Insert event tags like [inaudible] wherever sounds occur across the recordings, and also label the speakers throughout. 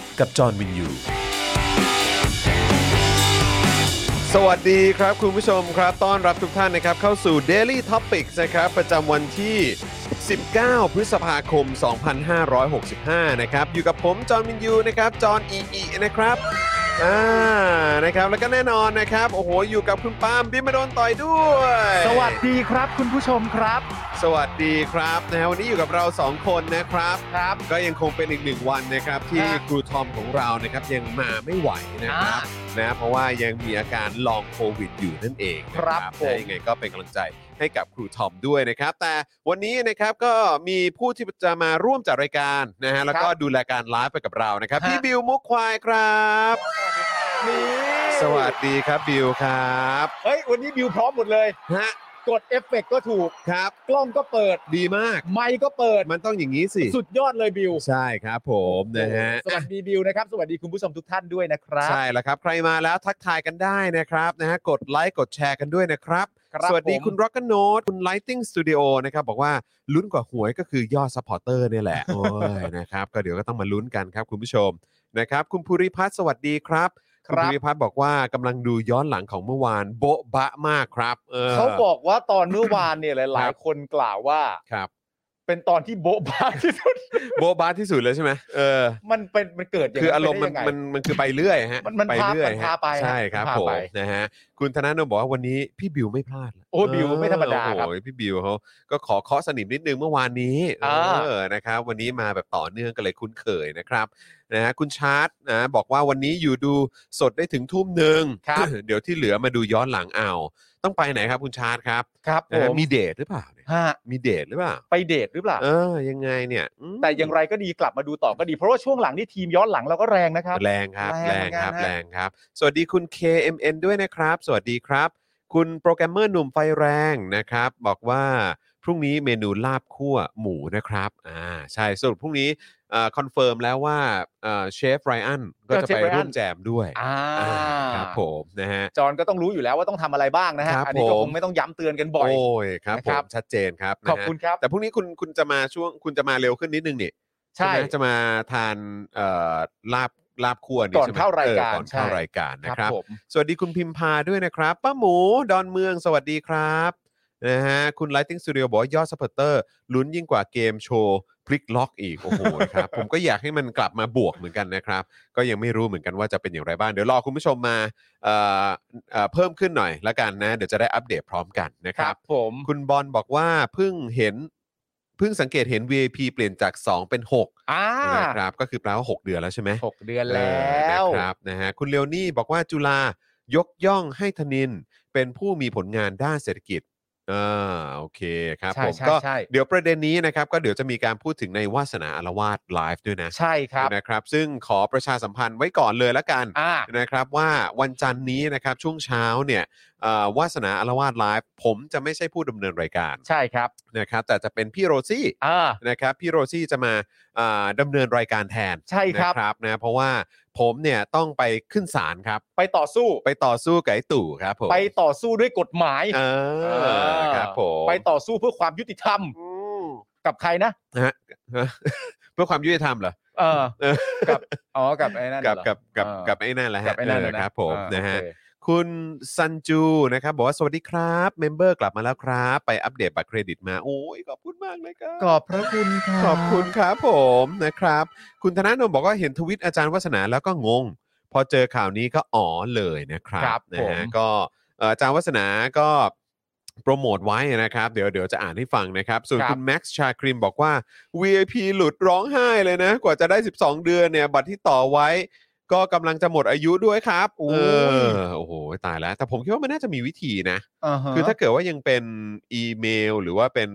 Speaker 1: กับจอห์นวินยู
Speaker 2: สวัสดีครับคุณผู้ชมครับ ต้อนรับทุกท่านนะครับ เข้าสู่ Daily Topics นะครับ ประจำวันที่ 19 พฤษภาคม 2565 นะครับ อยู่กับผม จอห์นวินยูนะครับ จอห์นอีอีนะครับอ่านะครับ แล้วก็แน่นอนนะครับ โอ้โห อยู่กับคุณปาล์มบิมมาโดนต่อยด้วย
Speaker 3: สวัสดีครับคุณผู้ชมครับ
Speaker 2: สวัสดีครับนะฮะวันนี้อยู่กับเรา 2 คนนะครับครับ ก็ยังคงเป็นอีกหนึ่งวันนะครับ ที่
Speaker 3: ครับ
Speaker 2: ครูทอมของเรานะครับยังมาไม่ไหวนะครับ
Speaker 3: อ่
Speaker 2: นะเพราะว่ายังมีอาการลองโควิดอยู่นั่นเองนะครับ
Speaker 3: ผม
Speaker 2: นะยังไงก็เป็นกำลังใจให้กับครูทอมด้วยนะครับ แต่วันนี้นะครับก็มีผู้ที่จะมาร่วมจัดรายการนะฮะแล้วก็ดูแลการไลฟ์ไปกับเรานะครับ พี่บิวมุกควายครับ
Speaker 3: นี่
Speaker 2: สวัสดีครับบิวครับ
Speaker 3: เฮ้ย วันนี้บิวพร้อมหมดเลย
Speaker 2: ฮะ
Speaker 3: กดเอฟเฟกก็ถูก
Speaker 2: ครับ
Speaker 3: กล้องก็เปิด
Speaker 2: ดีมาก
Speaker 3: ไมค์ก็เปิด
Speaker 2: มันต้องอย่างนี้สิ
Speaker 3: สุดยอดเลยบิว
Speaker 2: ใช่ครับ ผมนะฮะ
Speaker 3: สวัสดีบิวนะครับ สวัสดีคุณผู้ชมทุกท่านด้วยนะครับ
Speaker 2: ใช่แล้วครับ ใครมาแล้วทักทายกันได้นะครับนะฮะกดไลค์กดแชร์กันด้วยนะครับ
Speaker 3: ครับ
Speaker 2: สวัสดี
Speaker 3: ผม
Speaker 2: คุณ Rock n o t e คุณ Lighting Studio นะครับ บอกว่าลุ้นกว่าหวยก็คือยอดซัพพอร์เตอร์เนี่ยแหละ [laughs] โอ้ยนะครับ ก็เดี๋ยวก็ต้องมาลุ้นกันครับคุณผู้ชมนะครับ คุณภูริพัฒน์สวัสดีครับ
Speaker 3: ค
Speaker 2: ณ
Speaker 3: รั
Speaker 2: ภู
Speaker 3: บ
Speaker 2: ริพัฒน์บอกว่ากำลังดูย้อนหลังของเมื่อวานโบ๊ะบะมากครับ เออ
Speaker 3: เขาบอกว่าตอนเมื่อวานเนี่ยห
Speaker 2: ค
Speaker 3: ลาย
Speaker 2: รับ
Speaker 3: ๆ คนกล่าวว่า
Speaker 2: ครับ
Speaker 3: เป็นตอนที่โบ๊ะบาที่สุด [laughs]
Speaker 2: โบ๊ะบะที่สุดเลยใช่ไหมเออ
Speaker 3: มันเป็นมันเกิดย่ง
Speaker 2: คือ
Speaker 3: นั้น
Speaker 2: อารมณ์
Speaker 3: ไป
Speaker 2: มัน
Speaker 3: ได้ยังไง
Speaker 2: มันมันคือไปเรื่อยฮะ
Speaker 3: มันมัน
Speaker 2: ไป
Speaker 3: พา
Speaker 2: เรื่อย
Speaker 3: มัน
Speaker 2: ฮะ
Speaker 3: พาไปฮะ
Speaker 2: ใช่ครับ
Speaker 3: มันพา
Speaker 2: ผม
Speaker 3: ไป
Speaker 2: นะฮะคุณธนาโนมบอกว่าวันนี้พี่บิวไม่พลาดละ
Speaker 3: โอ้บิวไม่ธรรมดาครับ
Speaker 2: โอ้ยพี่บิวเขาก็ขอเคาะสนิมนิดนึงเมื่อวานนี้
Speaker 3: อ่า
Speaker 2: เออนะครับวันนี้มาแบบต่อเนื่องกันเลยคุ้นเคยนะครับนะฮะคุณชาร์ตนะบอกว่าวันนี้อยู่ดูสดได้ถึงทุ่มหนึ่ง [coughs] เดี๋ยวที่เหลือมาดูย้อนหลังเอา ต้องไปไหนครับคุณชาร์ตครับ
Speaker 3: ครับผ
Speaker 2: นะฮะ
Speaker 3: ม
Speaker 2: มีเดทหรือเปล่าเนี่ย
Speaker 3: ฮะ
Speaker 2: มีเดทหรือเปล่า
Speaker 3: ไปเดทหรือเปล่า
Speaker 2: เออยังไงเนี่ยอืม
Speaker 3: แต่อย่างไรก็ดีกลับมาดูต่อก็ดี เพราะว่าช่วงหลังนี่ทีมย้อนหลังเราก็แรงนะครับ
Speaker 2: แรงครับ
Speaker 3: แร
Speaker 2: แรง ง
Speaker 3: เหมือนกัน
Speaker 2: ครับ
Speaker 3: ฮะ
Speaker 2: แรงครับ สวัสดีคุณ KMN ด้วยนะครับ สวัสดีครับ คุณโปรแกรมเมอร์หนุ่มไฟแรงนะครับ บอกว่าพรุ่งนี้เมนูลาบคั่วหมูนะครับ อ่า ใช่สรุปพรุ่งนี้คอนเฟิร์มแล้วว่าเชฟไรอันก็จะไปร่วมแจมด้วย
Speaker 3: อ่า
Speaker 2: อ่าครับผมนะฮะ
Speaker 3: จอนก็ต้องรู้อยู่แล้วว่าต้องทำอะไรบ้างนะฮะ
Speaker 2: ครับ
Speaker 3: อันนี้ก็
Speaker 2: ผม
Speaker 3: คงไม่ต้องย้ำเตือนกันบ่อย
Speaker 2: โอ้ยครับผ
Speaker 3: นะครั
Speaker 2: ม
Speaker 3: บ
Speaker 2: ชัดเจนครับนะฮะ
Speaker 3: ขอบคุณครับ
Speaker 2: แต่พรุ่งนี้คุณคุณจะมาช่วงคุณจะมาเร็วขึ้นนิดนึงนี่
Speaker 3: ใช่
Speaker 2: ไหมจะมาทานเอ่อลาบลาบคั่ว
Speaker 3: ก่อน
Speaker 2: ใช่ไหม
Speaker 3: เข้าราย
Speaker 2: ออ
Speaker 3: การ
Speaker 2: ก่อนเข้า
Speaker 3: ใช่
Speaker 2: รายการนะค
Speaker 3: ค
Speaker 2: รั
Speaker 3: รับ บผม
Speaker 2: สวัสดีคุณพิมพาด้วยนะครับ ป้าหมูดอนเมืองสวัสดีครับนะฮะคุณ Lighting Studio บอกว่ายอดสปอร์เตอร์ลุ้นยิ่งกว่าเกมโชว์พลิกล็อกอีก โอ้โหครับ [laughs] ผมก็อยากให้มันกลับมาบวกเหมือนกันนะครับ ก็ยังไม่รู้เหมือนกันว่าจะเป็นอย่างไรบ้าง เดี๋ยวรอคุณผู้ชมมาเอ่อเอ่อเพิ่มขึ้นหน่อยละกันนะ เดี๋ยวจะได้อัปเดตพร้อมกันนะ
Speaker 3: ค
Speaker 2: ค
Speaker 3: รั
Speaker 2: รั
Speaker 3: บบ ผม
Speaker 2: คุณบอลบอกว่าเพิ่งเห็นเพิ่งสังเกตเห็น VIP เปลี่ยนจาก 2 เป็น6
Speaker 3: อ่า
Speaker 2: นะครับก็คือแปลว่า 6 เดือนแล้วใช่ไหม
Speaker 3: หกเดือนแล้ว
Speaker 2: เออนะครับนะฮะคุณเลโอนี่บอกว่าจุฬายกย่องให้ธนิน เป็นผู้มีผลงานด้านเศรษฐกิจอ่าโอเคครับ
Speaker 3: ใช่
Speaker 2: ผม
Speaker 3: ใช่
Speaker 2: ก็
Speaker 3: ใช่
Speaker 2: เดี๋ยวประเด็นนี้นะครับ ก็เดี๋ยวจะมีการพูดถึงในวาสนาอารวาสไลฟ์ด้วยนะ
Speaker 3: ใช่ครับ
Speaker 2: นะครับ ซึ่งขอประชาสัมพันธ์ไว้ก่อนเลยละกัน
Speaker 3: อ่า
Speaker 2: นะครับว่าวันจันนี้นะครับช่วงเช้าเนี่ยเอ่อวาสนาอารวาสไลฟ์ผมจะไม่ใช่ผู้ดำเนินรายการ
Speaker 3: ใช่ครับ
Speaker 2: นะครับแต่จะเป็นพี่โรซี่
Speaker 3: อ่า
Speaker 2: นะครับพี่โรซี่จะมาอ่าดำาเนินรายการแทน
Speaker 3: ใช่ครับ
Speaker 2: นะนะเพราะว่าผมเนี่ยต้องไปขึ้นศาลครับ
Speaker 3: ไปต่อสู้
Speaker 2: ไปต่อสู้กับไอ้ตู่ครับผม
Speaker 3: ไปต่อสู้ด้วยกฎหมาย
Speaker 2: เอ
Speaker 3: เอ
Speaker 2: อ
Speaker 3: อ
Speaker 2: ครับผม
Speaker 3: ไปต่อสู้เพื่อความยุติธรรม กับใครนะ
Speaker 2: นะฮะ [laughs] เพื่อความยุติธรรมเหรอ
Speaker 3: เออ
Speaker 2: เออ
Speaker 3: กับ อ๋อ กับไอ้นั่น
Speaker 2: กับ
Speaker 3: เหรอ
Speaker 2: กับกับ
Speaker 3: เออ
Speaker 2: กับไอ้นั่นแหละฮะ
Speaker 3: กับไอ้นั่น
Speaker 2: เอ
Speaker 3: น่
Speaker 2: อครับผม
Speaker 3: อ่า
Speaker 2: นะฮะ
Speaker 3: โอเค
Speaker 2: คุณซันจูนะครับบอกว่าสวัสดีครับเมมเบอร์กลับมาแล้วครับ ไปอัปเดตบัตรเครดิตมาโอ้ยขอบคุณมากเลยครับ
Speaker 3: ขอบพระคุณครับ
Speaker 2: ขอบคุณครับผมนะครับ คุณธนาโนมบอกว่าเห็นทวิตอาจารย์วัฒนาแล้วก็งง พอเจอข่าวนี้ก็อ๋อเลยนะครับ
Speaker 3: ครับ
Speaker 2: นะฮะ
Speaker 3: ผม
Speaker 2: ก็เอ่ออาจารย์วัฒนาก็โปรโมทไว้นะครับ เดี๋ยวเดี๋ยวจะอ่านให้ฟังนะครับ ส่วน
Speaker 3: ครับ
Speaker 2: คุณแม็กซ์ชาคริมบอกว่า VIP หลุดร้องไห้เลยนะ กว่าจะได้ 12 เดือนเนี่ย บัตรที่ต่อไว้ ก็กำลังจะหมดอายุด้วยครับ
Speaker 3: โอ้ย
Speaker 2: เออโอ้โหตายแล้ว แต่ผมคิดว่ามันน่าจะมีวิธีนะ
Speaker 3: อ่าฮะ
Speaker 2: คือถ้าเกิดว่ายังเป็นอีเมลหรือว่าเป็น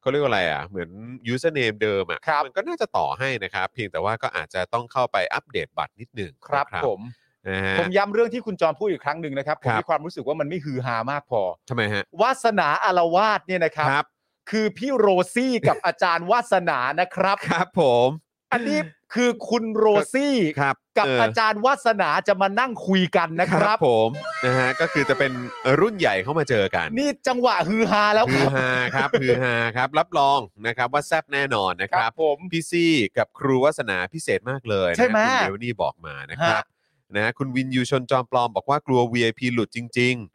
Speaker 2: เขาเรียกว่าอะไรอ่ะ เหมือน username เดิมอ่ะ
Speaker 3: ครับ
Speaker 2: มันก็น่าจะต่อให้นะครับ เพียงแต่ว่าก็อาจจะต้องเข้าไปอัปเดตบัตรนิดหนึง
Speaker 3: ครับ
Speaker 2: นะ
Speaker 3: ผม
Speaker 2: นะฮะ
Speaker 3: ผมย้ำเรื่องที่คุณจอมพูดอีกครั้งหนึ่งนะครับ ผ
Speaker 2: ค
Speaker 3: ม
Speaker 2: รับ
Speaker 3: มีความรู้สึกว่ามันไม่ฮือฮามากพอ
Speaker 2: ทำไมฮะ
Speaker 3: วาสนาอารวาสเนี่ยนะครับ
Speaker 2: ครับ
Speaker 3: คือพี่โรซี่กับอาจารย์วาสนานะครับ
Speaker 2: ครับผม
Speaker 3: อันนี้คือคุณโรซี่
Speaker 2: ครับ
Speaker 3: กับ
Speaker 2: เ
Speaker 3: อาจารย์วาสนาจะมานั่งคุยกันนะ
Speaker 2: ค
Speaker 3: ค
Speaker 2: รั
Speaker 3: รั
Speaker 2: บบ ผมนะฮะก็คือจะเป็นรุ่นใหญ่เข้ามาเจอกัน
Speaker 3: นี่จังหวะฮือฮาแล้วค
Speaker 2: ฮื
Speaker 3: รั
Speaker 2: อบ ฮาครับฮือฮาครับรับรองนะครับว่าแซบแน่นอนนะค
Speaker 3: ค
Speaker 2: รั
Speaker 3: รั
Speaker 2: บบ
Speaker 3: ผม
Speaker 2: พี่ซี่กับครูวัสนาพิเศษมากเลยนะ
Speaker 3: ใช่ไหม
Speaker 2: คุณเดวนี่บอกมานะครับ
Speaker 3: ฮะ
Speaker 2: นะฮะคุณวินยูชนจอมปลอมบอกว่ากลัว VIP หลุดจริงๆ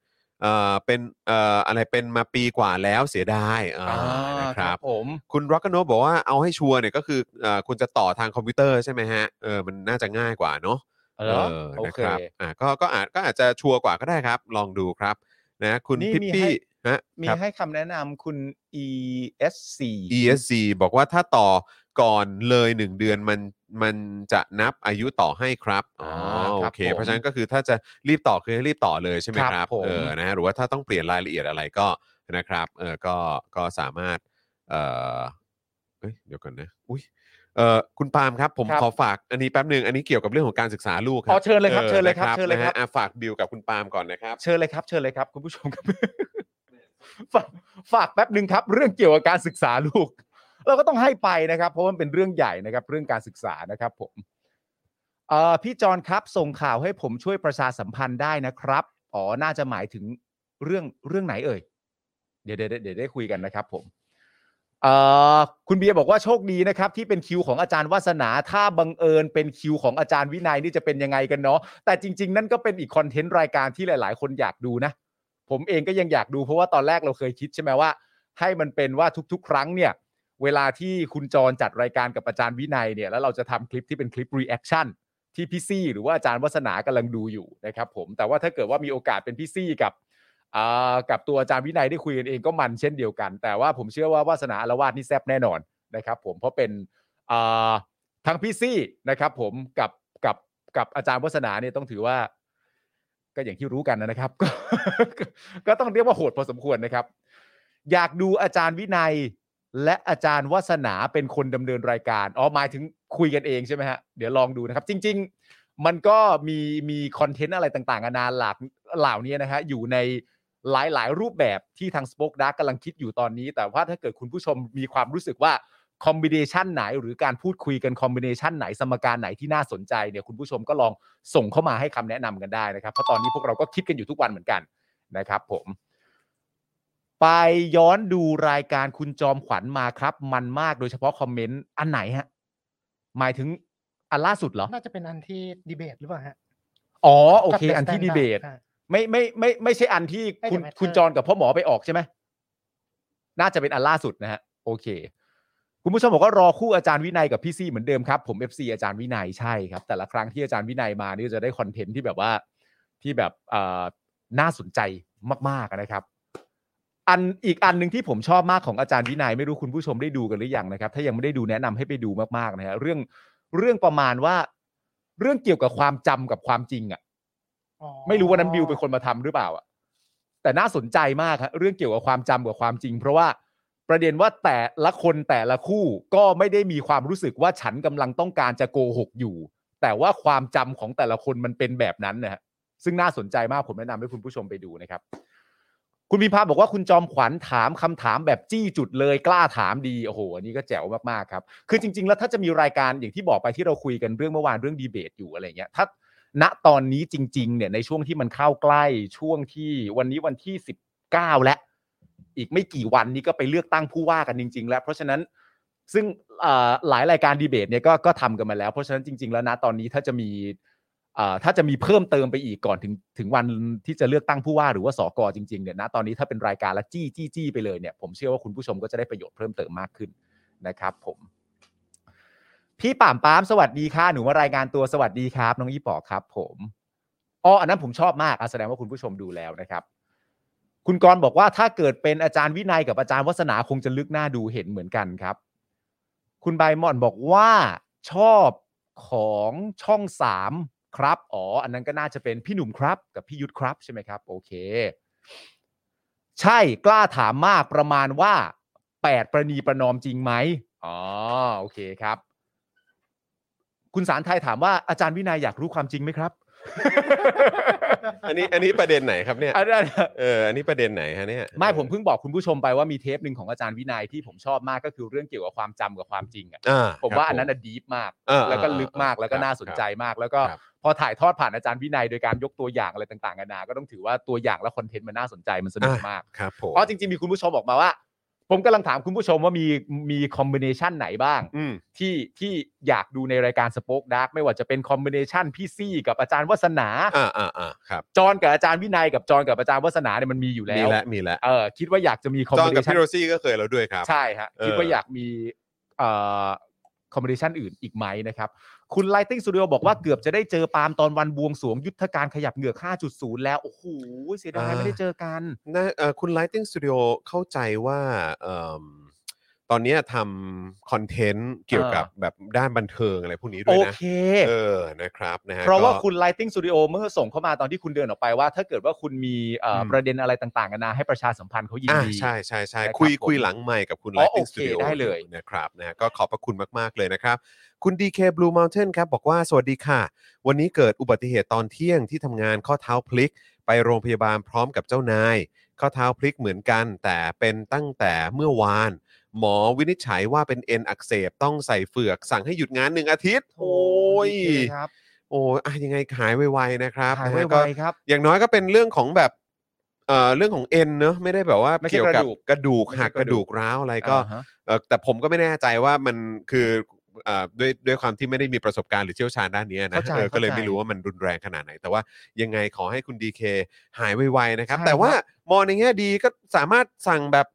Speaker 2: เอ่อเป็นเอ่ออะไรเป็นมาปีกว่าแล้วเสียดายเอออนะครับ
Speaker 3: ผม
Speaker 2: คุณร็อกโนบอกว่าเอาให้ชัวร์เนี่ยก็คือเอ่อคุณจะต่อทางคอมพิวเตอร์ใช่ไหมฮะเออมันน่าจะง่ายกว่าเนาะ
Speaker 3: เออ
Speaker 2: เออ
Speaker 3: โอ
Speaker 2: นะ
Speaker 3: เค
Speaker 2: ครับอ่ะก็ก็อาจก็อาจจะชัวร์กว่าก็ได้ครับ ลองดูครับนะคุณ
Speaker 3: นี่
Speaker 2: พิป
Speaker 3: มี
Speaker 2: ปี้
Speaker 3: ให้
Speaker 2: ฮะ
Speaker 3: มี
Speaker 2: ครับ
Speaker 3: ให้คำแนะนำคุณ ESC
Speaker 2: ESC บอกว่าถ้าต่อก่อนเลย 1 เดือนมันมันจะนับอายุต่อให้ครับอ๋อ
Speaker 3: อ่า
Speaker 2: โอ
Speaker 3: ครับ
Speaker 2: เค
Speaker 3: ผม
Speaker 2: เพราะฉะนั้นก็คือถ้าจะรีบต่อคือให้รีบต่อเลยใช่ไหม
Speaker 3: ครับ
Speaker 2: ครับ
Speaker 3: ผม
Speaker 2: เออนะฮะหรือว่าถ้าต้องเปลี่ยนรายละเอียดอะไรก็นะครับเออก็ก็สามารถเออเอ้ยเดี๋ยวก่อนนะอุ้ยเออคุณปาล์มครับผม
Speaker 3: ครับ
Speaker 2: ขอฝากอันนี้แป๊บหนึ่งอันนี้เกี่ยวกับเรื่องของการศึกษาลูกครั
Speaker 3: อ๋อเชิญเลยครับเชิญเลยครับ
Speaker 2: นะ
Speaker 3: เชิญเลยครับ
Speaker 2: นะฮะอ่ะฝากบิวกับคุณปาล์มก่อนนะครับ
Speaker 3: เชิญเลยครับเชิญเลยครับ คุณผู้ชมครับ [laughs] ฝากฝากแป๊บหนึ่งครับ เรื่องเกี่ยวกับการศึกษาลูก [laughs] เราก็ต้องให้ไปนะครับ เพราะมันเป็นเรื่องใหญ่นะครับ เรื่องการศึกษานะครับผมเอ่อพี่จอนครับส่งข่าวให้ผมช่วยประชาสัมพันธ์ได้นะครับอ๋อน่าจะหมายถึงเรื่องเรื่องไหนเอ่ยเดี๋ยวเดี๋ยวเดี๋ยวได้คุยกันนะครับ ผมเอ่อคุณเบียร์บอกว่าโชคดีนะครับ ที่เป็นคิวของอาจารย์วาสนา ถ้าบังเอิญเป็นคิวของอาจารย์วินัยนี่จะเป็นยังไงกันเนาะ แต่จริง ๆ นั่นก็เป็นอีกคอนเทนต์รายการที่หลาย ๆ คนอยากดูนะ ผมเองก็ยังอยากดูเพราะว่าตอนแรกเราเคยคิดใช่ไหมว่า ให้มันเป็นว่าทุก ๆ ครั้งเนี่ย เวลาที่คุณจรจัดรายการกับอาจารย์วินัยเนี่ยแล้วเราจะทำคลิปที่เป็นคลิปรีแอคชั่นที่พี่ซี่หรือว่าอาจารย์วัฒนากำลังดูอยู่นะครับผมแต่ว่าถ้าเกิดว่ามีโอกาสเป็นพี่ซี่กับอ่ากับตัวอาจารย์วินัยได้คุยกันเองก็มันเช่นเดียวกัน แต่ว่าผมเชื่อว่าวาสนาอารวาสนี่แซบแน่นอนนะครับ ผมเพราะเป็นอ่า ทั้งพี่ซี่นะครับผมกับกับกับอาจารย์วัฒนาเนี่ยต้องถือว่า ก็อย่างที่รู้กันนะครับ [laughs] ก็ก็ต้องเรียกว่าโหดพอสมควรนะครับ อยากดูอาจารย์วินัย และอาจารย์วัฒนาเป็นคนดำเนินรายการอ๋อหมายถึงคุยกันเองใช่ไหมฮะเดี๋ยวลองดูนะครับ จริง ๆ มันก็มีมีคอนเทนต์อะไรต่างๆนานาหลากเหล่านี้นะฮะอยู่ในหลายๆ รูปแบบที่ทาง Spoke Dark กำลังคิดอยู่ตอนนี้ แต่ว่าถ้าเกิดคุณผู้ชมมีความรู้สึกว่า คอมบิเนชันไหนหรือการพูดคุยกันคอมบิเนชันไหนสมการไหนที่น่าสนใจเนี่ยคุณผู้ชมก็ลองส่งเข้ามาให้คำแนะนำกันได้นะครับเพราะตอนนี้พวกเราก็คิดกันอยู่ทุกวันเหมือนกันนะครับ ผม ไปย้อนดูรายการคุณจอมขวัญมาครับ มันมากโดยเฉพาะคอมเมนต์อันไหนฮะหมายถึงอันล่าสุดเหรอ
Speaker 4: น่าจะเป็นอันที่ดีเบตหรือเปล่าฮะ
Speaker 3: อ๋อโอเค
Speaker 4: กับ The
Speaker 3: อันที่ดี
Speaker 4: Standard
Speaker 3: เบต
Speaker 4: ฮะ
Speaker 3: ไม่ไม่ไม่ไม่ใช่อันที่
Speaker 4: ไม่
Speaker 3: คุณ
Speaker 4: แต่ matter
Speaker 3: คุณจรกับพ่อหมอไปออกใช่ไหมน่าจะเป็นอันล่าสุดนะฮะโอเค คุณผู้ชมบอกว่ารอคู่อาจารย์วินัยกับพี่ซี่เหมือนเดิมครับผม FC อาจารย์วินัยใช่ครับ แต่ละครั้งที่อาจารย์วินัยมานี่จะได้คอนเทนต์ที่แบบว่าที่แบบเอ่อน่าสนใจมากๆนะครับ อันอีกอันหนึ่งที่ผมชอบมากของอาจารย์วินัยไม่รู้คุณผู้ชมได้ดูกันหรือยังนะครับ ถ้ายังไม่ได้ดูแนะนำให้ไปดูมากๆนะฮะเรื่องเรื่องประมาณว่า เรื่องเกี่ยวกับความจำกับความจริงอะ
Speaker 4: อ๋อ
Speaker 3: ไม่รู้ว่านั้นบิวเป็นคนมาทำหรือเปล่าอะแต่น่าสนใจมากฮะเรื่องเกี่ยวกับความจำกับความจริง เพราะว่าประเด็นว่าแต่ละคนแต่ละคู่ก็ไม่ได้มีความรู้สึกว่าฉันกำลังต้องการจะโกหกอยู่ แต่ว่าความจำของแต่ละคนมันเป็นแบบนั้นนะฮะซึ่งน่าสนใจมากผมแนะนำให้คุณผู้ชมไปดูนะครับ คุณพิมพาบอกว่าคุณจอมขวัญถามคำถามแบบจี้จุดเลยกล้าถามดีโอ้โหอันนี้ก็แจ๋วมากๆครับ คือจริง ๆ แล้วถ้าจะมีรายการอย่างที่บอกไปที่เราคุยกันเรื่องเมื่อวานเรื่องดีเบตอยู่อะไรเงี้ยถ้า ณตอนนี้จริงๆ เนี่ยในช่วงที่มันเข้าใกล้ช่วงที่วันนี้วันที่ 19 แล้ว อีกไม่กี่วันนี้ก็ไปเลือกตั้งผู้ว่ากันจริง ๆ แล้ว เพราะฉะนั้นซึ่งเอ่อหลายรายการดีเบตเนี่ยก็ก็ทำกันมาแล้ว เพราะฉะนั้นจริง ๆ แล้วนะตอนนี้ถ้าจะมีเอ่อถ้าจะมีเพิ่มเติมไปอีกก่อนถึงถึงวันที่จะเลือกตั้งผู้ว่าหรือว่าสกจริงๆเนี่ยนะตอนนี้ถ้าเป็นรายการละจี้จี้จี้ไปเลยเนี่ยผมเชื่อว่าคุณผู้ชมก็จะได้ประโยชน์เพิ่มเติมมากขึ้นนะครับ ผม พี่ป่ามปามสวัสดีค่ะหนูมารายงานตัวสวัสดีครับ น้องยี่ปอครับผมอ๋ออันนั้นผมชอบมากอ่ะแสดงว่าคุณผู้ชมดูแล้วนะครับ คุณกรณ์บอกว่าถ้าเกิดเป็นอาจารย์วินัยกับอาจารย์วัฒนาคงจะลึกหน้าดูเห็นเหมือนกันครับ คุณใบหมอนบอกว่าชอบของช่องสามครับ อ๋อ อันนั้นก็น่าจะเป็นพี่หนุ่มครับ กับพี่ยุทธครับใช่ไหมครับ โอเค ใช่กล้าถามมากประมาณว่าแปดประนีประนอมจริงไหมอ๋อโอเคครับ คุณสารไทยถามว่าอาจารย์วินัยอยากรู้ความจริงไหมครับ [laughs]
Speaker 2: อันนี้อันนี้ประเด็นไหนครับ
Speaker 3: [laughs]
Speaker 2: เนี่ย
Speaker 3: อันนั้น
Speaker 2: เอออันนี้ประเด็นไหนฮะเนี่ย
Speaker 3: ไม่ผมเพิ่งบอกคุณผู้ชมไปว่ามีเทปหนึ่งของอาจารย์วินัยที่ผมชอบมากก็คือเรื่องเกี่ยวกับความจำกับความจริงอะ
Speaker 2: อ่
Speaker 3: ผมว่าอันนั้นอะดีฟมาก
Speaker 2: เออ
Speaker 3: แล้วก็
Speaker 2: เออ
Speaker 3: ลึกมาก
Speaker 2: เออ
Speaker 3: แล้วก็น่าสนใจ
Speaker 2: ครับ
Speaker 3: มาก แล้วก็
Speaker 2: ครับ
Speaker 3: พอถ่ายทอดผ่านอาจารย์วินัยโดยการยกตัวอย่างอะไรต่างๆนานาก็ต้องถือว่าตัวอย่างและคอนเทนต์มันน่าสนใจมันสนุกมาก
Speaker 2: ครับผม
Speaker 3: เพราะจริงๆมีคุณผู้ชมบอกมาว่า ผมกำลังถามคุณผู้ชมว่ามีมีคอมบิเนชันไหนบ้าง
Speaker 2: อืม
Speaker 3: ที่ที่อยากดูในรายการสป็อคดักไม่ว่าจะเป็นคอมบิเนชันพี่ซี่กับอาจารย์วัสนา
Speaker 2: อ่าอ่าอ่าครับ
Speaker 3: จอนกับอาจารย์วินัยกับจอนกับอาจารย์วัสนาเนี่ยมันมีอยู่แล้
Speaker 2: มี
Speaker 3: ว
Speaker 2: แล้วมีแล้ว
Speaker 3: เออคิดว่าอยากจะมีคอม
Speaker 2: จอน
Speaker 3: บิเน
Speaker 2: กับ
Speaker 3: ชัน
Speaker 2: พี่โรซี่ก็เคยเราด้วยครับ
Speaker 3: ใช่ฮะ
Speaker 2: เออ
Speaker 3: คิดว่าอยากมีคอมบิเนชันอื่นอีกไหมนะครับ คุณไลติ้งสตูดิโอบอกว่าเกือบจะได้เจอปาล์มตอนวันบวงสรวงยุทธการขยับเหงือก 5.0 แล้ว โอ้โห เสียดายไม่ได้เจอกัน
Speaker 2: น่าเอ่อคุณ Lighting Studio เข้าใจว่าเอิ่มตอนเนี้ยทำคอนเทนต์เกี่ยวกับแบบด้านบันเทิงอะไรพวกนี้ด้
Speaker 3: โอ
Speaker 2: วยนะ
Speaker 3: เค
Speaker 2: เออนะครับนะฮะ
Speaker 3: เพราะว่า
Speaker 2: ก็
Speaker 3: คุณไลติ้งสตูดิโอเมื่อส่งเข้ามาตอนที่คุณเดินออกไปว่า ถ้าเกิดว่าคุณมีเอ่ออ
Speaker 2: ม
Speaker 3: ประเด็นอะไรต่างๆกันานาให้ประชาสัมพันธ์เขายิน
Speaker 2: อ่า
Speaker 3: ดี
Speaker 2: ใช่ใช่ใช่
Speaker 3: นะครับ
Speaker 2: คุย
Speaker 3: ผม
Speaker 2: คุยหลังใหม่กับคุณ
Speaker 3: อ๋อ
Speaker 2: Lighting
Speaker 3: โอเค
Speaker 2: Studio
Speaker 3: ได้เลย
Speaker 2: นะครับนะฮะก็ขอบพระคุณมาก ๆ เลยนะครับ คุณ DK Blue Mountain ครับ บอกว่าสวัสดีค่ะ วันนี้เกิดอุบัติเหตุตอนเที่ยงที่ทำงานข้อเท้าพลิก ไปโรงพยาบาลพร้อมกับเจ้านาย ข้อเท้าพลิกเหมือนกัน แต่เป็นตั้งแต่เมื่อวาน หมอวินิจฉัยว่าเป็นเอ็นอักเสบต้องใส่เฟือก สั่งให้หยุดงานหนึ่งอาทิตย์ โอ้ย
Speaker 3: โอเคครับ
Speaker 2: โอ้ยอ่ะยังไงหายไวๆนะครับ
Speaker 3: หาย
Speaker 2: นะฮะ
Speaker 3: ไว
Speaker 2: ก็
Speaker 3: ๆครับ
Speaker 2: อย่างน้อยก็เป็นเรื่องของแบบเอ่อเรื่องของเอ็นเนอะไม่ได้แบบว่า
Speaker 3: ไม่ใช่
Speaker 2: เกี่ยวกับ
Speaker 3: กระดูก
Speaker 2: กระดูก
Speaker 3: ไม่ใช่
Speaker 2: หักก
Speaker 3: ก
Speaker 2: ระ
Speaker 3: ระดู
Speaker 2: ดูก
Speaker 3: ก
Speaker 2: ร้าวอะไรก็
Speaker 3: อ่าฮะ
Speaker 2: เอ่อแต่ผมก็ไม่แน่ใจว่ามันคือเอ่อด้วยด้วยความที่ไม่ได้มีประสบการณ์หรือเชี่ยวชาญด้านเนี้ยนะ
Speaker 3: เข้าใจ
Speaker 2: เออก็เลย
Speaker 3: เข้าใจ
Speaker 2: ไม่รู้ว่ามันรุนแรงขนาดไหน แต่ว่ายังไงขอให้คุณดีเคหายไวๆนะครับ
Speaker 3: ใช่
Speaker 2: แต่ว่ามองในแง่ดีก็สามารถสั่งแบบ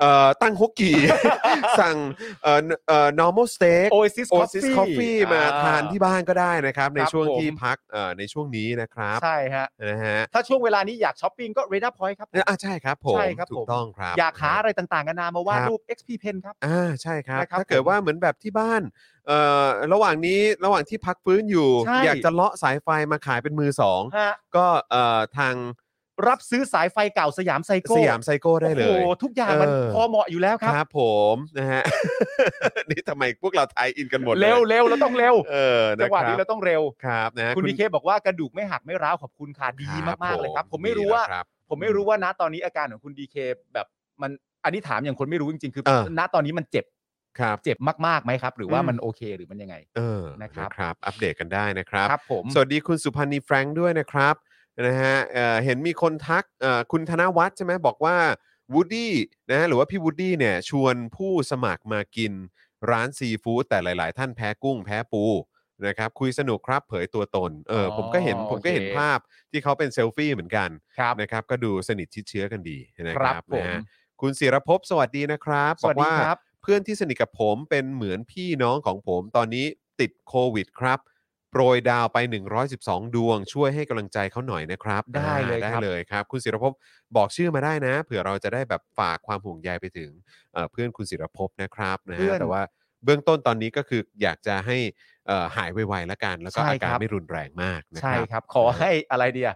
Speaker 2: เอ่อตั้งฮกกี้ [laughs] สั่งเอ่อเอ่อ normal steak
Speaker 3: Oasis
Speaker 2: Oasis
Speaker 3: Coffee
Speaker 2: Coffee มา
Speaker 3: อ่
Speaker 2: ทานที่บ้านก็ได้นะครับ ใน
Speaker 3: ครับ
Speaker 2: ช่วง
Speaker 3: ผม
Speaker 2: ที่พักเอ่อในช่วงนี้นะครับ
Speaker 3: ใช่ฮะ
Speaker 2: นะฮะ
Speaker 3: ถ้าช่วงเวลานี้อยากช้อปปิ้งก็เรดาพอยต์ครับ
Speaker 2: อ่าใช่ครับผม
Speaker 3: ใช่ครับ
Speaker 2: ถู
Speaker 3: ผ
Speaker 2: ก
Speaker 3: ม
Speaker 2: ต้องครับ
Speaker 3: อยากหา
Speaker 2: นะ
Speaker 3: อะไรต่างๆกันานามาว่าด
Speaker 2: ครับ
Speaker 3: รูป XP Pen ครับ
Speaker 2: อ่าใช่ครับ
Speaker 3: นะครับ
Speaker 2: ถ้าเกิดว่าเหมือนแบบที่บ้านเอ่อระหว่างนี้ระหว่างที่พักฟื้นอยู่
Speaker 3: ใช่
Speaker 2: อยากจะเลาะสายไฟมาขายเป็นมือสอง
Speaker 3: ฮะ
Speaker 2: ก็เอ่อทาง
Speaker 3: รับซื้อสายไฟเก่าสยามไซโก้
Speaker 2: สยามไซโก้ได้เลย
Speaker 3: โอ้โหทุกอย่างมัน
Speaker 2: เออ
Speaker 3: พอเหมาะอยู่แล้วค
Speaker 2: ครับ รับผมนะ [laughs] ฮะ นี่ทำไมพวกเราไทยอินกันหมดลย
Speaker 3: เร็วเร็วเราต้องเร็ว
Speaker 2: เออ
Speaker 3: จั
Speaker 2: นะ
Speaker 3: งหวะ
Speaker 2: ค
Speaker 3: นี้
Speaker 2: รับ
Speaker 3: เราต้องเร็ว
Speaker 2: ครับนะ
Speaker 3: คุณดีเคบอกว่ากระดูกไม่หักไม่ร้าวขอบคุณค่ะดี
Speaker 2: ครับ
Speaker 3: มากๆเลยครับ ผมไม่รู้
Speaker 2: ดี
Speaker 3: ว่า
Speaker 2: แล้วครับ
Speaker 3: ผมไม่รู้ว่านะตอนนี้อาการของคุณดีเคแบบมันอันนี้ถามอย่างคนไม่รู้จริงๆ คือ
Speaker 2: เออ
Speaker 3: ณตอนนี้มันเจ็บ
Speaker 2: ครับ
Speaker 3: เจ็บมากๆไหมครับ หรือว่า
Speaker 4: อืม
Speaker 3: มันโอเคหรือมันยังไง
Speaker 2: เออ
Speaker 3: นะครับ
Speaker 2: นะครับ อัปเดตกันได้นะครับ
Speaker 3: ครับ ผม
Speaker 2: สวัสดีคุณสุพันธ์นีแฟรงค์ด้วยนะครับนะฮะเอ่อเห็นมีคนทักเอ่อคุณธนวัฒน์ใช่ไหมบอกว่าวูดดี้นะฮะหรือว่าพี่วูดดี้เนี่ยชวนผู้สมัครมากินร้านซีฟู้ดแต่หลาย ๆ ท่านแพ้กุ้งแพ้ปูนะครับคุยสนุกครับเผยตัวตนเอออผมก็เห็นผมก็เห็นภาพที่เขาเป็นเซลฟี่เหมือนกัน
Speaker 3: ครับ
Speaker 2: นะครับก็ดูสนิทชิดเชื้อกันดีนะ
Speaker 3: ค
Speaker 2: ค
Speaker 3: รั
Speaker 2: รั
Speaker 3: บบ ผ
Speaker 2: นะ
Speaker 3: ม
Speaker 2: ฮะคุณศิรภพสวัสดีนะครับ
Speaker 3: สวัส
Speaker 2: อก
Speaker 3: ดี
Speaker 2: ว่า
Speaker 3: ครับ
Speaker 2: เพื่อนที่สนิทกับผมเป็นเหมือนพี่น้องของผมตอนนี้ติดโควิดครับ โปรยดาวไป 112 ดวง ช่วยให้กำลังใจเขาหน่อยนะครับ
Speaker 3: ได้เลย
Speaker 2: อ่าได้
Speaker 3: ครับ
Speaker 2: เลยครับ คุณศิรภพบอกชื่อมาได้นะ เผื่อเราจะได้แบบฝากความห่วงใยไปถึงเอ่อเพื่อนคุณศิรภพนะครับนะฮะแต่ว่าเบื้องต้นตอนนี้ก็คืออยากจะให้เอ่อหายไวๆแล้วกัน แล้วก็
Speaker 3: ใช่
Speaker 2: อา
Speaker 3: ค
Speaker 2: การ
Speaker 3: รับ
Speaker 2: ไม่รุนแรงมากนะ
Speaker 3: ใช่
Speaker 2: ครับ
Speaker 3: ครับ ขอให้อะไรเดีย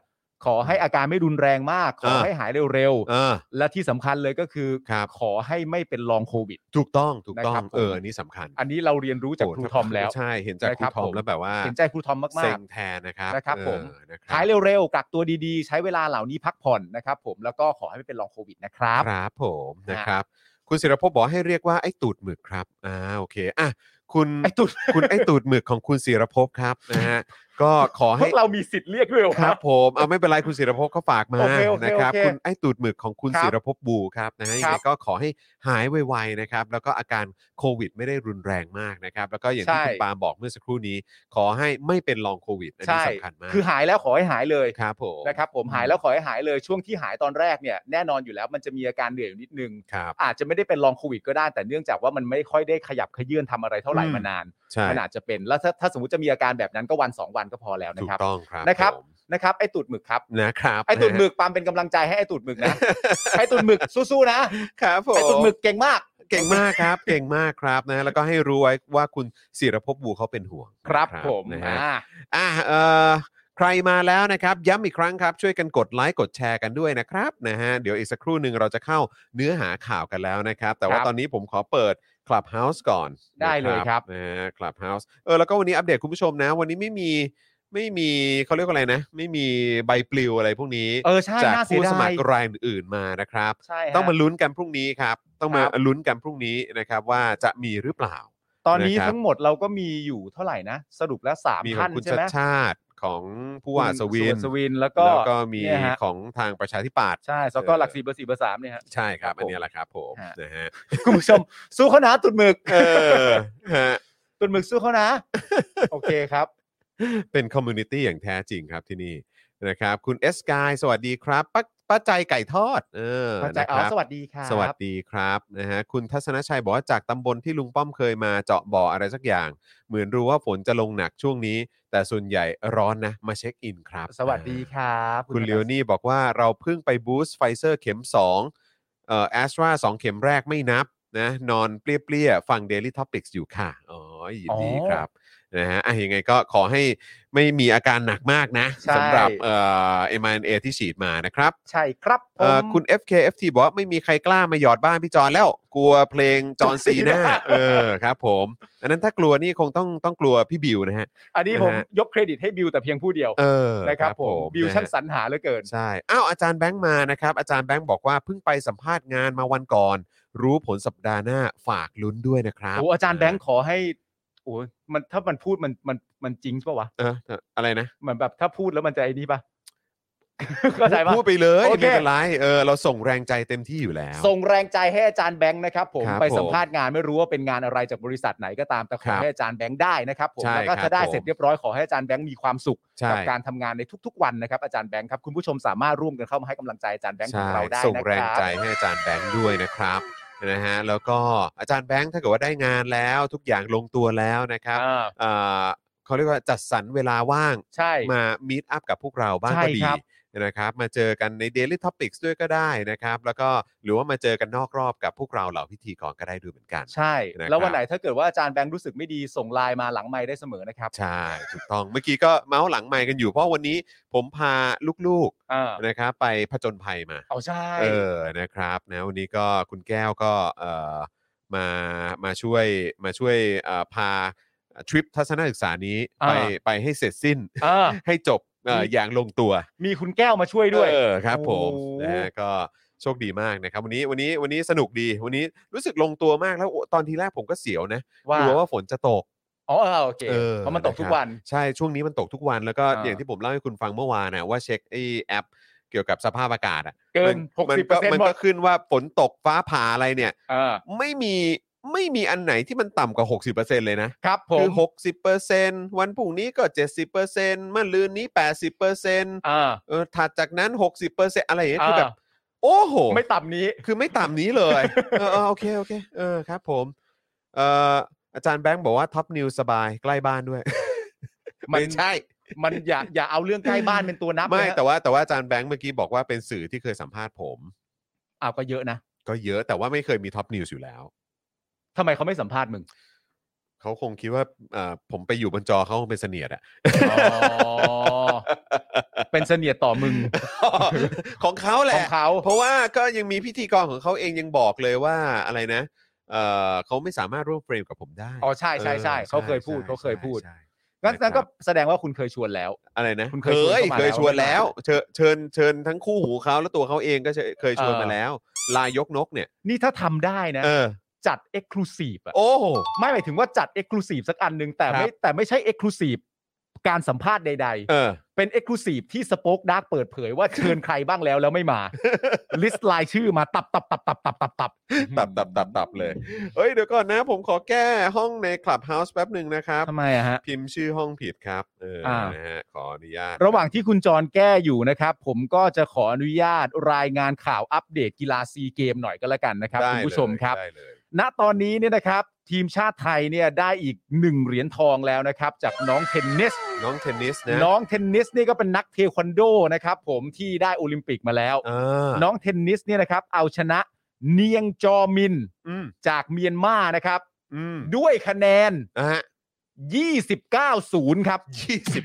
Speaker 3: ขอให้อาการไม่รุนแรงมาก ขอ
Speaker 2: เออ
Speaker 3: ให้หายเร็ว
Speaker 2: เออ
Speaker 3: ๆและที่สำคัญเลยก็คือ
Speaker 2: ครับ
Speaker 3: ขอให้ไม่เป็นลองโควิด
Speaker 2: ถูกต้องถูกต้อง
Speaker 3: นะครับผม
Speaker 2: เอออันนี้สำคัญ
Speaker 3: อันนี้เราเรียนรู้จากครูทอมแล้ว
Speaker 2: ใช่เห็นจากครู
Speaker 3: นะครับ
Speaker 2: ทอม
Speaker 3: ผม
Speaker 2: แล้วแบบว่า
Speaker 3: เห็นใจครูทอมมา
Speaker 2: เซ็
Speaker 3: ก
Speaker 2: งแทนนะครับ
Speaker 3: นะครับผม
Speaker 2: เออนะค
Speaker 3: ๆ
Speaker 2: รับ
Speaker 3: ขายเร็วๆกักตัวดีๆ ใช้เวลาเหล่านี้พักผ่อนนะครับผมแล้วก็ขอให้ไม่เป็นลองโควิดนะครับ
Speaker 2: ครับผม
Speaker 3: ฮะ
Speaker 2: นะครับ คุณศิรภพบอกให้เรียกว่าไอ้ตูดหมึกครับอ่าโอเคอ่ะคุณ
Speaker 3: ไอ้ตุ๊ด
Speaker 2: คุณไอ้ตูดหมึกของคุณศิรภพครับนะฮะก็ขอ
Speaker 3: พ
Speaker 2: ให้
Speaker 3: วกเรามีสิทธิ์เรียกด้วยเหอ
Speaker 2: ครับผมเอาไม่เป็นไรคุณศิรภพเขาฝากมา
Speaker 3: โอเคโอเค
Speaker 2: นะครับ
Speaker 3: โอเค
Speaker 2: คุณไอ้ตูดหมึกของคุณ
Speaker 3: ครับ
Speaker 2: ศิรภพบูครับนะฮะยัง
Speaker 3: ครั
Speaker 2: ไง
Speaker 3: บ
Speaker 2: ก็ขอให้หายไวๆนะครับ แล้วก็อาการโควิดไม่ได้รุนแรงมากนะครับ แล้วก็อย่างที่
Speaker 3: ใช่
Speaker 2: คุณปาล์มบอกเมื่อสักครู่นี้ ขอให้ไม่เป็นลองโควิดอันนี้
Speaker 3: ใช่
Speaker 2: สำคัญมาก
Speaker 3: คือหายแล้วขอให้หายเลย
Speaker 2: ครับผม
Speaker 3: นะครับผมหายแล้วขอให้หายเลยช่วงที่หายตอนแรกเนี่ยแน่นอนอยู่แล้วมันจะมีอาการเหนื่อยอยู่นิดนึง
Speaker 2: ครับ
Speaker 3: อาจจะไม่ได้เป็นลองโควิดก็ได้แต่เนื่องจากว่ามันไม่ค่อยได้ขยับขยื่นทำอะไรเท่าไหร่
Speaker 2: อืม
Speaker 3: มานาน
Speaker 2: ใช่
Speaker 3: มันอาจจะเป็นแล้วถ้าถ้าสมมติจะมีอาการแบบนั้นก็วันสองวันก็พอแล้วนะ
Speaker 2: ถูก
Speaker 3: ครับ
Speaker 2: ต้องครับ
Speaker 3: นะครับ
Speaker 2: ผม
Speaker 3: นะครับไอ้ตูดหมึกครับ
Speaker 2: นะครับ
Speaker 3: ไอ้ตูดหมึ
Speaker 2: [laughs]
Speaker 3: กปาล์มเป็นกำลังใจให้ไอ้ตูดหมึกนะ ไอ้ตูดหมึกสู้ๆนะครับ
Speaker 2: ผม
Speaker 3: ไอ้ตูดหมึกเก่งมาก
Speaker 2: เก่งมากครับ เก่งมากครับนะแล้วก็ให้รู้ไว้ว่าคุณศิรภพบูเขาเป็นห่วง
Speaker 3: ครับ
Speaker 2: นะ
Speaker 3: ผม
Speaker 2: นะฮะ
Speaker 3: อ่า
Speaker 2: อ่ะเอ่อใครมาแล้วนะครับ ย้ำอีกครั้งครับ ช่วยกันกดไลค์กดแชร์กันด้วยนะครับนะฮะเดี๋ยวอีกสักครู่หนึ่งเราจะเข้าเนื้อหาข่าวกันแล้วนะครับ แต่ว่า
Speaker 3: ครับ
Speaker 2: ตอนนี้ผมขอเปิด Clubhouse ก่อน
Speaker 3: ได้เลยครับ
Speaker 2: นะฮะ Clubhouse เออแล้วก็วันนี้อัปเดตคุณผู้ชมนะ วันนี้ไม่มีไม่มีเขาเรียกว่าอะไรนะ ไม่มีใบปลิวอะไรพวกนี้
Speaker 3: เออใช่
Speaker 2: จาก
Speaker 3: น่าเสีย
Speaker 2: ผู้ส
Speaker 3: ดา
Speaker 2: มัค
Speaker 3: ย
Speaker 2: รรายอื่นๆมานะครับ
Speaker 3: ใช่ฮะ
Speaker 2: ต้องมาลุ้นกันพรุ่งนี้ครับ ต้องมา
Speaker 3: ครับ
Speaker 2: ลุ้นกันพรุ่งนี้นะครับว่าจะมีหรือเปล่า
Speaker 3: ตอนนี้
Speaker 2: นะครับ
Speaker 3: ทั้งหมดเราก็มีอยู่เท่าไหร่นะ สรุปแล้วสาม
Speaker 2: มีขอ
Speaker 3: ท่าน
Speaker 2: งคุณ
Speaker 3: ใช่
Speaker 2: ชา
Speaker 3: ไหม
Speaker 2: ติชาติของผู้ว่าสวิน
Speaker 3: สวินแล้วก็
Speaker 2: แล้วก็มี
Speaker 3: เนี่ยฮะ
Speaker 2: ของทางประชาธิปัตย์
Speaker 3: ใช่สกอ
Speaker 2: เออ
Speaker 3: หลักสี่เบอร์สี่เบอร์สามเนี่ยฮะ
Speaker 2: ใช่ครับ
Speaker 3: ครับผม
Speaker 2: อันเนี้ยแหละครับผม
Speaker 3: ฮะ
Speaker 2: นะฮะ
Speaker 3: คุณผู้ชม สู้เขานะตุดหมึก
Speaker 2: เออฮะ
Speaker 3: ตุดหมึกสู้เขานะ โอเคครับ
Speaker 2: เป็นคอมมูนิตี้อย่างแท้จริงครับที่นี่นะครับ คุณเอสกายสวัสดีครับป้าป้าใจไก่ทอดเออ
Speaker 3: เข้าใจ
Speaker 2: นะค
Speaker 3: อ๋อ
Speaker 2: รับ
Speaker 3: สวัสดีครับ
Speaker 2: สวัสดีครับนะฮะคุณทัศนชัยบอกว่าจากตำบลที่ลุงป้อมเคยมาเจาะบ่ออะไรสักอย่าง เหมือนรู้ว่าฝนจะลงหนักช่วงนี้ แต่ส่วนใหญ่ร้อนนะ มาเช็คอินครับ
Speaker 3: สวัสดีครับ
Speaker 2: คุณเลโอนี่บอกว่าเราเพิ่งไปบูสต์ไฟเซอร์เข็ม2เอ่อแอสตราสองเข็มแรกไม่นับนะนอนเปรี้ยๆ ฟัง Daily Topics อยู่ค่ะ อ๋อยินดีครับนะฮะอ่ะยังไงก็ขอให้ไม่มีอาการหนักมากนะ
Speaker 3: ใช่
Speaker 2: สำหรับเอ่อ mRNA ที่ฉีดมานะครับ
Speaker 3: ใช่ครับผ
Speaker 2: เอ่อ
Speaker 3: ม
Speaker 2: คุณ FKFT บอกว่าไม่มีใครกล้ามาหยอดบ้านพี่จอนแล้ว กลัวเพลงจอนซี
Speaker 3: [laughs]
Speaker 2: หน้า เออครับผม อันนั้นถ้ากลัวนี่คงต้องต้องกลัวพี่บิวนะฮะ
Speaker 3: อันนี้ผม
Speaker 2: นะฮะ
Speaker 3: ยกเครดิตให้บิวแต่เพียงผู้เดียว
Speaker 2: เออ
Speaker 3: นะครับผมบิวช่าง
Speaker 2: ะฮะ
Speaker 3: สรรหาเหลือเกิน
Speaker 2: ใช่อ้าวอาจารย์แบงค์มานะครับ อาจารย์แบงค์บอกว่าเพิ่งไปสัมภาษณ์งานมาวันก่อน รู้ผลสัปดาห์หน้าฝากลุ้นด้วยนะครับ
Speaker 3: โอ้อาจารย์แบงค์ขอให้โอ้ยมันถ้ามันพูดมันมันมันจริงป่าวะ
Speaker 2: เออเอออะไรนะ
Speaker 3: เหมือนแบบถ้าพูดแล้วมันจะไอ้นี่ป่ะ [laughs] เข้าใจป่ะ
Speaker 2: พูดไปเลย
Speaker 3: โอเค
Speaker 2: ไม่เป็นไรเออเราส่งแรงใจเต็มที่อยู่แล้ว
Speaker 3: ส่งแรงใจให้อาจารย์แบงค์นะครับผม
Speaker 2: ครับ
Speaker 3: ไปสัมภาษณ์งานไม่รู้ว่าเป็นงานอะไรจากบริษัทไหนก็ตามแต่ข
Speaker 2: ค
Speaker 3: อ
Speaker 2: รับ
Speaker 3: ให้อาจารย์แบงค์ได้นะครับผม
Speaker 2: ใช่
Speaker 3: แล้วก็
Speaker 2: ครับ
Speaker 3: ถ้าได้
Speaker 2: ผม
Speaker 3: เสร็จเรียบร้อยขอให้อาจารย์แบงค์มีความสุข
Speaker 2: ใช่
Speaker 3: กัการทำงานในทุกๆวันนะครับอาจารย์แบงค์ครับคุณผู้ชมสามารถร่วมกันเข้ามาให้กำลังใจอาจารย์แบงค์ของเราได้
Speaker 2: ส่ง
Speaker 3: นะ
Speaker 2: แร
Speaker 3: ค
Speaker 2: ง
Speaker 3: รับ
Speaker 2: ใจให้อาจารย์แบงค์ด้วยนะครับนะฮะแล้วก็อาจารย์แบงค์ถ้าเกิดว่าได้งานแล้วทุกอย่างลงตัวแล้วนะครับ
Speaker 3: อ่า
Speaker 2: เอ่อเขาเรียกว่าจัดสรรเวลาว่าง
Speaker 3: ใช่
Speaker 2: มามีตอัพกับพวกเราบ้าง
Speaker 3: ใช่
Speaker 2: ก็ดี
Speaker 3: ครับ
Speaker 2: นะครับ มาเจอกันใน Daily Topics ด้วยก็ได้นะครับ แล้วก็หรือว่ามาเจอกันนอกรอบกับพวกเราเหล่าพิธีกรก็ได้ด้วยเหมือนกัน
Speaker 3: ใช่
Speaker 2: นะครับ
Speaker 3: แล้ววันไหนถ้าเกิดว่าอาจารย์แบงค์รู้สึกไม่ดีส่งไลน์มาหลังไมค์ได้เสมอนะครับ
Speaker 2: ใช่ถูกต้องเมื่อกี้ก็เมาส์หลังไมค์กันอยู่เพราะวันนี้ผมพาลูก
Speaker 3: อ่า
Speaker 2: ๆนะครับไปผจญภัยมา
Speaker 3: เอาใช่
Speaker 2: เออ นะครับนะวันนี้ก็คุณแก้วก็เอ่อมา มาช่วย มาช่วยเอ่อพาทริปทัศนศึกษานี้ไปไปให้เสร็จสิ้น
Speaker 3: อ่า
Speaker 2: ให้จบเอ่อ
Speaker 3: มี
Speaker 2: อย่างลงตัว
Speaker 3: มีคุณแก้วมาช่วยด้วย
Speaker 2: เออครับ ผม
Speaker 3: โอ้โห
Speaker 2: นะฮะก็โชคดีมากนะครับ วันนี้วันนี้วันนี้สนุกดี วันนี้รู้สึกลงตัวมากแล้วโอ้ตอนทีแรกผมก็เสียวนะ
Speaker 3: ว่าก
Speaker 2: ลัวว่าฝนจะตก
Speaker 3: อ๋อเออโอเค
Speaker 2: เออ
Speaker 3: เพราะมันตกทุก
Speaker 2: นะครับ
Speaker 3: วัน
Speaker 2: ใช่ช่วงนี้มันตกทุกวันแล้วก็
Speaker 3: อ่า
Speaker 2: อย่างที่ผมเล่าให้คุณฟังเมื่อวานนะว่าเช็คไอ้แอป เกี่ยวกับสภาพอากาศอ่ะ
Speaker 3: เกินห
Speaker 2: มั
Speaker 3: ก
Speaker 2: มั
Speaker 3: สิบเป
Speaker 2: ก็
Speaker 3: อร์เซ็น
Speaker 2: มัน
Speaker 3: ต์หม
Speaker 2: ก็
Speaker 3: ด
Speaker 2: ขึ้นว่าฝนตกฟ้าผ่าอะไรเนี่ย
Speaker 3: อ่า
Speaker 2: ไม่มีไม่มีอันไหนที่มันต่ำกว่า 60%เลยนะครับ
Speaker 3: ผ
Speaker 2: คื
Speaker 3: ม
Speaker 2: อ60%วันพรุ่งนี้ก็ 70%มันลืนนี้ 80%เ
Speaker 3: อ่า
Speaker 2: ออถัดจากนั้น 60%อะไรอย่างเงี้ยคือ
Speaker 3: เออ
Speaker 2: แบบโอ้โห
Speaker 3: ไม่ต่ำนี้
Speaker 2: คือไม่ต่ำนี้เลย
Speaker 3: [laughs]
Speaker 2: เออเออโอเค โอเค เออครับผมเอ่ออาจารย์แบงค์บอกว่าท็อปนิวสบายใกล้บ้านด้วย
Speaker 3: มัน
Speaker 2: ไม่ใช่
Speaker 3: มันอย่าอย่าเอาเรื่องใกล้บ้านเป็นตัวนับ
Speaker 2: ไม่
Speaker 3: นะฮะ
Speaker 2: แต่ว่าแต่ว่าอาจารย์แบงค์เมื่อกี้บอกว่าเป็นสื่อที่เคยสัมภาษณ์ผม
Speaker 3: อ้าวก็เยอะนะ
Speaker 2: ก็เยอะแต่ว่าไม่เคยมีท็อปนิวส์อยู่แล้ว
Speaker 3: ทำไมเขาไม่สัมภา
Speaker 2: [laughs]
Speaker 3: ษณ์มึง
Speaker 2: เขาคงคิดว่าเอ่อผมไปอยู่บนจอเขาคงเป็นเสนียดอะ [laughs]
Speaker 3: เป็นเสนียดต่อมึง
Speaker 2: ของเขาแห
Speaker 3: ข
Speaker 2: ละ
Speaker 3: องเขา
Speaker 2: เพราะว่าก็ยังมีพิธีกรของเขาเองยังบอกเลยว่าอะไรนะเออเขาไม่สามารถร่วมเฟรมกับผมได้
Speaker 3: อ๋อใช่ใช่ใช่
Speaker 2: ออ
Speaker 3: เขาเคยพูด
Speaker 2: ใช่
Speaker 3: เขาเคยพูด
Speaker 2: ใช่ใช่
Speaker 3: งั้น
Speaker 2: นะครับ
Speaker 3: งั้นก็แสดงว่าคุณเคยชวนแล้ว
Speaker 2: อะไรนะ
Speaker 3: คุณเค
Speaker 2: เค
Speaker 3: ยชว
Speaker 2: ย
Speaker 3: นเข้ามา
Speaker 2: เคยชวนแล้ว
Speaker 3: แล้ว
Speaker 2: เชิญเชิญเชิญทั้งคู่หูเขาและตัวเขาเองก็เชิญเคยชวน
Speaker 3: เออ
Speaker 2: มาแล้ว ลายยกนกเนี่ย
Speaker 3: นี่ถ้าทำได้นะ
Speaker 2: เออ
Speaker 3: จัดเอ็กซ์คลูซีฟอะ
Speaker 2: โอ้
Speaker 3: ไม่หมายถึงว่าจัดเอ็กซ์คลูซีฟสักอันหนึ่งแต่
Speaker 2: ค
Speaker 3: ไม่
Speaker 2: รับ
Speaker 3: แต่ไม่ใช่เอ็กซ์คลูซีฟการสัมภาษณ์ใด
Speaker 2: เอ
Speaker 3: [laughs]
Speaker 2: อ
Speaker 3: ๆ เป็นเอ็กซ์คลูซีฟที่สป็อคดักเปิดเผยว่าเชิญใครบ้างแล้วแล้วไม่มา [laughs] ลิสต์รายชื่อมาตับตับตับตับตับตับตั
Speaker 2: ตั
Speaker 3: บ
Speaker 2: บตับตับตับเลยเอ้ยเดี๋ยวก่อนนะ ผมขอแก้ห้องในคลับเฮาส์แป๊บหนึ่งนะครับ
Speaker 3: ทำไมอะฮะ
Speaker 2: พิมพ์ชื่อห้องผิดครับเออ
Speaker 3: อ่าน
Speaker 2: นะฮะขออนุญาต
Speaker 3: ระหว่างที่คุณจรแก้อยู่นะครับ ผมก็จะขออนุญาตรายงานข่าวอัปเดตกีฬาซีเกมหน่อยก็แล้วกันนะครับ
Speaker 2: ได้
Speaker 3: คุณผู้ชม
Speaker 2: เลย
Speaker 3: ครับ
Speaker 2: ได้เลย
Speaker 3: ณตอนนี้เนี่ยนะครับ ทีมชาติไทยเนี่ยได้อีกหนึ่งเหรียญทองแล้วนะครับ จากน้องเทนนิส
Speaker 2: น้องเทนนิสนะ
Speaker 3: น้องเทนนิสนี่ก็เป็นนักเทควันโดนะครับผมที่ได้โอลิมปิกมาแล้ว
Speaker 2: อ่า
Speaker 3: น้องเทนนิสเนี่ยนะครับ เอาชนะเนียงจอมิน
Speaker 2: อืม
Speaker 3: จากเมียนมานะครับ
Speaker 2: อืม
Speaker 3: ด้วยคะแนน
Speaker 2: นะฮะ
Speaker 3: 29-0 ครับ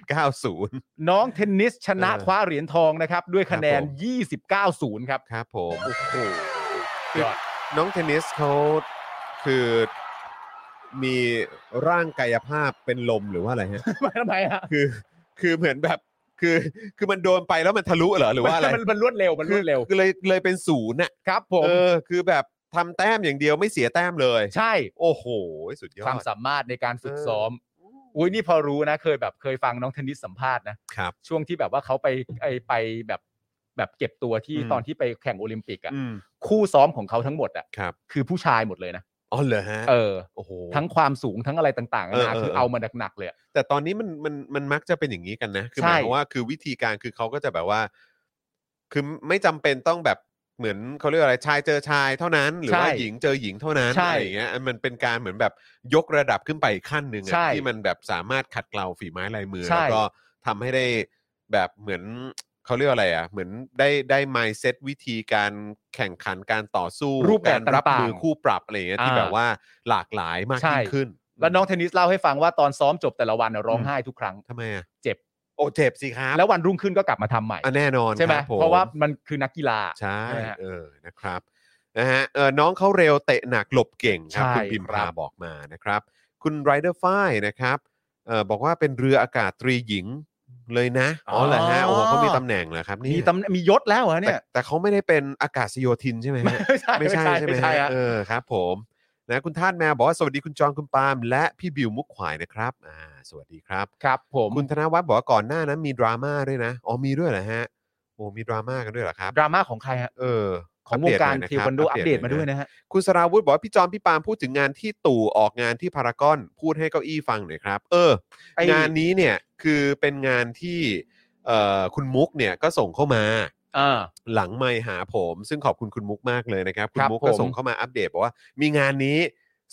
Speaker 2: 2090
Speaker 3: น้องเทนนิสชนะ
Speaker 2: เออ
Speaker 3: คว้าเหรียญทองนะครับ ด้วยคะแน
Speaker 2: ค
Speaker 3: น
Speaker 2: รับผ
Speaker 3: 29-0 ครับ
Speaker 2: ครับผม
Speaker 3: โอ้โห
Speaker 2: น้องเทนนิสเขาคือมีร่างกายภาพเป็นลมหรือว่าอะไรฮะ
Speaker 3: ทำไมฮะ
Speaker 2: คือคือเหมือนแบบคือคือมันโดนไปแล้วมันทะลุเหรอหรือว่าอะไร
Speaker 3: มันมันรวดเร็ว มันรวดเร็ว
Speaker 2: คือเลยเลยเป็นศูนย์น่ะ
Speaker 3: ครับผม
Speaker 2: เออคือแบบทำแต้มอย่างเดียวไม่เสียแต้มเลย
Speaker 3: ใช่
Speaker 2: โอ้โห สุดยอด
Speaker 3: ความสามารถในการฝึก
Speaker 2: เออ
Speaker 3: ซ้อม อุ้ยนี่พอรู้นะ เคยแบบเคยฟังน้องเทนนิสสัมภาษณ์นะ
Speaker 2: ครับ
Speaker 3: ช่วงที่แบบว่าเขาไปไอไปแบบแบบเก็บตัวที่
Speaker 2: อืม
Speaker 3: ตอนที่ไปแข่งโอลิมปิกอ่ะ
Speaker 2: อืม
Speaker 3: คู่ซ้อมของเขาทั้งหมดอ่ะ
Speaker 2: ครับ
Speaker 3: คือผู้ชายหมดเลยนะ
Speaker 2: อ๋อเหรอฮะ
Speaker 3: เออ
Speaker 2: โอ้โห
Speaker 3: ทั้งความสูงทั้งอะไรต่างๆ
Speaker 2: เออ
Speaker 3: นะ
Speaker 2: เออ
Speaker 3: คือเอามาหนักๆเลยอะ
Speaker 2: แต่ตอนนี้มันมันมันมักจะเป็นอย่างนี้กันนะ คือห
Speaker 3: ใช่
Speaker 2: มายความว่าคือวิธีการคือเขาก็จะแบบว่า คือไม่จำเป็นต้องแบบเหมือนเขาเรียกอะไรชายเจอชายเท่านั้น หรือว่าหญิงเจอหญิงเท่านั้น
Speaker 3: ใช่
Speaker 2: อะไรอย่างเงี้ยอันมันเป็นการเหมือนแบบยกระดับขึ้นไปอีกขั้นหนึ่งอะ
Speaker 3: ใช่
Speaker 2: ที่มันแบบสามารถขัดเกลาฝีไม้ลายมือ
Speaker 3: ใช่
Speaker 2: แล้วก็ทำให้ได้แบบเหมือนเขาเรียกอะไรอ่ะ เหมือนได้ได้ mindset วิธีการแข่งขันการต่อสู้
Speaker 3: รูปแบบ
Speaker 2: การรับ
Speaker 3: ต่างๆ
Speaker 2: มือคู่ปรับอะไรอย่างเงี้ยที่
Speaker 3: อ่า
Speaker 2: แบบว่าหลากหลายมาก
Speaker 3: ใช่
Speaker 2: ยิ่งขึ้น
Speaker 3: แล้วน้องเทนนิสเล่าให้ฟังว่าตอนซ้อมจบแต่ละวันน่ะร้องไห้ทุกครั้ง
Speaker 2: ทำไมอ่ะ
Speaker 3: เจ็บ
Speaker 2: โอ้เจ็บสิครับ
Speaker 3: แล้ววันรุ่งขึ้นก็กลับมาทำใหม่
Speaker 2: อ่ะแน่นอน
Speaker 3: ใช่ไหม
Speaker 2: คบผ
Speaker 3: เพราะว่ามันคือนักกีฬา
Speaker 2: ใช่
Speaker 3: ใช่ไหมฮะ
Speaker 2: เออนะครับนะฮะเออน้องเขาเร็วเตะหนักหลบเก่งครับ
Speaker 3: ใช่
Speaker 2: คุณพิมพา
Speaker 3: ครับ
Speaker 2: บอกมานะครับ คุณไรเดอร์ฝ้ายนะครับเออบอกว่าเป็นเรืออากาศตรีหญิงเลยนะ อ๋อเหรอฮะโอ้โหเขามีตำแหน่งเหรอครับเนี่ย
Speaker 3: มีตำแหน่งมียศแล้วเหรอเนี่
Speaker 2: แต่
Speaker 3: ย
Speaker 2: แต่เขาไม่ได้เป็นอากาศโยธินใช่ไหมฮะ
Speaker 3: [laughs] ไม่ใช่
Speaker 2: ไม่ใช่ใช่ไหม
Speaker 3: ไม่ใช่
Speaker 2: ฮะ
Speaker 3: ฮะ
Speaker 2: เออครับผมนะคุณท่านแมวบอกว่าสวัสดีคุณจอนคุณปาล์มและพี่บิวมุกขวายนะครับอ่าสวัสดีครับ
Speaker 3: ครับ ผม
Speaker 2: คุณธนวัฒน์บอกว่าก่อนหน้านั้นมีดราม่าด้วยนะ อ๋อมีด้วยเหรอฮะโอ้มีดราม่ากันด้วยเหรอครับ
Speaker 3: ดราม่าของใครฮะ
Speaker 2: เออ
Speaker 3: ของวงการ
Speaker 2: อัป
Speaker 3: เท
Speaker 2: เดตหน่อยนะ
Speaker 3: ควันโด
Speaker 2: ครับ
Speaker 3: อัปเดต
Speaker 2: ห
Speaker 3: มา
Speaker 2: น่อ
Speaker 3: ด้วยนะฮะ
Speaker 2: คุณสราวุธบอกว่าพี่จอมพี่ปาล์มพูดถึงงานที่ตู่ออกงานที่พารากอนพูดให้เก้าอี้ฟังหน่อยครับ เออ
Speaker 3: ไอ้
Speaker 2: งานนี้เนี่ยคือเป็นงานที่เอ่อคุณมุกเนี่ยก็ส่งเข้ามา
Speaker 3: อ่า
Speaker 2: หลังไม่หาผม ซึ่งขอบคุณคุณมุกมากเลยนะครับ คุณ
Speaker 3: ครับ
Speaker 2: มุกก็
Speaker 3: ผม
Speaker 2: ส่งเข้ามาอัปเดตบอกว่า มีงานนี้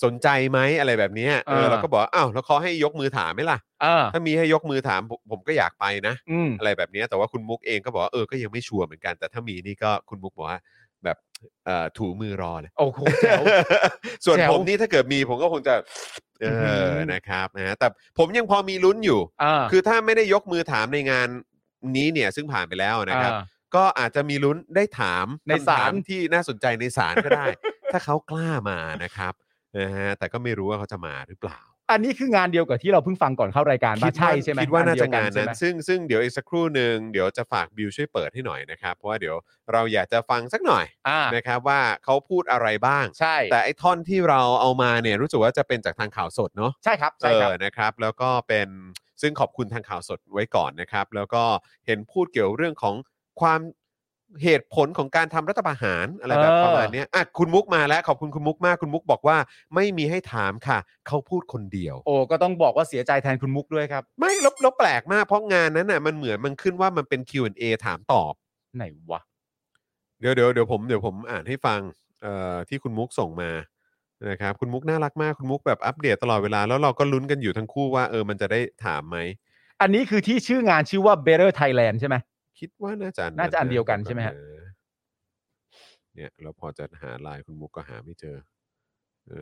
Speaker 2: สนใจไหมอะไรแบบเนี้ยเออ
Speaker 3: เออ
Speaker 2: เราก็บอกว่าอ้าวแล้วเขาให้ยกมือถามไหมล่ะ
Speaker 3: อ่า
Speaker 2: ถ้ามีให้ยกมือถามผมผมก็อยากไปนะ
Speaker 3: อืม
Speaker 2: อะไรแบบเนี้ยแต่ว่าคุณมุกเองก็บอกว่าเออก็ยังไม่ชัวร์เหมือนกัน แต่ถ้ามีนี่ก็คุณมุกบอกว่าแบบเอ่อถูมือรอเลย
Speaker 3: โอ้โหแจ๋ว
Speaker 2: [laughs] ส่วน
Speaker 3: แจ๋ว
Speaker 2: ผมนี่ถ้าเกิดมีผมก็คงจะเอ
Speaker 3: อหื
Speaker 2: อ
Speaker 3: อ
Speaker 2: นะครับนะฮะแต่ผมยังพอมีลุ้นอยู่
Speaker 3: อ่า
Speaker 2: คือถ้าไม่ได้ยกมือถามในงานนี้เนี่ยซึ่งผ่านไปแล้วนะครับ
Speaker 3: อ่า
Speaker 2: ก็อาจจะมีลุ้นได้ถาม
Speaker 3: ใน
Speaker 2: คำถม
Speaker 3: ศาล
Speaker 2: ที่น่าสนใจในศาลก็ได้ [laughs] ถ้าเขากล้ามานะครับนะฮะแต่ก็ไม่รู้ว่าเขาจะมาหรือเปล่า
Speaker 3: อันนี้คืองานเดียวกับที่เราเพิ่งฟังก่อนเข้ารายการ
Speaker 2: คิ
Speaker 3: มา
Speaker 2: ด
Speaker 3: ใช่
Speaker 2: ว่า
Speaker 3: ใช่ไหม
Speaker 2: คิดว่าน่าจะ
Speaker 3: เดียกั
Speaker 2: งาน
Speaker 3: ใช่
Speaker 2: นั้น
Speaker 3: ไหม
Speaker 2: ซึ่งซึ่งเดี๋ยวอีกสักครู่หนึ่งเดี๋ยวจะฝากบิวช่วยเปิดให้หน่อยนะครับ เพราะว่าเดี๋ยวเราอยากจะฟังสักหน่อย
Speaker 3: อ่า
Speaker 2: นะครับว่าเขาพูดอะไรบ้าง
Speaker 3: ใช่
Speaker 2: แต่ไอ้ท่อนที่เราเอามาเนี่ยรู้สึกว่าจะเป็นจากทางข่าวสดเนาะ
Speaker 3: ใช่ครับ
Speaker 2: เอ
Speaker 3: ใช่ครับ
Speaker 2: อนะครับแล้วก็เป็นซึ่งขอบคุณทางข่าวสดไว้ก่อนนะครับ แล้วก็เห็นพูดเกี่ยวเรื่องของความเหตุผลของการทำรัฐประหารอะไรแบบ
Speaker 3: เออ
Speaker 2: ประมาณเนี้ยอ่ะคุณมุกมาแล้วขอบคุณคุณมุกมากคุณมุกบอกว่าไม่มีให้ถามค่ะ เขาพูดคนเดียว
Speaker 3: โอ้ก็ต้องบอกว่าเสียใจแทนคุณมุกด้วยครับ
Speaker 2: ไม่แลบลบแปลกมากเพราะงานนั้นน่ะมันเหมือนมันขึ้นว่ามันเป็น Q&A ถามตอบ
Speaker 3: ไหนวะ
Speaker 2: เดี๋ยวเดี๋ยวเดี๋ยวผมเดี๋ยวผมอ่านให้ฟังเอ่อที่คุณมุกส่งมานะครับคุณมุกน่ารักมากคุณมุกแบบอัปเดตตลอดเวลา แล้วเราก็ลุ้นกันอยู่ทั้งคู่ว่าเออมันจะได้ถามไหม
Speaker 3: อันนี้คือที่ชื่องานชื่อว่า Better Thailand ใช่ไหม
Speaker 2: คิดว่าน่าจะ
Speaker 3: น่าจะอันเดียวกันใช่ไหมฮะ
Speaker 2: เออเนี่ยเราพอจะหาไลน์คุณมุกก็หาไม่เจอ เอ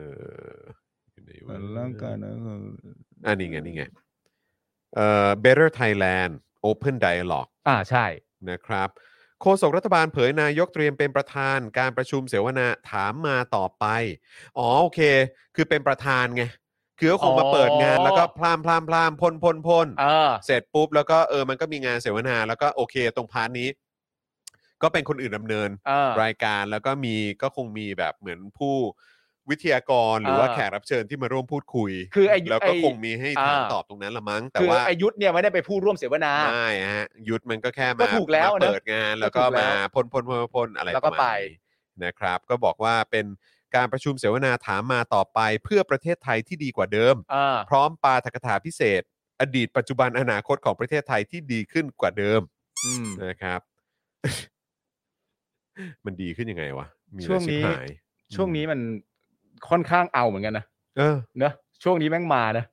Speaker 2: ออยู่ไหนวะ อันนี้ไงนี่ไงเอ่อ Better Thailand Open Dialogue
Speaker 3: อ่าใช่
Speaker 2: นะครับโฆษกรัฐบาลเผยนายกเตรียมเป็นประธานการประชุมเสวนาถามมาต่อไป อ๋อโอเค คือเป็นประธานไง คือก็คงมา
Speaker 3: อ๋อ
Speaker 2: เปิดงานแล้วก็พลามพลามพลามพลพลพล
Speaker 3: เออ
Speaker 2: เสร็จปุ๊บ แล้วก็เออมันก็มีงานเสวนาแล้วก็โอเค ตรงพาร์ทนี้ ก็เป็นคนอื่นดำเนิน
Speaker 3: เออ
Speaker 2: รายการแล้วก็มีก็คงมีแบบเหมือนผู้วิทยากรหรือว่า
Speaker 3: เออ
Speaker 2: แขกรับเชิญที่มาร่วมพูดคุย
Speaker 3: คือไอ้ยุ
Speaker 2: แล้วก็
Speaker 3: ไอ้
Speaker 2: คงมีให้ถาม
Speaker 3: อ่า
Speaker 2: ตอบตรงนั้นละมั้ง แต่
Speaker 3: คือ
Speaker 2: ว่า
Speaker 3: อายุธเนี่ยไม่ได้ไปผู้ร่วมเสวนา
Speaker 2: ไม่ฮะยุทธมันก็แค่
Speaker 3: ก็
Speaker 2: มา
Speaker 3: ถูกแล้ว
Speaker 2: มา
Speaker 3: นะ
Speaker 2: เปิดงานแล้วก็
Speaker 3: ก็ถูกแล้
Speaker 2: มาว พ่นพ่นพ่นพ่นอะไร
Speaker 3: แล้ว
Speaker 2: ระ
Speaker 3: ก็
Speaker 2: มาณ
Speaker 3: ไป
Speaker 2: นี้นะครับ ก็บอกว่าเป็นการประชุมเสวนาถามมาต่อไป เพื่อประเทศไทยที่ดีกว่าเดิม
Speaker 3: เออ
Speaker 2: พร้อมปาฐกถาพิเศษ อดีตปัจจุบันอนาคตของประเทศไทยที่ดีขึ้นกว่าเดิม
Speaker 3: อืม
Speaker 2: นะครับ [laughs] มันดีขึ้นยังไงวะมีอะไร
Speaker 3: ช่วงนี้
Speaker 2: ชิบหาย
Speaker 3: ช่วงนี้มัน ค่อนข้างเอาเหมือนกันนะ
Speaker 2: เออ
Speaker 3: เนอะช่วงนี้แม่งมานะ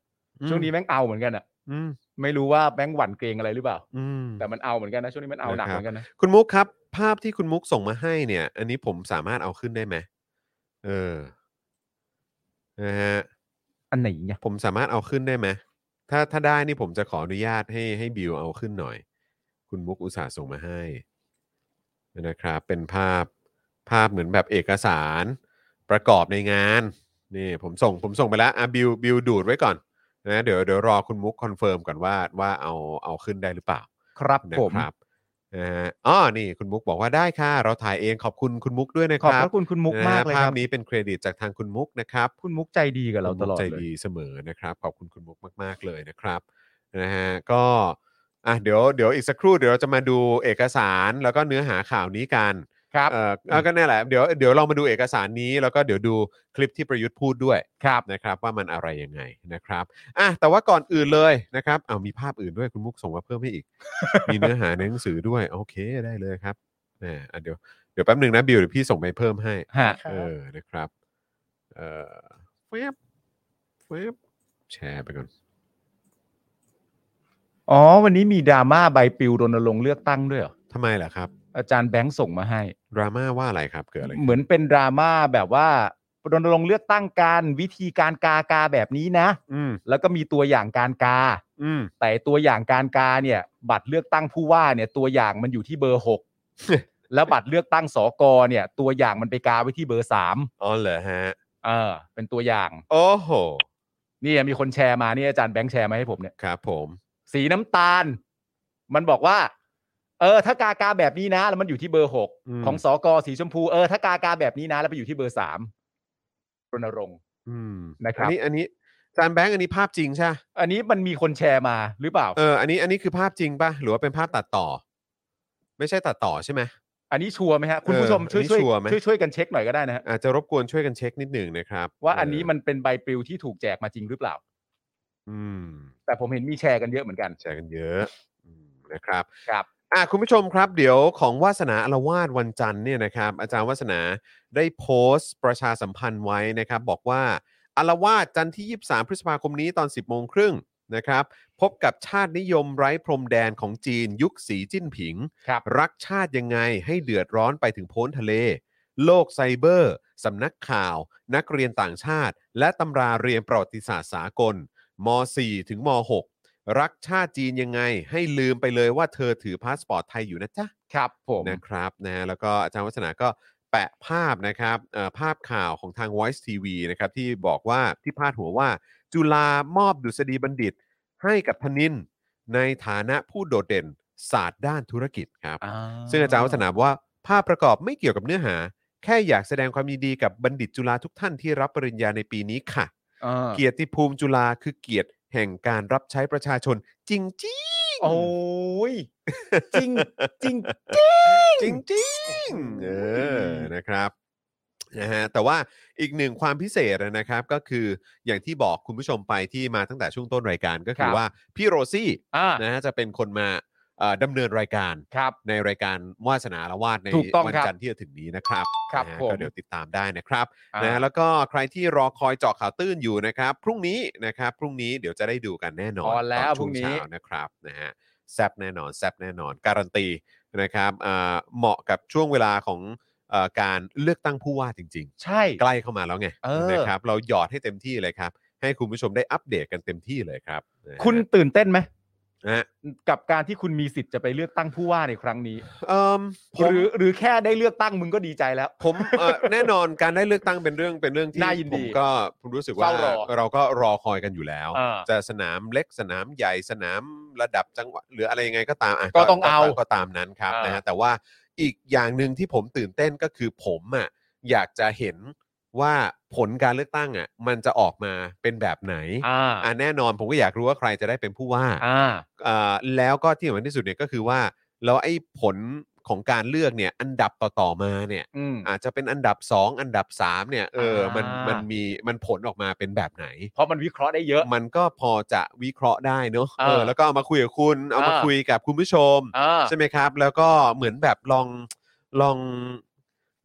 Speaker 3: ช่วงนี้แม่งเอาเหมือนกันอะ
Speaker 2: อืม
Speaker 3: ไม่รู้ว่าแม่งหวั่นเกรงอะไรหรือเปล่า
Speaker 2: อืม
Speaker 3: แต่มันเอาเหมือนกันนะช่วงนี้มันเอาหนัก
Speaker 2: นะครับ
Speaker 3: เหมือนกันนะ
Speaker 2: คุณมุกครับ ภาพที่คุณมุกส่งมาให้เนี่ย อันนี้ผมสามารถเอาขึ้นได้ไหมเออนะฮะ
Speaker 3: อันไหนเนี่ย
Speaker 2: ผมสามารถเอาขึ้นได้ไหมถ้าถ้าได้นี่ผมจะขออนุญาตให้ให้บิวเอาขึ้นหน่อย คุณมุกอุตส่าห์ส่งมาให้นะครับ เป็นภาพภาพเหมือนแบบเอกสารประกอบในงานนี่ผมส่งผมส่งไปแล้วอ่ะบิวบิวดูดไว้ก่อนนะเดี๋ยวเดี๋ยวรอคุณมุกคอนเฟิร์มก่อนว่าว่าเอาเอาขึ้นได้หรือเปล่า
Speaker 3: ครับ
Speaker 2: นะ
Speaker 3: ผม
Speaker 2: ครับนะฮะอ๋อนี่คุณมุกบอกว่าได้ค่ะ เราถ่ายเองขอบคุณคุณมุกด้วยนะ
Speaker 3: ข
Speaker 2: ค
Speaker 3: อบ
Speaker 2: รั
Speaker 3: พ
Speaker 2: บ
Speaker 3: ระคุณคุณมุก
Speaker 2: นะฮะ
Speaker 3: มากเลยค
Speaker 2: ภาพ
Speaker 3: รับ
Speaker 2: นี้เป็นเครดิตจากทางคุณมุกนะครับ
Speaker 3: คุณมุกใจดีกับเรา
Speaker 2: คุณ
Speaker 3: ต
Speaker 2: มุก
Speaker 3: ลอด
Speaker 2: ใจ
Speaker 3: เลย
Speaker 2: ดีเสมอนะครับ ขอบคุณคุณมุกมากๆเลยนะครับนะฮะก็อ่ะเดี๋ยวเดี๋ยวอีกสักครู่เดี๋ยวเราจะมาดูเอกสารแล้วก็เนื้อหาข่าวนี้กัน
Speaker 3: ครับ
Speaker 2: เอ่อเอาก็นี่นแหละเดี๋ยวเดี๋ยวเรามาดูเอกสารนี้แล้วก็เดี๋ยวดูคลิปที่ประยุทธ์พูดด้วย
Speaker 3: ครับ
Speaker 2: นะครับว่ามันอะไรยังไงนะครับอ่ะแต่ว่าก่อนอื่นเลยนะครับเอามีภาพอื่นด้วยคุณมุกส่งมาเพิ่มให้อีก มีเนื้อหาในหนังสือด้วย โอเคได้เลยครับแหมอ่ะเดี๋ยวเดี๋ยวแป๊บหนึ่งนะบิวเดี๋ยวพี่ส่งไปเพิ่มให้
Speaker 3: ฮะ
Speaker 4: ครับ
Speaker 2: เออนะครับเออเฟบเฟบแชร์ไปก่อน
Speaker 3: อ๋อ วันนี้มีดราม่าใบปลิวรณรงค์เลือกตั้งด้วยเหรอ
Speaker 2: ทำไมล่ะครับ
Speaker 3: อาจารย์แบงค์ส่งมาให้
Speaker 2: ดราม่าว่าอะไรครับ เกิดอะไรขึ้น
Speaker 3: เหมือนเป็นดราม่าแบบว่ารณรงค์เลือกตั้งการวิธีการกากาแบบนี้นะ
Speaker 2: อืม
Speaker 3: แล้วก็มีตัวอย่างการกา
Speaker 2: อืม
Speaker 3: แต่ตัวอย่างการกาเนี่ย บัตรเลือกตั้งผู้ว่าเนี่ย ตัวอย่างมันอยู่ที่เบอร์ห
Speaker 2: [laughs]
Speaker 3: ก แล้วบัตรเลือกตั้งสกเนี่ย ตัวอย่างมันไปกาไว้ที่เบอร์สาม
Speaker 2: อ๋อเหรอฮะ
Speaker 3: เออ เป็นตัวอย่าง
Speaker 2: โอ้โห
Speaker 3: นี่มีคนแชร์มานี่อาจารย์แบงค์แชร์มาให้ผมเนี่ย
Speaker 2: ครับผม
Speaker 3: สีน้ำตาล มันบอกว่า เออ ถ้ากากาแบบนี้นะ แล้วมันอยู่ที่เบอร์หก
Speaker 2: อืม
Speaker 3: ของสกสีชมพูเออถ้ากากาแบบนี้นะ แล้วไปอยู่ที่เบอร์สามรณรงค์
Speaker 2: อืม
Speaker 3: นะครับ
Speaker 2: อันนี้อันนี้จานแบงค์อันนี้ภาพจริงใช่ปะ
Speaker 3: อันนี้มันมีคนแชร์มาหรือเปล่า
Speaker 2: เออ อันนี้อันนี้คือภาพจริงป่ะ หรือว่าเป็นภาพตัดต่อ ไม่ใช่ตัดต่อใช่ไหม
Speaker 3: อันนี้ชัวร์ไหมฮะคุณผู้ชม
Speaker 2: เอออั
Speaker 3: ช่วน
Speaker 2: นี้
Speaker 3: ยช่วย
Speaker 2: ชัวร์ไหม
Speaker 3: ช่วยช่วยกันเช็คหน่อยก็ได้นะฮะ
Speaker 2: อาจจะรบกวนช่วยกันเช็คนิดหนึ่งนะครับ
Speaker 3: ว่าอันนี้
Speaker 2: เ
Speaker 3: มันเป็นใบปลิวที่ถูกแจกมาจริงหรือเปล่า
Speaker 2: อืม
Speaker 3: แต่ผมเห็นมีแชร์กันเยอะเหมือนกัน
Speaker 2: แชร์กันเยอะอืมนะครับ
Speaker 3: ครับ
Speaker 2: อ่ะคุณผู้ชมครับเดี๋ยวของวาสนาอารวาสวันจันทร์เนี่ยนะครับ อาจารย์วาสนาได้โพสต์ประชาสัมพันธ์ไว้นะครับ บอกว่าอารวาสจันทร์ที่ 23 พฤษภาคมนี้ตอน 10 โมงครึ่งนะครับ พบกับชาตินิยมไร้พรมแดนของจีนยุคสีจิ้นผิง
Speaker 3: ครับ
Speaker 2: รักชาติยังไงให้เดือดร้อนไปถึงโพ้นทะเล โลกไซเบอร์ สำนักข่าว นักเรียนต่างชาติ และตำราเรียนประวัติศาสตร์สากลม .4 ถึงม .6 รักชาติจีนยังไง ให้ลืมไปเลยว่าเธอถือพาสปอร์ตไทยอยู่นะจ๊ะ
Speaker 3: ครับผม
Speaker 2: นะครับนะฮะแล้วก็อาจารย์วัฒนาก็แปะภาพนะครับเอ่อภาพข่าวของทาง Voice TV นะครับที่บอกว่าที่พาดหัวว่า จุฬามอบดุษฎีบัณฑิต ให้กับธนิน ในฐานะผู้โดดเด่นศาสตร์ด้านธุรกิจครับ
Speaker 3: อ่า
Speaker 2: ซึ่งอาจารย์วัฒนาบอกว่าภาพประกอบไม่เกี่ยวกับเนื้อหา แค่อยากแสดงความยินดีกับบัณฑิตจุฬาทุกท่านที่รับปริญญาในปีนี้ค่ะ
Speaker 3: อ่า
Speaker 2: เกียรติภูมิจุฬาคือเกียรติแห่งการรับใช้ประชาชนจริงจริง
Speaker 3: โอ้ยจริงจ
Speaker 2: [laughs]
Speaker 3: ริง
Speaker 2: จริงจริงๆเออนะครับนะฮะแต่ว่าอีกหนึ่งความพิเศษนะครับก็คืออย่างที่บอกคุณผู้ชมไปที่มาตั้งแต่ช่วงต้นรายการก็คือ
Speaker 3: ครับ
Speaker 2: ว่าพี่โรซี่
Speaker 3: อ่า
Speaker 2: นะฮะจะเป็นคนมาเอ่อดำเนินรายการ
Speaker 3: ครับ
Speaker 2: ในรายการวาสนาละวาดใน
Speaker 3: ถูกต้อง
Speaker 2: วั
Speaker 3: ครับ
Speaker 2: จันทร์ที่จะถึงนี้นะครับ
Speaker 3: ครับ
Speaker 2: นะฮะ
Speaker 3: ผม
Speaker 2: ก็เดี๋ยวติดตามได้นะครับ
Speaker 3: อ่า
Speaker 2: นะฮะแล้วก็ใครที่รอคอยเจาะข่าวตื้นอยู่นะครับ พรุ่งนี้นะครับ พรุ่งนี้เดี๋ยวจะได้ดูกันแน่นอน
Speaker 3: ออนแล้ว
Speaker 2: ตช่
Speaker 3: พรุ่งนี้
Speaker 2: เช้านะครับนะฮะแซบแน่นอนแซบแน่นอน การันตีนะครับอ่าเหมาะกับช่วงเวลาของเอ่อการเลือกตั้งผู้ว่าจริง
Speaker 3: ใช่
Speaker 2: ๆ ใกล้เข้ามาแล้วไง
Speaker 3: เออ
Speaker 2: นะครับเราหยอดให้เต็มที่เลยครับ ให้คุณผู้ชมได้อัปเดตกันเต็มที่เลยครับนะฮะ
Speaker 3: คุณตื่นเต้นไหม
Speaker 2: นะฮะ
Speaker 3: กับการที่คุณมีสิทธิ์จะไปเลือกตั้งผู้ว่าในครั้งนี้
Speaker 2: เอิ่ม [sighs] ผม
Speaker 3: หรือหรือแค่ได้เลือกตั้งมึงก็ดีใจแล้ว
Speaker 2: ผมเอ่อ แน่นอนการได้เลือกตั้งเป็นเรื่องเป็นเรื่องที่
Speaker 3: น่ายินดี
Speaker 2: ผมก็ผมรู้สึกว่า
Speaker 3: เฝ้ารอ
Speaker 2: เราก็รอคอยกันอยู่แล้ว
Speaker 3: [laughs] อ่า
Speaker 2: จะสนามเล็กสนามใหญ่สนามระดับจังหวัดหรืออะไรยังไงก็ตามะ
Speaker 3: ก็ต้องเอา
Speaker 2: ก็ตามนั้นครับ
Speaker 3: อ่าน
Speaker 2: นะฮะแต่ว่าอีกอย่างหนึ่งที่ผมตื่นเต้นก็คือผมอ่ะอยากจะเห็นว่าผลการเลือกตั้งอ่ะมันจะออกมาเป็นแบบไหน
Speaker 3: อ่า
Speaker 2: อ่ะแน่นอนผมก็อยากรู้ว่าใครจะได้เป็นผู้ว่า
Speaker 3: อ่า
Speaker 2: อ่าแล้วก็ที่สำคัญที่สุดเนี่ยก็คือว่าแล้วไอ้ผลของการเลือกเนี่ยอันดับต่อๆมาเนี่ย
Speaker 3: อืม
Speaker 2: อาจจะเป็นอันดับ 2 อันดับ 3 เนี่ยเออมัน
Speaker 3: อ่ามั
Speaker 2: มันมีมันผลออกมาเป็นแบบไหน
Speaker 3: เพราะมันวิเคราะห์ได้เยอะ
Speaker 2: มันก็พอจะวิเคราะห์ได้เนอะ
Speaker 3: เออ
Speaker 2: เออแล้วก็เอามาคุยกับคุณ เอามา
Speaker 3: เออ
Speaker 2: คุยกับคุณผู้ชม
Speaker 3: อ่า
Speaker 2: ใช่ไหมครับ แล้วก็เหมือนแบบลองลอง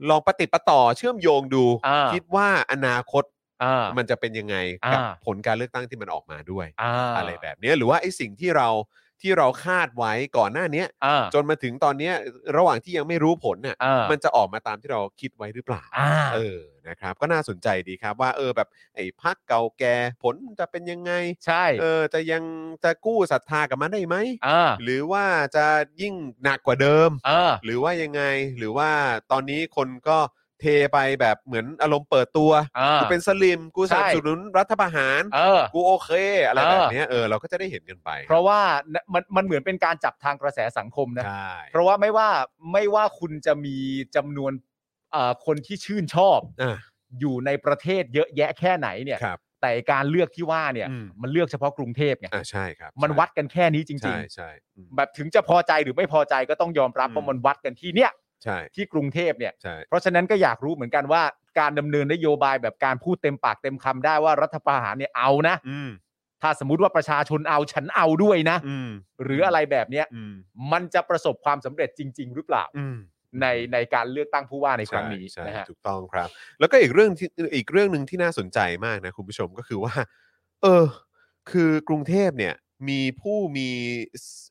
Speaker 2: ลองปฏิดประต่อเชื่อมโยงดู
Speaker 3: อ่า
Speaker 2: คิดว่าอนาคต
Speaker 3: อ่า
Speaker 2: มันจะเป็นยังไงกั
Speaker 3: อ่า
Speaker 2: ผลการเลือกตั้งที่มันออกมาด้วย
Speaker 3: อ่า
Speaker 2: อะไรแบบเนี้ยหรือว่าไอ้สิ่งที่เราที่เราคาดไว้ก่อนหน้าเนี้ย
Speaker 3: อ่า
Speaker 2: จนมาถึงตอนเนี้ยระหว่างที่ยังไม่รู้ผลเนี่ย
Speaker 3: อ่า
Speaker 2: มันจะออกมาตามที่เราคิดไว้หรือเปล่า
Speaker 3: อ่า
Speaker 2: เออ นะครับ ก็น่าสนใจดีครับว่า เออ แบบ ไอ้พักเก่าแก่ผลจะเป็นยังไง
Speaker 3: ใช่
Speaker 2: เออ จะยังจะกู้ศรัทธากับมันได้ไหม
Speaker 3: อ่า
Speaker 2: หรือว่าจะยิ่งหนักกว่าเดิม
Speaker 3: อ่า
Speaker 2: หรือว่ายังไง หรือว่าตอนนี้คนก็เทไปแบบเหมือนอารมณ์เปิดตัว
Speaker 3: อ่า
Speaker 2: กูเป็นสลิม กูสนับ
Speaker 3: ใช่
Speaker 2: สนุนรัฐประหาร
Speaker 3: เออ
Speaker 2: กูโอเค อะไรแบบ
Speaker 3: เออ
Speaker 2: เนี้ยเออ เราก็จะได้เห็นกันไป
Speaker 3: เพราะว่ามันมันเหมือนเป็นการจับทางกระแสสังคมนะ
Speaker 2: ใช่
Speaker 3: เพราะว่าไม่ว่าไม่ว่าคุณจะมีจำนวนเอ่อคนที่ชื่นชอบ
Speaker 2: อ่ะ
Speaker 3: อยู่ในประเทศเยอะแยะแค่ไหนเนี่ย
Speaker 2: ครับ
Speaker 3: แต่การเลือกที่ว่าเนี่ย
Speaker 2: อืม
Speaker 3: มันเลือกเฉพาะกรุงเทพไง
Speaker 2: อ่ะใช่ครับ
Speaker 3: มันวัดกันแค่นี้จริ
Speaker 2: ใช่
Speaker 3: ง
Speaker 2: ใช่อืม
Speaker 3: ๆ แบบถึงจะพอใจหรือไม่พอใจก็ต้องยอมรับ
Speaker 2: อืม
Speaker 3: ว่ามันวัดกันที่เนี่ย
Speaker 2: ใช่
Speaker 3: ที่กรุงเทพเนี่ย
Speaker 2: ใช่
Speaker 3: เพราะฉะนั้นก็อยากรู้เหมือนกันว่าการดำเนินนโยบายแบบการพูดเต็มปากเต็มคำได้ว่ารัฐประหารเนี่ยเอานะ
Speaker 2: อืม
Speaker 3: ถ้าสมมติว่าประชาชนเอาฉันเอาด้วยนะ
Speaker 2: อืม
Speaker 3: หรืออะไรแบบเนี้ย
Speaker 2: อืม
Speaker 3: มันจะประสบความสำเร็จจริง ๆ หรือเปล่า
Speaker 2: อืม
Speaker 3: ในในการเลือกตั้งผู้ว่าในครั้งนี้
Speaker 2: ใช่
Speaker 3: นะ
Speaker 2: ใช่
Speaker 3: ฮะ
Speaker 2: ถูกต้องครับ แล้วก็อีกเรื่องที่อีกเรื่องหนึ่งที่น่าสนใจมากนะคุณผู้ชมก็คือว่า เออ คือกรุงเทพเนี่ย มีผู้มี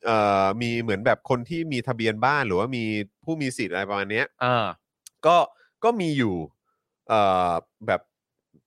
Speaker 2: เอ่อมีเหมือนแบบคนที่มีทะเบียนบ้านหรือว่ามีผู้มีสิทธิ์อะไรประมาณเนี้ย
Speaker 3: อ่า
Speaker 2: ก็ก็มีอยู่เอ่อแบบ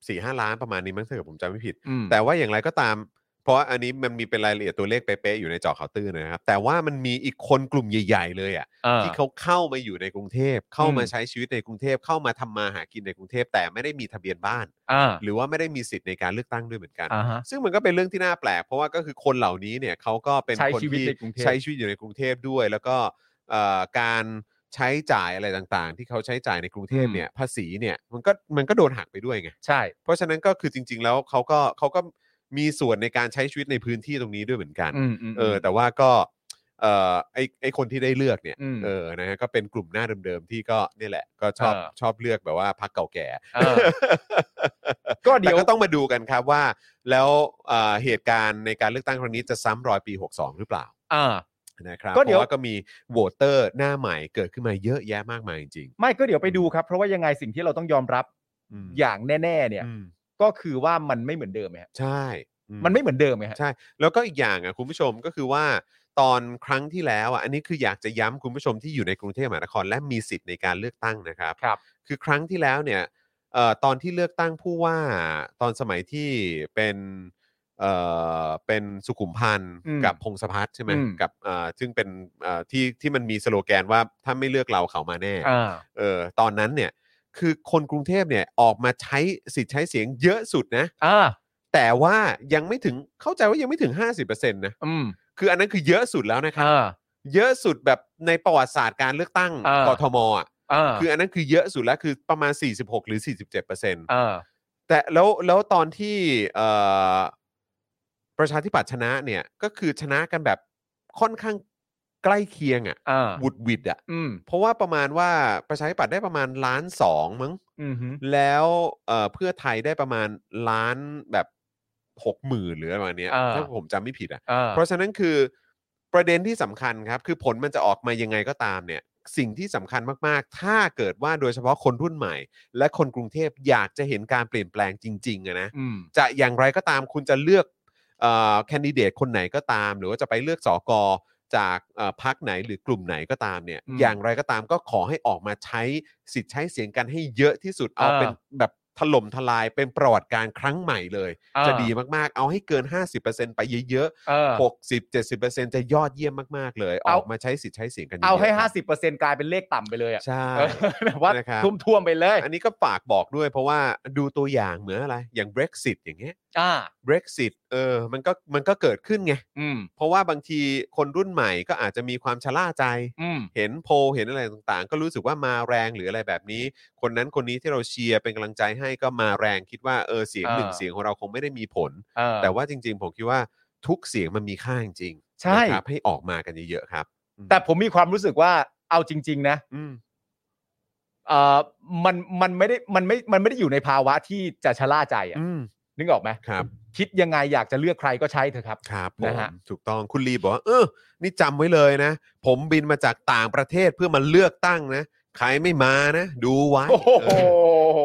Speaker 2: สี่ห้าล้านประมาณนี้มั้งถ้าเกิดผมจำไม่ผิด
Speaker 3: อืม
Speaker 2: แต่ว่าอย่างไรก็ตาม เพราะอันนี้มันมีเป็นรายละเอียดตัวเลขเป๊ะๆอยู่ในเจอข่าวตื้นนะครับ แต่ว่ามันมีอีกคนกลุ่มใหญ่ ๆ เลยอ่ะ
Speaker 3: อ่า
Speaker 2: ที่เขาเข้ามาอยู่ในกรุงเทพ เข้ามา
Speaker 3: อืม
Speaker 2: ใช้ชีวิตในกรุงเทพ เข้ามาทำมาหากินในกรุงเทพ แต่ไม่ได้มีทะเบียนบ้าน
Speaker 3: อ่า
Speaker 2: หรือว่าไม่ได้มีสิทธิ์ในการเลือกตั้งด้วยเหมือนกัน
Speaker 3: อ่าฮะ
Speaker 2: ซึ่งมันก็เป็นเรื่องที่น่าแปลก เพราะว่าก็คือคนเหล่านี้เนี่ยเขาก็เป็น
Speaker 3: ใช้
Speaker 2: คน
Speaker 3: ชีวิต
Speaker 2: ที่
Speaker 3: ในกรุงเทพ
Speaker 2: ใช้ชีวิตอยู่ในกรุงเทพด้วย แล้วก็เอ่อการใช้จ่ายอะไรต่างๆ ที่เขาใช้จ่ายในกรุงเทพเนี่ยภาษีเนี่ยมันก็มันก็โดนหักไปด้วยไง
Speaker 3: ใช่
Speaker 2: เพราะฉะนั้นก็คือจริง ๆ แล้วเขาก็เขาก็มีส่วนในการใช้ชีวิตในพื้นที่ตรงนี้ด้วยเหมือนกัน
Speaker 3: อืมอืม
Speaker 2: เออแต่ว่าก็เออไอไอคนที่ได้เลือกเนี่ย
Speaker 3: อืม
Speaker 2: เออนะฮะก็เป็นกลุ่มหน้าเดิมๆที่ก็เนี่ยแหละก็ชอบ
Speaker 3: เออ
Speaker 2: ชอบเลือกแบบว่าพักเก่าแก่
Speaker 3: เอ
Speaker 2: [laughs]
Speaker 3: อ ก็เดี๋ยว
Speaker 2: แต่ก็ต้องมาดูกันครับว่า แล้วเอ่อเหตุการณ์ในการเลือกตั้งครั้งนี้จะซ้ำรอยปี 62 หรือเปล่า
Speaker 3: อ่า
Speaker 2: นะครับ
Speaker 3: ก็
Speaker 2: เพ
Speaker 3: เดี๋ยว
Speaker 2: ราะว่าก็มีโหวตเตอร์หน้าใหม่เกิดขึ้นมาเยอะแยะมากมายจริง
Speaker 3: ไม่ก็เดี๋ยวไปดูครับ เพราะว่ายังไงสิ่งที่เราต้องยอมรับ
Speaker 2: ๆอืม
Speaker 3: อย่างแน่ ๆ เนี่ย
Speaker 2: อืม
Speaker 3: ก็คือว่ามันไม่เหมือนเดิมไหมฮะ
Speaker 2: ใช่อื
Speaker 3: มันไม่เหมือนเดิมไหมฮะ
Speaker 2: ใช่ แล้วก็อีกอย่างอ่ะคุณผู้ชมก็คือว่าตอนครั้งที่แล้วอ่ะอันนี้คืออยากจะย้ำคุณผู้ชมที่อยู่ในกรุงเทพมหานครและมีสิทธิ์ในการเลือกตั้งนะครับ
Speaker 3: ครับ
Speaker 2: คือครั้งที่แล้วเนี่ยเอ่อตอนที่เลือกตั้งผู้ว่าตอนสมัยที่เป็นเอ่อเป็นสุขุมพันธ์
Speaker 3: อืม
Speaker 2: กับพงศพัฒน์ใช่ไหม
Speaker 3: อืม
Speaker 2: กับเอ่อซึ่งเป็นเอ่อที่ที่มันมีสโลแกนว่าถ้าไม่เลือกเราเขามาแน่
Speaker 3: อ่า
Speaker 2: เออตอนนั้นเนี่ยคือคนกรุงเทพเนี่ยออกมาใช้สิทธิ์ใช้เสียงเยอะสุดนะ
Speaker 3: อ่า
Speaker 2: แต่ว่ายังไม่ถึงเข้าใจว่ายังไม่ถึง 50%นะ
Speaker 3: อืม
Speaker 2: คืออันนั้นคือเยอะสุดแล้วนะครับ
Speaker 3: อ่า
Speaker 2: เยอะสุดแบบในประวัติศาสตร์การเลือกตั้ง
Speaker 3: อ่าก ก
Speaker 2: ทมอ่ะ
Speaker 3: อ่า
Speaker 2: คืออันนั้นคือเยอะสุดแล้วคือประมาณ 46 หรือ 47%
Speaker 3: อ่า
Speaker 2: แต่แล้วแล้วตอนที่เอ่อประชาธิปัตย์ชนะเนี่ย ก็คือชนะกันแบบค่อนข้างใกล้เคียงอ่ะ
Speaker 3: อ่า
Speaker 2: บุดหวิดอ่ะ
Speaker 3: อืม
Speaker 2: เพราะว่าประมาณว่าประชาธิปัตย์ได้ประมาณล้านสองมั้ง
Speaker 3: อืมฮึ
Speaker 2: แล้วเอ่อเพื่อไทยได้ประมาณล้านแบบหกหมื่นหรืออะไรประมาณเนี้ย
Speaker 3: า
Speaker 2: ถ้าผมจำไม่ผิดอ่ะ
Speaker 3: อ่า
Speaker 2: เพราะฉะนั้นคือประเด็นที่สำคัญครับ คือผลมันจะออกมายังไงก็ตามเนี่ย สิ่งที่สำคัญมาก ๆ ถ้าเกิดว่าโดยเฉพาะคนรุ่นใหม่ และคนกรุงเทพอยากจะเห็นการเปลี่ยนแปลงจริงๆอะนะ
Speaker 3: อืม
Speaker 2: จะอย่างไรก็ตามคุณจะเลือกแคนดิเดตคนไหนก็ตาม หรือว่าจะไปเลือกสอกอจากเอ่อพักไหนหรือกลุ่มไหนก็ตามเนี่ย อย่างไรก็ตามก็ขอให้ออกมาใช้สิทธิ์ใช้เสียงกันให้เยอะที่สุดเอาเป็นแบบถล่มทลายเป็นประวัติการณ์ครั้งใหม่เลย
Speaker 3: อ่า
Speaker 2: จะดีมากๆ เอาให้เกิน 50%ไปเยอะๆ
Speaker 3: เออ
Speaker 2: หกสิบเจ็ดสิบเปอร์เซ็นจะยอดเยี่ยมมาก ๆ เลย อ
Speaker 3: เอา
Speaker 2: อกมาใช้สิทธิ์ใช้เสียงกัน
Speaker 3: เอาให้
Speaker 2: ยะๆ
Speaker 3: ห้าสิบเปอร์เซ็นต์กลายเป็นเลขต่ำไปเลยอ่ะ
Speaker 2: ใช่
Speaker 3: เอ [laughs] อแบบว่า
Speaker 2: นะครับ
Speaker 3: ทุ่มท่วมๆไปเลย
Speaker 2: อันนี้ก็ฝากบอกด้วยเพราะว่าดูตัวอย่างเหมือนอะไร อย่าง Brexit อย่างเงี้ย
Speaker 3: อ่า
Speaker 2: Brexit เออมันก็มันก็เกิดขึ้นไง
Speaker 3: อืม
Speaker 2: เพราะว่าบางทีคนรุ่นใหม่ก็อาจจะมีความชะล่าใจ
Speaker 3: อืม
Speaker 2: เห็นโพลเห็นอะไรต่างๆ ก็รู้สึกว่ามาแรงหรืออะไรแบบนี้ คนนั้นคนนี้ที่เราเชียร์เป็นกำลังใจให้ก็มาแรงคิดว่าเออเสียงหนึ่ง
Speaker 3: อ่า
Speaker 2: เสียงของเราคงไม่ได้มีผล
Speaker 3: เออ
Speaker 2: แต่ว่าจริง ๆ ผมคิดว่าทุกเสียงมันมีค่าจริงๆ
Speaker 3: ใช่
Speaker 2: นะครับให้ออกมากันเยอะๆครับ
Speaker 3: แต่ผมมีความรู้สึกว่าเอาจริง ๆ นะ
Speaker 2: อืม
Speaker 3: เอ่อมันมันไม่ได้มันไม่มันไม่ได้อยู่ในภาวะที่จะชะล่าใจอะ
Speaker 2: อืม
Speaker 3: นึกออกไหม
Speaker 2: ครับ
Speaker 3: คิดยังไงอยากจะเลือกใครก็ใช้เถอะครับ
Speaker 2: ครับผ
Speaker 3: นะ
Speaker 2: ม
Speaker 3: ฮะ
Speaker 2: ถูกต้องคุณลีบอกว่า เออ นี่จำไว้เลยนะ ผมบินมาจากต่างประเทศเพื่อมาเลือกตั้งนะ ใครไม่มานะ ดูไว้
Speaker 3: โอ้โห
Speaker 2: เอ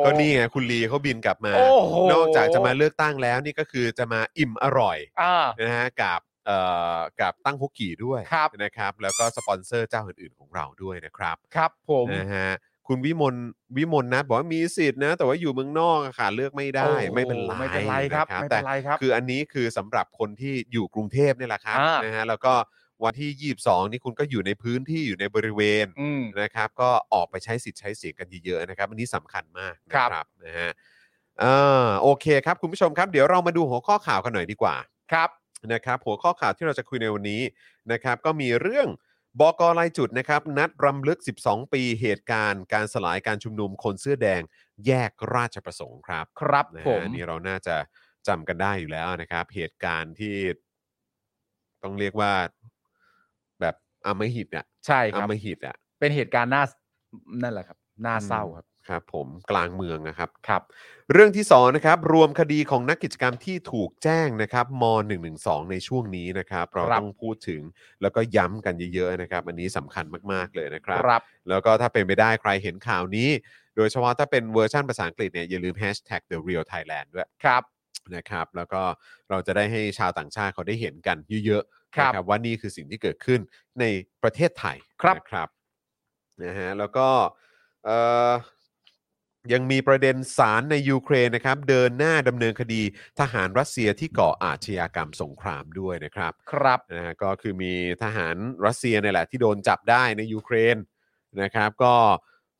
Speaker 2: อก็นี่ไงคุณลีเขาบินกลับมา
Speaker 3: โอ้โห
Speaker 2: นอกจากจะมาเลือกตั้งแล้วนี่ก็คือจะมาอิ่มอร่อย
Speaker 3: อ่า
Speaker 2: นะฮะกับเอ่อกับตั้งฮกกี่ด้วย
Speaker 3: ครับ
Speaker 2: นะครับ แล้วก็สปอนเซอร์เจ้าอื่นๆของเราด้วยนะครับ
Speaker 3: ครับผม
Speaker 2: นะฮะคุณวิมลวิมลนะบอกว่ามีสิทธิ์นะ แต่ว่าอยู่เมืองนอกอะค่ะเลือกไม่ได้
Speaker 3: โอ้โห
Speaker 2: ไม่เป็นไร
Speaker 3: ไม่เป็นไรครับ
Speaker 2: ะ
Speaker 3: ไม่เป็นไรครับ
Speaker 2: แต่คืออันนี้คือสำหรับคนที่อยู่กรุงเทพเนี่ยแหละครับ
Speaker 3: อ่าน
Speaker 2: นะฮะแล้วก็วันที่ 22 นี่คุณก็อยู่ในพื้นที่อยู่ในบริเวณ
Speaker 3: อืม
Speaker 2: นะครับ ก็ออกไปใช้สิทธิ์ใช้เสียงกันเยอะๆนะครับ อันนี้สำคัญมากนะครับ นะฮะอ่าโอเคครับคุณผู้ชมครับ เดี๋ยวเรามาดูหัวข้อข่าวกันหน่อยดีกว่า
Speaker 3: ครับ
Speaker 2: นะครับหัวข้อข่าวที่เราจะคุยในวันนี้นะครับก็มีเรื่องบกลายจุดนะครับนัดรำลึก 12 ปีเหตุการณ์การสลายการชุมนุมคนเสื้อแดงแยกราชประสงค์ครับ
Speaker 3: ครับ
Speaker 2: นะ
Speaker 3: ผ
Speaker 2: ฮะ
Speaker 3: ม
Speaker 2: อันนี่เราน่าจะจำกันได้อยู่แล้วนะครับ เหตุการณ์ที่ต้องเรียกว่าแบบอำมหิตอ่ะ
Speaker 3: ใช่ค
Speaker 2: อำ
Speaker 3: รับ
Speaker 2: มหิตอ่ะ
Speaker 3: เป็นเหตุการณ์น่านั่นแหละครับน่าเศร้าครับ
Speaker 2: ครับผมกลางเมืองนะครับ
Speaker 3: ครับ
Speaker 2: เรื่องที่สองนะครับรวมคดีของนักกิจกรรมที่ถูกแจ้งนะครับม .112 ในช่วงนี้นะครับ เรา
Speaker 3: ครับ
Speaker 2: ต้องพูดถึงแล้วก็ย้ำกันเยอะๆนะครับอันนี้สำคัญมากๆเลยนะครับ
Speaker 3: ครับ
Speaker 2: แล้วก็ถ้าเป็นไปได้ใครเห็นข่าวนี้ โดยเฉพาะถ้าเป็นเวอร์ชันภาษาอังกฤษเนี่ยอย่าลืม hashtag the real Thailand ด้วย
Speaker 3: ครับ
Speaker 2: นะครับ แล้วก็เราจะได้ให้ชาวต่างชาติเขาได้เห็นกันเยอะๆ
Speaker 3: ครับ
Speaker 2: นะว่านี่คือสิ่งที่เกิดขึ้นในประเทศไทย
Speaker 3: ครับ
Speaker 2: นะครับนะฮะแล้วก็เอ่อยังมีประเด็นสารในยูเครนนะครับ เดินหน้าดำเนินคดีทหารรัสเซียที่ก่ออาชญากรรมสงครามด้วยนะครับ
Speaker 3: ครับ
Speaker 2: นะฮะก็คือมีทหารรัสเซียเนี่ยแหละที่โดนจับได้ในยูเครนนะครับ ก็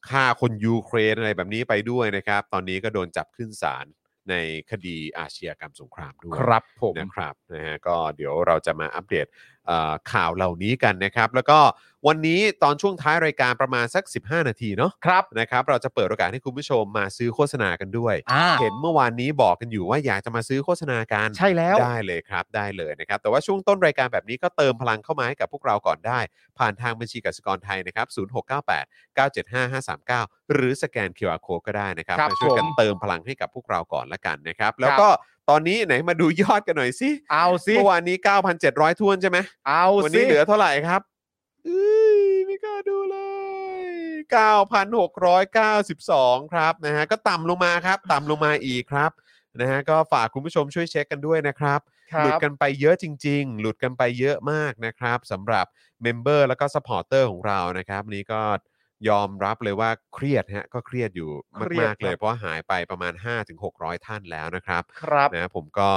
Speaker 2: ฆ่าคนยูเครนอะไรแบบนี้ไปด้วยนะครับ ตอนนี้ก็โดนจับขึ้นศาลในคดีอาชญากรรมสงครามด้วย
Speaker 3: ครับผม
Speaker 2: นะครับนะฮะก็เดี๋ยวเราจะมาอัปเดตเอ่อข่าวเหล่านี้กันนะครับ แล้วก็วันนี้ตอนช่วงท้ายรายการประมาณสัก 15 นาทีเนาะ
Speaker 3: ครับ
Speaker 2: นะครับเราจะเปิดโอกาสให้คุณผู้ชมมาซื้อโฆษณากันด้วย
Speaker 3: อ่า
Speaker 2: เห็นเมื่อวานนี้บอกกันอยู่ว่าอยากจะมาซื้อโฆษณากัน
Speaker 3: ใช่แล้ว
Speaker 2: ได้เลยครับได้เลยนะครับ แต่ว่าช่วงต้นรายการแบบนี้ก็เติมพลังเข้ามาให้กับพวกเราก่อนได้ ผ่านทางบัญชีกสิกรไทยนะครับ 0698 975 539 หรือสแกน QR Code ก็ได้นะครับ
Speaker 3: ครับ
Speaker 2: มาช่วยกัน
Speaker 3: ผม
Speaker 2: เติมพลังให้กับพวกเราก่อนละกันนะครับ แล้ว
Speaker 3: ครับ
Speaker 2: ก็ตอนนี้ไหนมาดูยอดกันหน่อยสิ
Speaker 3: เอาสิ
Speaker 2: เมื่อวานนี้ 9,700ท้วนใช่ไหม
Speaker 3: เอา
Speaker 2: วันี้
Speaker 3: สิ
Speaker 2: เหลือเท่าไหร่ครับอื้อไม่กล้าดูเลย 9,692 ครับนะฮะก็ต่ำลงมาครับ ต่ำลงมาอีกครับนะฮะก็ฝากคุณผู้ชมช่วยเช็คกันด้วยนะครับ
Speaker 3: ค
Speaker 2: ห
Speaker 3: รั
Speaker 2: ลุด
Speaker 3: บ
Speaker 2: กันไปเยอะจริง ๆ หลุดกันไปเยอะมากนะครับสำหรับเมมเบอร์แล้วก็สปอร์เตอร์ของเรานะครับวันนี้ก็ยอมรับเลยว่าเครียดฮะก็เครียดอยู่
Speaker 3: เครียด
Speaker 2: มากๆเลย
Speaker 3: ครับ
Speaker 2: เพราะว่าหายไปประมาณ 5-600 ท่านแล้วนะครับ
Speaker 3: ครับ
Speaker 2: นะผมก็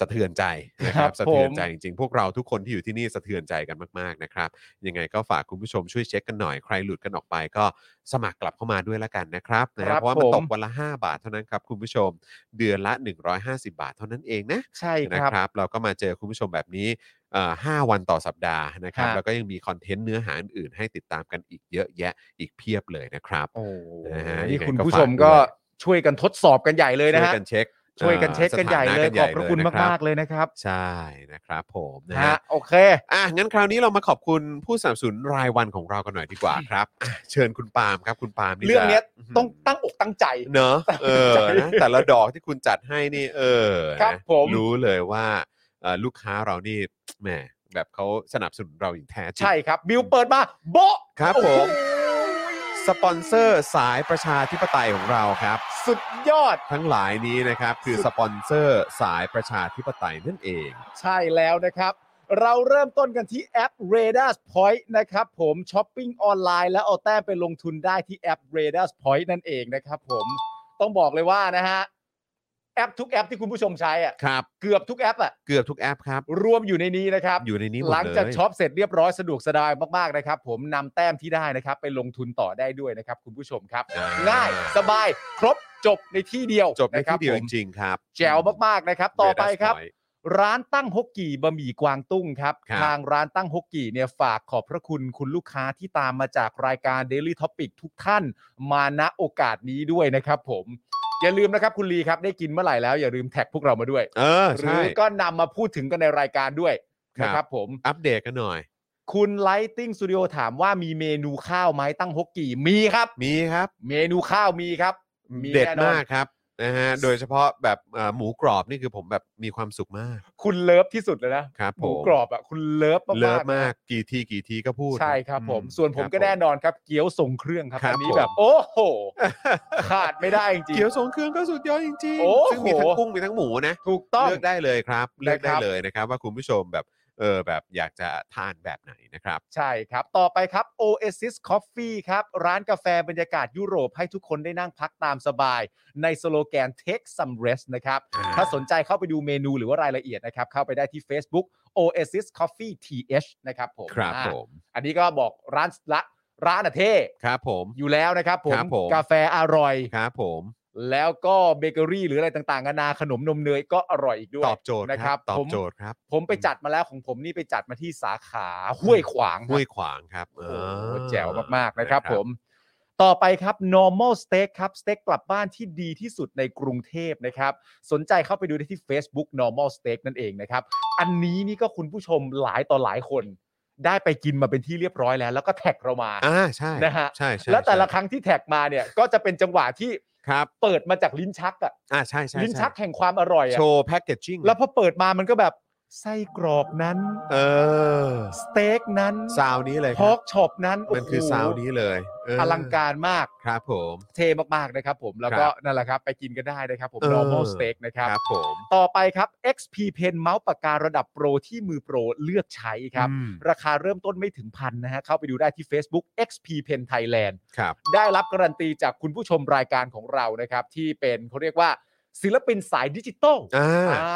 Speaker 2: สะเทือนใจนะค
Speaker 3: ครั
Speaker 2: รับบ สะเทือน
Speaker 3: ผม
Speaker 2: ใจจริงๆ พวกเราทุกคนที่อยู่ที่นี่สะเทือนใจกันมากๆนะครับยังไงก็ฝากคุณผู้ชมช่วยเช็คกันหน่อยใครหลุดกันออกไปก็สมัครกลับเข้ามาด้วยละกันนะครับนะฮะ
Speaker 3: ครับ
Speaker 2: เพราะว่ามัน
Speaker 3: ผม
Speaker 2: ตกวันละ 5 บาทเท่านั้นครับคุณผู้ชมเดือนละ 150 บาทเท่านั้นเองนะ
Speaker 3: ใช่
Speaker 2: นะครับ ครับเราก็มาเจอคุณผู้ชมแบบนี้เอ่อห้าวันต่อสัปดาห์นะครับ
Speaker 3: ครับ
Speaker 2: แล้วก็ยังมีคอนเทนต์เนื้อหาอื่นๆให้ติดตามกันอีกเยอะแยะอีกเพียบเลยนะครับ
Speaker 3: โอ้
Speaker 2: นะฮะ
Speaker 3: นี่
Speaker 2: ยังไง
Speaker 3: คุณ
Speaker 2: ก็
Speaker 3: ผู้
Speaker 2: ฝาก
Speaker 3: ชมก็
Speaker 2: ด้วย
Speaker 3: ช่วยกันทดสอบกันใหญ่เลยนะ
Speaker 2: ช่วย
Speaker 3: ฮะ
Speaker 2: กันเช็ค
Speaker 3: ช่วยกัน
Speaker 2: อ่อ
Speaker 3: เช็คกันใหญ่
Speaker 2: สถา
Speaker 3: เลย
Speaker 2: น
Speaker 3: ขอ
Speaker 2: น
Speaker 3: บพระคุณ
Speaker 2: นรับ
Speaker 3: มากๆเลยนะครับ
Speaker 2: ใช่นะครับผมนะ
Speaker 3: ฮะ
Speaker 2: ฮะ
Speaker 3: โอเค
Speaker 2: อ่ะงั้นคราวนี้เรามาขอบคุณผู้สนับสนุนรายวันของเรากันหน่อยดีกว่าครับอ่ะเชิญคุณปาล์มครับคุณปาล์มนี่
Speaker 3: เรื่องเนี้ย
Speaker 2: จะ
Speaker 3: ต้องตั้งอกตั้งใจ
Speaker 2: เนอะเออ
Speaker 3: ใช่
Speaker 2: นะแต่ละดอกที่คุณจัดให้นี่ เออ
Speaker 3: ครับ
Speaker 2: นะ
Speaker 3: ผม
Speaker 2: รู้เลยว่าเอ่อลูกค้าเรานี่แหมแบบเขาสนับสนุนเราอย่างแท้จริง
Speaker 3: ใช่ครับ บิวเปิดมาโบะ
Speaker 2: ครับผม สปอนเซอร์สายประชาธิปไตยของเราครับ
Speaker 3: สุดยอด
Speaker 2: ทั้งหลายนี้นะครับ คือสปอนเซอร์สายประชาธิปไตยนั่นเอง
Speaker 3: ใช่แล้วนะครับ เราเริ่มต้นกันที่แอป r a d a r Point นะครับผมช้อปปิ้งออนไลน์แล้วเอาแต้มไปลงทุนได้ที่แอป r a d a r Point นั่นเองนะครับผมต้องบอกเลยว่านะฮะแอปทุกแอปที่คุณผู้ชมใช้อ่ะ
Speaker 2: ครับ
Speaker 3: เกือบทุกแอปอ่ะ
Speaker 2: เกือบทุกแอปครับ
Speaker 3: รวมอยู่ในนี้นะครับ
Speaker 2: อยู่ในนี้หมด
Speaker 3: ห
Speaker 2: เลย
Speaker 3: ลังจากช็อปเสร็จเรียบร้อยสะดวกสบายมากๆนะครับ ผมนำแต้มที่ได้นะครับ ไปลงทุนต่อได้ด้วยนะครับ คุณผู้ชมครับ
Speaker 2: อ่
Speaker 3: ง่ายสบายครบจบในที่เดียว
Speaker 2: จบในที่เดียว
Speaker 3: ะ
Speaker 2: จ
Speaker 3: ครับผม
Speaker 2: ริงๆครับ
Speaker 3: แจ๋วมากๆนะครับ ต่อไปครับ
Speaker 2: เวดัสพอยต์
Speaker 3: ร้านตั้งฮกกี่บะหมี่กวางตุ้งครับ
Speaker 2: ครับ
Speaker 3: ทางร้านตั้งฮกกี่เนี่ยฝากขอบพระคุณคุณลูกค้าที่ตามมาจากรายการ Daily Topic ทุกท่านมาณโอกาสนี้ด้วยนะครับ ผมอย่าลืมนะครับคุณลีครับได้กินเมื่อไหร่แล้วอย่าลืมแท็กพวกเรามาด้วย
Speaker 2: เออ
Speaker 3: หรื
Speaker 2: ใช่
Speaker 3: อก็นำมาพูดถึงกันในรายการด้วยนะครับผม
Speaker 2: อัปเดตกันหน่อย
Speaker 3: คุณไลติ้งสตูดิโอถามว่ามีเมนูข้าวไหมตั้งฮกกี่มีครับ
Speaker 2: มีครับ
Speaker 3: เมนูข้าวมีครับมี
Speaker 2: เด็ด
Speaker 3: แน่นอน
Speaker 2: มากครับ นะฮะโดยเฉพาะแบบเอ่อหมูกรอบนี่คือผมแบบมีความสุขมาก
Speaker 3: คุณเลิฟที่สุดเลยนะครับ ห
Speaker 2: ผ
Speaker 3: มู
Speaker 2: ม
Speaker 3: กรอบอ่ะคุณเลิฟมากๆ
Speaker 2: เลิฟมากกี่ทีกี่ทีก็พูด
Speaker 3: ใช่ครับผม
Speaker 2: อื
Speaker 3: ส่วนผม
Speaker 2: ครับ
Speaker 3: ก็แน่น
Speaker 2: [laughs]
Speaker 3: อนครับ เกี๊ยวทรงเครื่องครับ
Speaker 2: ครับ
Speaker 3: อันนี้
Speaker 2: ผม
Speaker 3: แบบ โอ้โห ขาดไม่ได้จริง
Speaker 2: เกี๊ยวสงเครื่องก็สุดยอดจริง
Speaker 3: โอ้โห
Speaker 2: ซึ่งมีทั้งกุ้งมีทั้งหมูนะ
Speaker 3: ถูกต้อง
Speaker 2: เลือกได้เลยครับ เลือกได้
Speaker 3: นะครับ
Speaker 2: เลยนะครับ ว่าคุณผู้ชมแบบเออแบบอยากจะทานแบบไหนนะครับ
Speaker 3: ใช่ครับ ต่อไปครับ Oasis Coffee ครับ ร้านกาแฟบรรยากาศยุโรปให้ทุกคนได้นั่งพักตามสบาย ในสโลแกน Take some rest นะครับ
Speaker 2: อ่า
Speaker 3: ถ้าสนใจเข้าไปดูเมนูหรือว่ารายละเอียดนะครับ เข้าไปได้ที่ Facebook Oasis Coffee TH นะครับผม
Speaker 2: ครับ
Speaker 3: อ่า
Speaker 2: ผม
Speaker 3: อันนี้ก็บอกร้านละร้านอะเท่
Speaker 2: ครับผม
Speaker 3: อยู่แล้วนะครับผม
Speaker 2: ครับผม
Speaker 3: กาแฟอร่อย
Speaker 2: ครับผม
Speaker 3: แล้วก็เบเกอรี่หรืออะไรต่างๆนานาขนมนมเนยก็อร่อยอีกด้วย
Speaker 2: ตอบโจทย์
Speaker 3: นะ
Speaker 2: ค
Speaker 3: ค
Speaker 2: รั
Speaker 3: รั
Speaker 2: บบ ตอบ
Speaker 3: ผม
Speaker 2: โจทย์ครับ
Speaker 3: ผมไปจัดมาแล้วของผมนี่ไปจัดมาที่สาขาห้วยขวางครับ
Speaker 2: ห้วยขวางครับ
Speaker 3: โอ้โห
Speaker 2: อ่า
Speaker 3: แจ๋วมาก ๆ นะครับผม ต่อไปครับ normal steak ครับสเต็กกลับบ้านที่ดีที่สุดในกรุงเทพนะครับ สนใจเข้าไปดูได้ที่ Facebook normal steak นั่นเองนะครับ อันนี้นี่ก็คุณผู้ชมหลายต่อหลายคน ได้ไปกินมาเป็นที่เรียบร้อยแล้ว แล้วก็แท็กเรามา
Speaker 2: อ่าใช่
Speaker 3: นะฮะ
Speaker 2: ใช่ใช่
Speaker 3: แล้วแต่ละ
Speaker 2: ใช่
Speaker 3: ครั้งที่แท็กมาเนี่ย ก็จะเป็นจังหวะที่
Speaker 2: ครับ
Speaker 3: เปิดมาจากลิ้นชักอะ
Speaker 2: อ่าใช่ใช่ใ
Speaker 3: ลิ้นชักแห่งความอร่อยอะ
Speaker 2: โชว์แพ็กเกจจิ้ง
Speaker 3: แล้วพอเปิดมามันก็แบบไส้กรอกนั้น
Speaker 2: เออ
Speaker 3: สเต็กนั้น
Speaker 2: ซาวนี้เลย
Speaker 3: พ
Speaker 2: ค
Speaker 3: อ
Speaker 2: รั
Speaker 3: กช็อปนั้น
Speaker 2: มันคือ
Speaker 3: โโห
Speaker 2: ซาวนี้เลยเ
Speaker 3: อลังการมาก
Speaker 2: ครับผม
Speaker 3: เท่มาก ๆ นะครับผม แล้วก็นั่นแหละครับ ไปกินกันได้นะครับผม
Speaker 2: เออ
Speaker 3: normal steak นะครับ
Speaker 2: ครับผม
Speaker 3: ต่อไปครับ XP Pen เมาส์ปากการะดับโปรที่มือโปรเลือกใช้ครับ
Speaker 2: อืม
Speaker 3: ราคาเริ่มต้นไม่ถึงพันนะฮะ เข้าไปดูได้ที่ Facebook XP Pen Thailand
Speaker 2: ครับ
Speaker 3: ได้รับการันตีจากคุณผู้ชมรายการของเรานะครับ ที่เป็นเขาเรียกว่าศิลปินสายดิจิตอล
Speaker 2: อ่า [laughs]
Speaker 3: อ่า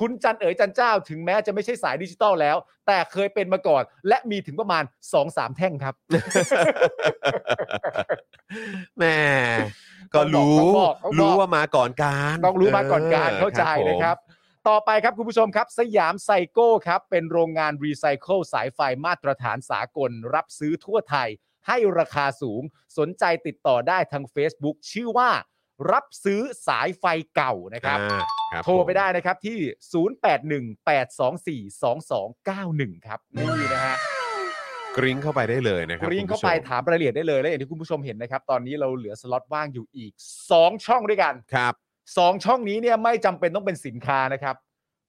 Speaker 3: คุณจันเอ๋ยจันเจ้าถึงแม้จะไม่ใช่สายดิจิตอลแล้ว แต่เคยเป็นมาก่อน และมีถึงประมาณ 2-3 แท่งครับ
Speaker 2: แหม่ก็รู้
Speaker 3: ต้องบอกต้องบอก
Speaker 2: รู้ว่ามาก่อนการ
Speaker 3: ต้องรู้มาก่อนการเข้าใจ
Speaker 2: ผม
Speaker 3: นะครับ ต่อไปครับคุณผู้ชมครับ สยามไซโก้ครับ เป็นโรงงานรีไซเคิลสายไฟมาตรฐานสากล รับซื้อทั่วไทย ให้ราคาสูงสนใจติดต่อได้ทาง Facebook ชื่อว่ารับซื้อสายไฟเก่านะครับ
Speaker 2: อ่าครับ
Speaker 3: โทรไป
Speaker 2: ผม
Speaker 3: ได้นะครับที่ 0818242291 ครับ นี่นะฮะ
Speaker 2: กริ้งเข้าไปได้เลยนะครับ
Speaker 3: กริ้ง
Speaker 2: คุณ
Speaker 3: เข้า
Speaker 2: ผู้ช
Speaker 3: ไป
Speaker 2: ม
Speaker 3: ถามรายละเอียดได้เลยและอย่างที่คุณผู้ชมเห็นนะครับ ตอนนี้เราเหลือสล็อตว่างอยู่อีก 2 ช่องด้วยกัน
Speaker 2: ครับ
Speaker 3: สองช่องนี้เนี่ยไม่จำเป็นต้องเป็นสินค้านะครับ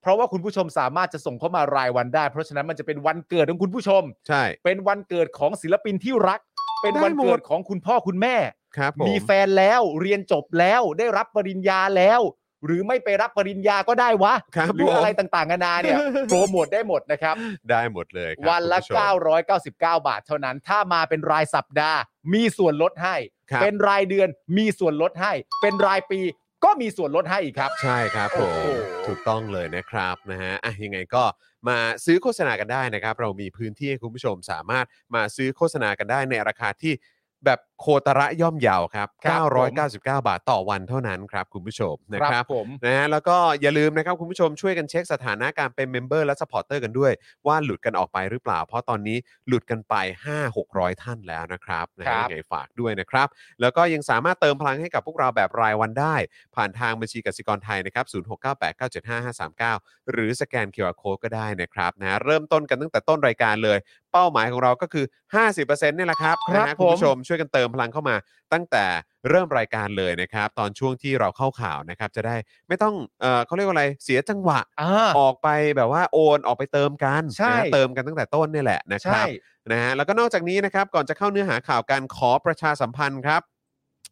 Speaker 3: เพราะว่าคุณผู้ชมสามารถจะส่งเข้ามารายวันได้ เพราะฉะนั้นมันจะเป็นวันเกิดของคุณผู้ชม
Speaker 2: ใช่
Speaker 3: เป็นวันเกิดของศิลปินที่รัก เป็นวันเกิดของคุณพ่อคุณแม่
Speaker 2: ครับผม
Speaker 3: มีแฟนแล้วเรียนจบแล้วได้รับปริญญาแล้ว หรือไม่ไปรับปริญญาก็ได้วะ
Speaker 2: ครับ
Speaker 3: หรือ
Speaker 2: ผม
Speaker 3: อะไรต่างๆนานา
Speaker 2: [laughs]
Speaker 3: เนี่ย โปรโมทได้หมดนะครับ
Speaker 2: ได้หมดเลยครับ
Speaker 3: วันละ
Speaker 2: คุณผู้ชม
Speaker 3: 999 บาทเท่านั้น ถ้ามาเป็นรายสัปดาห์ มีส่วนลดให้
Speaker 2: ครับ
Speaker 3: เป็นรายเดือนมีส่วนลดให้ เป็นรายปีก็มีส่วนลดให้อีกครับ
Speaker 2: ใช่ครับผ
Speaker 3: โอ้
Speaker 2: ม
Speaker 3: โห
Speaker 2: ถูกต้องเลยนะครับนะฮะอ่ะยังไงก็มาซื้อโฆษณากันได้นะครับ เรามีพื้นที่ให้คุณผู้ชมสามารถมาซื้อโฆษณากันได้ในราคาที่แบบโคตระย่อมเยาวครับ 999 บาทต่อวันเท่านั้นครับคุณผู้ชมนะครับ
Speaker 3: ผม
Speaker 2: นะฮะแล้วก็อย่าลืมนะครับ คุณผู้ชมช่วยกันเช็คสถานะการเป็นเมมเบอร์และสปอร์เตอร์กันด้วย ว่าหลุดกันออกไปหรือเปล่า เพราะตอนนี้หลุดกันไป 5 600 ท่านแล้วนะครับนะฮะ
Speaker 3: ครับ
Speaker 2: ยังไงฝากด้วยนะครับ แล้วก็ยังสามารถเติมพลังให้กับพวกเราแบบรายวันได้ ผ่านทางบัญชีกสิกรไทยนะครับ 0698975539 หรือสแกน QR Code ก็ได้นะครับนะฮะเริ่มต้นกันตั้งแต่ต้นรายการเลย เป้าหมายของเราก็คือ 50%เนี่ยแหละครับ
Speaker 3: ครับ
Speaker 2: นะฮะคุณผู้
Speaker 3: ผม
Speaker 2: ชมช่วยกันเติมพลังเข้ามา ตั้งแต่เริ่มรายการเลยนะครับ ตอนช่วงที่เราเข้าข่าวนะครับ จะได้ไม่ต้องเอ่อเขาเรียกว่าอะไรเสียจังหวะ
Speaker 3: อ่า
Speaker 2: ออกไปแบบว่าโอนออกไปเติมกัน
Speaker 3: ใช่
Speaker 2: นะฮะเติมกันตั้งแต่ต้นเนี่ยแหละนะค
Speaker 3: ใช่
Speaker 2: รับ นะฮะแล้วก็นอกจากนี้นะครับ ก่อนจะเข้าเนื้อหาข่าวการขอประชาสัมพันธ์ครับ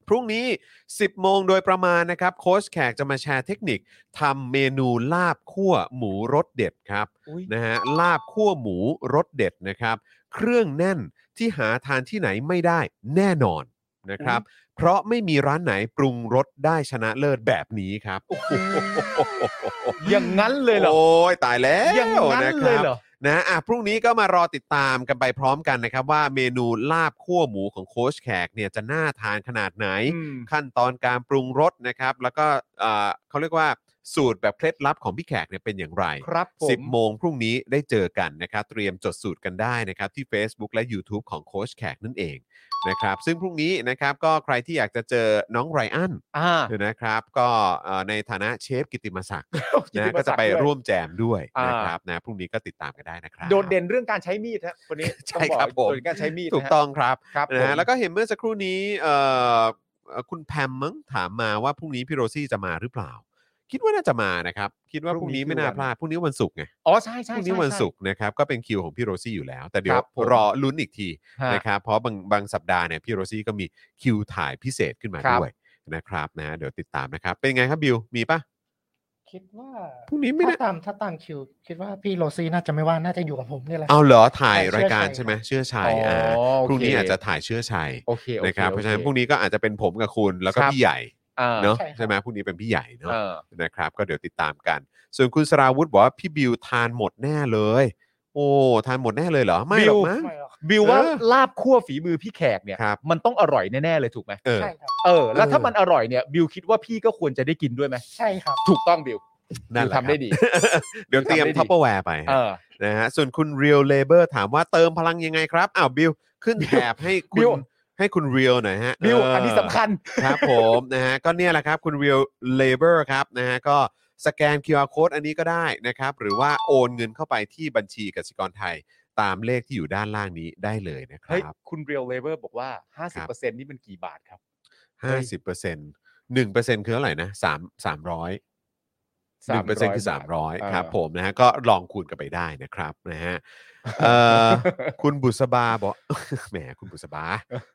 Speaker 2: พรุ่งนี้ 10 โมงโดยประมาณนะครับ โค้ชแขกจะมาแชร์เทคนิคทำเมนูลาบคั่วหมูรสเด็ดครับ
Speaker 3: อุ๊ย
Speaker 2: นะฮะลาบคั่วหมูรสเด็ดนะครับ เครื่องแน่นที่หาทานที่ไหนไม่ได้แน่นอนนะครับ เพราะไม่มีร้านไหนปรุงรสได้ชนะเลิศแบบนี้ครับโอ้โห
Speaker 3: อย่างนั้นเลยเหรอ
Speaker 2: โอ้ยตายแล้ว
Speaker 3: อย่างนั้
Speaker 2: ะ
Speaker 3: น
Speaker 2: ค
Speaker 3: เลย
Speaker 2: รับ
Speaker 3: เหรอ
Speaker 2: นะอ่ะพรุ่งนี้ก็มารอติดตามกันไปพร้อมกันนะครับ ว่าเมนูลาบคั่วหมูของโค้ชแขกเนี่ยจะน่าทานขนาดไหน
Speaker 3: อืม
Speaker 2: ขั้นตอนการปรุงรสนะครับ แล้วก็เอ่อเขาเรียกว่าสูตรแบบเคล็ดลับของพี่แขกเนี่ยเป็นอย่างไร
Speaker 3: ครับผม
Speaker 2: 10 โมงพรุ่งนี้ได้เจอกันนะครับ เตรียมจดสูตรกันได้นะครับ ที่ Facebook และ YouTube ของโค้ชแขกนั่นเองนะครับ ซึ่งพรุ่งนี้นะครับก็ใครที่อยากจะเจอน้องไรอัน
Speaker 3: อ่า
Speaker 2: นะครับ ก็เอ่อในฐานะเชฟกิติมศักดิ์
Speaker 3: ยิ
Speaker 2: นะ
Speaker 3: นดี
Speaker 2: ก็จะไป
Speaker 3: ด้วย
Speaker 2: ร่วมแจมด้วย
Speaker 3: อ่าน
Speaker 2: นะครับนะพรุ่งนี้ก็ติดตามกันได้นะครับ
Speaker 3: โดดเด่นเรื่องการใช้มีดฮะคนนี้
Speaker 2: ใช่ครับผม
Speaker 3: โดดเด่นการใช้มีดนะฮะ
Speaker 2: ถูกต้องครับ
Speaker 3: ครับ
Speaker 2: นะฮะ
Speaker 3: ผม
Speaker 2: แล้วก็เห็นเมื่อสักครู่นี้เอ่อ เอ่อคุณแพมมั้งถามมาว่าพรุ่งนี้พี่โรซี่จะมาหรือเปล่า คิดว่าน่าจะมานะครับ คิดว่าพ
Speaker 3: พรุ่
Speaker 2: รุ่ง
Speaker 3: งนี้
Speaker 2: นี้
Speaker 3: คือ
Speaker 2: ไม่น่า
Speaker 3: วัน
Speaker 2: พลาดพรุ่งนี้วันศุกร์ไง
Speaker 3: อ๋อใช่
Speaker 2: พ
Speaker 3: ใช่
Speaker 2: รุ่ง
Speaker 3: ใช่
Speaker 2: นี้วัน
Speaker 3: ใช่
Speaker 2: ศุกร์นะครับก็เป็นคิวของพี่โรซี่อยู่แล้ว แต่เดี๋ย
Speaker 3: คว รับผม
Speaker 2: รอลุ้นอีกที
Speaker 3: ฮะ
Speaker 2: นะครับเพราะบางบางสัปดาห์เนี่ยพี่โรซี่ก็มีคิวถ่ายพิเศษขึ้นมา
Speaker 3: ครับ
Speaker 2: ด้วยนะครับนะเดี๋ยวติดตามนะครับ เป็นไงครับบิวมีปะ
Speaker 4: คิดว่า
Speaker 2: พรุ่งนี้ไม่
Speaker 4: ถ้า
Speaker 2: ได้
Speaker 4: ตามถ้าตามคิว คิดว่าพี่โรซี่น่าจะไม่ว่างน่าจะอยู่กับผมเนี่ยแห
Speaker 2: [laughs]
Speaker 4: ละ
Speaker 2: เอาเหรอถ่าย
Speaker 4: แต่เชื่อ
Speaker 2: รายการ
Speaker 4: ชัย
Speaker 2: ใช่ไหมเชื่อชัยอ่า
Speaker 3: อ๋อโเค
Speaker 2: พรุ่งนี้อาจจะถ่ายเชื่อชัย
Speaker 3: โอเคโอ
Speaker 2: นะครับ
Speaker 3: โอ
Speaker 2: เพราะฉะนั้นพรุ่งนี้ก็อาจจะเป็นผมกับคุณแล้วก็
Speaker 3: ครับ
Speaker 2: พี่ใหญ่
Speaker 3: อ่
Speaker 2: เนาะ
Speaker 4: ใช่ครับ
Speaker 2: ใช่ไหมพรุ่งนี้เป็นพี่ใหญ่เนาะ
Speaker 3: เออ
Speaker 2: นะครับก็เดี๋ยวติดตามกัน ส่วนคุณสราวุธบอกว่าพี่บิวทานหมดแน่เลย โอ้ทานหมดแน่เลยเหรอไม่หรอกมั้ง
Speaker 4: ไม่หรอก
Speaker 3: บิวว่า
Speaker 2: เออ
Speaker 3: ลาบคั่วฝีมือพี่แขกเนี่ย
Speaker 2: ครับ
Speaker 3: มันต้องอร่อยแน่ๆเลยถูกไหม
Speaker 2: เออ
Speaker 4: ใช่ครับ
Speaker 3: เออแล้ว
Speaker 2: เออ
Speaker 3: ถ้ามันอร่อยเนี่ยบิวคิดว่าพี่ก็ควรจะได้กินด้วยไหม
Speaker 4: ใช่ครับ
Speaker 3: ถูกต้องบิว
Speaker 2: นั่น
Speaker 3: บิ
Speaker 2: แห
Speaker 3: ว
Speaker 2: ละ
Speaker 3: ทำได้ดี
Speaker 2: เดี๋ยวเตรียม
Speaker 3: ทำได้ดี
Speaker 2: ทัพเปอร์แวร์ไปฮะ
Speaker 3: เออ
Speaker 2: นะฮะส่วนคุณ Real Labor ถามว่าเติมพลังยังไงครับ อ้าว บิลขึ้นแถบให้คุ
Speaker 3: บิ
Speaker 2: ณ
Speaker 3: ล
Speaker 2: ให้คุณ Real หน่อยฮะ
Speaker 3: บิว
Speaker 2: เ
Speaker 3: อันนี้สำคัญ
Speaker 2: ครับผม นะฮะก็เนี่ยแหละครับ คุณ Real Labor ครับนะฮะก็สแกน QR Code อันนี้ก็ได้นะครับ หรือว่าโอนเงินเข้าไปที่บัญชีกสิกรไทยตามเลขที่อยู่ด้านล่างนี้ได้เลยนะค
Speaker 3: เฮ้ย
Speaker 2: รับ
Speaker 3: คุณเรียลเลเวอร์บอกว่า 50%นี่มันกี่บาทครับ เฮ้ย
Speaker 2: 50%หนึ่งเปอร์เซ็นคือเท่าไหร่นะสามสามร้อยหนึ่งเปอร์เซ็นคือสามร้อย
Speaker 3: าท
Speaker 2: ครับ
Speaker 3: เ
Speaker 2: ผมนะฮะก็ลองคูณกันไปได้นะครับนะฮะเอ่ [laughs] อ คุณบุษบาบอก [laughs] แหมคุณบุษบา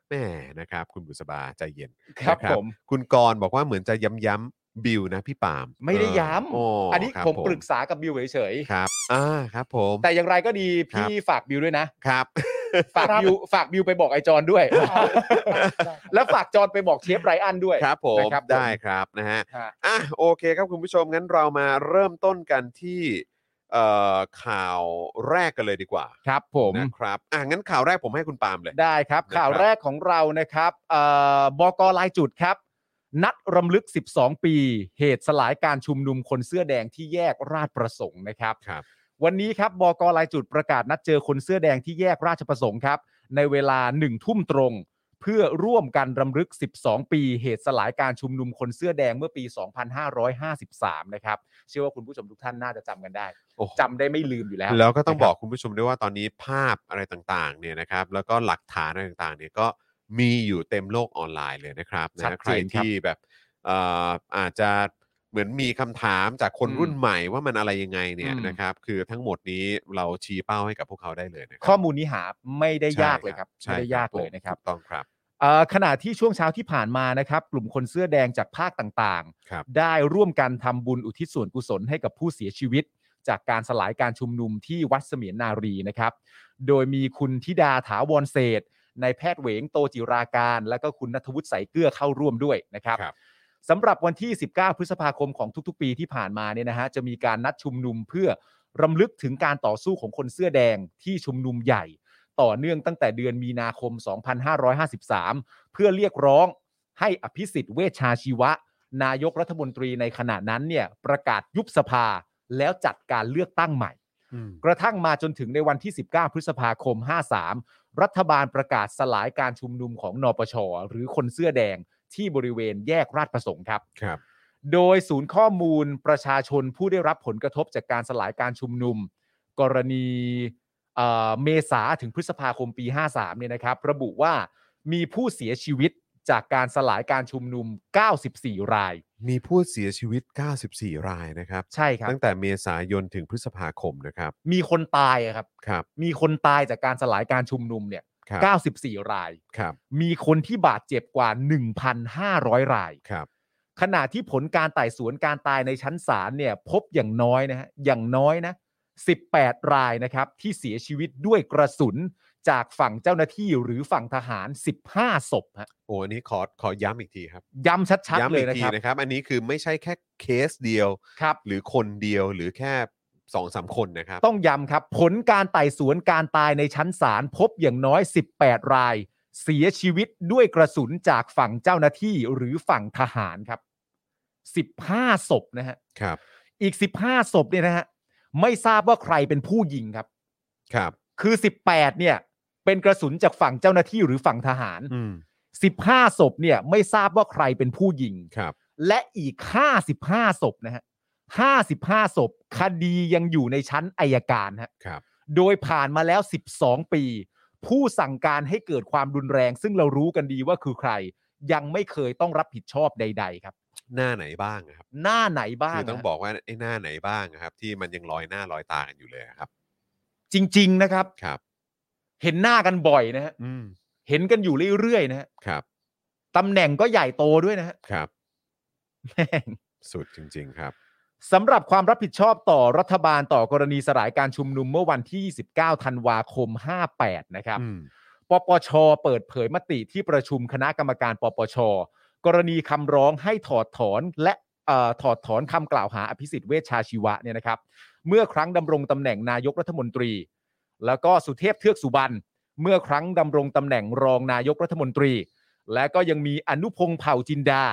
Speaker 2: แหมนะครับ คุณบุษบาใจเย็น
Speaker 3: ครับ
Speaker 2: นะครับ
Speaker 3: ผม
Speaker 2: คุณกรณ์บอกว่าเหมือนจะย้ำย้ำๆบิวนะพี่ปาล์ม
Speaker 3: ไม่ได้
Speaker 2: เ
Speaker 3: ย้ำ
Speaker 2: โ
Speaker 3: อันนี้
Speaker 2: ครับ
Speaker 3: ผมปรึกษากับบิวเฉย
Speaker 2: ครับอ่าครับ ผม
Speaker 3: ๆแต่อย่างไรก็ดีพี่ฝากบิวด้วยนะ
Speaker 2: ครับ
Speaker 3: ฝากบิวฝากบิวไปบอกไอจอนด้วย
Speaker 4: ได้
Speaker 3: และฝากจอนไปบอกเชฟไรอันด้วย
Speaker 2: ครับผม
Speaker 3: นะครับ
Speaker 2: ได้ครับนะฮะ
Speaker 3: ฮะ
Speaker 2: อ่ะโอเคครับคุณผู้ชมงั้นเรามาเริ่มต้นกันที่เอ่อข่าวแรกกันเลยดีกว่า
Speaker 3: ครับผม
Speaker 2: นะครับอ่ะงั้นข่าวแรกผมให้คุณปาล์มเลย
Speaker 3: ได้ครับ
Speaker 2: นะครับ
Speaker 3: ข่าวแรกของเรานะครับเอ่อบอกลายจุดครับ นัดรำลึก 12 ปี เหตุสลายการชุมนุมคนเสื้อแดงที่แยกราชประสงค์นะครับ
Speaker 2: ครับ
Speaker 3: วันนี้ครับบกลายจุดประกาศนัดเจอคนเสื้อแดงที่แยกราชประสงค์ครับ ในเวลาหนึ่งทุ่มตรง เพื่อร่วมกันรำลึก 12 ปี เหตุสลายการชุมนุมคนเสื้อแดงเมื่อปี 2553 นะครับ เชื่อว่าคุณผู้ชมทุกท่านน่าจะจำกันได้
Speaker 2: โอ้โห
Speaker 3: จำได้ไม่ลืมอยู่แล้ว
Speaker 2: แล้วก็ต้อง
Speaker 3: นะครั
Speaker 2: บ
Speaker 3: บ
Speaker 2: อกคุณผู้ชมด้วยว่าตอนนี้ภาพอะไรต่างๆเนี่ยนะครับ แล้วก็หลักฐานอะไรต่างๆเนี่ยก็มีอยู่เต็มโลกออนไลน์เลยนะครับ
Speaker 3: ชัด
Speaker 2: นะใค
Speaker 3: เจ
Speaker 2: ร
Speaker 3: นครับ
Speaker 2: ที่แบบเอ่ออาจจะเหมือนมีคำถามจากคน
Speaker 3: อืม
Speaker 2: รุ่นใหม่ว่ามันอะไรยังไงเนี่ย
Speaker 3: อืม
Speaker 2: นะครับ คือทั้งหมดนี้เราชี้เป้าให้กับพวกเขาได้เลยนะครั
Speaker 3: ข้อมูลนี้หาไม่ได้ยากเลยครับ
Speaker 2: ใช่
Speaker 3: ไม่ได้ยากเลยนะครับ
Speaker 2: ถูกต้องครับ
Speaker 3: เอ่อขณะที่ช่วงเช้าที่ผ่านมานะครับ กลุ่มคนเสื้อแดงจากภาคต่าง
Speaker 2: ครับ
Speaker 3: ๆ ได้ร่วมกันทำบุญอุทิศส่วนกุศลให้กับผู้เสียชีวิต จากการสลายการชุมนุมที่วัดเสมียนนารีนะครับ โดยมีคุณธิดาถาวรเศรษฐ์นายแพทย์เหวงโตจิราการ และก็คุณนัทวุฒิใสายเกลือเข้าร่วมด้วยนะครับ
Speaker 2: ครับ
Speaker 3: สำหรับวันที่ 19 พฤษภาคมของทุกๆ ปีที่ผ่านมาเนี่ยนะฮะ จะมีการนัดชุมนุมเพื่อรำลึกถึงการต่อสู้ของคนเสื้อแดงที่ชุมนุมใหญ่ ต่อเนื่องตั้งแต่เดือนมีนาคม 2553 เพื่อเรียกร้องให้อภิสิทธิ์เวชชาชีวะ นายกรัฐมนตรีในขณะนั้นเนี่ยประกาศยุบสภาแล้วจัดการเลือกตั้งใหม่ กระทั่งมาจนถึงในวันที่ 19 พฤษภาคม 53 รัฐบาลประกาศสลายการชุมนุมของนปช หรือคนเสื้อแดงที่บริเวณแยกราชประสงค์ครับ
Speaker 2: ครับ
Speaker 3: โดยศูนย์ข้อมูลประชาชนผู้ได้รับผลกระทบจากการสลายการชุมนุม กรณีเอ่อเมษาถึงพฤษภาคมปี 53 เนี่ยนะครับ ระบุว่ามีผู้เสียชีวิตจากการสลายการชุมนุม 94 ราย
Speaker 2: มีผู้เสียชีวิต 94 รายนะครับ
Speaker 3: ใช่ครับ
Speaker 2: ตั้งแต่เมษายนถึงพฤษภาคมนะครับ
Speaker 3: มีคนตายอะครับ
Speaker 2: ครับ
Speaker 3: มีคนตายจากการสลายการชุมนุมเนี่ย
Speaker 2: ครับ
Speaker 3: 94 ราย
Speaker 2: ครับ
Speaker 3: มีคนที่บาดเจ็บกว่า 1,500 ราย
Speaker 2: ครับ
Speaker 3: ขณะที่ผลการไต่สวนการตายในชั้นศาลเนี่ยพบอย่างน้อยนะฮะอย่างน้อยนะ18 รายนะครับ ที่เสียชีวิตด้วยกระสุนจากฝั่งเจ้าหน้าที่หรือฝั่งทหาร 15ศพฮะ
Speaker 2: โอ้อันนี้ขอขอย้ำอีกทีครับ
Speaker 3: ย้ำชัดๆ
Speaker 2: ย้ำ
Speaker 3: เล
Speaker 2: อี
Speaker 3: ย
Speaker 2: ก
Speaker 3: นะ
Speaker 2: ที
Speaker 3: ครับ
Speaker 2: นะครับ อันนี้คือไม่ใช่แค่เคสเดียว
Speaker 3: ครับ
Speaker 2: หรือคนเดียวหรือแค่สองสามคนนะครับ
Speaker 3: ต้องย้ำครับ ผลการไต่สวนการตายในชั้นศาลพบอย่างน้อย 18 ราย เสียชีวิตด้วยกระสุนจากฝั่งเจ้าหน้าที่หรือฝั่งทหารครับ 15ศพนะฮะ
Speaker 2: ครับ
Speaker 3: อีก 15ศพเนี่ยนะฮะไม่ทราบว่าใครเป็นผู้ยิงครับ
Speaker 2: ครับ
Speaker 3: คือ 18 เนี่ย เป็นกระสุนจากฝั่งเจ้าหน้าที่หรือฝั่งทหาร
Speaker 2: อืม
Speaker 3: 15 ศพเนี่ยไม่ทราบว่าใครเป็นผู้ยิง
Speaker 2: ครับ
Speaker 3: และอีก 55 ศพนะฮะ 55 ศพ คดียังอยู่ในชั้นอายการฮะ
Speaker 2: ครับ
Speaker 3: โดยผ่านมาแล้ว 12 ปี ผู้สั่งการให้เกิดความรุนแรง ซึ่งเรารู้กันดีว่าคือใคร ยังไม่เคยต้องรับผิดชอบใด ๆ ครับ
Speaker 2: หน้าไหนบ้างอะครับ
Speaker 3: หน้าไหนบ้าง
Speaker 2: คือต้อง
Speaker 3: ะ
Speaker 2: บอกว่าไอ้หน้าไหนบ้างอะครับ ที่มันยังลอยหน้าลอยตากันอยู่เลยอะครับ
Speaker 3: จริง ๆ นะครับ
Speaker 2: ครับ
Speaker 3: เห็นหน้ากันบ่อยนะฮะ
Speaker 2: อืม
Speaker 3: เห็นกันอยู่เรื่อย ๆ นะฮะ
Speaker 2: ครับ
Speaker 3: ตำแหน่งก็ใหญ่โตด้วยนะฮะ [laughs]
Speaker 2: ครับ
Speaker 3: แม่ง
Speaker 2: สุดจริง ๆ ครับ
Speaker 3: สำหรับความรับผิดชอบต่อรัฐบาลต่อกรณีสลายการชุมนุมเมื่อวันที่ 29 ธันวาคม 58 นะครับ
Speaker 2: อืม
Speaker 3: ปปช เปิดเผยมติที่ประชุมคณะกรรมการปปช กรณีคำร้องให้ถอดถอนและเอ่อถอดถอนคำกล่าวหาอภิสิทธิ์เวชชาชีวะเนี่ยนะครับ เมื่อครั้งดำรงตำแหน่งนายกรัฐมนตรี แล้วก็สุเทพเทือกสุบรรณเมื่อครั้งดำรงตำแหน่งรองนายกรัฐมนตรี และก็ยังมีอนุพงษ์เผ่าจินดา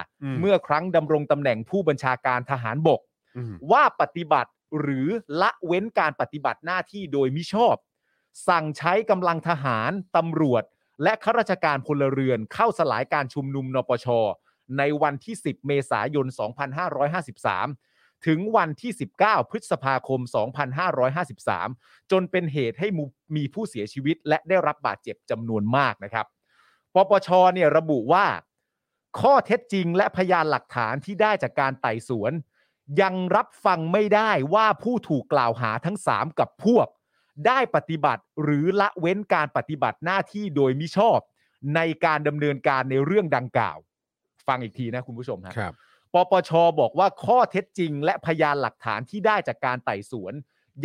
Speaker 3: เมื่อครั้งดำรงตำแหน่งผู้บัญชาการทหารบก
Speaker 2: อืม
Speaker 3: ว่าปฏิบัติหรือละเว้นการปฏิบัติหน้าที่โดยมิชอบ สั่งใช้กำลังทหารตำรวจ และข้าราชการพลเรือนเข้าสลายการชุมนุมนปช ในวันที่ 10 เมษายน 2553 ถึงวันที่ 19 พฤษภาคม 2553 จนเป็นเหตุให้มุมีผู้เสียชีวิต และได้รับบาดเจ็บจำนวนมากนะครับ ปปชเนี่ยระบุว่า ข้อเท็จจริงและพยานหลักฐานที่ได้จากการไต่สวน ยังรับฟังไม่ได้ว่าผู้ถูกกล่าวหาทั้ง 3 กับพวก ได้ปฏิบัติหรือละเว้นการปฏิบัติหน้าที่โดยมิชอบ ในการดำเนินการในเรื่องดังกล่าว ฟังอีกทีนะคุณผู้ชมฮะ
Speaker 2: ครับ
Speaker 3: ปปชบอกว่าข้อเท็จจริง และพยานหลักฐานที่ได้จากการไต่สวน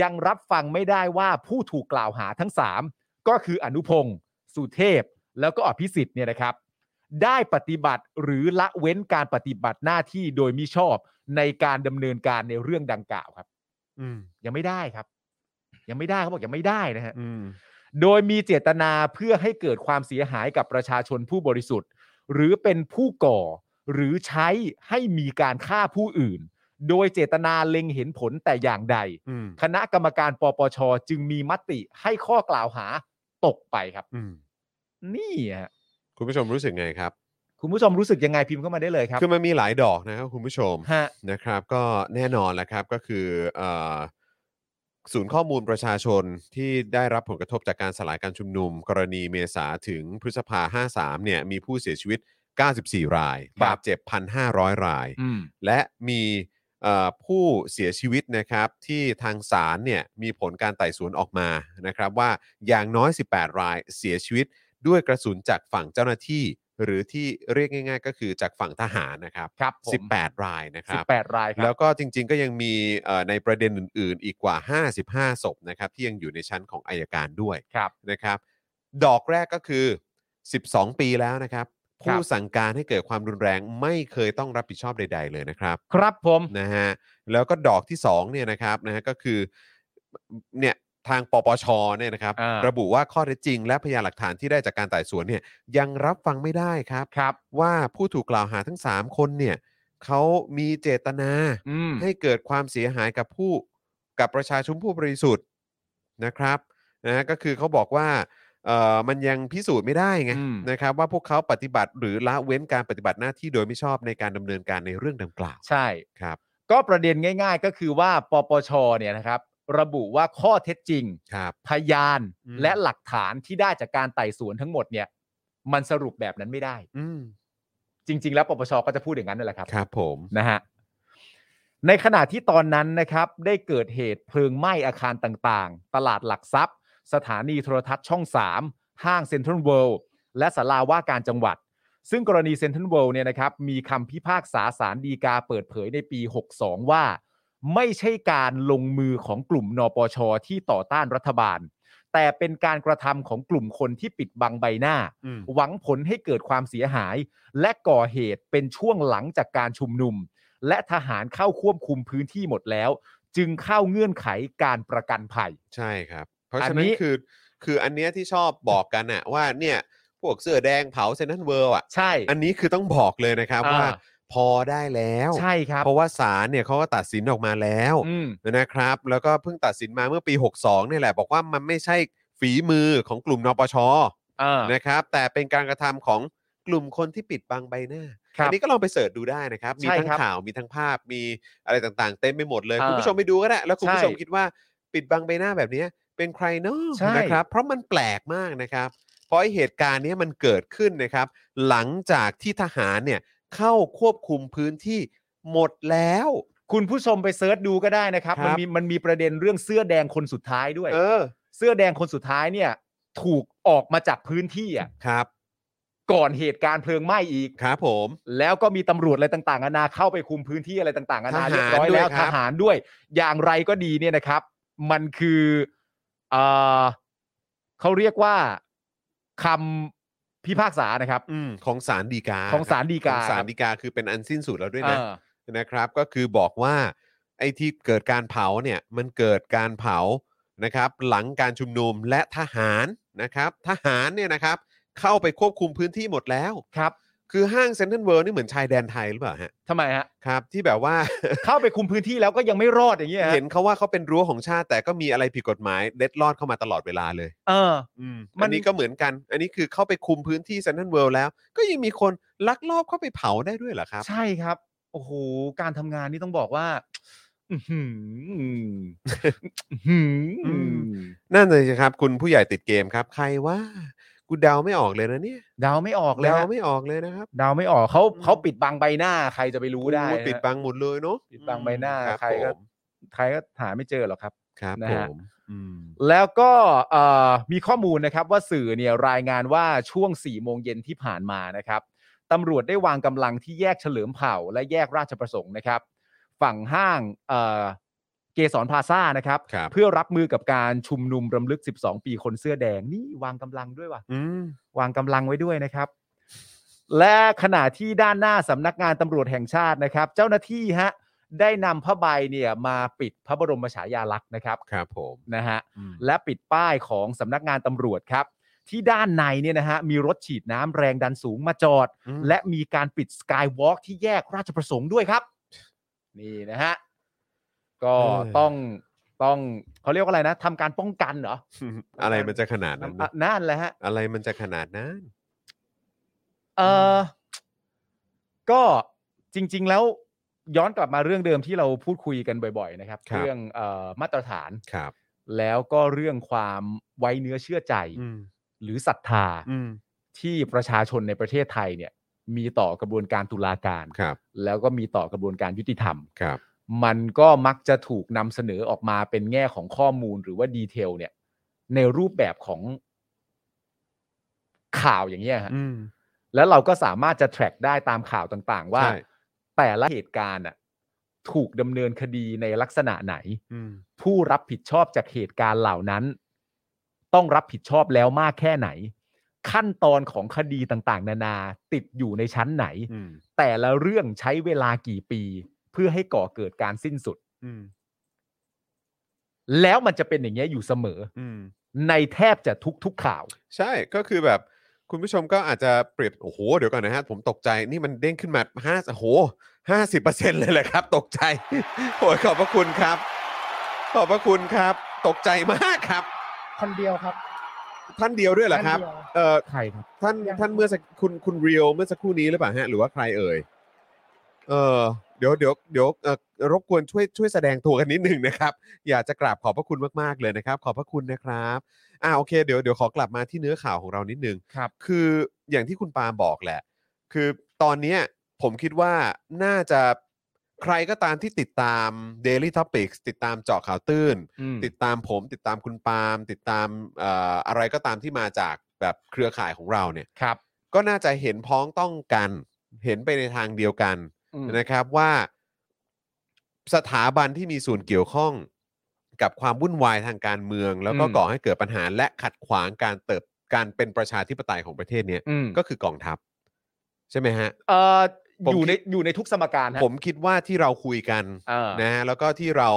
Speaker 3: ยังรับฟังไม่ได้ว่าผู้ถูกกล่าวหาทั้ง 3 ก็คืออนุพงศ์สุเทพ แล้วก็อภิสิทธิ์เนี่ยนะครับ ได้ปฏิบัติหรือละเว้นการปฏิบัติหน้าที่โดยมิชอบในการดำเนินการในเรื่องดังกล่าวครับ
Speaker 2: อืม
Speaker 3: ยังไม่ได้ครับ ยังไม่ได้เขาบอกยังไม่ได้นะฮะ
Speaker 2: อืม
Speaker 3: โดยมีเจตนาเพื่อให้เกิดความเสียหายกับประชาชนผู้บริสุทธิ์ หรือเป็นผู้ก่อ หรือใช้ให้มีการฆ่าผู้อื่น โดยเจตนาเล็งเห็นผลแต่อย่างใด
Speaker 2: อืม
Speaker 3: คณะกรรมการปปช จึงมีมติให้ข้อกล่าวหาตกไปครับ
Speaker 2: อืม
Speaker 3: นี่ฮะ
Speaker 2: คุณผู้ชมรู้สึกไงครับ
Speaker 3: คุณผู้ชมรู้สึกยังไงพิมพ์เข้ามาได้เลยครับ
Speaker 2: คือมันมีหลายดอกนะครับคุณผู้ชม
Speaker 3: ฮะ
Speaker 2: นะครับก็แน่นอนแหละครับก็คือเอ่อศูนย์ข้อมูลประชาชนที่ได้รับผลกระทบจากการสลายการชุมนุม กรณีเมษาถึงพฤษภา 53 เนี่ยมีผู้เสียชีวิต 94 ราย
Speaker 3: ครับ
Speaker 2: บาดเจ็บ 1,500 ราย
Speaker 3: อืม
Speaker 2: และมีเอ่อผู้เสียชีวิตนะครับที่ทางศาลเนี่ยมีผลการไต่สวนออกมานะครับว่าอย่างน้อย 18 รายเสียชีวิตด้วยกระสุนจากฝั่งเจ้าหน้าที่ หรือที่เรียกง่าย ๆ ก็คือจากฝั่งทหารนะครับ
Speaker 3: ครับผม
Speaker 2: 18 รายนะค
Speaker 3: สิ
Speaker 2: รั
Speaker 3: บบ แปดรายค
Speaker 2: แล้
Speaker 3: รั
Speaker 2: ว
Speaker 3: บ
Speaker 2: ก็จริงๆก็ยังมีเอ่อในประเด็นอื่น ๆ อีกกว่า 55 ศพนะครับที่ยังอยู่ในชั้นของอายการด้วย
Speaker 3: ครับ
Speaker 2: นะครับ ดอกแรกก็คือ 12 ปีแล้วนะครับ
Speaker 3: ครับ
Speaker 2: ผู้สั่งการให้เกิดความรุนแรงไม่เคยต้องรับผิดชอบใด ๆ เลยนะครับ
Speaker 3: ครับผม
Speaker 2: นะฮะแล้วก็ดอกที่2เนี่ยนะครับนะฮะก็คือเนี่ยทางปปชเนี่ยนะครับ
Speaker 3: อ่า
Speaker 2: ระบุว่าข้อเท็จจริง และพยานหลักฐานที่ได้จากการไต่สวนเนี่ยยังรับฟังไม่ได้ครับ
Speaker 3: ครับ
Speaker 2: ว่าผู้ถูกกล่าวหาทั้ง 3 คนเนี่ยเขามีเจตนา
Speaker 3: อืม
Speaker 2: ให้เกิดความเสียหายกับผู้กับประชาชนผู้บริสุทธิ์นะครับนะก็คือเขาบอกว่าเอ่อมันยังพิสูจน์ไม่ได้ไง
Speaker 3: อืม
Speaker 2: นะครับ ว่าพวกเขาปฏิบัติหรือละเว้นการปฏิบัติหน้าที่โดยไม่ชอบในการดำเนินการในเรื่องดังกล่าว
Speaker 3: ใช่
Speaker 2: ครับ
Speaker 3: ก็ประเด็นง่าย ๆ ก็คือว่าปปชเนี่ยนะครับ ระบุว่าข้อเท็จจริง
Speaker 2: ครับ
Speaker 3: พยาน
Speaker 2: อืม
Speaker 3: และหลักฐานที่ได้จากการไต่สวนทั้งหมดเนี่ย มันสรุปแบบนั้นไม่ได้
Speaker 2: อืม
Speaker 3: จริง ๆ แล้วปปชก็จะพูดอย่างนั้นนั่นแหละครับ
Speaker 2: ครับผม
Speaker 3: นะฮะในขณะที่ตอนนั้นนะครับ ได้เกิดเหตุเพลิงไหม้อาคารต่างๆ ตลาดหลักทรัพย์ สถานีโทรทัศน์ช่อง 3 ห้างเซ็นทรัลเวิลด์และสาราว่าการจังหวัด ซึ่งกรณีเซ็นทรัลเวิลด์เนี่ยนะครับ มีคำพิพากษาสารดีกาเปิดเผยในปี 62 ว่า ไม่ใช่การลงมือของกลุ่มนปช ที่ต่อต้านรัฐบาล แต่เป็นการกระทำของกลุ่มคนที่ปิดบังใบหน้า
Speaker 2: อืม
Speaker 3: หวังผลให้เกิดความเสียหาย และก่อเหตุเป็นช่วงหลังจากการชุมนุม และทหารเข้าควบคุมพื้นที่หมดแล้ว จึงเข้าเงื่อนไขการประกันภัย
Speaker 2: ใช่ครับ เพราะ
Speaker 3: อัน
Speaker 2: ฉะนั้
Speaker 3: นี้
Speaker 2: นคือคืออันเนี้ยที่ชอบบอกกันน่ะว่าเนี่ยพวกเสื้อแดงเผาเซนทรัลเวิลด์อ่ะ
Speaker 3: ใช่
Speaker 2: อันนี้คือต้องบอกเลยนะครับ
Speaker 3: อ่า
Speaker 2: ว่าพอได้แล้ว
Speaker 3: ใช่ครับ
Speaker 2: เพราะว่าศาลเนี่ยเขาก็ตัดสินออกมาแล้ว
Speaker 3: อืม
Speaker 2: นะครับแล้วก็เพิ่งตัดสินมาเมื่อปี 62เนี่ยแหละ บอกว่ามันไม่ใช่ฝีมือของกลุ่มนปช
Speaker 3: อ่า
Speaker 2: นะครับ แต่เป็นการกระทำของกลุ่มคนที่ปิดบังใบหน้า
Speaker 3: ครับ
Speaker 2: อันี้ก็ลองไปเสิร์ชดูได้นะครับ มี
Speaker 3: ใช่
Speaker 2: ทั้ง
Speaker 3: ครับ
Speaker 2: ข่าวมีทั้งภาพมีอะไรต่างๆ เต็มไปหมดเลย
Speaker 3: อ่า
Speaker 2: คุณผู้ชมไปดูก็ได้ แล้วคุณผู้ชม
Speaker 3: ใช่
Speaker 2: คิดว่าปิดบังใบหน้าแบบเนี้ยเป็นใครเนาะ
Speaker 3: ใช่
Speaker 2: นะครับ เพราะมันแปลกมากนะครับ พ ราะเหตุการณ์เนี้ยมันเกิดขึ้นนะครับ หลังจากที่ทหารเนี่ยเข้าควบคุมพื้นที่หมดแล้ว
Speaker 3: คุณผู้ชมไปเซิร์ชดูก็ได้นะครับ
Speaker 2: ครับ
Speaker 3: มันมีมันมีประเด็นเรื่องเสื้อแดงคนสุดท้ายด้วย
Speaker 2: เออ
Speaker 3: เสื้อแดงคนสุดท้ายเนี่ย ถูกออกมาจากพื้นที่อ่ะ
Speaker 2: ครับ
Speaker 3: ก่อนเหตุการณ์เพลิงไหม้อีก
Speaker 2: ครับผม
Speaker 3: แล้วก็มีตำรวจอะไรต่างๆนานาเข้าไปคุมพื้นที่อะไรต่างๆนา
Speaker 2: ท
Speaker 3: นา
Speaker 2: หาร
Speaker 3: เรียบร้อยแล้ว
Speaker 2: ด้วยค
Speaker 3: ท
Speaker 2: รับ
Speaker 3: หารด้วย อย่างไรก็ดีเนี่ยนะครับ มันคือเอ่อเขาเรียกว่าคำพิพากษานะครับ
Speaker 2: อืมของสารดีกา
Speaker 3: ของศาลฎีกา
Speaker 2: ของศาล
Speaker 3: ครับ
Speaker 2: ฎีกาคือเป็นอันสิ้นสุดแล้วด้วย
Speaker 3: เอ
Speaker 2: นะ
Speaker 3: อ
Speaker 2: นะครับก็คือบอกว่าไอ้ที่เกิดการเผาเนี่ยมันเกิดการเผานะครับ หลังการชุมนุมและทหารนะครับ ทหารเนี่ยนะครับ เข้าไปควบคุมพื้นที่หมดแล้ว
Speaker 3: ครับ
Speaker 2: คือห้างเซ็นทรัลเวิลด์นี่เหมือนชายแดนไทยหรือเปล่าฮะ
Speaker 3: ทำไมฮะ
Speaker 2: ครับ ที่แบบว่า
Speaker 3: เข้าไปคุมพื้นที่แล้วก็ยังไม่รอดอย่างเงี้ยฮะ
Speaker 2: เห็นเขาว่าเขาเป็นรั้วของชาติ แต่ก็มีอะไรผิดกฎหมายเล็ดลอดเข้ามาตลอดเวลาเลย
Speaker 3: เออ
Speaker 2: อืม
Speaker 3: มั
Speaker 2: อั
Speaker 3: น
Speaker 2: นนี้ก็เหมือนกัน อันนี้คือเข้าไปคุมพื้นที่เซ็นทรัลเวิลด์แล้ว ก็ยังมีคนลักลอบเข้าไปเผาได้ด้วยเหรอครับ
Speaker 3: ใช่ครับ โอ้โห การทำงานนี่ต้องบอกว่า อื้อหื
Speaker 2: [laughs]
Speaker 3: ออื้อหือ
Speaker 2: นั่นเลยสิครับ คุณผู้ใหญ่ติดเกมครับ ใครว่ากูเดาไม่ออกเลยนะเนี่ย
Speaker 3: เดาไม่ออกเลย
Speaker 2: เดา
Speaker 3: ฮะ
Speaker 2: ไม่ออกเลยนะครับ
Speaker 3: เดาไม่ออกเขาเขาปิดบังใบหน้า ใครจะไปรู้ได้
Speaker 2: โอ้
Speaker 3: นะ
Speaker 2: ปิดบังหมดเลยเนาะ
Speaker 3: ปิดบังใบหน้า
Speaker 2: อืม
Speaker 3: ใครก็ ใครก็หาไม่เจอหรอกครับ
Speaker 2: ครับ
Speaker 3: นะ
Speaker 2: ผ
Speaker 3: ฮะ
Speaker 2: มอืม
Speaker 3: แล้วก็เอ่อมีข้อมูลนะครับว่าสื่อเนี่ยรายงานว่าช่วง4ี่โมงเย็นที่ผ่านมานะครับตำรวจได้วางกำลังที่แยกเฉลิมเผ่า และแยกราชประสงค์นะครับ ฝั่งห้างเอ่อเกสรพลาซ่านะครับ
Speaker 2: ครับ
Speaker 3: เพื่อรับมือกับการชุมนุมรำลึก 12 ปีคนเสื้อแดงนี่วางกำลังด้วยว่ะ
Speaker 2: อืม
Speaker 3: วางกำลังไว้ด้วยนะครับ และขณะที่ด้านหน้าสำนักงานตำรวจแห่งชาตินะครับ เจ้าหน้าที่ฮะได้นำผ้าใบเนี่ยมาปิดพระบรมฉายาลักษณ์นะครับ
Speaker 2: ครับผม
Speaker 3: นะฮะ
Speaker 2: อืม
Speaker 3: และปิดป้ายของสำนักงานตำรวจครับ ที่ด้านในเนี่ยนะฮะมีรถฉีดน้ำแรงดันสูงมาจอด
Speaker 2: อืม
Speaker 3: และมีการปิดสกายวอล์กที่แยกราชประสงค์ด้วยครับ นี่นะฮะก็ต้องต้องเขาเรียกว่าอะไรนะทำการป้องกันเหรอ
Speaker 2: อะไรมันจะขนาดนั้น
Speaker 3: อ่ะ
Speaker 2: นะ
Speaker 3: นั่นแหละฮะ
Speaker 2: อะไรมันจะขนาดนั้น
Speaker 3: เออก็จริง ๆ แล้วย้อนกลับมาเรื่องเดิมที่เราพูดคุยกันบ่อย ๆ นะครับ
Speaker 2: ครับ
Speaker 3: เรื่องเอ่อมาตรฐาน
Speaker 2: ครับ
Speaker 3: แล้วก็เรื่องความไว้เนื้อเชื่อใจ
Speaker 2: อืม
Speaker 3: หรือศรัทธา
Speaker 2: อืม
Speaker 3: ที่ประชาชนในประเทศไทยเนี่ย มีต่อกระบวนการตุลาการ
Speaker 2: ครับ
Speaker 3: แล้วก็มีต่อกระบวนการยุติธรรม
Speaker 2: ครับ
Speaker 3: มันก็มักจะถูกนำเสนอออกมาเป็นแง่ของข้อมูลหรือว่าดีเทลเนี่ย ในรูปแบบของข่าวอย่างเงี้ยฮะ
Speaker 2: อืม
Speaker 3: แล้วเราก็สามารถจะ track ได้ตามข่าวต่างๆ ว่า
Speaker 2: ใช่
Speaker 3: แต่ละเหตุการณ์อะถูกดำเนินคดีในลักษณะไหน
Speaker 2: อืม
Speaker 3: ผู้รับผิดชอบจากเหตุการณ์เหล่านั้น ต้องรับผิดชอบแล้วมากแค่ไหน ขั้นตอนของคดีต่างๆ นานาติดอยู่ในชั้นไหน
Speaker 2: อืม
Speaker 3: แต่ละเรื่องใช้เวลากี่ปี เพื่อให้ก่อเกิดการสิ้นสุด
Speaker 2: อืม
Speaker 3: แล้วมันจะเป็นอย่างเงี้ยอยู่เสมอ
Speaker 2: อืม
Speaker 3: ในแทบจะทุกๆข่าว
Speaker 2: ใช่ก็คือแบบ คุณผู้ชมก็อาจจะเปรียบโอ้โหเดี๋ยวก่อนนะฮะผมตกใจนี่มันเด้งขึ้นมาห้าโอ้โหห้าสิบเปอร์เซ็นต์เลยแหละครับ ตกใจโอ้ยขอบพระคุณครับ ขอบพระคุณครับ ตกใจมากครับ
Speaker 4: คนเดียวครับ
Speaker 2: ท่านเดียวด้วยเหรอครับ
Speaker 4: นเดียว
Speaker 2: เอ่อ
Speaker 3: ใครครับ
Speaker 2: ท่านท่านเมื่อสักคุณคุณเรียวเมื่อสักครู่นี้หรือเปล่าฮะหรือว่าใครเอ่ยเออเดี๋ยวเดี๋ยวเดี๋ยวเอ่อรบกวนช่วยช่วยแสดงตัวกันนิดหนึ่งนะครับ อยากจะกราบขอบพระคุณมากๆเลยนะครับ ขอบพระคุณนะครับอ่าโอเคเดี๋ยวเดี๋ยวขอกลับมาที่เนื้อข่าวของเรานิดนึง
Speaker 3: ครับ
Speaker 2: คืออย่างที่คุณปาบอกแหละ คือตอนเนี้ยผมคิดว่าน่าจะใครก็ตามที่ติดตาม Daily Topics ติดตามเจาะข่าวตื้น
Speaker 3: อืม
Speaker 2: ติดตามผมติดตามคุณปาล์มติดตามเอ่ออะไรก็ตามที่มาจากแบบเครือข่ายของเราเนี่ย
Speaker 3: ครับ
Speaker 2: ก็น่าจะเห็นพ้องต้องกัน เห็นไปในทางเดียวกัน
Speaker 3: อืม
Speaker 2: นะครับว่าสถาบันที่มีส่วนเกี่ยวข้องกับความวุ่นวายทางการเมือง แล้วก็
Speaker 3: อืม
Speaker 2: ก่อให้เกิดปัญหาและขัดขวางการเติบการเป็นประชาธิปไตยของประเทศเนี่ย
Speaker 3: อืม
Speaker 2: ก็คือกองทัพ ใช่ไหมฮะ
Speaker 3: เอ่อ
Speaker 2: ผม
Speaker 3: อยู่
Speaker 2: คิด
Speaker 3: ในอยู่ในทุกสมการฮะ
Speaker 2: ผมคิดว่าที่เราคุยกัน
Speaker 3: เออ
Speaker 2: นะฮะแล้วก็ที่เรา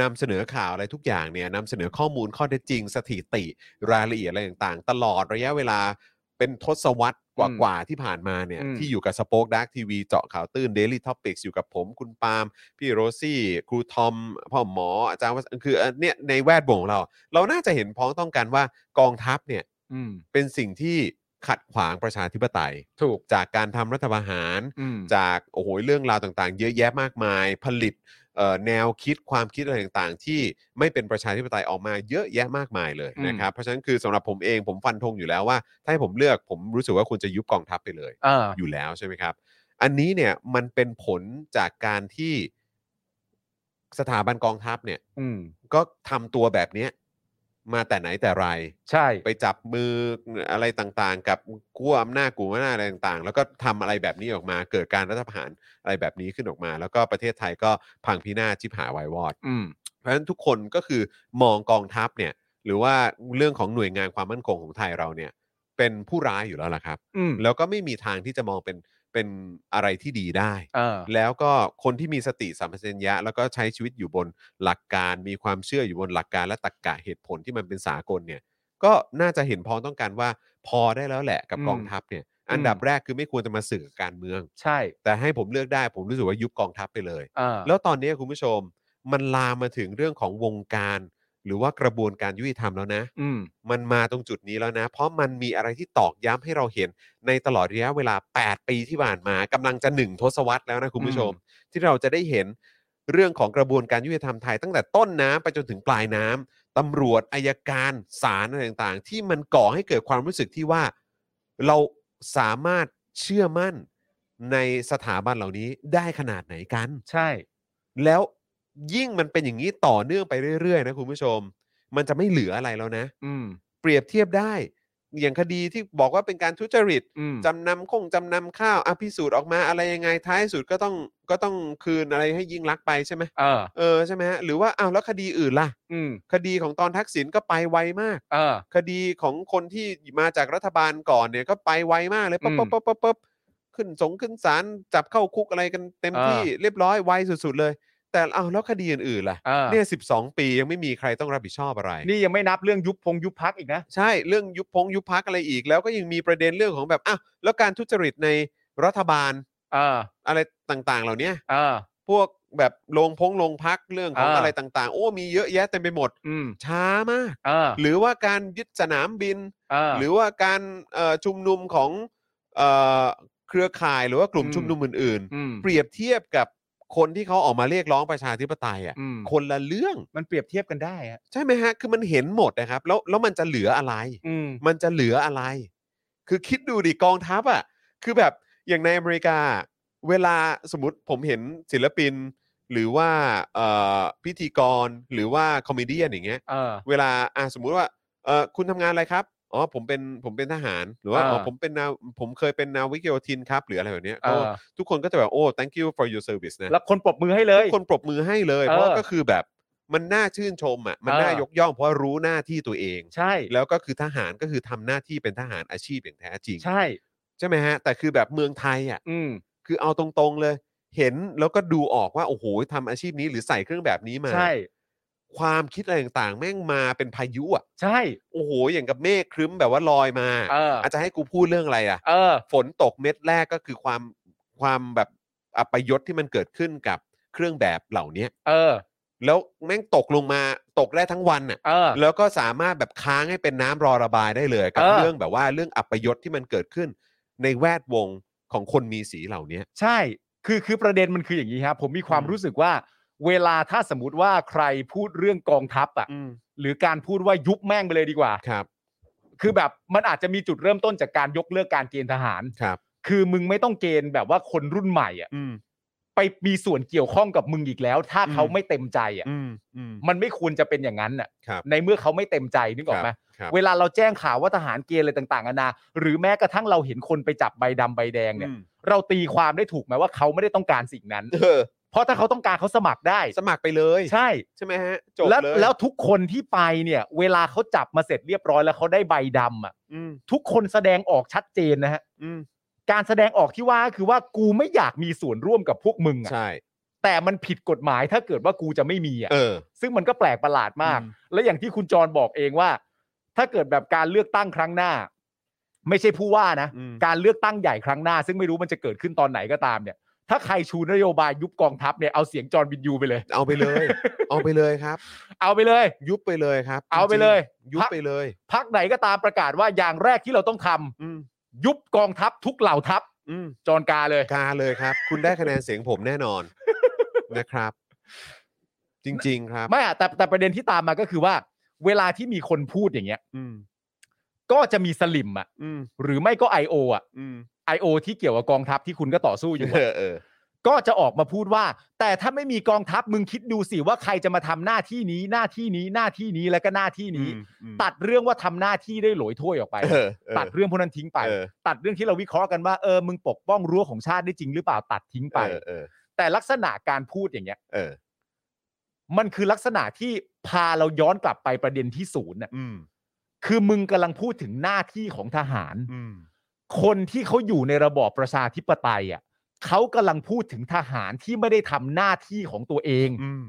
Speaker 2: นำเสนอข่าวอะไรทุกอย่างเนี่ยนำเสนอข้อมูลข้อเท็จจริง สถิติรายละเอียดอะไรต่างๆ ตลอดระยะเวลาเป็นทศวรรษก
Speaker 3: อืม
Speaker 2: ว่าๆที่ผ่านมาเนี่ย
Speaker 3: อืม
Speaker 2: ที่อยู่กับสป็อคดักทีวีเจาะข่าวตื่น Daily Topics อยู่กับผมคุณปาล์มพี่โรซี่ครูทอมพ่อหมออาจารย์วัสคืออันเนี่ยในแวดวงของเรา เราน่าจะเห็นพ้องต้องกันว่ากองทัพเนี่ย
Speaker 3: อืม
Speaker 2: เป็นสิ่งที่ขัดขวางประชาธิปไตย
Speaker 3: ถูก
Speaker 2: จากการทำรัฐประหาร
Speaker 3: อืม
Speaker 2: จากโอ้โหเรื่องราวต่างๆ เยอะแยะมากมาย ผลิต เอ่อแนวคิดความคิดอะไรต่างๆ ที่ไม่เป็นประชาธิปไตยออกมาเยอะแยะมากมายเลย
Speaker 3: อืม
Speaker 2: นะครับเพราะฉะนั้นคือสำหรับผมเองผมฟันธงอยู่แล้วว่า ถ้าให้ผมเลือกผมรู้สึกว่าควรจะยุบกองทัพไปเลย
Speaker 3: อ่า
Speaker 2: อยู่แล้วใช่ไหมครับ อันนี้เนี่ยมันเป็นผลจากการที่สถาบันกองทัพเนี่ย
Speaker 3: อืม
Speaker 2: ก็ทำตัวแบบเนี้ยมาแต่ไหนแต่ไร
Speaker 3: ใช่
Speaker 2: ไปจับมืออะไรต่างๆ กับกู้อำนาจกูอำนาจอะไรต่างๆ แล้วก็ทำอะไรแบบนี้ออกมา เกิดการรัฐประหารอะไรแบบนี้ขึ้นออกมา แล้วก็ประเทศไทยก็พังพินาศชิบหายวายวอด
Speaker 3: อืม
Speaker 2: เพราะฉะนั้นทุกคนก็คือมองกองทัพเนี่ย หรือว่าเรื่องของหน่วยงานความมั่นคงของไทยเราเนี่ย เป็นผู้ร้ายอยู่แล้วล่ะครับ
Speaker 3: อืม
Speaker 2: แล้วก็ไม่มีทางที่จะมองเป็นเป็นอะไรที่ดีได้
Speaker 3: อ่า
Speaker 2: แล้วก็คนที่มีสติสัมปชัญญะ แล้วก็ใช้ชีวิตอยู่บนหลักการ มีความเชื่ออยู่บนหลักการและตรรกะเหตุผลที่มันเป็นสากลเนี่ย ก็น่าจะเห็นพ้องต้องการว่าพอได้แล้วแหละกับกองทัพเนี่ย อันดับแรกคือไม่ควรจะมาสื่อการเมือง
Speaker 3: ใช่
Speaker 2: แต่ให้ผมเลือกได้ผมรู้สึกว่ายุบกองทัพไปเลย
Speaker 3: อ่า
Speaker 2: แล้วตอนนี้คุณผู้ชมมันลามมาถึงเรื่องของวงการ หรือว่ากระบวนการยุติธรรมแล้วนะ
Speaker 3: อืม
Speaker 2: มันมาตรงจุดนี้แล้วนะ เพราะมันมีอะไรที่ตอกย้ำให้เราเห็นในตลอดระยะเวลา 8 ปีที่ผ่านมากำลังจะหนึ่งทศวรรษแล้วนะคุณผู้ชม ที่เราจะได้เห็นเรื่องของกระบวนการยุติธรรมไทยตั้งแต่ต้นน้ำไปจนถึงปลายน้ำตำรวจอายการศาลอะไรต่างๆ ที่มันก่อให้เกิดความรู้สึกที่ว่าเราสามารถเชื่อมั่นในสถาบันเหล่านี้ได้ขนาดไหนกัน
Speaker 3: ใช่
Speaker 2: แล้วยิ่งมันเป็นอย่างนี้ต่อเนื่องไปเรื่อยๆนะคุณผู้ชม มันจะไม่เหลืออะไรแล้วนะ
Speaker 3: อืม
Speaker 2: เปรียบเทียบได้ อย่างคดีที่บอกว่าเป็นการทุจริต
Speaker 3: อืม
Speaker 2: จำนำคงจำนำข้าวอภิสูจน์ออกมาอะไรยังไงท้ายสุดก็ต้องก็ต้องคืนอะไรให้ยิ่งรักษณ์ไปใช่ไหม
Speaker 3: เออ
Speaker 2: เออใช่ไหมฮะหรือว่าอ้าวแล้วคดีอื่นล่ะ
Speaker 3: อืม
Speaker 2: คดีของตอนทักษิณก็ไปไวมาก
Speaker 3: เออ
Speaker 2: คดีของคนที่มาจากรัฐบาลก่อนเนี่ยก็ไปไวมากเลยปั๊บ
Speaker 3: อืม
Speaker 2: ปั๊บปั๊บปั๊บปั๊บขึ้นสงขึ้นศาลจับเข้าคุกอะไรกันเต็ม
Speaker 3: อ่า
Speaker 2: ที่เรียบร้อยไวสุดๆเลย แต่อ้าวแล้วคดีอื่นๆล่ะ
Speaker 3: เออ
Speaker 2: เนี่ยสิปียังไม่มีใครต้องรับผิดชอบอะไร
Speaker 3: นี่ยังไม่นับเรื่องยุบพงยุบพักอีกนะ
Speaker 2: ใช่เรื่องยุบพงยุบพักอะไรอีก แล้วก็ยังมีประเด็นเรื่องของแบบอ้าวแล้วการทุจริตในรัฐบาล
Speaker 3: เออ
Speaker 2: อะไรต่างๆ เหล่าเนี้ย
Speaker 3: เออ
Speaker 2: พวกแบบลงพงลงพักเรื่องของ
Speaker 3: อ่า
Speaker 2: อะไรต่างๆ โอ้มีเยอะแยะเต็มไปหมด
Speaker 3: อืม
Speaker 2: ช้ามาก
Speaker 3: เออ
Speaker 2: หรือว่าการยึดสนามบิน
Speaker 3: เออ
Speaker 2: หรือว่าการเอ่อชุมนุมของเอ่อเครือข่ายหรือว่ากลุ่ม
Speaker 3: อืม
Speaker 2: ชุมนุมอื่น
Speaker 3: อืม
Speaker 2: ๆ เปรียบเทียบกับคนที่เขาออกมาเรียกร้องประชาธิปไตยอ่ะ
Speaker 3: อืม
Speaker 2: คนละเรื่อง
Speaker 3: มันเปรียบเทียบกันได้อะ
Speaker 2: ใช่ไหมฮะคือมันเห็นหมดนะครับแล้วแล้วมันจะเหลืออะไร
Speaker 3: อืม
Speaker 2: มันจะเหลืออะไร คือคิดดูดิกองทัพอะ่ะ คือแบบอย่างในอเมริกา เวลาสมมติผมเห็นศิลปิน หรือว่าเอ่อพิธีกรหรือว่าคอมเมดี้อย่างเงี้ย
Speaker 3: เออ
Speaker 2: เวลาอ่ะสมมุติว่าเออคุณทำงานอะไรครับ อ๋อผมเป็นผมเป็นทหาร หรือว่า
Speaker 3: อ่า
Speaker 2: อ๋อผมเป็นนาผมเคยเป็นนาวิกโยธินครับ หรืออะไรแบบเนี้ย
Speaker 3: เอ
Speaker 2: ก็
Speaker 3: อ
Speaker 2: ทุกคนก็จะแบบ โอ้ thank you for your service นะ
Speaker 3: แล้วคนปรบมือให้เลย
Speaker 2: ทุกคนปรบมือให้เลย
Speaker 3: เออ
Speaker 2: เพราะก็คือแบบมันน่าชื่นชมอ่ะมัน
Speaker 3: เออ
Speaker 2: น่ายกย่องเพราะรู้หน้าที่ตัวเอง
Speaker 3: ใช่
Speaker 2: แล้วก็คือทหารก็คือทำหน้าที่เป็นทหารอาชีพอย่างแท้จริง
Speaker 3: ใช่
Speaker 2: ใช่ไหมฮะ แต่คือแบบเมืองไทยอ่ะ
Speaker 3: อืม
Speaker 2: คือเอาตรงๆเลย เห็นแล้วก็ดูออกว่า โอ้โหทำอาชีพนี้หรือใส่เครื่องแบบนี้มา
Speaker 3: ใช่
Speaker 2: ความคิดอะไรต่างๆ แม่งมาเป็นพายุอ่ะ
Speaker 3: ใช่
Speaker 2: โอ้โห อย่างกับเมฆครึ้มแบบว่าลอยมา
Speaker 3: เออ
Speaker 2: อาจจะให้กูพูดเรื่องอะไรอ่ะ
Speaker 3: เออ
Speaker 2: ฝนตกเม็ดแรกก็คือความความแบบอัปยศที่มันเกิดขึ้นกับเครื่องแบบเหล่านี้
Speaker 3: เออ
Speaker 2: แล้วแม่งตกลงมาตกได้ทั้งวันอ่ะ
Speaker 3: เออ
Speaker 2: แล้วก็สามารถแบบค้างให้เป็นน้ำรอระบายได้เลยกับ
Speaker 3: เออ
Speaker 2: เรื่องแบบว่าเรื่องอัปยศที่มันเกิดขึ้น ในแวดวงของคนมีสีเหล่านี้
Speaker 3: ใช่ คือ คือประเด็นมันคืออย่างนี้ครับ ผมมีความ
Speaker 2: อืม
Speaker 3: รู้สึกว่า เวลาถ้าสมมติว่าใครพูดเรื่องกองทัพอ่ะ หรือการพูดว่ายุบแม่งไปเลยดีกว่า
Speaker 2: ครับ
Speaker 3: คือแบบมันอาจจะมีจุดเริ่มต้นจากการยกเลิกการเกณฑ์ทหาร
Speaker 2: ครับ
Speaker 3: คือมึงไม่ต้องเกณฑ์แบบว่าคนรุ่นใหม่อ่ะ
Speaker 2: อืม
Speaker 3: ไปมีส่วนเกี่ยวข้องกับมึงอีกแล้ว ถ้าเขา
Speaker 2: อืม
Speaker 3: ไม่เต็มใจอ่ะ
Speaker 2: อืมอืม
Speaker 3: มันไม่ควรจะเป็นอย่างนั้นอ่ะ
Speaker 2: ครับ
Speaker 3: ในเมื่อเขาไม่เต็มใจนึกออกไหม
Speaker 2: ครับ
Speaker 3: เวลาเราแจ้งข่าวว่าทหารเกณฑ์อะไรต่างๆนานาหรือแม้กระทั่งเราเห็นคนไปจับใบดำใบแดงเนี่ย
Speaker 2: อืม
Speaker 3: เราตีความได้ถูกไหมว่าเขาไม่ได้ต้องการสิ่ง
Speaker 2: [laughs]
Speaker 3: นั้น
Speaker 2: เออ
Speaker 3: เพราะถ้าเขาต้องการเขาสมัครได้
Speaker 2: สมัครไปเลย
Speaker 3: ใช่
Speaker 2: ใช่ไหมฮะ จบ
Speaker 3: แล้ว
Speaker 2: เลย
Speaker 3: แล้วทุกคนที่ไปเนี่ย เวลาเขาจับมาเสร็จเรียบร้อยแล้วเขาได้ใบดำอ่ะ
Speaker 2: อืม
Speaker 3: ทุกคนแสดงออกชัดเจนนะฮะ
Speaker 2: อืม
Speaker 3: การแสดงออกที่ว่าก็คือว่ากูไม่อยากมีส่วนร่วมกับพวกมึงอ่ะ
Speaker 2: ใช่
Speaker 3: แต่มันผิดกฎหมายถ้าเกิดว่ากูจะไม่มีอ่ะ
Speaker 2: เออ
Speaker 3: ซึ่งมันก็แปลกประหลาดมาก
Speaker 2: อืม
Speaker 3: และอย่างที่คุณจรบอกเองว่า ถ้าเกิดแบบการเลือกตั้งครั้งหน้า ไม่ใช่ผู้ว่านะ
Speaker 2: อืม
Speaker 3: การเลือกตั้งใหญ่ครั้งหน้า ซึ่งไม่รู้มันจะเกิดขึ้นตอนไหนก็ตามเนี่ย ถ้าใครชูนโยบายยุบกองทัพเนี่ยเอาเสียงจรบินยูไปเลย
Speaker 2: เอาไปเลย เอาไปเลยครับ
Speaker 3: เอาไปเลย
Speaker 2: ยุบไปเลยครับ
Speaker 3: เอาไปเลย
Speaker 2: จริงๆยุบไปเลย
Speaker 3: พักไหนก็ตามประกาศว่าอย่างแรกที่เราต้องทำ
Speaker 2: อืม
Speaker 3: ยุบกองทัพทุกเหล่าทัพ
Speaker 2: อืม
Speaker 3: จรกาเลย [laughs]
Speaker 2: กาเลยครับ คุณได้คะแนนเสียงผมแน่นอนนะครับ จริง ๆ ครับ
Speaker 3: ไม่อะแต่แต่ประเด็นที่ตามมาก็คือว่า เวลาที่มีคนพูดอย่างเงี้ย
Speaker 2: อืม
Speaker 3: ก็จะมีสลิมอะ
Speaker 2: อืม
Speaker 3: หรือไม่ก็ I.O. อะ
Speaker 2: อืม
Speaker 3: I.O. ที่เกี่ยวกับกองทัพที่คุณก็ต่อสู้อยู่
Speaker 2: เอ
Speaker 3: อะ
Speaker 2: อเออ
Speaker 3: ก็จะออกมาพูดว่า แต่ถ้าไม่มีกองทัพมึงคิดดูสิว่าใครจะมาทำหน้าที่นี้หน้าที่นี้หน้าที่นี้แล้วก็หน้าที่นี้
Speaker 2: อืม
Speaker 3: ตัดเรื่องว่าทำหน้าที่ได้หลอยถ้วยออกไป
Speaker 2: เออเออ
Speaker 3: ตัดเรื่องพวกนั้นทิ้งไป
Speaker 2: เออ
Speaker 3: ตัดเรื่องที่เราวิเคราะห์กันว่าเออมึงปกป้องรั้วของชาติได้จริงหรือเปล่าตัดทิ้งไป
Speaker 2: เออเออ
Speaker 3: แต่ลักษณะการพูดอย่างเงี้ย
Speaker 2: เออ
Speaker 3: มันคือลักษณะที่พาเราย้อนกลับไปประเด็นที่ศูนย์น่ะ
Speaker 2: อืม
Speaker 3: คือมึงกำลังพูดถึงหน้าที่ของทหาร
Speaker 2: อืม
Speaker 3: คนที่เขาอยู่ในระบอบประชาธิปไตยอ่ะเขากำลังพูดถึงทหารที่ไม่ได้ทำหน้าที่ของตัวเอง
Speaker 2: อืม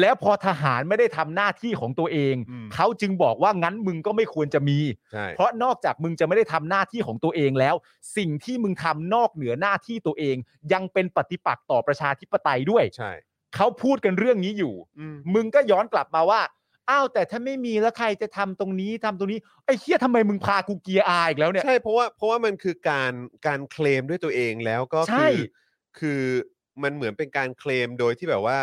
Speaker 3: แล้วพอทหารไม่ได้ทำหน้าที่ของตัวเอง
Speaker 2: อืม
Speaker 3: เขาจึงบอกว่างั้นมึงก็ไม่ควรจะมี
Speaker 2: ใช่
Speaker 3: เพราะนอกจากมึงจะไม่ได้ทำหน้าที่ของตัวเองแล้ว สิ่งที่มึงทำนอกเหนือหน้าที่ตัวเอง ยังเป็นปฏิปักษ์ต่อประชาธิปไตยด้วย
Speaker 2: ใช่
Speaker 3: เขาพูดกันเรื่องนี้อยู่
Speaker 2: อืม
Speaker 3: มึงก็ย้อนกลับมาว่า อ้าวแต่ถ้าไม่มีแล้วใครจะทำตรงนี้ทำตรงนี้ไอ้เฮียทำไมมึงพากูเกียร์อาอีกแล้วเนี่ย
Speaker 2: ใช่เพราะว่าเพราะว่ามันคือการการเคลมด้วยตัวเองแล้วก็
Speaker 3: ใช่
Speaker 2: คือคือมันเหมือนเป็นการเคลมโดยที่แบบว่า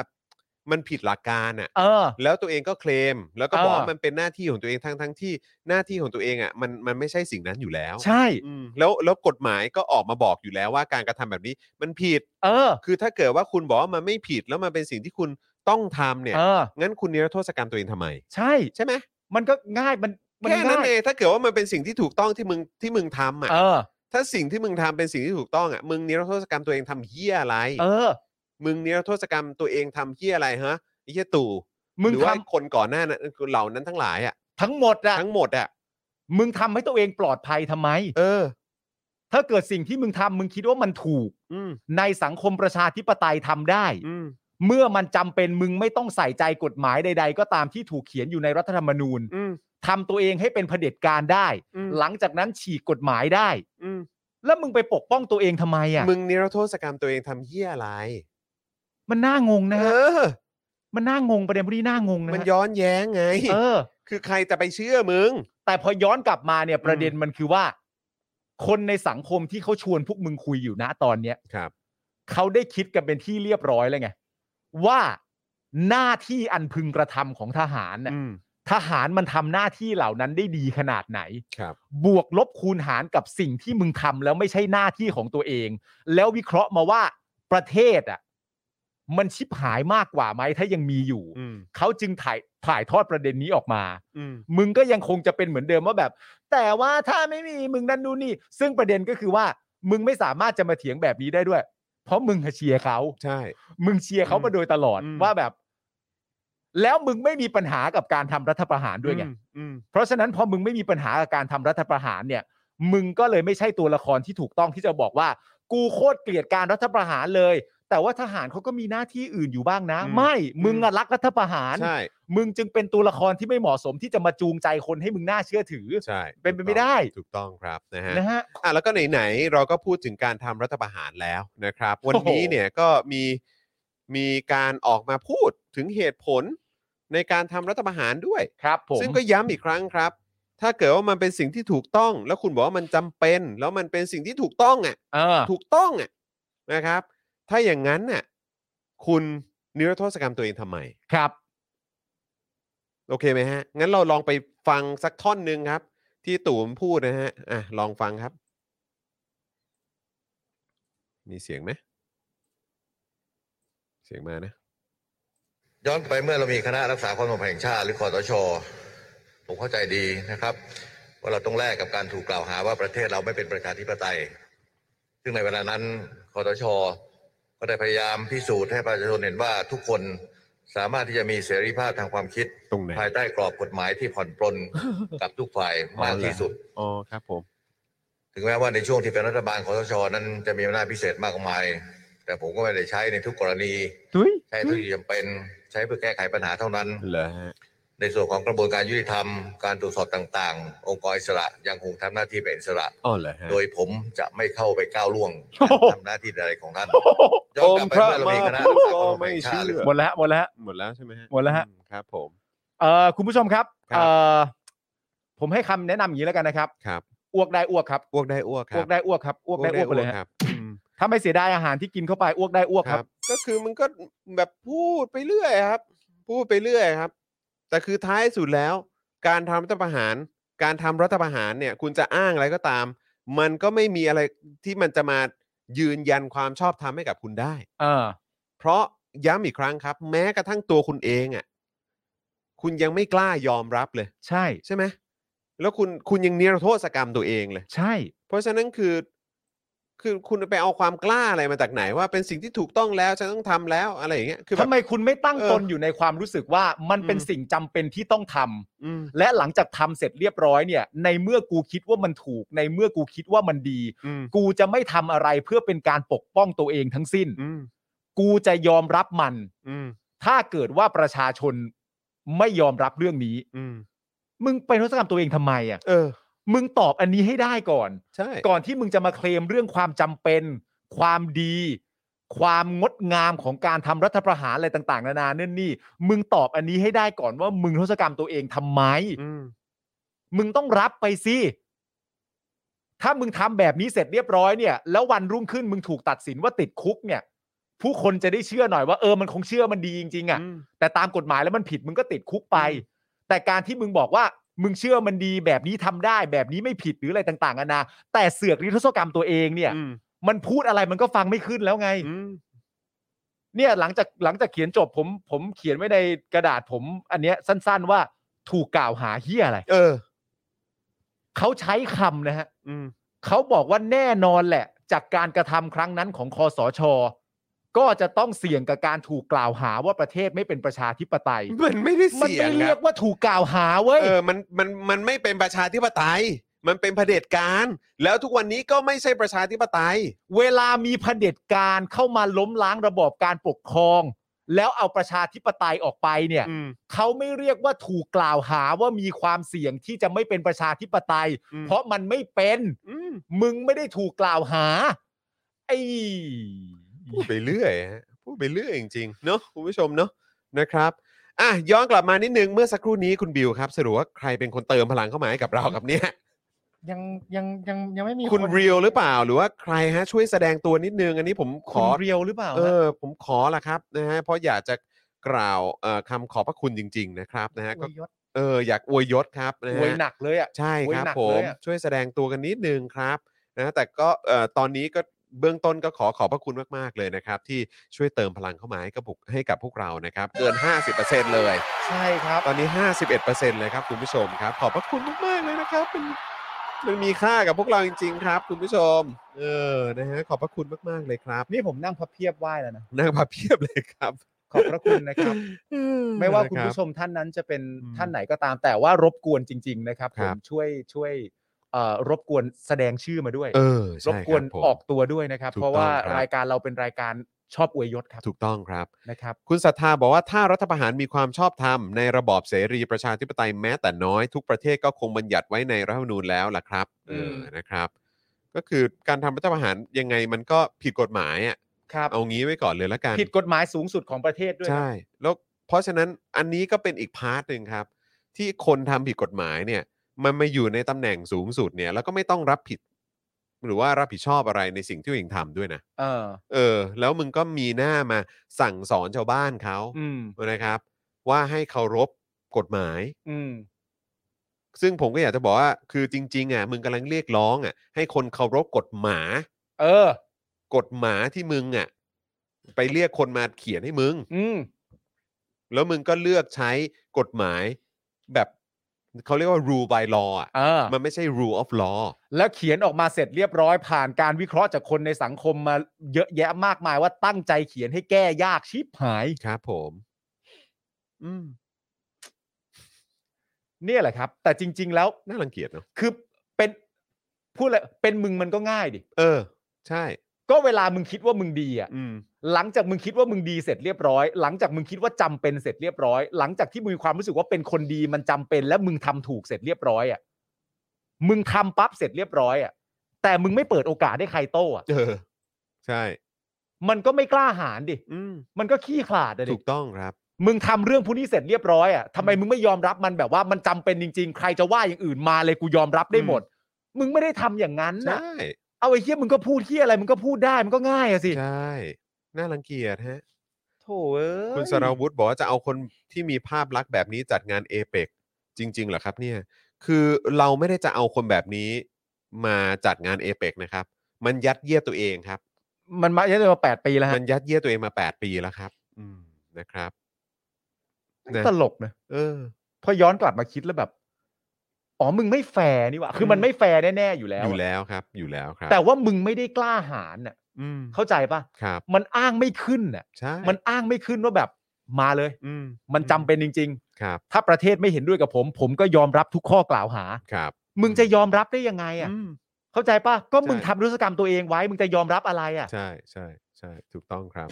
Speaker 2: มันผิดหลักการอ่ะ
Speaker 3: เออ
Speaker 2: แล้วตัวเองก็เคลม แล้วก็บอกว่า
Speaker 3: เออ
Speaker 2: มันเป็นหน้าที่ของตัวเองทั้งทั้งที่หน้าที่ของตัวเองอ่ะมันมันไม่ใช่สิ่งนั้นอยู่แล้ว
Speaker 3: ใช่
Speaker 2: อืมแล้วแล้วกฎหมายก็ออกมาบอกอยู่แล้วว่าการกระทำแบบนี้มันผิด
Speaker 3: เออ
Speaker 2: คือถ้าเกิดว่าคุณบอกว่ามันไม่ผิดแล้วมันเป็นสิ่งที่คุณต้องทำเนี่ย
Speaker 3: เออ
Speaker 2: งั้นคุณนิรโทษกรรมตัวเองทำไม
Speaker 3: ใช่
Speaker 2: ใช่ไหม
Speaker 3: มันก็ง่ายมันมั
Speaker 2: แค่นั้น
Speaker 3: ง่าย
Speaker 2: เองถ้าเกิดว่ามันเป็นสิ่งที่ถูกต้องที่มึงที่มึงทำอ่ะ
Speaker 3: เออ
Speaker 2: ถ้าสิ่งที่มึงทำเป็นสิ่งที่ถูกต้องอ่ะมึงนิรโทษกรรมตัวเองทำเหี้ยอะไร
Speaker 3: เออ
Speaker 2: มึงนิรโทษกรรมตัวเองทำเหี้ยอะไรฮะไอ้เหี้ยตู่
Speaker 3: มึ
Speaker 2: ห
Speaker 3: ง
Speaker 2: รือ
Speaker 3: ทำ
Speaker 2: ว่าคนก่อนหน้านั้นเหล่านั้นทั้งหลายอ่ะ
Speaker 3: ทั้งหมดอะ
Speaker 2: ทั้งหมดอ่ะ
Speaker 3: มึงทำให้ตัวเองปลอดภัยทำไม
Speaker 2: เออ
Speaker 3: ถ้าเกิดสิ่งที่มึงทำมึงคิดว่ามันถูก
Speaker 2: อืม
Speaker 3: ในสังคมประชาธิปไตยทำได้
Speaker 2: อืม
Speaker 3: เมื่อมันจำเป็นมึงไม่ต้องใส่ใจกฎหมายใด ๆ ก็ตามที่ถูกเขียนอยู่ในรัฐธรรมนูญ
Speaker 2: อืม
Speaker 3: ทำตัวเองให้เป็นเผด็จการได้
Speaker 2: อืม
Speaker 3: หลังจากนั้นฉีกกฎหมายได้
Speaker 2: อืม
Speaker 3: แล้วมึงไปปกป้องตัวเองทำไมอ่ะ
Speaker 2: มึงนิรโทษกรรมตัวเองทำเหี้ยอะไร
Speaker 3: มันน่างง
Speaker 2: เอ
Speaker 3: นะฮะ
Speaker 2: อ
Speaker 3: มันน่างงประเด็นพวกนี้น่างงนะฮะ
Speaker 2: มันย้อนแย้งไง
Speaker 3: เออ
Speaker 2: คือใครจะไปเชื่อมึง
Speaker 3: แต่พอย้อนกลับมาเนี่ย
Speaker 2: อืม
Speaker 3: ประเด็นมันคือว่า คนในสังคมที่เขาชวนพวกมึงคุยอยู่นะตอนเนี้ย
Speaker 2: ครับ
Speaker 3: เขาได้คิดกันเป็นที่เรียบร้อยแล้วไงว่าหน้าที่อันพึงกระทำของทหารน่ะ
Speaker 2: อืม
Speaker 3: ทหารมันทำหน้าที่เหล่านั้นได้ดีขนาดไหน
Speaker 2: ครับ
Speaker 3: บวกลบคูณหารกับสิ่งที่มึงทำแล้วไม่ใช่หน้าที่ของตัวเอง แล้ววิเคราะห์มาว่าประเทศอ่ะมันชิบหายมากกว่าไหมถ้ายังมีอยู่
Speaker 2: อืม
Speaker 3: เขาจึงถ่ายถ่ายทอดประเด็นนี้ออกมา
Speaker 2: อืม
Speaker 3: มึงก็ยังคงจะเป็นเหมือนเดิมว่าแบบ แต่ว่าถ้าไม่มีมึงนั่นนู่นนี่ ซึ่งประเด็นก็คือว่า มึงไม่สามารถจะมาเถียงแบบนี้ได้ด้วย เพราะมึงเชียร์เขา
Speaker 2: ใช่
Speaker 3: มึงเชียร์เขามาโดยตลอด
Speaker 2: อืม
Speaker 3: ว่าแบบ แล้วมึงไม่มีปัญหากับการทำรัฐประหารด้วยไง
Speaker 2: อืมอืม
Speaker 3: เพราะฉะนั้นพอมึงไม่มีปัญหากับการทำรัฐประหารเนี่ย มึงก็เลยไม่ใช่ตัวละครที่ถูกต้องที่จะบอกว่า กูโคตรเกลียดการรัฐประหารเลย แต่ว่าทหารเขาก็มีหน้าที่อื่นอยู่บ้างนะ
Speaker 2: อืม
Speaker 3: ไม่ มึง
Speaker 2: อืม
Speaker 3: อะรักรัฐประหาร
Speaker 2: ใช่
Speaker 3: มึงจึงเป็นตัวละครที่ไม่เหมาะสมที่จะมาจูงใจคนให้มึงน่าเชื่อถือ
Speaker 2: ใช่
Speaker 3: เป็นไปไม่ได้
Speaker 2: ถูกต้องครับ นะฮะ
Speaker 3: นะฮะ
Speaker 2: อ่ะแล้วก็ไหนๆเราก็พูดถึงการทำรัฐประหารแล้วนะครับ วันนี้เนี่ยก็มีมีการออกมาพูดถึงเหตุผลในการทำรัฐประหารด้วย
Speaker 3: ครับผม
Speaker 2: ซึ่งก็ย้ำอีกครั้งครับ ถ้าเกิดว่ามันเป็นสิ่งที่ถูกต้อง แล้วคุณบอกว่ามันจำเป็น แล้วมันเป็นสิ่งที่ถูกต้องอ่ะ
Speaker 3: เออ
Speaker 2: ถูกต้องอ่ะนะครับ ถ้าอย่างนั้นน่ะคุณนิรโทษกรรมตัวเองทำไม
Speaker 3: ครับ
Speaker 2: โอเคไหมฮะ งั้นเราลองไปฟังสักท่อนหนึ่งครับ ที่ตู่มพูดนะฮะ อ่ะ ลองฟังครับ มีเสียงไหมเสียงมานะ
Speaker 5: ย้อนไปเมื่อเรามีคณะรักษาความสงบแห่งชาติหรือคอสช ผมเข้าใจดีนะครับ ว่าเราต้องแลกกับการถูกกล่าวหาว่าประเทศเราไม่เป็นประชาธิปไตย ซึ่งในเวลานั้นคอสช ก็ได้พยายามพิสูจน์ให้ประชาชนเห็นว่าทุกคนสามารถที่จะมีเสรีภาพทางความคิด
Speaker 2: ตรงไหน
Speaker 5: ภายใต้กรอบกฎหมายที่ผ่อนปลน กับทุกฝ่ายมากที่สุด
Speaker 2: อ๋อครับผม
Speaker 5: ถึงแม้ว่าในช่วงที่เป็นรัฐบาลคอสช นั้นจะมีอำนาจพิเศษมากมาย แต่ผมก็ไม่ได้ใช้ในทุกกรณี
Speaker 3: ทุย
Speaker 5: ใช้เท่าที่จำเป็นใช้เพื่อแก้ไขปัญหาเท่านั้น
Speaker 2: เหรอฮะ
Speaker 5: ในส่วนของกระบวนการยุติธรรม การตรวจสอบต่างๆ องค์กรอิสระยังคงทำหน้าที่เป็นอิสระ
Speaker 2: อ๋อเหรอฮะ
Speaker 5: โดยผมจะไม่เข้าไปก้าวล่วง
Speaker 3: โอ้โห
Speaker 5: ทำหน้าที่ใดของท่าน
Speaker 2: โอมพระมา
Speaker 5: คณะ
Speaker 2: พูด
Speaker 5: รักษา
Speaker 2: ก็
Speaker 5: ความสงบ
Speaker 2: ไม่
Speaker 5: แห่ง
Speaker 2: เชื่
Speaker 5: ชาติ
Speaker 2: อ
Speaker 3: หมดแล้วหมดแล้ว
Speaker 2: หมดแล้วใช่ไหมฮะ
Speaker 3: หมดแล้วฮะ
Speaker 2: อืครับผม
Speaker 3: เออคุณผู้ชมครับ
Speaker 2: ครับ
Speaker 3: เออผมให้คำแนะนำอย่างนี้แล้วกันนะครับ
Speaker 2: ครับ
Speaker 3: อ้วกได้อ้วกครับ
Speaker 2: อ้วกได้อ้วกครั
Speaker 3: อ้ว
Speaker 2: บ
Speaker 3: กได้อ้วกครับอ้วกได้อ้วกไปเลย
Speaker 2: ค
Speaker 3: ฮะ
Speaker 2: รับอืม
Speaker 3: ถ้าไม่เสียดายอาหารที่กินเข้าไปอ้วกได้อ้วก
Speaker 2: ค
Speaker 3: ค
Speaker 2: รั
Speaker 3: รับ
Speaker 2: บ ก็คือมันก็แบบพูดไปเรื่อยครับ พูดไปเรื่อยครับ แต่คือท้ายสุดแล้ว การทำรัฐประหาร การทำรัฐประหารเนี่ย คุณจะอ้างอะไรก็ตาม มันก็ไม่มีอะไรที่มันจะมายืนยันความชอบธรรมให้กับคุณได้
Speaker 3: เออ
Speaker 2: เพราะย้ำอีกครั้งครับ แม้กระทั่งตัวคุณเองอ่ะคุณยังไม่กล้ายอมรับเลย
Speaker 3: ใช่
Speaker 2: ใช่ไหมแล้วคุณคุณยังนิรโทษกรรมตัวเองเลย
Speaker 3: ใช่
Speaker 2: เพราะฉะนั้นคือ คือคุณไปเอาความกล้าอะไรมาจากไหน ว่าเป็นสิ่งที่ถูกต้องแล้วฉันต้องทำแล้วอะไรอย่างเงี้ยคือแบบ
Speaker 3: ทำไมคุณไม่ตั้ง
Speaker 2: เออ
Speaker 3: ตนอยู่ในความรู้สึกว่ามันเป็น
Speaker 2: อืม
Speaker 3: สิ่งจำเป็นที่ต้องทำ
Speaker 2: อืม
Speaker 3: และหลังจากทำเสร็จเรียบร้อยเนี่ย ในเมื่อกูคิดว่ามันถูก ในเมื่อกูคิดว่ามันดี
Speaker 2: อืม
Speaker 3: กูจะไม่ทำอะไรเพื่อเป็นการปกป้องตัวเองทั้งสิ้น
Speaker 2: อืม
Speaker 3: กูจะยอมรับมัน
Speaker 2: อืม
Speaker 3: ถ้าเกิดว่าประชาชนไม่ยอมรับเรื่องนี้
Speaker 2: อืม
Speaker 3: มึงไปทศกรรมตัวเองทำไมอ่ะ
Speaker 2: เออ
Speaker 3: มึงตอบอันนี้ให้ได้ก่อน
Speaker 2: ใช่
Speaker 3: ก่อนที่มึงจะมาเคลมเรื่องความจำเป็น ความดี ความงดงามของการทำรัฐประหารอะไรต่าง ๆ นานาเนี่ยนี่ มึงตอบอันนี้ให้ได้ก่อนว่ามึงทศกรรมตัวเองทำไม
Speaker 2: อืม
Speaker 3: มึงต้องรับไปสิ ถ้ามึงทำแบบนี้เสร็จเรียบร้อยเนี่ย แล้ววันรุ่งขึ้นมึงถูกตัดสินว่าติดคุกเนี่ย ผู้คนจะได้เชื่อหน่อยว่าเออมันคงเชื่อมันดีจริงๆอะ่ะ
Speaker 2: อืม
Speaker 3: แต่ตามกฎหมายแล้วมันผิดมึงก็ติดคุกไป
Speaker 2: อืม
Speaker 3: แต่การที่มึงบอกว่ามึงเชื่อมันดีแบบนี้ทำได้ แบบนี้ไม่ผิดหรืออะไรต่างๆนานาแต่เสือกริทศกรรมตัวเองเนี่ย
Speaker 2: อืม
Speaker 3: มันพูดอะไรมันก็ฟังไม่ขึ้นแล้วไง
Speaker 2: อืม
Speaker 3: เนี่ยหลังจากหลังจากเขียนจบผม ผมเขียนไว้ในกระดาษผม อันเนี้ยสั้น ๆ ว่าถูกกล่าวหาเฮียอะไร
Speaker 2: เออ
Speaker 3: เขาใช้คำนะฮะ
Speaker 2: อืม
Speaker 3: เขาบอกว่าแน่นอนแหละ จากการกระทำครั้งนั้นของคอสช ก็จะต้องเสี่ยงกับการถูกกล่าวหาว่าประเทศไม่เป็นประชาธิปไตย
Speaker 2: มันไม่ได้
Speaker 3: มัน
Speaker 2: เสีย
Speaker 3: ไม่
Speaker 2: ง
Speaker 3: เรี
Speaker 2: ค
Speaker 3: ย
Speaker 2: รั
Speaker 3: ก
Speaker 2: บ
Speaker 3: ว่าถูกกล่าวหาเว้ย
Speaker 2: เออมันมันมันไม่เป็นประชาธิปไตย มันเป็นเผด็จการ แล้วทุกวันนี้ก็ไม่ใช่ประชาธิปไตย
Speaker 3: เวลามีเผด็จการเข้ามาล้มล้างระบอบการปกครอง แล้วเอาประชาธิปไตยออกไปเนี่ย
Speaker 2: อืม
Speaker 3: เขาไม่เรียกว่าถูกกล่าวหาว่ามีความเสี่ยงที่จะไม่เป็นประชาธิปไตย
Speaker 2: อืม
Speaker 3: เพราะมันไม่เป็น
Speaker 2: อืม
Speaker 3: มึงไม่ได้ถูกกล่าวหา ไอ้
Speaker 2: พูดไปเรื่อยฮะพูดไปเรื่อยจริงๆเนาะคุณผู้ชมเนาะนะครับอ่ะย้อนกลับมานิดนึงเมื่อสักครู่นี้คุณบิวครับสรุปว่าใครเป็นคนเติมพลังเข้ามาให้กับเรากับเนี่ย
Speaker 3: [laughs]
Speaker 4: ยังยังยังยังไม่มี
Speaker 2: คุณ
Speaker 4: น
Speaker 2: เรียวหรือเปล่าหรือว่าใครฮะช่วยแสดงตัวนิดนึง อันนี้ผมข
Speaker 3: คุ
Speaker 2: อ
Speaker 3: ณเรียวหรือเปล่าฮะ
Speaker 2: เออผมขอละครับนะฮะเพราะอยากจะกล่าวเอ่อคำขอบพระคุณจริง ๆ นะครับนะฮะก็
Speaker 4: อวยยศ
Speaker 2: เอออยากอวยยศครับนะ
Speaker 3: อ
Speaker 2: ฮะ
Speaker 3: วยหนักเลยอ่ะ
Speaker 2: ใช่
Speaker 3: โอ้ย
Speaker 2: ครับ
Speaker 3: หนัก
Speaker 2: ผ
Speaker 3: เล
Speaker 2: ม
Speaker 3: ยอะ
Speaker 2: ช่วยแสดงตัวกันนิดนึงครับนะแต่ก็เอ่อตอนนี้ก็เบื้องต้นก็ขอขอบพระคุณมาก ๆ เลยนะครับ ที่ช่วยเติมพลังเข้ามาให้กับพวกให้กับพวกเรานะครับ เกิน 50%เลย
Speaker 3: ใช่ครับ
Speaker 2: ตอนนี้ 51%เลยครับคุณผู้ชมครับ ขอบพระคุณมาก ๆ เลยนะครับมันมันมีค่ากับพวกเราจริง ๆ ครับ คุณผู้ชม เออนะฮะขอบพระคุณมาก ๆ เลยครับ
Speaker 3: นี่ผมนั่งพับเพียบไหว้แล้วนะ
Speaker 2: นั่งพับเพียบเลยครับ
Speaker 3: ขอบพระคุณนะครับ ไม่ว่าคุณ
Speaker 2: นะรับ
Speaker 3: ผู้ชมท่านนั้นจะเป็น
Speaker 2: อืม
Speaker 3: ท่านไหนก็ตาม แต่ว่ารบกวนจริง ๆ นะครับ
Speaker 2: ค
Speaker 3: ผ
Speaker 2: รับ
Speaker 3: มช่วยช่วยเอ่อรบกวนแสดงชื่อมาด้วย
Speaker 2: เออ
Speaker 3: ร
Speaker 2: ใช่
Speaker 3: บ
Speaker 2: ค
Speaker 3: กวน
Speaker 2: บผม
Speaker 3: ออกตัวด้วยนะครับ
Speaker 2: ถูก
Speaker 3: เพราะว่า
Speaker 2: ต้องครับ
Speaker 3: รายการเราเป็นรายการชอบอวยยศครับ
Speaker 2: ถูกต้องครับ
Speaker 3: นะครับ
Speaker 2: คุณศรัทธาบอกว่าถ้ารัฐประหารมีความชอบธรรมในระบอบเสรีประชาธิปไตยแม้แต่น้อยทุกประเทศก็คงบัญญัติไว้ในรัฐธรรมนูญแล้วล่ะครับเออ
Speaker 3: ม
Speaker 2: นะครับ ก็คือการทำรัฐประหารยังไงมันก็ผิดกฎหมายอ่ะ
Speaker 3: ครับ
Speaker 2: เอางี้ไว้ก่อนเลยละกัน
Speaker 3: ผิดกฎหมายสูงสุดของประเทศด้วยครับ
Speaker 2: ใช่ แล้วเพราะฉะนั้นอันนี้ก็เป็นอีกพาร์ทหนึ่งครับ ที่คนทำผิดกฎหมายเนี่ย มันมาอยู่ในตำแหน่งสูงสุดเนี่ย แล้วก็ไม่ต้องรับผิด หรือว่ารับผิดชอบอะไรในสิ่งที่ตัวเองทำด้วยนะ
Speaker 3: เออ
Speaker 2: เออ แล้วมึงก็มีหน้ามาสั่งสอนชาวบ้านเขา
Speaker 3: อืม
Speaker 2: นะครับว่าให้เคารพกฎหมาย
Speaker 3: อืม
Speaker 2: ซึ่งผมก็อยากจะบอกว่า คือจริง ๆอ่ะมึงกำลังเรียกร้องอ่ะให้คนเคารพกฎหมา
Speaker 3: เออ
Speaker 2: กฎหมาที่มึงอ่ะไปเรียกคนมาเขียนให้มึง
Speaker 3: อืม
Speaker 2: แล้วมึงก็เลือกใช้กฎหมายแบบเขาเรียกว่า rule by law อ่ะ
Speaker 3: เออ
Speaker 2: มันไม่ใช่ rule of law
Speaker 3: แล้วเขียนออกมาเสร็จเรียบร้อยผ่านการวิเคราะห์จากคนในสังคมมาเยอะแยะมากมายว่าตั้งใจเขียนให้แก้ยากชิบหาย
Speaker 2: ครับผมอืม
Speaker 3: เนี่ยแหละครับ แต่จริง ๆ แล้ว
Speaker 2: น่ารังเกียจเนาะ
Speaker 3: คือเป็นพูดเลยเป็นมึงมันก็ง่ายดิ
Speaker 2: เออ ใช่
Speaker 3: ก็เวลามึงคิดว่ามึงดีอ่ะ
Speaker 2: อืม
Speaker 3: หลังจากมึงคิดว่ามึงดีเสร็จเรียบร้อย หลังจากมึงคิดว่าจำเป็นเสร็จเรียบร้อย หลังจากที่มึงมีความรู้สึกว่าเป็นคนดีมันจำเป็น และมึงทำถูกเสร็จเรียบร้อยอ่ะมึงทำปั๊บเสร็จเรียบร้อยอ่ะแต่มึงไม่เปิดโอกาสให้ใครโต้อ่ะ
Speaker 2: เออ ใช่
Speaker 3: มันก็ไม่กล้าหาญดิ
Speaker 2: อืม
Speaker 3: มันก็ขี้ขลาดอะดิ
Speaker 2: ถูกต้องครับ
Speaker 3: มึงทำเรื่องพวกนี้เสร็จเรียบร้อยอ่ะทำไมมึงไม่ยอมรับมันแบบว่ามันจำเป็นจริง ๆ ใครจะว่าอย่างอื่นมาเลยกูยอมรับได้หมด มึงไม่ได้ทำอย่างนั้นนะ
Speaker 2: ใช่
Speaker 3: เอาไอ้เฮียมึงก็พูดเฮียอะไรมึงก็พูดได้มันก็ง่ายอะสิ
Speaker 2: ใช่ น่ารังเกียจฮะ
Speaker 3: โถเอ้ย
Speaker 2: คุณสราวุธบอกว่าจะเอาคนที่มีภาพลักษณ์แบบนี้จัดงานเอเปกจริงๆเหรอครับเนี่ย คือเราไม่ได้จะเอาคนแบบนี้มาจัดงานเอเปกนะครับ มันยัดเยียดตัวเองครับ
Speaker 3: มันมาเยอะเลยมาแปดปีแล้วฮะ
Speaker 2: มันยัดเยียดตัวเองมา 8 ปีแล้วครับ อืมนะครับ นะ
Speaker 3: ตลกนะ
Speaker 2: เออ
Speaker 3: พอย้อนกลับมาคิดแล้วแบบ อ๋อมึงไม่แฟร์นี่หว่าคือมันไม่แฟร์แน่ๆอยู่แล้ว
Speaker 2: อยู่
Speaker 3: อะ
Speaker 2: แล้วครับ อยู่แล้วครับ
Speaker 3: แต่ว่ามึงไม่ได้กล้าหาญน่ะ
Speaker 2: อืม
Speaker 3: เข้าใจปะ
Speaker 2: ครับ
Speaker 3: มันอ้างไม่ขึ้นน่ะ
Speaker 2: ใช่
Speaker 3: มันอ้างไม่ขึ้นว่าแบบมาเลย
Speaker 2: อืม
Speaker 3: มันจำเป็นจริง
Speaker 2: ครับ
Speaker 3: ๆ ถ้าประเทศไม่เห็นด้วยกับผม ผมก็ยอมรับทุกข้อกล่าวหา
Speaker 2: ครับ
Speaker 3: มึงจะยอมรับได้ยังไงอ่ะ
Speaker 2: อืม
Speaker 3: เข้าใจปะก็มึง
Speaker 2: ใช่
Speaker 3: ทำรุษกรรมตัวเองไว้ มึงจะยอมรับอะไรอ่ะ
Speaker 2: ใช่ใช่ใช่ถูกต้องครับ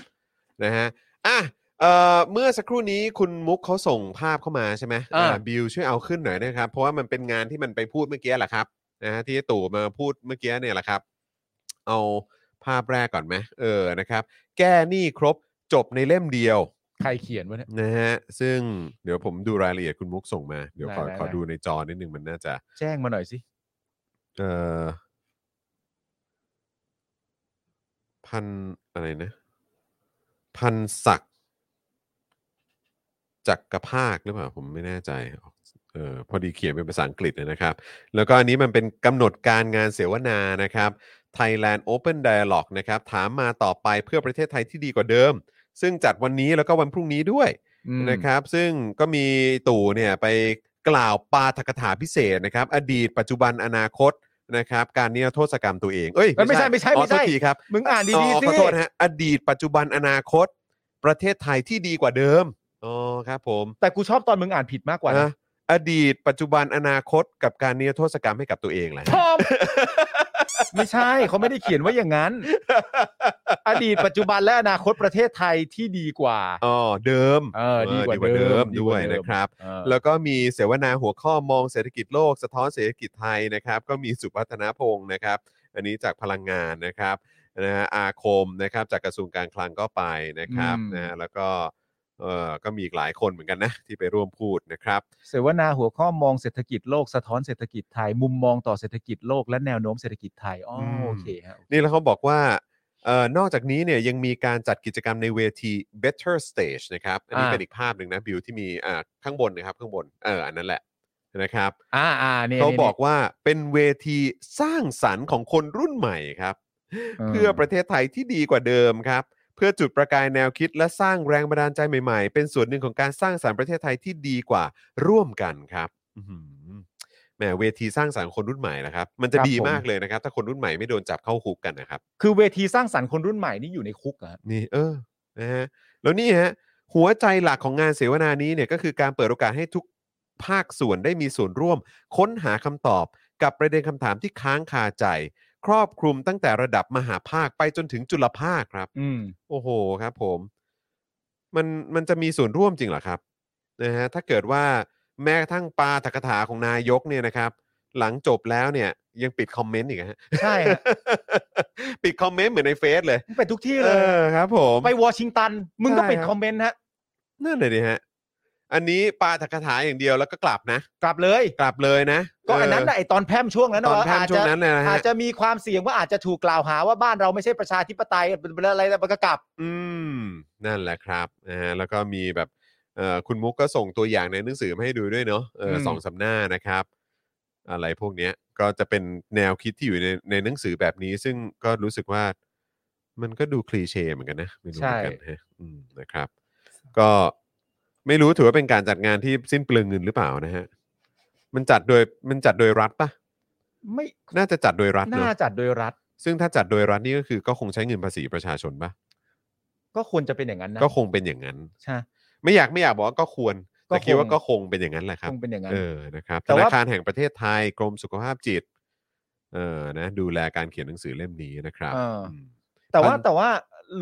Speaker 2: นะฮะอ่ะเอ่อเมื่อสักครู่นี้คุณมุกเขาส่งภาพเข้ามาใช่ไหม
Speaker 3: อ่า
Speaker 2: อ่าบิวช่วยเอาขึ้นหน่อยนะครับ เพราะว่ามันเป็นงานที่มันไปพูดเมื่อกี้แหละครับนะฮะที่ตู่มาพูดเมื่อกี้เนี่ยแหละครับ เอาภาพแรกก่อนไหมเออนะครับ แก้หนี้ครบจบในเล่มเดียว
Speaker 3: ใครเขียนวะเนี่ย
Speaker 2: นะฮะซึ่งเดี๋ยวผมดูรายละเอียดคุณมุกส่งมาเดี๋ยวขอ
Speaker 3: ได้ได้
Speaker 2: ขอดูในจอนิดนึงมันน่าจะ
Speaker 3: แจ้งมาหน่อยสิ
Speaker 2: เอ่อพันอะไรนะ พันศักดิ์จักกรภาคหรือเปล่า ผมไม่แน่ใจเออพอดีเขียนเป็นภาษาอังกฤษนะครับ แล้วก็อันนี้มันเป็นกำหนดการงานเสวนานะครับ Thailand Open Dialogue นะครับ ถามมาต่อไปเพื่อประเทศไทยที่ดีกว่าเดิม ซึ่งจัดวันนี้แล้วก็วันพรุ่งนี้ด้วย นะครับซึ่งก็มีตู่เนี่ยไปกล่าวปาฐกถาพิเศษนะครับ อดีตปัจจุบันอนาคตนะครับ การนิรโทษกรรมตัวเองเอ้ย
Speaker 3: เอ้ยไม่ใช่ไม่ใช่
Speaker 2: อ๋อ
Speaker 3: ไม่ใช่
Speaker 2: โทษทีครับ
Speaker 3: มึงอ่าน
Speaker 2: อ๋
Speaker 3: ดี
Speaker 2: อ
Speaker 3: ๆสิ
Speaker 2: ขอโทษนะฮะอดีตปัจจุบันอนาคต ประเทศไทยที่ดีกว่าเดิมอ๋อครับผม
Speaker 3: แต่กูชอบตอนมึงอ่านผิดมากกว่านะ
Speaker 2: นะอดีตปัจจุบันอนาคตกับการนิรโทษกรรมให้กับตัวเองแหละ
Speaker 3: ชอบ [laughs] ไม่ใช่เขาไม่ได้เขียนไว่าอย่าง
Speaker 2: [laughs]
Speaker 3: นั้น อดีตปัจจุบันและอนาคตประเทศไทยที่ดีกว่า
Speaker 2: อ๋อเดิม
Speaker 3: เออดีกว่า
Speaker 2: ออ
Speaker 3: เดิมดีก
Speaker 2: ด้ว
Speaker 3: ว่าย เดิม
Speaker 2: นะครับ
Speaker 3: เออ
Speaker 2: แล้วก็มีเสวนาหัวข้อมองเศรษฐกิจโลกสะท้อนเศรษฐกิจไทยนะครับ ก็มีสุพัฒนพงศ์นะครับ อันนี้จากพลังงานนะครับนะฮะอาคมนะครับจากกระทรวงการคลังก็ไปนะครับ
Speaker 3: อืม
Speaker 2: นะฮะแล้วก็เออก็มีอีกหลายคนเหมือนกันนะที่ไปร่วมพูดนะครับ
Speaker 3: เสวนาหัวข้อมองเศรษฐกิจโลกสะท้อนเศรษฐกิจไทย มุมมองต่อเศรษฐกิจโลกและแนวโน้มเศรษฐกิจไทยอ๋ออ
Speaker 2: ม
Speaker 3: โอเคฮะ
Speaker 2: นี่แล้วเขาบอกว่าเออนอกจากนี้เนี่ยยังมีการจัดกิจกรรมในเวที Better Stage นะครับ อันนี้
Speaker 3: อ่า
Speaker 2: เป็นอีกภาพหนึ่งนะบิวที่มีอ่าข้างบนนะครับข้างบนเอออันนั้นแหละนะครับ
Speaker 3: อ่าอ่าเนี่ย
Speaker 2: เขาบอกว่าเป็นเวทีสร้างสรรค์ของคนรุ่นใหม่ครับ เพื่อประเทศไทยที่ดีกว่าเดิมครับ เพื่อจุดประกายแนวคิดและสร้างแรงบันดาลใจใหม่ๆ เป็นส่วนหนึ่งของการสร้างสรรค์ประเทศไทยที่ดีกว่าร่วมกันครับอื้อหือแหมเวทีสร้างสรรค์คนรุ่นใหม่นะครับ มันจะดีมากเลยนะครับ ถ้าคนรุ่นใหม่ไม่โดนจับเข้าคุกกันนะครับ
Speaker 3: คือเวทีสร้างสรรค์คนรุ่นใหม่นี่อยู่ในคุกเหรอฮะ
Speaker 2: นี่เออนะฮะแล้วนี่ฮะหัวใจหลักของงานเสวนานี้เนี่ยก็คือการเปิดโอกาสให้ทุกภาคส่วนได้มีส่วนร่วม ค้นหาคำตอบกับประเด็นคำถามที่ค้างคาใจ ครอบคลุมตั้งแต่ระดับมหาภาคไปจนถึงจุลภาคครับ
Speaker 3: อืม
Speaker 2: โอ้โหครับ ผมมันมันจะมีส่วนร่วมจริงเหรอครับนะฮะถ้าเกิดว่าแม้กระทั่งปาฐกถาของนายกเนี่ยนะครับ หลังจบแล้วเนี่ยยังปิดคอมเมนต์อีกฮะ
Speaker 3: ใช่ฮะ
Speaker 2: [laughs] ปิดคอมเมนต์เหมือนในเฟซเลย
Speaker 3: ไปทุกที่
Speaker 2: เอ
Speaker 3: เลย
Speaker 2: อครับ ผม
Speaker 3: ไปวอชิงตัน มึงก็
Speaker 2: ใช่
Speaker 3: ปิด
Speaker 2: ครับ
Speaker 3: คอมเมนต์ฮะ
Speaker 2: นั่นเลยดิฮะ อันนี้ปาถกถาอย่างเดียวแล้วก็กลับนะ
Speaker 3: กลับเลย
Speaker 2: กลับเลยนะ
Speaker 3: ก็อันนั้น
Speaker 2: เ
Speaker 3: น่ะไอตอนแพร่มช่วงนั้น
Speaker 2: ตอน
Speaker 3: ว่า
Speaker 2: แพร่ม
Speaker 3: อาจ
Speaker 2: ช่ว
Speaker 3: จะ
Speaker 2: งนั้นน่ะนะฮะ
Speaker 3: อาจจะมีความเสี่ยงว่าอาจจะถูกกล่าวหาว่าบ้านเราไม่ใช่ประชาธิปไตยเป็นอะไรแต่มันก็กลับ
Speaker 2: อืม นั่นแหละครับนะฮะแล้วก็มีแบบเอ่อคุณมุกก็ส่งตัวอย่างในหนังสือมาให้ดูด้วยเนาะเอออ
Speaker 3: ม
Speaker 2: สองสามหน้านะครับ อะไรพวกเนี้ย ก็จะเป็นแนวคิดที่อยู่ในในหนังสือแบบนี้ ซึ่งก็รู้สึกว่ามันก็ดูคลีเช่เหมือนกันนะไม่รู้เหมือนกันฮะอืมนะครับ ก็ไม่รู้ถือว่าเป็นการจัดงานที่สิ้นเปลืองเงินหรือเปล่านะฮะมันจัดโดยมันจัดโดยรัฐปะ
Speaker 3: ไม่
Speaker 2: น่าจะจัดโดยรัฐเน
Speaker 3: น่า
Speaker 2: อะ
Speaker 3: จัดโดยรัฐ
Speaker 2: ซึ่งถ้าจัดโดยรัฐนี่ก็คือก็คงใช้เงินภาษีประชาชนปะ
Speaker 3: ก็ควรจะเป็นอย่างนั้นนะ
Speaker 2: ก็คงเป็นอย่างนั้น
Speaker 3: ใช่
Speaker 2: ไม่อยากไม่อยากบอกว่าก็ควร แต่
Speaker 3: ก็คง
Speaker 2: คิดว่าก็คงเป็นอย่างนั้นแหละครั
Speaker 3: ค
Speaker 2: บ
Speaker 3: งเป็นอย่างนั้น
Speaker 2: เออนะครับ
Speaker 3: แต่
Speaker 2: ธนา
Speaker 3: ว่า
Speaker 2: คารแห่งประเทศไทยกรมสุขภาพจิต เออนะ ดูแลการเขียนหนังสือเล่มนี้นะครับ
Speaker 3: เอออ
Speaker 2: ม
Speaker 3: แต่ว่า
Speaker 2: มัน
Speaker 3: แต่ว่า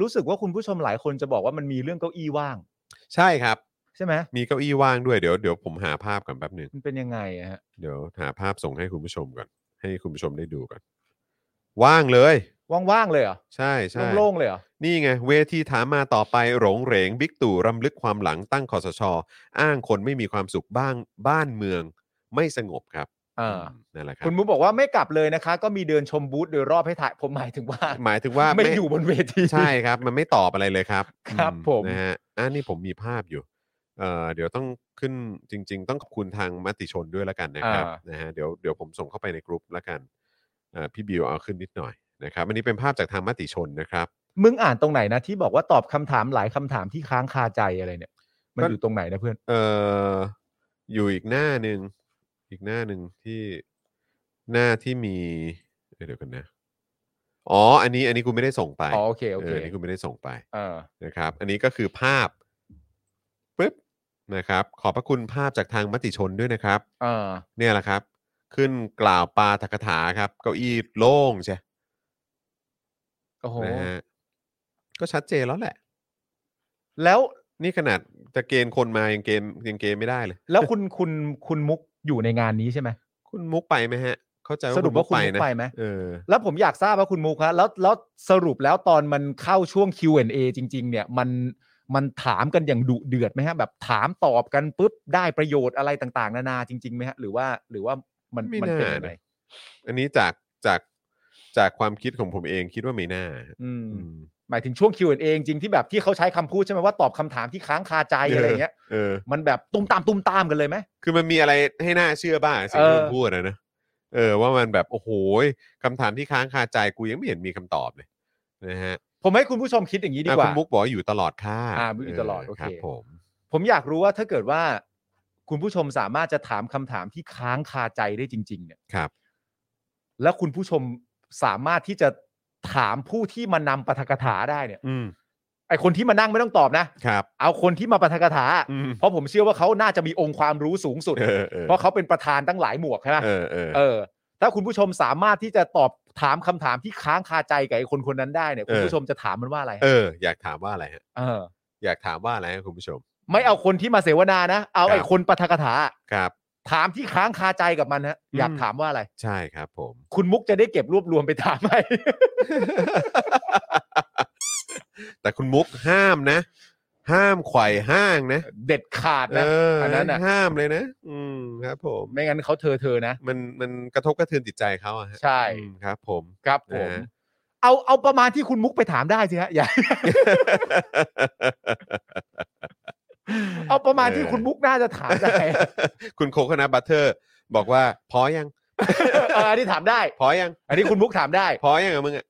Speaker 3: รู้สึกว่าคุณผู้ชมหลายคนจะบอกว่ามันมีเรื่องเก้าอี้ว่าง
Speaker 2: ใช่ครับ
Speaker 3: ใช่ไหม
Speaker 2: มีเก้าอี้ว่างด้วยเดี๋ยวเดี๋ยวผมหาภาพก่อนแป๊บหนึ่ง
Speaker 3: มันเป็นยังไงอะฮะ
Speaker 2: เดี๋ยวหาภาพส่งให้คุณผู้ชมก่อน ให้คุณผู้ชมได้ดูก่อน ว่างเลย
Speaker 3: ว่างๆเลยเหรอ
Speaker 2: ใช่ใช่
Speaker 3: โล่งๆเลยเหรอ
Speaker 2: นี่ไงเวทีถามมาต่อไปหลงเหรงบิ๊กตู่รำลึกความหลังตั้งคอสช อ้างคนไม่มีความสุขบ้างบ้านเมือง ไม่สงบครับ
Speaker 3: เออ
Speaker 2: นั่นแหละครั
Speaker 3: คุ
Speaker 2: บ
Speaker 3: ณมุกบอกว่าไม่กลับเลยนะคะ ก็มีเดินชมบูธโดยรอบให้ถ่ายผมหมายถึงว่า
Speaker 2: [laughs] หมายถึงว่า
Speaker 3: ไม่อยู่บนเวที
Speaker 2: ใช่ครับ มันไม่ตอบอะไรเลยครับ
Speaker 3: ครับ
Speaker 2: อื
Speaker 3: ผม
Speaker 2: นะฮะอ่ะนี่ผมมีภาพอยู่เอ่อเดี๋ยวต้องขึ้นจริง ๆ ต้องขอบคุณทางมติชนด้วยละกันนะครับ
Speaker 3: อ่าน
Speaker 2: นะฮะเดี๋ยวเดี๋ยวผมส่งเข้าไปในกรุ๊ปละกันเอ่อพี่บิวเอาขึ้นนิดหน่อยนะครับอันนี้เป็นภาพจากทางมติชนนะครับ
Speaker 3: มึงอ่านตรงไหนนะที่บอกว่าตอบคำถามหลายคำถามที่ค้างคาใจอะไรเนี่ย มัน
Speaker 2: ก็
Speaker 3: อยู่ตรงไหนนะเพื่อน
Speaker 2: เอออยู่อีกหน้าหนึ่งอีกหน้าหนึ่งที่หน้าที่มีเอ้ยเดี๋ยวกันนะอ๋อ อันนี้อันนี้กูไม่ได้ส่งไป
Speaker 3: อ๋อโอเคโอเค
Speaker 2: ออันนี้กูไม่ได้ส่งไป
Speaker 3: เออ
Speaker 2: นะครับ อันนี้ก็คือภาพปึ๊บนะครับ ขอบพระคุณภาพจากทางมติชนด้วยนะครับ
Speaker 3: เออ
Speaker 2: เนี่ยแหละครับ ขึ้นกล่าวปาฐกถาครับ เก้าอี้โล่งใช่
Speaker 3: โอ้โห
Speaker 2: นะฮะก็ชัดเจนแล้วแหละ
Speaker 3: แล้ว
Speaker 2: นี่ขนาดจะเกณฑ์คนมายังเกณฑ์ยังเกณฑ์ไม่ได้เลย
Speaker 3: แล้วคุณคุณคุณมุกอยู่ในงานนี้ใช่ไหม
Speaker 2: คุณมุกไปไหมฮะ เข้าใจ
Speaker 3: สรุปว่าคุณมุกไป
Speaker 2: นะ
Speaker 3: ไหม
Speaker 2: เออ
Speaker 3: แล้วผมอยากทราบว่าคุณมุกฮะแล้วแล้วสรุปแล้วตอนมันเข้าช่วง Q&A จริง ๆ เนี่ย มันมันถามกันอย่างดุเดือดไหมฮะ แบบถามตอบกันปุ๊บได้ประโยชน์อะไรต่างๆ นานาจริงๆไหมฮะ หรือว่าหรือว่ามัน
Speaker 2: ไม่
Speaker 3: มันเป็น
Speaker 2: น่า
Speaker 3: ยังไง
Speaker 2: นะ อันนี้จากจากจากความคิดของผมเองคิดว่าไม่น่า
Speaker 3: อืม
Speaker 2: อืม
Speaker 3: หมายถึงช่วง Q&A จริงๆที่แบบที่เขาใช้คำพูดใช่ไหมว่าตอบคำถามที่ค้างคาใจอะไรเงี้ย
Speaker 2: เออ
Speaker 3: มันแบบตุ้มตามตุ้มตามกันเลยไหม
Speaker 2: คือมันมีอะไรให้น่าเชื่อบ้างสิ่งที่
Speaker 3: เออ
Speaker 2: มันพูดนะนะเออ ว่ามันแบบโอ้โหยคำถามที่ค้างคาใจกูยังไม่เห็นมีคำตอบเลยนะฮะ
Speaker 3: ผมให้คุณผู้ชมคิดอย่างนี้ดี
Speaker 2: อ่ะ
Speaker 3: กว่า
Speaker 2: คุณมุกบอกว่าอยู่ตลอดค่ะ
Speaker 3: อ่าอยู่ตลอดโอเค
Speaker 2: รับผม
Speaker 3: ผมอยากรู้ว่าถ้าเกิดว่า คุณผู้ชมสามารถจะถามคำถามที่ค้างคาใจได้จริง ๆ เนี่ย
Speaker 2: ครับ
Speaker 3: แล้วคุณผู้ชมสามารถที่จะถามผู้ที่มานำปาฐกถาได้เนี่ย
Speaker 2: อืม
Speaker 3: ไอคนที่มานั่งไม่ต้องตอบนะครับ เอาคนที่มาปาฐกถา
Speaker 2: อืม
Speaker 3: เพราะผมเชื่อว่าเขาน่าจะมีองค์ความรู้สูงสุด
Speaker 2: เออเออ
Speaker 3: เพราะเขาเป็นประธานตั้งหลายหมวกใช่ไหม
Speaker 2: เออเออ
Speaker 3: เออถ้าคุณผู้ชมสามารถที่จะตอบถามคำถามที่ค้างคาใจกับไอ้คนคนนั้นได้เนี่ย
Speaker 2: เออ
Speaker 3: คุณผู้ชมจะถามมันว่าอะไรฮะ
Speaker 2: เออ อยากถามว่าอะไรฮะ
Speaker 3: เออ
Speaker 2: อยากถามว่าอะไรฮะคุณผู้ชม
Speaker 3: ไม่เอาคนที่มาเสวนานะ เอา
Speaker 2: ครับ
Speaker 3: ไอ้คนปาฐกถา
Speaker 2: ครับ
Speaker 3: ถามที่ค้างคาใจกับมันฮะ
Speaker 2: อืม
Speaker 3: อยากถามว่าอะไร
Speaker 2: ใช่ครับผม
Speaker 3: คุณมุกจะได้เก็บรวบรวมไปถามให้ [laughs]
Speaker 2: แต่คุณมุกห้ามนะ ห้ามไขว่ห้างนะ
Speaker 3: เด็ดขาด
Speaker 2: เอ
Speaker 3: นะ
Speaker 2: ออน
Speaker 3: นั้นน่ะ
Speaker 2: ห้ามเลยนะ อืมครับผม
Speaker 3: ไม่งั้นเขาเธอเธอนะ
Speaker 2: มันมันกระทบกระเทือนจิตใจเขาอะฮะ
Speaker 3: ใช่
Speaker 2: อืมครับ ผม [laughs]
Speaker 3: ครับผม
Speaker 2: นะฮะ
Speaker 3: เอาเอาประมาณที่คุณมุกไปถามได้สิฮะ
Speaker 2: [laughs]
Speaker 3: อย่า เอาประมาณที่คุณมุกน่าจะถาม
Speaker 2: [laughs]
Speaker 3: ได้
Speaker 2: คุณโคคนาบัตเตอร์ บอกว่า พอยัง
Speaker 3: เอออันนี้ถามได้
Speaker 2: พอยัง
Speaker 3: อันนี้คุณมุกถามได้
Speaker 2: พอยังอะมึงอะ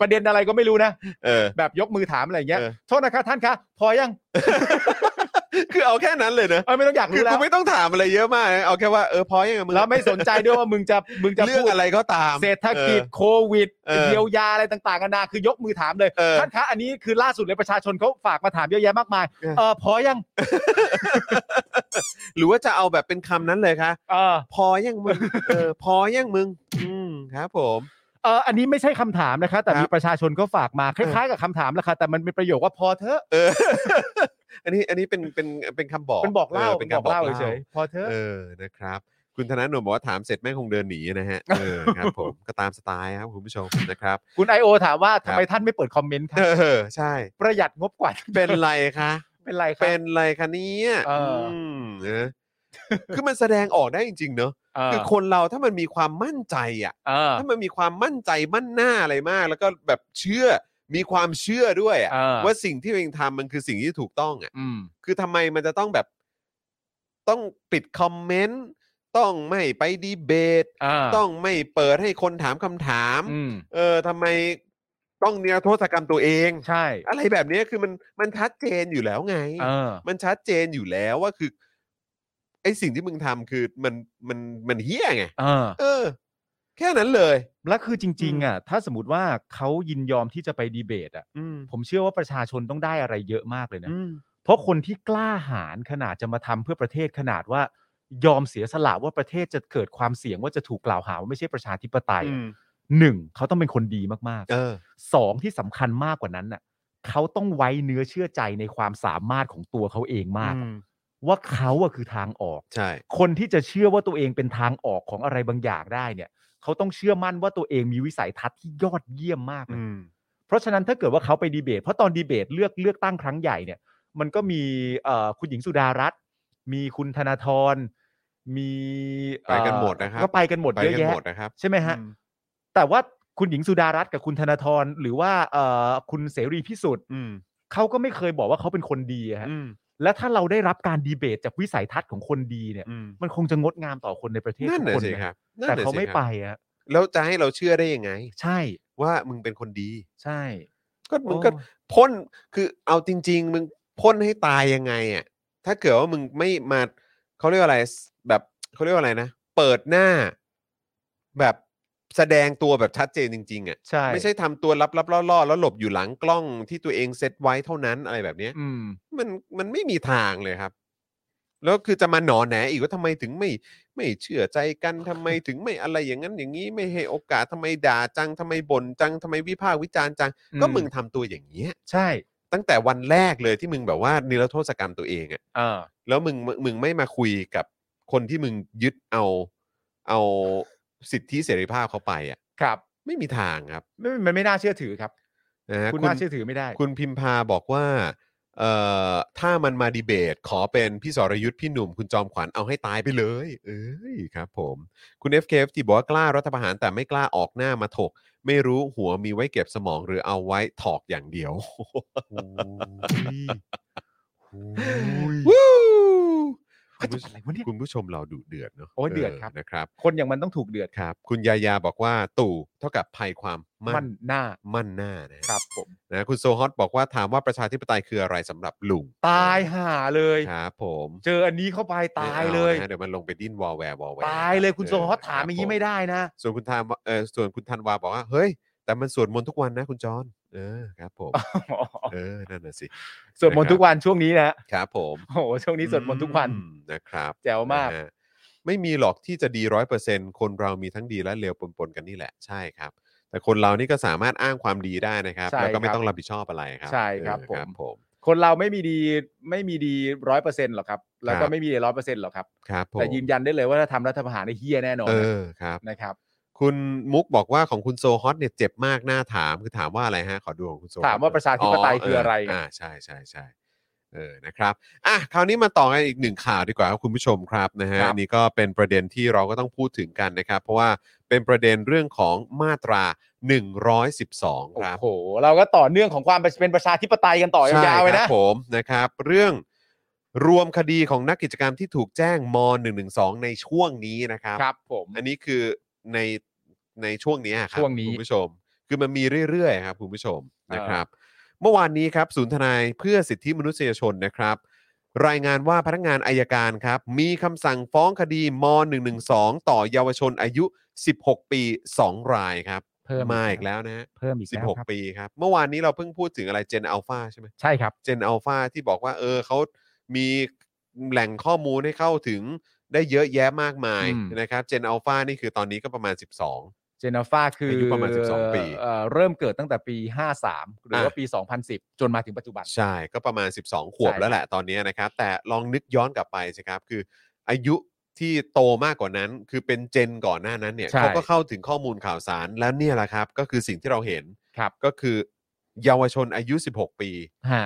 Speaker 3: ประเด็นอะไรก็ไม่รู้นะ
Speaker 2: เออ
Speaker 3: แบบยกมือถามอะไรอย่างเงี้ย
Speaker 2: เออ
Speaker 3: โทษนะคะท่านคะ พอยัง
Speaker 2: คือเอาแค่นั้นเลยนะ
Speaker 3: เออไม่ต้องอยาก
Speaker 2: คื
Speaker 3: รู้
Speaker 2: อ
Speaker 3: แล้
Speaker 2: กู
Speaker 3: ว
Speaker 2: ไม่ต้องถามอะไรเยอะมากนะเอาแค่ว่าเออพอยังอะมึงอะ
Speaker 3: แล้วไม่สนใจด้วยว่ามึงจะมึงจะ
Speaker 2: เรื่อง
Speaker 3: พูด
Speaker 2: อะไรก็ตาม
Speaker 3: เศรษฐกิจ
Speaker 2: ออ
Speaker 3: โควิด
Speaker 2: เออ
Speaker 3: เยียวยาอะไรต่างๆกันานาคือยกมือถามเลย
Speaker 2: เออ
Speaker 3: ท่านคะอันนี้คือล่าสุดเลยประชาชนเขาฝากมาถามเยอะแยะมากมาย
Speaker 2: เออ
Speaker 3: เออพอยัง
Speaker 2: หรือว่าจะเอาแบบเป็นคำนั้นเลยคะ
Speaker 3: เออ
Speaker 2: พอยัง
Speaker 3: [laughs]
Speaker 2: มึง เออ พอยังมึง อืมครับ ผม
Speaker 3: เอออันนี้ไม่ใช่คำถามนะคะ แต่
Speaker 2: ครับ
Speaker 3: มีประชาชนเขาฝากมาคล้ายๆกับคำถามแหละค่ะแต่มันเป็นประโยคว่าพอเถอะ
Speaker 2: เออ [laughs] อันนี้อันนี้เป็นเป็นเป็นคำบอก
Speaker 3: เป็นบอกเล่า
Speaker 2: เป็นคำบอกเล่า
Speaker 3: เฉยๆพอเถอะ
Speaker 2: เออนะครับ คุณธนาหนุ่มบอกว่าถามเสร็จแม่งคงเดินหนีนะ
Speaker 3: [laughs]
Speaker 2: ฮะ เออครับ ผมก็ตามสไตล์ครับคุณผู้ชมนะครับ
Speaker 3: คุณไอโอถามว่า
Speaker 2: ครั
Speaker 3: ทำ
Speaker 2: บ
Speaker 3: ไมท่านไม่เปิดคอมเมนต์ [laughs] คะ
Speaker 2: เออใช่
Speaker 3: ประหยัดงบกว่า [laughs]
Speaker 2: เป็นไรคะ
Speaker 3: เป็นไรครั
Speaker 2: เป็น
Speaker 3: บ
Speaker 2: ไรคะเนี้ย
Speaker 3: เอออื
Speaker 2: มนะคือมันแสดงออกได้จริงๆเนอะ
Speaker 3: เออ
Speaker 2: คือคนเราถ้ามันมีความมั่นใจอ่ะ
Speaker 3: เออ
Speaker 2: ถ้ามันมีความมั่นใจมั่นหน้าอะไรมาก แล้วก็แบบเชื่อมีความเชื่อด้วยอะ
Speaker 3: เออ
Speaker 2: ว่าสิ่งที่ตัวเองทำมันคือสิ่งที่ถูกต้องอ่ะ
Speaker 3: อืม
Speaker 2: คือทำไมมันจะต้องแบบ ต้องปิดคอมเมนต์ ต้องไม่ไปดีเบต
Speaker 3: อ่า
Speaker 2: ต้องไม่เปิดให้คนถามคำถาม
Speaker 3: อืม
Speaker 2: เออทำไมต้องเนรโทษกรรมตัวเอง
Speaker 3: ใช่
Speaker 2: อะไรแบบเนี้ยคือมันมันชัดเจนอยู่แล้วไง
Speaker 3: เออ
Speaker 2: มันชัดเจนอยู่แล้วว่าคือ ไอ้สิ่งที่มึงทำคือมันมันมันเฮี้ยไง
Speaker 3: เออ
Speaker 2: เออ แค่นั้นเลย
Speaker 3: แล้วคือจริง ๆ อ่ะ ถ้าสมมติว่าเขายินยอมที่จะไปดีเบต อ่ะ
Speaker 2: อืม
Speaker 3: ผมเชื่อว่าประชาชนต้องได้อะไรเยอะมากเลยนะ
Speaker 2: อืม
Speaker 3: เพราะคนที่กล้าหาญขนาดจะมาทำเพื่อประเทศขนาดว่ายอมเสียสละว่าประเทศจะเกิดความเสี่ยงว่าจะถูกกล่าวหาว่าไม่ใช่ประชาธิปไตยอะหนึ่งเขาต้องเป็นคนดีมาก
Speaker 2: เออ
Speaker 3: ๆสองที่สำคัญมากกว่านั้นน่ะเขาต้องไว้เนื้อเชื่อใจในความสามารถของตัวเขาเองมากอะว่าเขาอะคือทางออก
Speaker 2: ใช่
Speaker 3: คนที่จะเชื่อว่าตัวเองเป็นทางออกของอะไรบางอย่างได้เนี่ย เขาต้องเชื่อมั่นว่าตัวเองมีวิสัยทัศน์ที่ยอดเยี่ยมมากเลยเพราะฉะนั้นถ้าเกิดว่าเขาไปดีเบต เพราะตอนดีเบตเลือกเลือกตั้งครั้งใหญ่เนี่ย มันก็มีเอ่อคุณหญิงสุดารัตน์มีคุณธนาธร มี
Speaker 2: ไปกันหมดนะครับ
Speaker 3: ก็ไปกันหมด
Speaker 2: ไป
Speaker 3: เยอะ
Speaker 2: กัน
Speaker 3: แยะ
Speaker 2: หมดนะครับ
Speaker 3: ใช่ไหมฮะ แต่ว่าคุณหญิงสุดารัตน์กับคุณธนาธรหรือว่าเอ่อคุณเสรีพิสุทธิ์
Speaker 2: อืม
Speaker 3: เขาก็ไม่เคยบอกว่าเขาเป็นคนดีอะฮะ
Speaker 2: อืม
Speaker 3: และถ้าเราได้รับการดีเบตจากวิสัยทัศน์ของคนดีเนี่ย
Speaker 2: อืม
Speaker 3: มันคงจะงดงามต่อคนในประเทศ
Speaker 2: นั่นน่ะ
Speaker 3: ทุกคน
Speaker 2: สิ
Speaker 3: นะครับ
Speaker 2: นั่น
Speaker 3: แต่
Speaker 2: น่ะ
Speaker 3: เขา
Speaker 2: สิ
Speaker 3: ไม่
Speaker 2: ครับ
Speaker 3: ไปอะ
Speaker 2: แล้วจะให้เราเชื่อได้ยังไง
Speaker 3: ใช่
Speaker 2: ว่ามึงเป็นคนดี
Speaker 3: ใช่
Speaker 2: ก็มึงก็
Speaker 3: โอ้
Speaker 2: พ่นคือเอาจริง ๆ มึงพ่นให้ตายยังไงอ่ะถ้าเกิดว่ามึงไม่มาเขาเรียกว่าอะไรแบบเขาเรียกว่าอะไรนะ เปิดหน้า แบบแสดงตัวแบบชัดเจนจริง ๆอ่ะ
Speaker 3: ใช่
Speaker 2: ไม่ใช่ทำตัวลับๆล่อๆแล้วหลบอยู่หลังกล้องที่ตัวเองเซตไว้เท่านั้นอะไรแบบเนี้ย
Speaker 3: อืม
Speaker 2: มันมันไม่มีทางเลยครับ แล้วคือจะมาหนอแหนอีกว่าทำไมถึงไม่ไม่เชื่อใจกันทำไมถึงไม่อะไรอย่างนั้นอย่างนี้ไม่ให้โอกาสทำไมด่าจังทำไมบ่นจังทำไมวิพากษ์วิจารณ์จัง
Speaker 3: อืม
Speaker 2: ก็มึงทำตัวอย่างเงี้ย
Speaker 3: ใช่
Speaker 2: ตั้งแต่วันแรกเลยที่มึงแบบว่านิรโทษกรรมตัวเองอะ
Speaker 3: เออ
Speaker 2: แล้วมึงมึงมึงไม่มาคุยกับคนที่มึงยึดเอาเอาสิทธิเสรีภาพเขาไปอะ
Speaker 3: ครับ
Speaker 2: ไม่มีทางครับ
Speaker 3: ไม่มันไม่น่าเชื่อถือครับ
Speaker 2: นะฮะ
Speaker 3: คุณน่าเชื่อถือไม่ได้
Speaker 2: คุณพิมพาบอกว่าเอ่อถ้ามันมาดีเบต ขอเป็นพี่สรยุทธ์พี่หนุ่มคุณจอมขวัญเอาให้ตายไปเลย เอ้ยครับผมคุณ FKFT บอกว่ากล้ารัฐประหารแต่ไม่กล้าออกหน้ามาถก ไม่รู้หัวมีไว้เก็บสมองหรือเอาไว้ถอกอย่างเดียว [laughs] วู้
Speaker 3: เขาจะอะไรวะเนี่ย
Speaker 2: คุณผู้ชมเราดุเดือดเนาะ
Speaker 3: โอ้ยเดือดครับ
Speaker 2: นะครับ
Speaker 3: คนอย่างมันต้องถูกเดือด
Speaker 2: ครับ คุณยายาบอกว่าตู่เท่ากับภัยความมั่
Speaker 3: มัน
Speaker 2: น
Speaker 3: หน้า
Speaker 2: มั่นหน้านะ
Speaker 3: ครับผม
Speaker 2: นะคุณโซฮอตบอกว่าถามว่าประชาธิปไตยคืออะไรสำหรับลุง
Speaker 3: ตายห่าเลย
Speaker 2: ครับผม
Speaker 3: เจออันนี้เข้าไปตายเลย
Speaker 2: ไม่อนะเดี๋ยวมันลงไปดิ้นวอลแวร์วอลแวร์
Speaker 3: ตายเลยคุณโซฮอตถามอย่างนี้ไม่
Speaker 2: ค
Speaker 3: ได้นะ
Speaker 2: รับผมส่วนคุณทามเออส่วนคุณธันวาบอกว่า เฮ้ย แต่มันสวดมนต์ทุกวันนะคุณจอนเออครับผมเออนั่นน่ะสิ
Speaker 3: สวดมนต์ทุกวันช่วงนี้นะครับ
Speaker 2: ผม
Speaker 3: โอ้โหช่วงนี้สวดมนต์ทุกวัน
Speaker 2: อืมนะครับ
Speaker 3: แจ๋วมาก
Speaker 2: นะฮะไม่มีหรอกที่จะดีร้อยเปอร์เซ็นคนเรามีทั้งดีและเลวปนๆกันนี่แหละใช่ครับ แต่คนเรานี่ก็สามารถอ้างความดีได้นะครับ
Speaker 3: ใช่
Speaker 2: แล้วก็ไม่
Speaker 3: ครับ
Speaker 2: ต้องรับผิดชอบอะไรครับ
Speaker 3: ใช่ครับ
Speaker 2: เออ
Speaker 3: ผม
Speaker 2: ครับผม
Speaker 3: คนเราไม่มีดีไม่มีดีร้อยเปอร์เซ็นต์หรอกครับ แล้ว
Speaker 2: ครั
Speaker 3: ก็
Speaker 2: บ
Speaker 3: ไม่มีร้อยเปอร์เซ็นต์หรอกครับ
Speaker 2: ครับผม
Speaker 3: แต่ยืนยันได้เลยว่าถ้าทำรัฐประหารในเฮียแน่นอน
Speaker 2: เออครับ
Speaker 3: นะครับ
Speaker 2: คุณมุกบอกว่าของคุณโซฮอตเนี่ยเจ็บมากหน้าถามคือถามว่าอะไรฮะ ขอดูของคุณโซฮอต
Speaker 3: ถามว่าประชาธิปไตยคืออะไร
Speaker 2: อ่าใช่ใช่ใช่เออนะครับอ่ะคราวนี้มาต่อกันอีกหนึ่งข่าวดีกว่าครับคุณผู้ชมครับนะฮะ
Speaker 3: ครับ
Speaker 2: อันนี้ก็เป็นประเด็นที่เราก็ต้องพูดถึงกันนะครับ เพราะว่าเป็นประเด็นเรื่องของมาตรา 112
Speaker 3: โอ้
Speaker 2: ครับ
Speaker 3: โหเราก็ต่อเนื่องของความเป็นประชาธิปไตยกันต่อยาวๆเลย
Speaker 2: ใช่ครั
Speaker 3: นะ
Speaker 2: บผมนะครับเรื่องรวมคดีของนักกิจกรรมที่ถูกแจ้งม .112 ในช่วงนี้นะครับ
Speaker 3: ครับผม
Speaker 2: อันนี้คือในในช่วงเนี้ยครับ
Speaker 3: ช่วงนี้
Speaker 2: คุณผู้ชม คือมันมีเรื่อยๆครับคุณผู้ชมนะครับ เมื่อวานนี้ครับศูนย์ทนายเพื่อสิทธิมนุษยชนนะครับ รายงานว่าพนักงานอายการครับ มีคำสั่งฟ้องคดีม .112 ต่อเยาวชนอายุ 16 ปี 2 รายครับ
Speaker 3: เพิ่มอีก
Speaker 2: มาอีกแล้วนะฮะ
Speaker 3: เพิ่มอีกแล้วครับ
Speaker 2: 16 ปีครับ เมื่อวานนี้เราเพิ่งพูดถึงอะไรเจนอัลฟาใช่ไหม
Speaker 3: ใช่ครับ
Speaker 2: เจนอัลฟาที่บอกว่าเออเขามีแหล่งข้อมูลให้เข้าถึงได้เยอะแยะมากมาย
Speaker 3: อืม
Speaker 2: นะครับเจนอัลฟานี่คือตอนนี้ก็ประมาณ 12
Speaker 3: เจนฟาคืออา
Speaker 2: ยุประมาณ12ปี
Speaker 3: เอ่อเริ่มเกิดตั้งแต่ปี 53 หรือว่า
Speaker 2: อ่ะ
Speaker 3: ปี 2010 จนมาถึงปัจจุบัน
Speaker 2: ใช่ก็ประมาณ 12 ขวบ
Speaker 3: ใช่
Speaker 2: แล้วแหละตอนนี้นะครับ แต่ลองนึกย้อนกลับไปสิครับ คืออายุที่โตมากกว่านั้น คือเป็นเจนก่อนหน้านั้นเนี่ยเขาก็เข้าถึงข้อมูลข่าวสารแล้วเนี่ยแหละครับ ก็คือสิ่งที่เราเห็น
Speaker 3: ครับ
Speaker 2: ก็คือเยาวชนอายุ 16 ปี
Speaker 3: ฮะ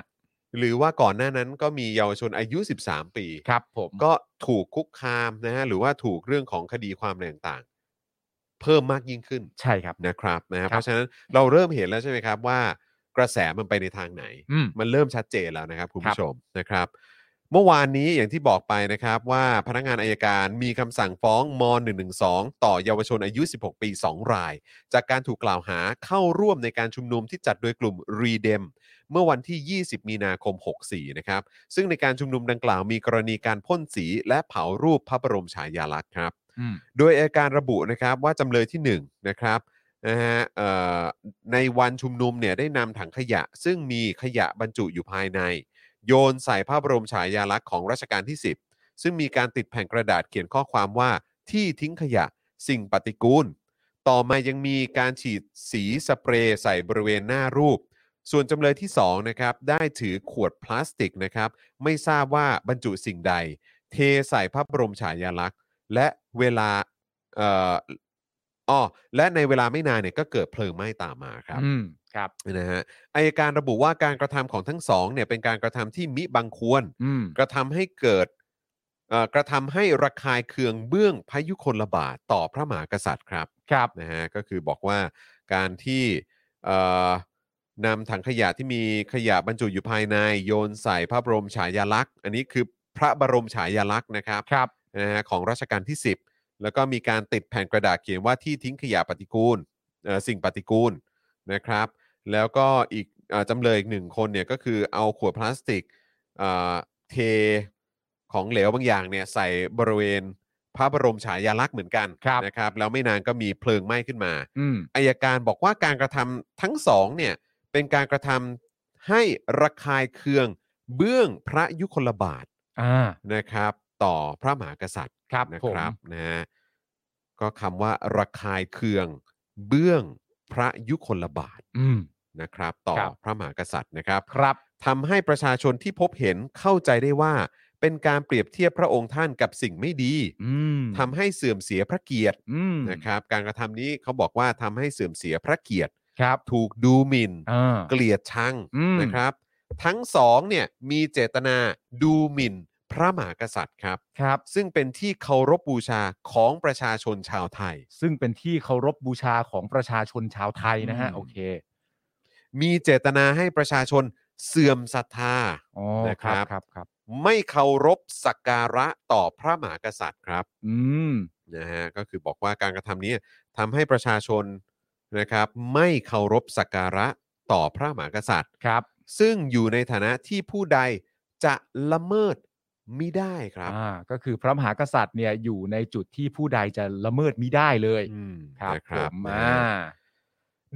Speaker 2: หรือว่าก่อนหน้านั้นก็มีเยาวชนอายุ 13 ปี
Speaker 3: ครับผม
Speaker 2: ก็ถูกคุกคามนะฮะหรือว่าถูกเรื่องของคดีความอะไรต่างๆ เพิ่มมากยิ่งขึ้น
Speaker 3: ใช่ครับ
Speaker 2: นะครับนะฮะ
Speaker 3: ครับ
Speaker 2: เพราะฉะนั้นเราเริ่มเห็นแล้วใช่ไหมครับว่ากระแสมันไปในทางไหน
Speaker 3: อืม
Speaker 2: มันเริ่มชัดเจนแล้วนะครับคุณ
Speaker 3: ครั
Speaker 2: ผู้
Speaker 3: บ
Speaker 2: ชมนะครับ เมื่อวานนี้อย่างที่บอกไปนะครับว่าพนักงานอายการมีคำสั่งฟ้องม .112 ต่อเยาวชนอายุ 16 ปี 2 ราย จากการถูกกล่าวหาเข้าร่วมในการชุมนุมที่จัดโดยกลุ่มรีเดมเมื่อวันที่ 20 มีนาคม 64 นะครับ ซึ่งในการชุมนุมดังกล่าวมีกรณีการพ่นสีและเผารูปพระบรมฉายาลักษณ์ครับ
Speaker 3: อืม
Speaker 2: โดยอาการระบุนะครับว่าจำเลยที่ 1 นะครับนะฮะเอ่อในวันชุมนุมเนี่ยได้นำถังขยะ ซึ่งมีขยะบรรจุอยู่ภายใน โยนใส่ภาพบรมฉายาลักษณ์ของรัชกาลที่ 10 ซึ่งมีการติดแผ่นกระดาษเขียนข้อความว่าที่ทิ้งขยะสิ่งปฏิกูล ต่อมายังมีการฉีดสีสเปรย์ใส่บริเวณหน้ารูป ส่วนจำเลยที่2นะครับได้ถือขวดพลาสติกนะครับไม่ทราบว่าบรรจุสิ่งใด เทใส่พระบรมฉายาลักษณ์ และเวลาเอ่ออ๋อและในเวลาไม่นานเนี่ยก็เกิดเพลิงไหม้ตามมาครับ
Speaker 3: อืมครับ
Speaker 2: นะฮะอายการระบุว่าการกระทำของทั้งสองเนี่ยเป็นการกระทำที่มิบังควร
Speaker 3: อืม
Speaker 2: กระทำให้เกิด เอ่อกระทำให้ระคายเคืองเบื้องพยุคลบาทต่อพระมหากษัตริย์ครับ
Speaker 3: ครับ
Speaker 2: นะฮะก็คือบอกว่าการที่เอ่อนำถังขยะที่มีขยะบรรจุอยู่ภายในโยนใส่พระบรมฉายาลักษณ์ อันนี้คือพระบรมฉายาลักษณ์นะครับ
Speaker 3: ครับ
Speaker 2: นะฮะของรัชกาลที่ 10 แล้วก็มีการติดแผ่นกระดาษเขียนว่าที่ทิ้งขยะปฏิกูลเอ่อสิ่งปฏิกูลนะครับ แล้วก็อีกเอ่อจำเลยอีกหนึ่งคนเนี่ยก็คือเอาขวดพลาสติกเอ่อเทของเหลวบางอย่างเนี่ยใส่บริเวณพระบรมฉายาลักษณ์เหมือนกัน
Speaker 3: ครับ
Speaker 2: นะครับ แล้วไม่นานก็มีเพลิงไหม้ขึ้นมา
Speaker 3: อืม
Speaker 2: อายการบอกว่าการกระทำทั้งสองเนี่ยเป็นการกระทำให้ระคายเคืองเบื้องพระยุคลบาท
Speaker 3: อ่า
Speaker 2: นะครับต่อพระมหากษัตริย์
Speaker 3: ครับ
Speaker 2: นะ
Speaker 3: ผม
Speaker 2: ครับนะฮะก็คำว่าระคายเคืองเบื้องพระยุคลบาท
Speaker 3: อืม
Speaker 2: นะครับ ต่อ
Speaker 3: ครับ
Speaker 2: พระมหากษัตริย์นะครับ
Speaker 3: ครับ
Speaker 2: ทำให้ประชาชนที่พบเห็นเข้าใจได้ว่า เป็นการเปรียบเทียบพระองค์ท่านกับสิ่งไม่ดี
Speaker 3: อืม
Speaker 2: ทำให้เสื่อมเสียพระเกียรติ
Speaker 3: อืม
Speaker 2: นะครับ การกระทำนี้เขาบอกว่าทำให้เสื่อมเสียพระเกียรติ
Speaker 3: ครับ
Speaker 2: ถูกดูหมิน่น
Speaker 3: อ่า
Speaker 2: เกลียดชัง
Speaker 3: อืม
Speaker 2: นะครับ ทั้งสองเนี่ยมีเจตนาดูหมิ่นพระมหากษัตริย์ครับ
Speaker 3: ครับ
Speaker 2: ซึ่งเป็นที่เคารพบูชาของประชาชนชาวไทย
Speaker 3: ซึ่งเป็นที่เคารพบูชาของประชาชนชาวไทยนะฮะ
Speaker 2: อืม
Speaker 3: โอเค
Speaker 2: มีเจตนาให้ประชาชนเสื่อมศรัทธา
Speaker 3: อ๋อ
Speaker 2: นะครับ
Speaker 3: ครับครับ
Speaker 2: ไม่เคารพสักการะต่อพระมหากษัตริย์ครับ
Speaker 3: อืม
Speaker 2: นะฮะก็คือบอกว่าการกระทำนี้ทำให้ประชาชนนะครับ ไม่เคารพสักการะต่อพระมหากษัตริย์
Speaker 3: ครับ
Speaker 2: ซึ่งอยู่ในฐานะที่ผู้ใดจะละเมิดไม่ได้ครับ
Speaker 3: อ่า ก็คือพระมหากษัตริย์เนี่ยอยู่ในจุดที่ผู้ใดจะละเมิดมิได้เลย
Speaker 2: อืม
Speaker 3: ครับ
Speaker 2: นะค
Speaker 3: ผ
Speaker 2: รับ
Speaker 3: ม
Speaker 2: นะ
Speaker 3: อ่า
Speaker 2: ฮะ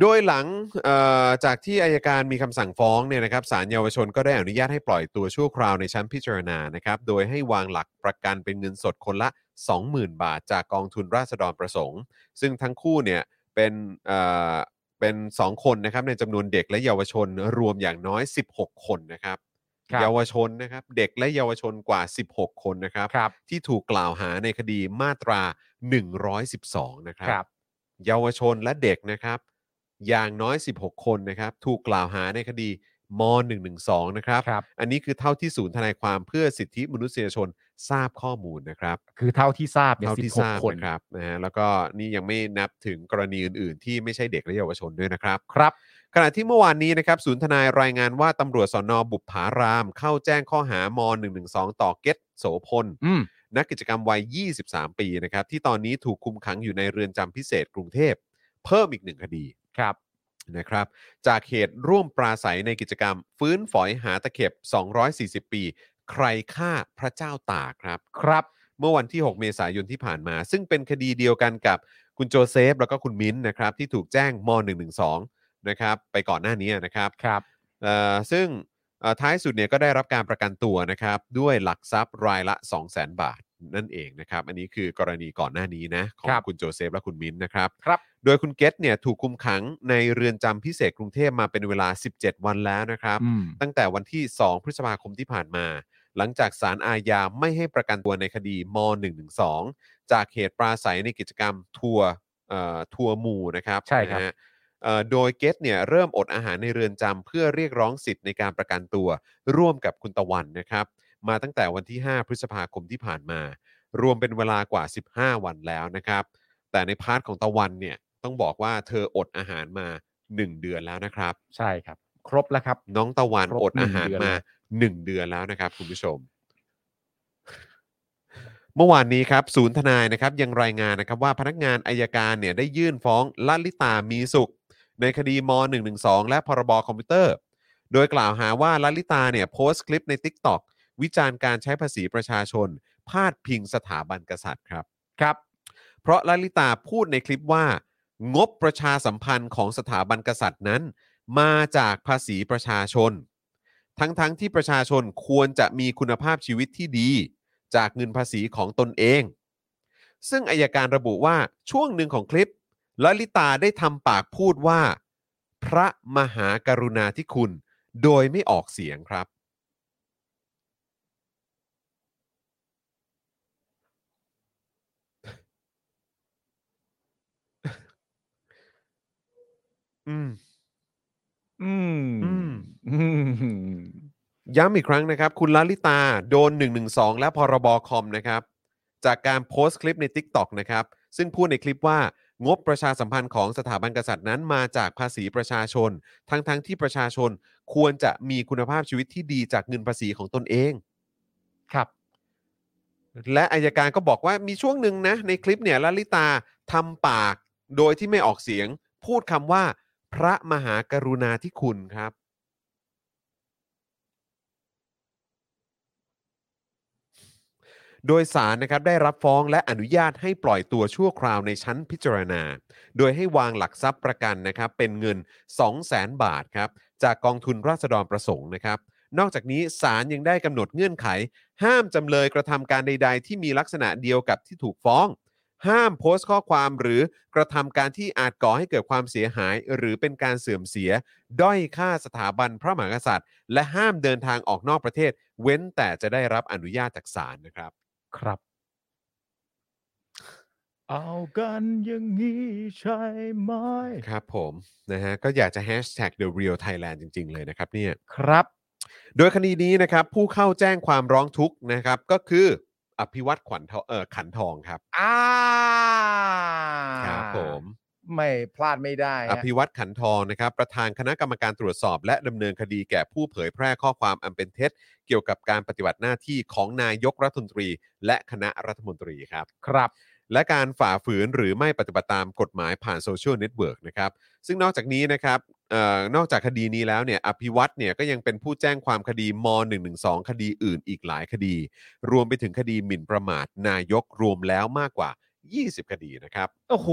Speaker 2: โดยหลังเอ่อจากที่อายการมีคำสั่งฟ้องเนี่ยนะครับศาลเยาวชนก็ได้อนุญาตให้ปล่อยตัวชั่วคราวในชั้นพิจารณานะครับ โดยให้วางหลักประกันเป็นเงินสดคนละ 20,000 บาท จากกองทุนราษฎรประสงค์ ซึ่งทั้งคู่เนี่ยเป็นเอ่อเป็น 2 คนนะครับในจำนวนเด็กและเยาวชนรวมอย่างน้อย 16 คนนะครับ
Speaker 3: ครับ
Speaker 2: เยาวชนนะครับเด็กและเยาวชนกว่า 16 คนนะครับ
Speaker 3: ครับ
Speaker 2: ที่ถูกกล่าวหาในคดีมาตรา 112 นะครั
Speaker 3: ครับ
Speaker 2: เยาวชนและเด็กนะครับ อย่างน้อย 16 คนนะครับ ถูกกล่าวหาในคดีม .112 นะครับ
Speaker 3: ครับ
Speaker 2: อันนี้คือเท่าที่ศูนย์ทนายความเพื่อสิทธิมนุษยชนทราบข้อมูลนะครับ
Speaker 3: คือเท่าที่ทราบเนี่ย
Speaker 2: เท่า
Speaker 3: สิ
Speaker 2: ที่
Speaker 3: บ
Speaker 2: ท
Speaker 3: หก
Speaker 2: ราบ
Speaker 3: คน
Speaker 2: นะครับนะฮะแล้วก็นี่ยังไม่นับถึงกรณีอื่น ๆ ที่ไม่ใช่เด็กและเยาวชนด้วยนะครับ
Speaker 3: ครับ
Speaker 2: ขณะที่เมื่อวานนี้นะครับศูนย์ทนายรายงานว่าตำรวจสอนอบุปผาราม เข้าแจ้งข้อหาม .112 ต่อเกตโสพล
Speaker 3: อืม
Speaker 2: นักกิจกรรมวัย 23 ปีนะครับ ที่ตอนนี้ถูกคุมขังอยู่ในเรือนจำพิเศษกรุงเทพ เพิ่มอีกหนึ่งคดี
Speaker 3: ครับ
Speaker 2: นะครับ จากเหตุร่วมปราศัยในกิจกรรม ฟื้นฝอยหาตะเข็บ 240 ปี ใครฆ่าพระเจ้าตากครับ
Speaker 3: ครับ
Speaker 2: เมื่อวันที่ 6 เมษายนที่ผ่านมา ซึ่งเป็นคดีเดียวกันกับคุณโจเซฟ แล้วก็คุณมิ้นท์นะครับ ที่ถูกแจ้งม .112 นะครับไปก่อนหน้านี้นะครับ
Speaker 3: ครับ
Speaker 2: เอ่อซึ่งเอ่อท้ายสุดเนี่ยก็ได้รับการประกันตัวนะครับ ด้วยหลักทรัพย์รายละ 2 0 0 0 0 0 บาทนั่นเองนะครับ อันนี้คือกรณีก่อนหน้านี้นะของ
Speaker 3: ครับ
Speaker 2: คุณโจเซฟและคุณมิ้นท์นะครับ
Speaker 3: ครับ
Speaker 2: โดยคุณเกตเนี่ยถูกคุมขังในเรือนจำพิเศษกรุงเทพมาเป็นเวลา 17 วันแล้วนะครับ
Speaker 3: อืม
Speaker 2: ตั้งแต่วันที่ 2 พฤษภาคมที่ผ่านมา หลังจากศาลอาญาไม่ให้ประกันตัวในคดีม .112 จากเหตุปราศัยในกิจกรรมทัวร์เอ่อทัวร์หมู่นะครับ
Speaker 3: ใช่ครับ
Speaker 2: นะฮะเอ่อโดยเกตเนี่ยเริ่มอดอาหารในเรือนจำเพื่อเรียกร้องสิทธิ์ในการประกันตัว ร่วมกับคุณตะวันนะครับ มาตั้งแต่วันที่ 5 พฤษภาคมที่ผ่านมา รวมเป็นเวลากว่า 15 วันแล้วนะครับ แต่ในพาร์ทของตะวันเนี่ยต้องบอกว่าเธออดอาหารมา 1 เดือนแล้วนะครับ
Speaker 3: ใช่ครับ ครบแล้วครับ
Speaker 2: น้องตะวัน
Speaker 3: ครบ
Speaker 2: อดอาหาร
Speaker 3: หนึ่งเดือ
Speaker 2: มา
Speaker 3: นแล้ว
Speaker 2: หนึ่งเดือนแล้วนะครับ คุณผู้ชม เมื่อวานนี้ครับศูนย์ทนายนะครับ ยังรายงานนะครับ ว่าพนักงานอายการเนี่ยได้ยื่นฟ้องลลิตามีสุข ในคดีม .112 และพรบคอมพิวเตอร์ โดยกล่าวหาว่าลลิตาเนี่ยโพสต์คลิปใน TikTok วิจารณ์การใช้ภาษีประชาชน พาดพิงสถาบันกษัตริย์ครับ
Speaker 3: ครับ
Speaker 2: เพราะลลิตาพูดในคลิปว่า งบประชาสัมพันธ์ของสถาบันกษัตริย์นั้น มาจากภาษีประชาชน ทั้งๆทที่ประชาชนควรจะมีคุณภาพชีวิตที่ดี จากเงินภาษีของตนเอง ซึ่งอายการระบุว่าช่วงหนึ่งของคลิปลลิตาได้ทำปากพูดว่า พระมหากรุณาธิคุณ โดยไม่ออกเสียงครับ อืม
Speaker 3: อืม
Speaker 2: อืม
Speaker 3: อืม
Speaker 2: ย้ำอีกครั้งนะครับ คุณลลิตาโดน 112 และพรบคอมนะครับ จากการโพสต์คลิปใน TikTok นะครับ ซึ่งพูดในคลิปว่างบประชาสัมพันธ์ของสถาบันกษัตริย์นั้นมาจากภาษีประชาชน ทั้งๆทที่ประชาชนควรจะมีคุณภาพชีวิตที่ดีจากเงินภาษีของตนเอง
Speaker 3: ครับ
Speaker 2: และอายการก็บอกว่ามีช่วงหนึ่งนะในคลิปเนี่ยลลิตาทำปากโดยที่ไม่ออกเสียง พูดคำว่า พระมหากรุณาธิคุณครับ โดยสารนะครับได้รับฟ้องและอนุญาตให้ปล่อยตัวชั่วคราวในชั้นพิจารณา โดยให้วางหลักทรัพย์ประกันนะครับเป็นเงิน 200,000 บาทครับจากกองทุนราษฎรประสงค์นะครับ นอกจากนี้ศาลยังได้กำหนดเงื่อนไข ห้ามจำเลยกระทำการใด ๆ ที่มีลักษณะเดียวกับที่ถูกฟ้อง ห้ามโพสต์ข้อความหรือกระทำการที่อาจก่อให้เกิดความเสียหาย หรือเป็นการเสื่อมเสีย ด้อยค่าสถาบันพระมหากษัตริย์ และห้ามเดินทางออกนอกประเทศ เว้นแต่จะได้รับอนุญาตจากศาลนะครับ
Speaker 3: ครับ เอากันอย่างนี้ใช่ไหม
Speaker 2: ครับผมนะฮะก็อยากจะ hashtag the real Thailand จริง ๆ เลยนะครับเนี่ย
Speaker 3: ครับ
Speaker 2: โดยคดีนี้นะครับผู้เข้าแจ้งความร้องทุกข์นะครับก็คืออภิวัตขวัญทองเออขันทองครับ
Speaker 3: อ่า
Speaker 2: ครับผม
Speaker 3: ไม่พลาดไม่ได้
Speaker 2: อ
Speaker 3: ฮะ
Speaker 2: ภิวัตขันทองนะครับประธานคณะกรรมการตรวจสอบ และดำเนินคดีแก่ผู้เผยแพร่ข้อความอันเป็นเท็จ เกี่ยวกับการปฏิบัติหน้าที่ของนายกรัฐมนตรี และคณะรัฐมนตรีครับ
Speaker 3: ครับ
Speaker 2: และการฝ่าฝืนหรือไม่ปฏิบัติตามกฎหมายผ่านโซเชียลเน็ตเวิร์กนะครับ ซึ่งนอกจากนี้นะครับเออนอกจากคดีนี้แล้วเนี่ยอภิวัตเนี่ยก็ยังเป็นผู้แจ้งความคดีม .112 คดีอื่นอีกหลายคดี รวมไปถึงคดีหมิ่นประมาท นายกรวมแล้วมากกว่า 20 คดีนะครับ
Speaker 3: โอ้โห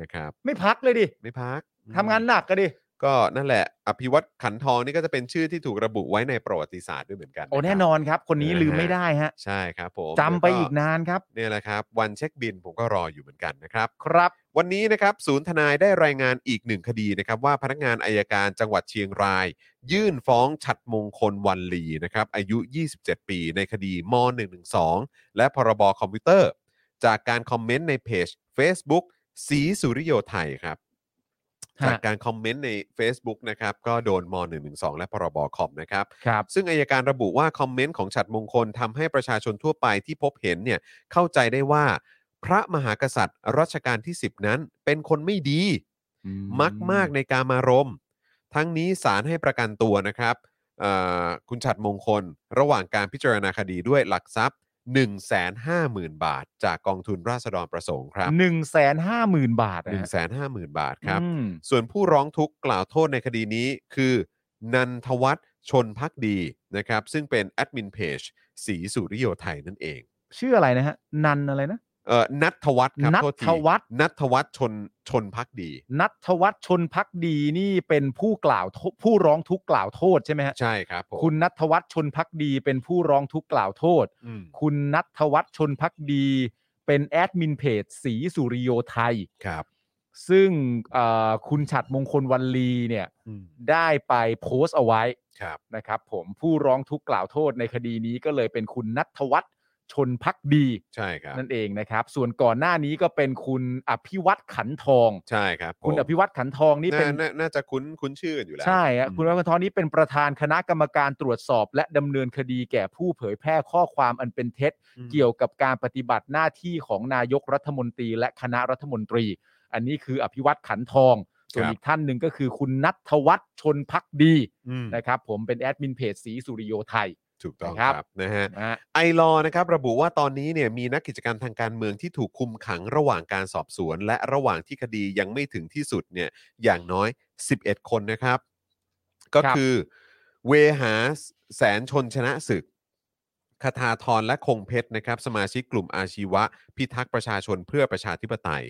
Speaker 2: นะครับ
Speaker 3: ไม่พักเลยดิ
Speaker 2: ไม่พัก
Speaker 3: ทำงานหนักกันดิ
Speaker 2: ก็นั่นแหละ อภิวัตขันทองนี่ก็จะเป็นชื่อที่ถูกระบุไว้ในประวัติศาสตร์ด้วยเหมือนกันะค
Speaker 3: โอ้
Speaker 2: รับ
Speaker 3: แน่นอนครับ คนนี้
Speaker 2: นะฮะ
Speaker 3: ลืมไม่ได้ฮะ
Speaker 2: ใช่ครับผม
Speaker 3: จำไป
Speaker 2: แล้ว
Speaker 3: อีกนานครับ
Speaker 2: เนี่ยแหละครับ วันเช็คบินผมก็รออยู่เหมือนกันนะครับ
Speaker 3: ครับ
Speaker 2: วันนี้นะครับ ศูนย์ทนายได้รายงานอีกหนึ่งคดีนะครับ ว่าพนักงานอายการจังหวัดเชียงราย ยื่นฟ้องฉัดมงคลวันลีนะครับอายุ 27 ปีในคดีม .112 และพรบคอมพิวเตอร์ จากการคอมเมนต์ในเพจ Facebook สีสุริโยไทยครับ
Speaker 3: ฮะ
Speaker 2: จากการคอมเมนต์ใน Facebook นะครับ ก็โดนม .112 และพรบคอมนะครับ
Speaker 3: ครับ
Speaker 2: ซึ่งอายการระบุว่าคอมเมนต์ของฉัดมงคลทำให้ประชาชนทั่วไปที่พบเห็นเนี่ยเข้าใจได้ว่า พระมหากษัตริย์รัชกาลที่ 10 นั้นเป็นคนไม่ดี มักมากในการมารมณ์ทั้งนี้ศาลให้ประกันตัวนะครับเอ่อคุณฉัดมงคล ระหว่างการพิจารณาคดีด้วยหลักทรัพย์ 150,000 บาท จากกองทุนราษฎรประสงค์ครับ
Speaker 3: หนึ่งแสนห้าหมื่นบาทะฮะ
Speaker 2: 150,000 บาทครับ
Speaker 3: อืม
Speaker 2: ส่วนผู้ร้องทุกข์กล่าวโทษในคดีนี้คือ นันทวัฒน์ชนพักดีนะครับ ซึ่งเป็นแอดมินเพจสีสุริโยไทยนั่นเอง
Speaker 3: ชื่ออะไรนะฮะ นันอะไรนะ
Speaker 2: เอ่อนัทวัฒน์ครับ
Speaker 3: นัท
Speaker 2: โทษที
Speaker 3: วัฒน์
Speaker 2: นัทวัฒน์ชนชนพักดี
Speaker 3: นัทวัฒน์ชนพักดีนี่เป็นผู้กล่าวโทษผู้ร้องทุกข์กล่าวโทษใช่ไหมฮะ
Speaker 2: ใช่ครับผม
Speaker 3: คุณนัทวัฒน์ชนพักดีเป็นผู้ร้องทุกข์กล่าวโทษ
Speaker 2: อืม
Speaker 3: คุณนัทวัฒน์ชนพักดี เป็นแอดมินเพจสีสุริโยไทย
Speaker 2: ครับ
Speaker 3: ซึ่งเอ่อคุณฉัดมงคลวันลีเนี่ย
Speaker 2: อืม
Speaker 3: ได้ไปโพสต์เอาไว้
Speaker 2: ครับ
Speaker 3: นะครับผมผู้ร้องทุกข์กล่าวโทษในคดีนี้ก็เลยเป็นคุณนัทวัฒน์ชนพักดี
Speaker 2: ใช่ครับ
Speaker 3: นั่นเองนะครับ ส่วนก่อนหน้านี้ก็เป็นคุณอภิวัตขันทอง
Speaker 2: ใช่ครับผม
Speaker 3: คุณอภิวัตขันทองนี่เป็น
Speaker 2: าาน่าจะคุ้นคุ้นชื่อกันอยู่แล้ว
Speaker 3: ใช่ฮะคุณอ
Speaker 2: อื
Speaker 3: ภิ
Speaker 2: ม
Speaker 3: วัตขันทองนี่เป็นประธานคณะกรรมการตรวจสอบ และดำเนินคดีแก่ผู้เผยแพร่ข้อความอันเป็นเท็จ เกี่ยวกับการปฏิบัติหน้าที่ของนายกรัฐมนตรีและคณะรัฐมนตรี อันนี้คืออภิวัตขันทอง ส่วนอีกท่านหนึ่งก็คือคุณนัทวัฒน์ชนพักดี
Speaker 2: อืม
Speaker 3: นะครับ ผมเป็นแอดมินเพจสีสุริโยไทย
Speaker 2: ถูกต้อง
Speaker 3: นะ
Speaker 2: ค
Speaker 3: ครั
Speaker 2: รับบ นะฮะ
Speaker 3: นะฮะ
Speaker 2: ไอลอว์นะครับระบุว่าตอนนี้เนี่ยมีนักกิจกรรมทางการเมืองที่ถูกคุมขังระหว่างการสอบสวน และระหว่างที่คดียังไม่ถึงที่สุดเนี่ยอย่างน้อย 11 คนนะครับ ก็
Speaker 3: ครับ
Speaker 2: คือเวหาแสนชนชนะศึกคทาทรและคงเพชรนะครับ สมาชิกกลุ่มอาชีวะ พิทักษ์ประชาชนเพื่อประชาธิปไตย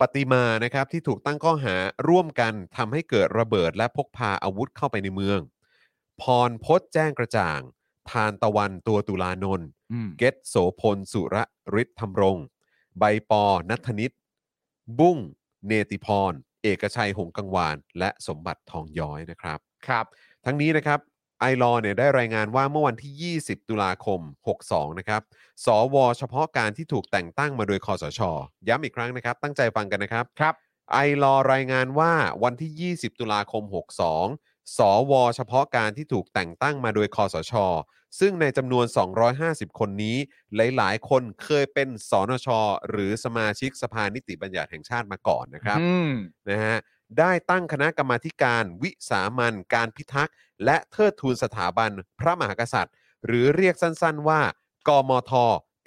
Speaker 2: ปฏิมานะครับที่ถูกตั้งข้อหาร่วมกันทำให้เกิดระเบิดและพกพาอาวุธเข้าไปในเมือง พรพจน์แจ้งกระจ่าง ทานตะวันตัวตุลานนท์
Speaker 3: อืม
Speaker 2: เกตโสพล สุรฤทธิ์ธรรมรง ใบปอ นัทธนิต บุ้ง เนติพร เอกชัย หงส์กังวาน และสมบัติทองย้อยนะครับ
Speaker 3: ครับ
Speaker 2: ทั้งนี้นะครับไอรอเนี่ยได้รายงานว่าเมื่อวันที่ 20 ตุลาคม 62 นะครับ สว เฉพาะการที่ถูกแต่งตั้งมาโดยคอสช ย้ำอีกครั้งนะครับ ตั้งใจฟังกันนะครับ
Speaker 3: ครับ
Speaker 2: ไอรอรายงานว่าวันที่ 20 ตุลาคม 62 สวเฉพาะการที่ถูกแต่งตั้งมาโดยคอสช ซึ่งในจำนวน 250 คนนี้ หลาย ๆ คนเคยเป็นสนช หรือสมาชิกสภานิติบัญญัติแห่งชาติมาก่อนนะครับ
Speaker 3: อืม
Speaker 2: นะฮะได้ตั้งคณะกรรมาธิการวิสามันการพิทักษ์ และเทิดทูนสถาบันพระมหากษัตริย์ หรือเรียกสั้นๆว่า กมท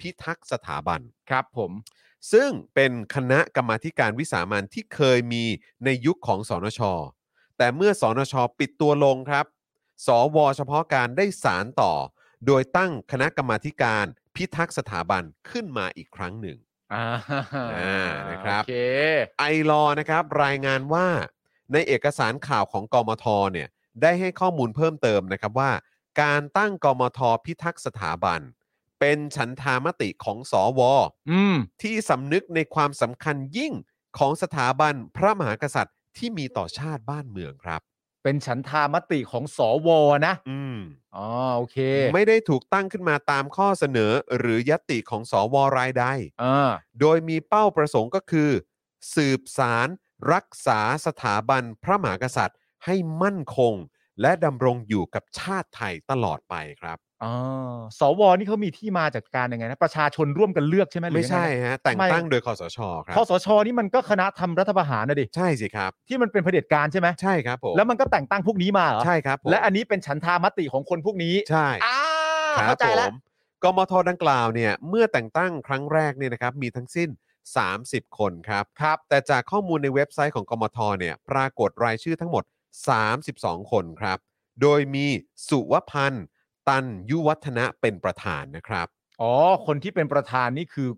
Speaker 2: พิทักษ์สถาบัน
Speaker 3: ครับผม
Speaker 2: ซึ่งเป็นคณะกรรมาธิการวิสามันที่เคยมีในยุคของสนช แต่เมื่อสนช ปิดตัวลงครับ สวเฉพาะการได้สารต่อ โดยตั้งคณะกรรมาธิการพิทักษ์สถาบันขึ้นมาอีกครั้งหนึ่ง
Speaker 3: อ่า
Speaker 2: นะครับ
Speaker 3: โอเค
Speaker 2: ไอรอว์นะครับรายงานว่าในเอกสารข่าวของกมทเนี่ยได้ให้ข้อมูลเพิ่มเติมนะครับว่า การตั้งกมทพิทักษ์สถาบัน เป็นฉันทามติของสอวอ
Speaker 3: อืม
Speaker 2: ที่สำนึกในความสำคัญยิ่งของสถาบันพระมหากษัตริย์ที่มีต่อชาติบ้านเมืองครับ
Speaker 3: เป็นฉันทามติของสวนะ
Speaker 2: อืม
Speaker 3: อ๋อโอเค
Speaker 2: ไม่ได้ถูกตั้งขึ้นมาตามข้อเสนอหรือยติของสอวอรายใด
Speaker 3: อ่า
Speaker 2: โดยมีเป้าประสงค์ก็คือ สืบสารรักษาสถาบันพระมหากษัตริย์ให้มั่นคง และดำรงอยู่กับชาติไทยตลอดไปครับ
Speaker 3: อ๋อสวนี่เขามีที่มาจากการยังไงนะประชาชนร่วมกันเลือกใช่ไหมหรือ
Speaker 2: ไม่
Speaker 3: ยังง
Speaker 2: ใช่
Speaker 3: นะ
Speaker 2: ฮะ แต่ง
Speaker 3: ทำไม
Speaker 2: ตั้งโดยคอสชครับ
Speaker 3: คอสชนี่มันก็คณะทำรัฐประหารนะดิ
Speaker 2: ใช่สิครับ
Speaker 3: ที่มันเป็นเผด็จการใช่ไหม
Speaker 2: ใช่ครับผม
Speaker 3: แล้วมันก็แต่งตั้งพวกนี้มาเหรอ
Speaker 2: ใช่ครับผม
Speaker 3: และอันนี้เป็นฉันทามติของคนพวกนี้
Speaker 2: ใช่
Speaker 3: อ่า
Speaker 2: ครั
Speaker 3: เข้าใจ
Speaker 2: ผ
Speaker 3: แล้ว
Speaker 2: มกมทดังกล่าวเนี่ยเมื่อแต่งตั้งครั้งแรกเนี่ยนะครับมีทั้งสิ้น 30 คนครับ
Speaker 3: ครับ
Speaker 2: แต่จากข้อมูลในเว็บไซต์ของกมทเนี่ยปรากฏรายชื่อทั้งหมด 32 คนครับ โดยมีสุวพันธ์ ตันยุวัฒนะเป็นประธานนะครับ
Speaker 3: อ๋อคนที่เป็นประธานนี่คือ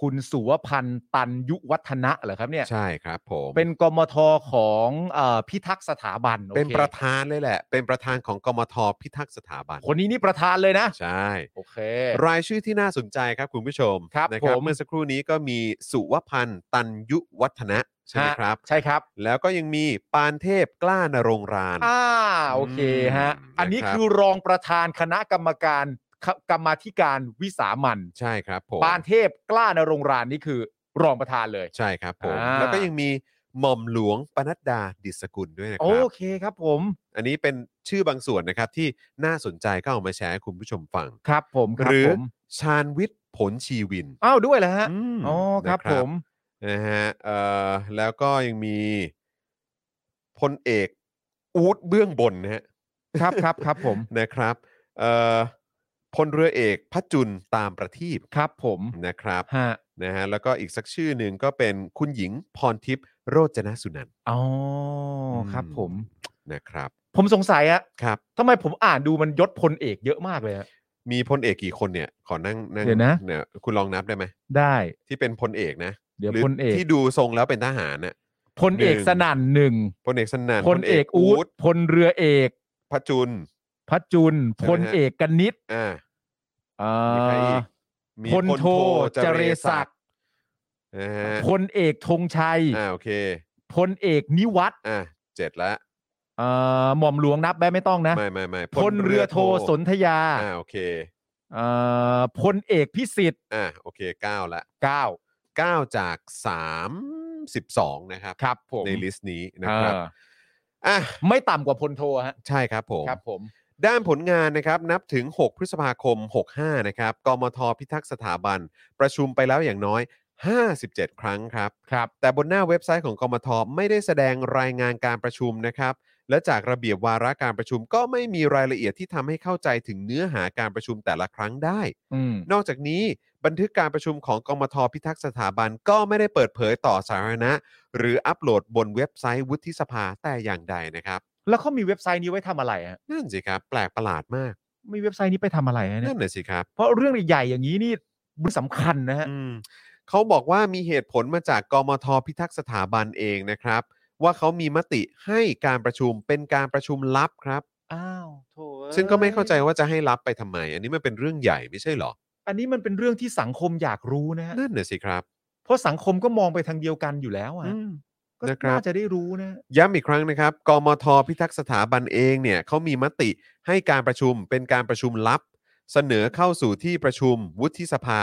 Speaker 3: คุณสุวพันธ์ตันยุวัฒนะเหรอครับเนี่ย
Speaker 2: ใช่ครับผม
Speaker 3: เป็นกมทของเออพิทักษ์สถาบันโอค
Speaker 2: เป็นประธานเลยแหละ เป็นประธานของกมทพิทักษ์สถาบัน
Speaker 3: คนนี้นี่ประธานเลยนะ
Speaker 2: ใช่
Speaker 3: โอเค
Speaker 2: รายชื่อที่น่าสนใจครับคุณผู้ชม
Speaker 3: ครับ
Speaker 2: นะ
Speaker 3: ผม
Speaker 2: เมื่อสักครู่นี้ก็มีสุวพันธ์ ตันยุวัฒนะใช่ไหมครับ
Speaker 3: ฮะใช่ครับ
Speaker 2: แล้วก็ยังมีปานเทพกล้านรงค์ราน
Speaker 3: อ่าโอเคฮะ
Speaker 2: อืม
Speaker 3: อันนี้
Speaker 2: นะครับ
Speaker 3: คือรองประธานคณะกรรมการคกรรมาธิการวิสามัน
Speaker 2: ใช่ครับผม
Speaker 3: ปานเทพกล้านรงค์รานนี่คือรองประธานเลย
Speaker 2: ใช่ครับผม
Speaker 3: อ่า
Speaker 2: แล้วก็ยังมีหม่อมหลวงปนัดดาดิสกุลด้วยนะค
Speaker 3: โอ
Speaker 2: รับ
Speaker 3: เคครับผม
Speaker 2: อันนี้เป็นชื่อบางส่วนนะครับที่น่าสนใจก็เอามาแชร์ให้คุณผู้ชมฟัง
Speaker 3: ครับผมค
Speaker 2: ห
Speaker 3: รับ
Speaker 2: รือ
Speaker 3: ผม
Speaker 2: ชาญวิทย์ผลชีวิน
Speaker 3: อ้าวด้วยเหรอฮะ
Speaker 2: ม
Speaker 3: อ๋อครับ
Speaker 2: นะ
Speaker 3: ผม
Speaker 2: นะฮะเอ่อแล้วก็ยังมีพลเอกอูดเบื้องบนนะฮะ
Speaker 3: ครับครับครับผม
Speaker 2: นะครับเอ่อพลเรือเอกพระจุลตามประทีป
Speaker 3: ครับผม
Speaker 2: นะครับ
Speaker 3: ฮะ
Speaker 2: นะฮะแล้วก็อีกสักชื่อหนึ่งก็เป็นคุณหญิงพรทิพย์โรจนสุนันท์
Speaker 3: อ๋อ
Speaker 2: ม
Speaker 3: อครับผม
Speaker 2: นะครับ
Speaker 3: ผมสงสัยอะ
Speaker 2: ครับ
Speaker 3: ทำไมผมอ่านดูมันยศพลเอกเยอะมากเลยอะ
Speaker 2: มีพลเอกกี่คนเนี่ย ขอนั่งนั่ง
Speaker 3: เดี๋ยวนะ
Speaker 2: เนี่ยคุณลองนับได้ไหม
Speaker 3: ได้
Speaker 2: ที่เป็นพลเอกนะ
Speaker 3: เดี๋ยว
Speaker 2: หรื
Speaker 3: พลเอก
Speaker 2: ที่ดูทรงแล้วเป็นทหารน่ะ
Speaker 3: พลเอ
Speaker 2: ห
Speaker 3: ก
Speaker 2: นึ่ง
Speaker 3: สนั่นหนึ่ง
Speaker 2: พลเอกสนั่น
Speaker 3: พลเอกอูดพลเรือเอก
Speaker 2: พระจุล
Speaker 3: พระจุล
Speaker 2: ใช่ไหมฮะ
Speaker 3: พลเอกกนิษฐ์
Speaker 2: อ่า
Speaker 3: อ่า
Speaker 2: มีใครอีก มี
Speaker 3: พลโทจเรศักดิ์
Speaker 2: นะฮะ
Speaker 3: พลเอกธงชัย
Speaker 2: อ่าโอเค
Speaker 3: พลเอกนิวัตร
Speaker 2: อ่าเจ็ดละ
Speaker 3: อ่าหม่อมหลวงนับแบบไม่ต้องนะ
Speaker 2: ไม่ไม่ไม่
Speaker 3: พลเรือโทสนธยา
Speaker 2: อ่าโอเค
Speaker 3: อ่าพลเอกพิสิทธิ์
Speaker 2: อ่าโอเคเก้าละ
Speaker 3: เก้า
Speaker 2: เก้าจากสามสิบสองนะครับ
Speaker 3: ครับผม
Speaker 2: ในลิสต์นี้นะครับ
Speaker 3: อ่า
Speaker 2: อ่ะ
Speaker 3: ไม่ต่ำกว่าพลโทฮะ
Speaker 2: ใช่ครับผม
Speaker 3: ครับผม
Speaker 2: ด้านผลงานนะครับนับถึง 6 พฤษภาคม 65 นะครับกมทพิทักษ์สถาบัน ประชุมไปแล้วอย่างน้อย 57 ครั้งครับ
Speaker 3: ครับ
Speaker 2: แต่บนหน้าเว็บไซต์ของกมทไม่ได้แสดงรายงานการประชุมนะครับ และจากระเบียบวาระการประชุมก็ไม่มีรายละเอียดที่ทำให้เข้าใจถึงเนื้อหาการประชุมแต่ละครั้งได้
Speaker 3: อืม
Speaker 2: นอกจากนี้บันทึกการประชุมของกมทพิทักษ์สถาบันก็ไม่ได้เปิดเผยต่อสาธารณะ หรืออัปโหลดบนเว็บไซต์วุฒิสภาแต่อย่างใดนะครับ
Speaker 3: แล้วเขามีเว็บไซต์นี้ไว้ทำอะไรฮะ
Speaker 2: นั่นสิครับแปลกประหลาดมาก
Speaker 3: มีเว็บไซต์นี้ไปทำอะไรฮะเนี่ย
Speaker 2: นั่นน่ะสิครับ
Speaker 3: เพราะเรื่องใหญ่ๆอย่างนี้นี่มันสำคัญนะฮะ
Speaker 2: อืมเขาบอกว่ามีเหตุผลมาจากกมทพิทักษ์สถาบันเองนะครับ ว่าเขามีมติให้การประชุมเป็นการประชุมลับครับ
Speaker 3: อ้าวโถเอ้ย
Speaker 2: ซึ่งก็ไม่เข้าใจว่าจะให้ลับไปทำไม อันนี้มันเป็นเรื่องใหญ่ไม่ใช่เหรอ
Speaker 3: อันนี้มันเป็นเรื่องที่สังคมอยากรู้นะฮะ
Speaker 2: นั่นน่ะสิครับ
Speaker 3: เพราะสังคมก็มองไปทางเดียวกันอยู่แล้วอ่ะ
Speaker 2: อืม
Speaker 3: ก็
Speaker 2: นะครับ
Speaker 3: น่าจะได้รู้นะ
Speaker 2: ย้ำอีกครั้งนะครับ กมทพิทักษ์สถาบันเองเนี่ยเขามีมติให้การประชุมเป็นการประชุมลับ เสนอเข้าสู่ที่ประชุมวุฒิสภา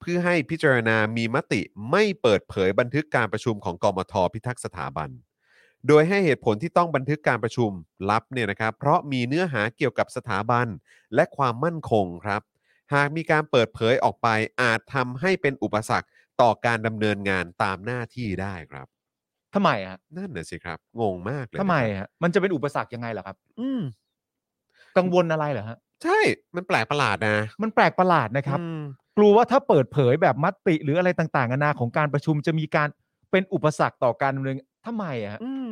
Speaker 2: เพื่อให้พิจารณามีมติไม่เปิดเผยบันทึกการประชุมของกมทพิทักษ์สถาบัน โดยให้เหตุผลที่ต้องบันทึกการประชุมลับเนี่ยนะครับ เพราะมีเนื้อหาเกี่ยวกับสถาบันและความมั่นคงครับ หากมีการเปิดเผยออกไปอาจทำให้เป็นอุปสรรคต่อการดำเนินงานตามหน้าที่ได้ครับ
Speaker 3: ทำไมอ่ะ
Speaker 2: นั่นน่ะสิครับ งงมากเลย
Speaker 3: ทำไม
Speaker 2: นะครับ
Speaker 3: อ่ะมันจะเป็นอุปสรรคยังไงเหรอครับ
Speaker 2: อืม
Speaker 3: กังวลอะไรเหรอฮะ
Speaker 2: ใช่มันแปลกประหลาดนะ
Speaker 3: มันแปลกประหลาดนะครับ
Speaker 2: อืม
Speaker 3: กลัวว่าถ้าเปิดเผยแบบมติหรืออะไรต่างๆนานาของการประชุมจะมีการเป็นอุปสรรคต่อการดำเนินทำไมอ่ะฮะ
Speaker 2: อืม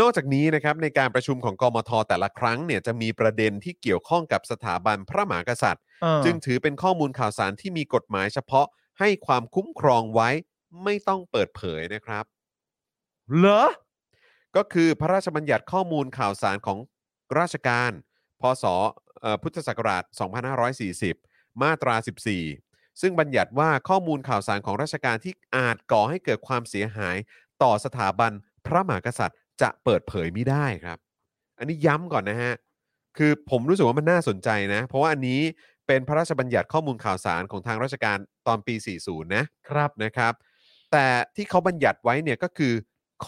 Speaker 2: นอกจากนี้นะครับในการประชุมของกมทแต่ละครั้งเนี่ยจะมีประเด็นที่เกี่ยวข้องกับสถาบันพระมหากษัตริย์
Speaker 3: เออ
Speaker 2: จึงถือเป็นข้อมูลข่าวสารที่มีกฎหมายเฉพาะให้ความคุ้มครองไว้ไม่ต้องเปิดเผยนะครับ
Speaker 3: เหรอ
Speaker 2: ก็คือพระราชบัญญัติข้อมูลข่าวสารของราชการ พศเอ่อพุทธศักราช 2540 มาตรา 14 ซึ่งบัญญัติว่าข้อมูลข่าวสารของราชการที่อาจก่อให้เกิดความเสียหายต่อสถาบันพระมหากษัตริย์จะเปิดเผยไม่ได้ครับ อันนี้ย้ำก่อนนะฮะ คือผมรู้สึกว่ามันน่าสนใจนะ เพราะว่าอันนี้เป็นพระราชบัญญัติข้อมูลข่าวสารของทางราชการตอนปี 40 นะ
Speaker 3: ครับ
Speaker 2: นะครับแต่ที่เขาบัญญัติไว้เนี่ยก็คือ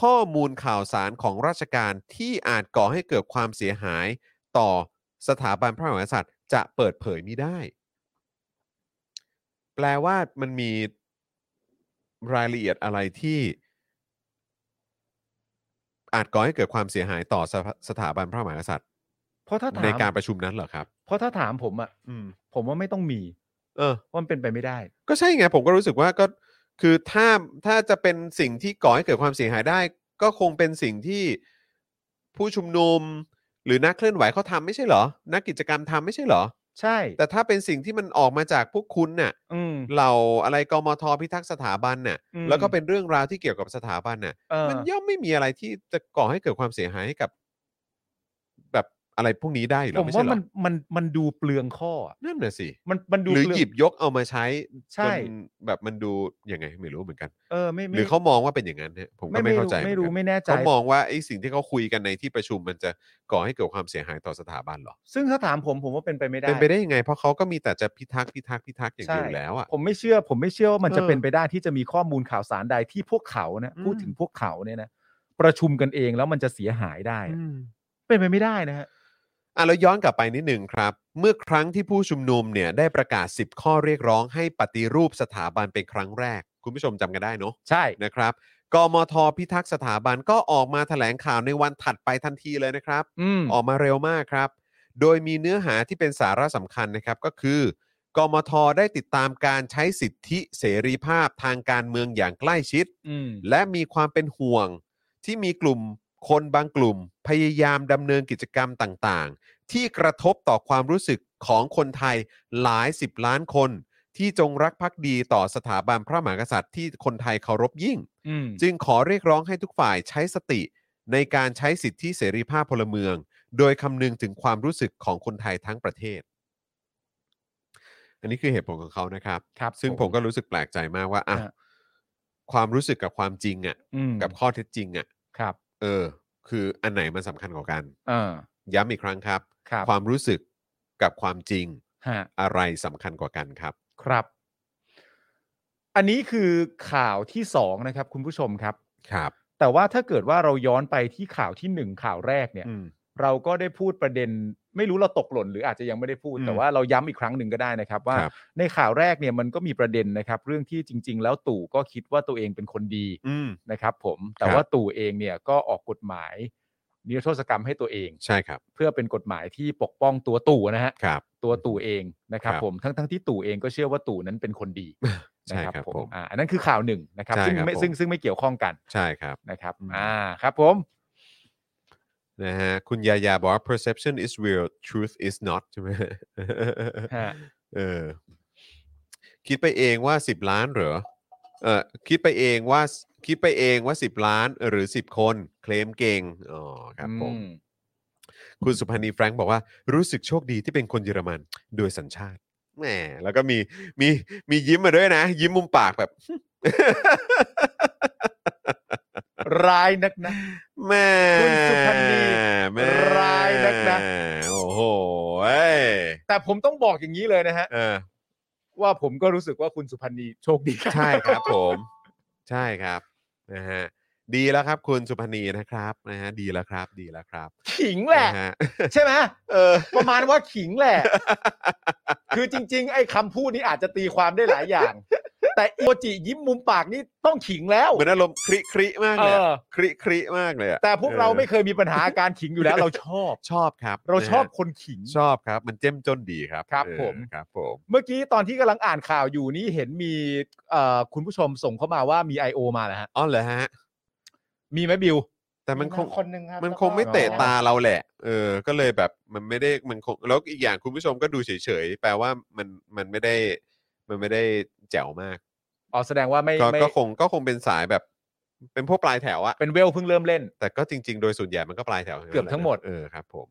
Speaker 2: ข้อมูลข่าวสารของราชการที่อาจก่อให้เกิดความเสียหายต่อสถาบันพระมหากษัตริย์จะเปิดเผยมิได้ แปลว่ามันมีรายละเอียดอะไรที่ อาจก่อให้เกิดความเสียหายต่อสถาสถาบันพระมหากษัตริย์
Speaker 3: เพราะถ้าถาม
Speaker 2: ในการประชุมนั้นเหรอครับ
Speaker 3: เพราะถ้าถามผมอ่ะ
Speaker 2: อืม
Speaker 3: ผมว่าไม่ต้องมี
Speaker 2: เออ
Speaker 3: เพราะมันเป็นไปไม่ได้
Speaker 2: ก็ใช่ไงผมก็รู้สึกว่าก็คือถ้าถ้าจะเป็นสิ่งที่ก่อให้เกิดความเสียหายได้ ก็คงเป็นสิ่งที่ผู้ชุมนุม หรือนักเคลื่อนไหวเขาทำไม่ใช่เหรอ นักกิจกรรมทำไม่ใช่เหรอ
Speaker 3: ใช่
Speaker 2: แต่ถ้าเป็นสิ่งที่มันออกมาจากพวกคุณน่ะ
Speaker 3: อืม
Speaker 2: เหล่าอะไรกมทพิทักษ์สถาบันน่ะ
Speaker 3: อืม
Speaker 2: แล้วก็เป็นเรื่องราวที่เกี่ยวกับสถาบันน่ะ
Speaker 3: เออ
Speaker 2: มันย่อมไม่มีอะไรที่จะก่อให้เกิดความเสียหายให้กับ แบบอะไรพวกนี้ได้อยู่แล้
Speaker 3: ผ
Speaker 2: ว
Speaker 3: ม
Speaker 2: ไม่
Speaker 3: ว่า
Speaker 2: ใช่เหร
Speaker 3: มั
Speaker 2: อน
Speaker 3: มันมันดูเปลืองข้ออะ
Speaker 2: นั่นน่ะสิ
Speaker 3: มันมันดู
Speaker 2: หรือ
Speaker 3: เปลืง
Speaker 2: หยิบยกเอามาใช้จ
Speaker 3: ใช่
Speaker 2: นแบบมันดูยังไงไม่รู้เหมือนกัน
Speaker 3: เออไม่
Speaker 2: ห
Speaker 3: ไม่
Speaker 2: รือเขามองว่าเป็นอย่างนั้นเนี่ยผมก็ไม่เข้าใจ
Speaker 3: ไม่รู้
Speaker 2: เหอนกัน
Speaker 3: ไม่แน่ใจ
Speaker 2: เขามองว่าไอ้สิ่งที่เขาคุยกันในที่ประชุมมันจะก่อให้เกิดความเสียหายต่อสถาบันเหรอ
Speaker 3: ซึ่งถ้าถามผมผมว่าเป็นไปไม่ได้
Speaker 2: เป็นไปได้ยังไง เพราะเขาก็มีแต่จะพิทักษ์พิทักษ์พิทักษ์อย่างเดียว
Speaker 3: ใช่
Speaker 2: แล้วอ่ะ
Speaker 3: ผมไม่เชื่อ ผมไม่เชื่อว่ามันจะ
Speaker 2: เออ
Speaker 3: เป็นไปได้ที่จะมีข้อมูลข่าวสารใดที่พวกเขานะ
Speaker 2: อืม
Speaker 3: พูดถึงพวกเขาเนี่ยนะประชุมกันเองแล้วมันจะเสียหายได้อะเป็นไปไม่ได้นะฮะ
Speaker 2: อ่ะแล้วย้อนกลับไปนิดหนึ่งครับ เมื่อครั้งที่ผู้ชุมนุมเนี่ยได้ประกาศ 10 ข้อเรียกร้องให้ปฏิรูปสถาบันเป็นครั้งแรก คุณผู้ชมจำกันได้เนอะ
Speaker 3: ใช่
Speaker 2: นะครับกมทพิทักษ์สถาบันก็ออกมาแถลงข่าวในวันถัดไปทันทีเลยนะครับ
Speaker 3: อืม
Speaker 2: ออกมาเร็วมากครับ โดยมีเนื้อหาที่เป็นสาระสำคัญนะครับก็คือกมทได้ติดตามการใช้สิทธิเสรีภาพทางการเมืองอย่างใกล้ชิด
Speaker 3: อืม
Speaker 2: และมีความเป็นห่วงที่มีกลุ่มคนบางกลุ่ม พยายามดำเนินกิจกรรมต่างๆ ที่กระทบต่อความรู้สึกของคนไทยหลายสิบล้านคน ที่จงรักภักดีต่อสถาบันพระมหากษัตริย์ที่คนไทยเคารพยิ่ง
Speaker 3: อืม
Speaker 2: จึงขอเรียกร้องให้ทุกฝ่ายใช้สติในการใช้สิทธิเสรีภาพพลเมือง โดยคำนึงถึงความรู้สึกของคนไทยทั้งประเทศ อันนี้คือเหตุผลของเขานะครับ
Speaker 3: ครับ
Speaker 2: ซึ่งผมก็รู้สึกแปลกใจมากว่าอ่ะ
Speaker 3: ฮะ
Speaker 2: ความรู้สึกกับความจริงอะ่ะ
Speaker 3: อืม
Speaker 2: กับข้อเท็จจริงอะ่ะ
Speaker 3: ครับ
Speaker 2: เออ คืออันไหนมันสำคัญกว่ากัน
Speaker 3: เออ
Speaker 2: ย้ำอีกครั้งครับ
Speaker 3: ครับ
Speaker 2: ความรู้สึกกับความจริง
Speaker 3: ฮะ
Speaker 2: อะไรสำคัญกว่ากันครับ
Speaker 3: ครับ อันนี้คือข่าวที่สองนะครับ คุณผู้ชมครับ
Speaker 2: ครับ
Speaker 3: แต่ว่าถ้าเกิดว่าเราย้อนไปที่ข่าวที่หนึ่งข่าวแรกเนี่ย
Speaker 2: อืม
Speaker 3: เราก็ได้พูดประเด็น ไม่รู้เราตกหล่นหรืออาจจะยังไม่ได้พูด
Speaker 2: อืม
Speaker 3: แต่ว่าเราย้ำอีกครั้งหนึ่งก็ได้นะครับ ว่า
Speaker 2: ครับ
Speaker 3: ในข่าวแรกเนี่ยมันก็มีประเด็นนะครับ เรื่องที่จริง ๆ แล้วตู่ก็คิดว่าตัวเองเป็นคนดี
Speaker 2: อืม
Speaker 3: นะครับ ผมแต่
Speaker 2: ครับ
Speaker 3: ว่าตู่เองเนี่ยก็ออกกฎหมายนิรโทษกรรมให้ตัวเอง
Speaker 2: ใช่ครับ
Speaker 3: เพื่อเป็นกฎหมายที่ปกป้องตัวตู่นะฮะ
Speaker 2: ครับ
Speaker 3: ตัวตู่เองนะครับ
Speaker 2: ครับ
Speaker 3: ผมทั้งทั้งๆที่ตู่เองก็เชื่อว่าตู่นั้นเป็นคนดี
Speaker 2: ใช่
Speaker 3: นะครับ
Speaker 2: ผม
Speaker 3: อ่าอันนั้นคือข่าวหนึ่งนะครับ
Speaker 2: ใช่
Speaker 3: ซึ่ง
Speaker 2: ครับ
Speaker 3: ไม่
Speaker 2: ผม
Speaker 3: ซึ่งซึ่งไม่เกี่ยวข้องกัน
Speaker 2: ใช่ครับ
Speaker 3: นะครับ
Speaker 2: อืม
Speaker 3: อ่าครับ ผม
Speaker 2: นะฮะคุณยายาบอกว่า perception is real truth is not [laughs] ใช่ไหม
Speaker 3: ฮะ
Speaker 2: เออคิดไปเองว่า 10 ล้านเหรอเออคิดไปเองว่าคิดไปเองว่า 10 ล้านหรือ 10 คน เคลมเก่งอ๋อครับผม
Speaker 3: อืม
Speaker 2: คุณสุพันธ์นีแฟรงค์บอกว่ารู้สึกโชคดีที่เป็นคนเยอรมันโดยสัญชาติแหมแล้วก็มีมีมียิ้มมาด้วยนะ ยิ้มมุมปากแบบ
Speaker 3: ร้ายนักนะ
Speaker 2: แม่
Speaker 3: คุณสุพันธ์นี
Speaker 2: แม่
Speaker 3: ร้ายนักนะ
Speaker 2: โอ้โหเอ้ย
Speaker 3: แต่ผมต้องบอกอย่างนี้เลยนะฮะ
Speaker 2: เออ
Speaker 3: ว่าผม [laughs] ก็รู้สึกว่าคุณสุพันธ์นีโชคดี
Speaker 2: ใช่ครับผม ใช่ครับนะฮะ ดีแล้วครับ คุณสุพนีนะครับนะฮะดีแล้วครับดีแล้วครับ
Speaker 3: ขิงแหละ
Speaker 2: นฮ
Speaker 3: ใช่ไหม
Speaker 2: เออ [laughs]
Speaker 3: ประมาณว่าขิงแหละ คือจริง ๆ ไอ้คำพูดนี้อาจจะตีความได้หลายอย่าง แต่อิโมจิยิ้มมุมปากนี่ต้องขิงแล้ว
Speaker 2: เหมือนอารมณ์คริคริมาก
Speaker 3: เอ
Speaker 2: เลยอะ
Speaker 3: อ
Speaker 2: คริคริมากเลยอะ
Speaker 3: แต่พวกเราไม่เคยมีปัญหาการขิงอยู่แล้ว เราชอบ
Speaker 2: ชอบครับ
Speaker 3: เราชอบ
Speaker 2: นะฮะ
Speaker 3: คนขิง
Speaker 2: ชอบครับ มันเจ้มจนดีครับ
Speaker 3: ครับ
Speaker 2: เออ
Speaker 3: ผม
Speaker 2: ครับผม
Speaker 3: เมื่อกี้ตอนที่กำลังอ่านข่าวอยู่นี่เห็นมีเอ่อคุณผู้ชมส่งเข้ามาว่ามี I.O. มาแล้วฮะ
Speaker 2: อ๋อเหรอฮะ
Speaker 3: มีไหมบิว
Speaker 2: แต่มันคง
Speaker 4: คนหนึ่งครับ
Speaker 2: มัน
Speaker 4: แล้ว
Speaker 2: ค
Speaker 4: ก็
Speaker 2: งไม่เตะตาเราแหละ เออ ก็เลยแบบมันไม่ได้มันคงแล้วอีกอย่างคุณผู้ชมก็ดูเฉยๆ แปลว่ามันมันไม่ได้มันไม่ได้แจ๋วมาก
Speaker 3: อ๋อแสดงว่าไม่
Speaker 2: ก็
Speaker 3: ไม่
Speaker 2: ก็คงก็คงเป็นสายแบบ เป็นพวกปลายแถวอะ
Speaker 3: เป็นเวลเพิ่งเริ่มเล่น
Speaker 2: แต่ก็จริง ๆ โดยส่วนใหญ่มันก็ปลายแถวนั้น
Speaker 3: เกือบทั้งหมด
Speaker 2: เออครับ ผม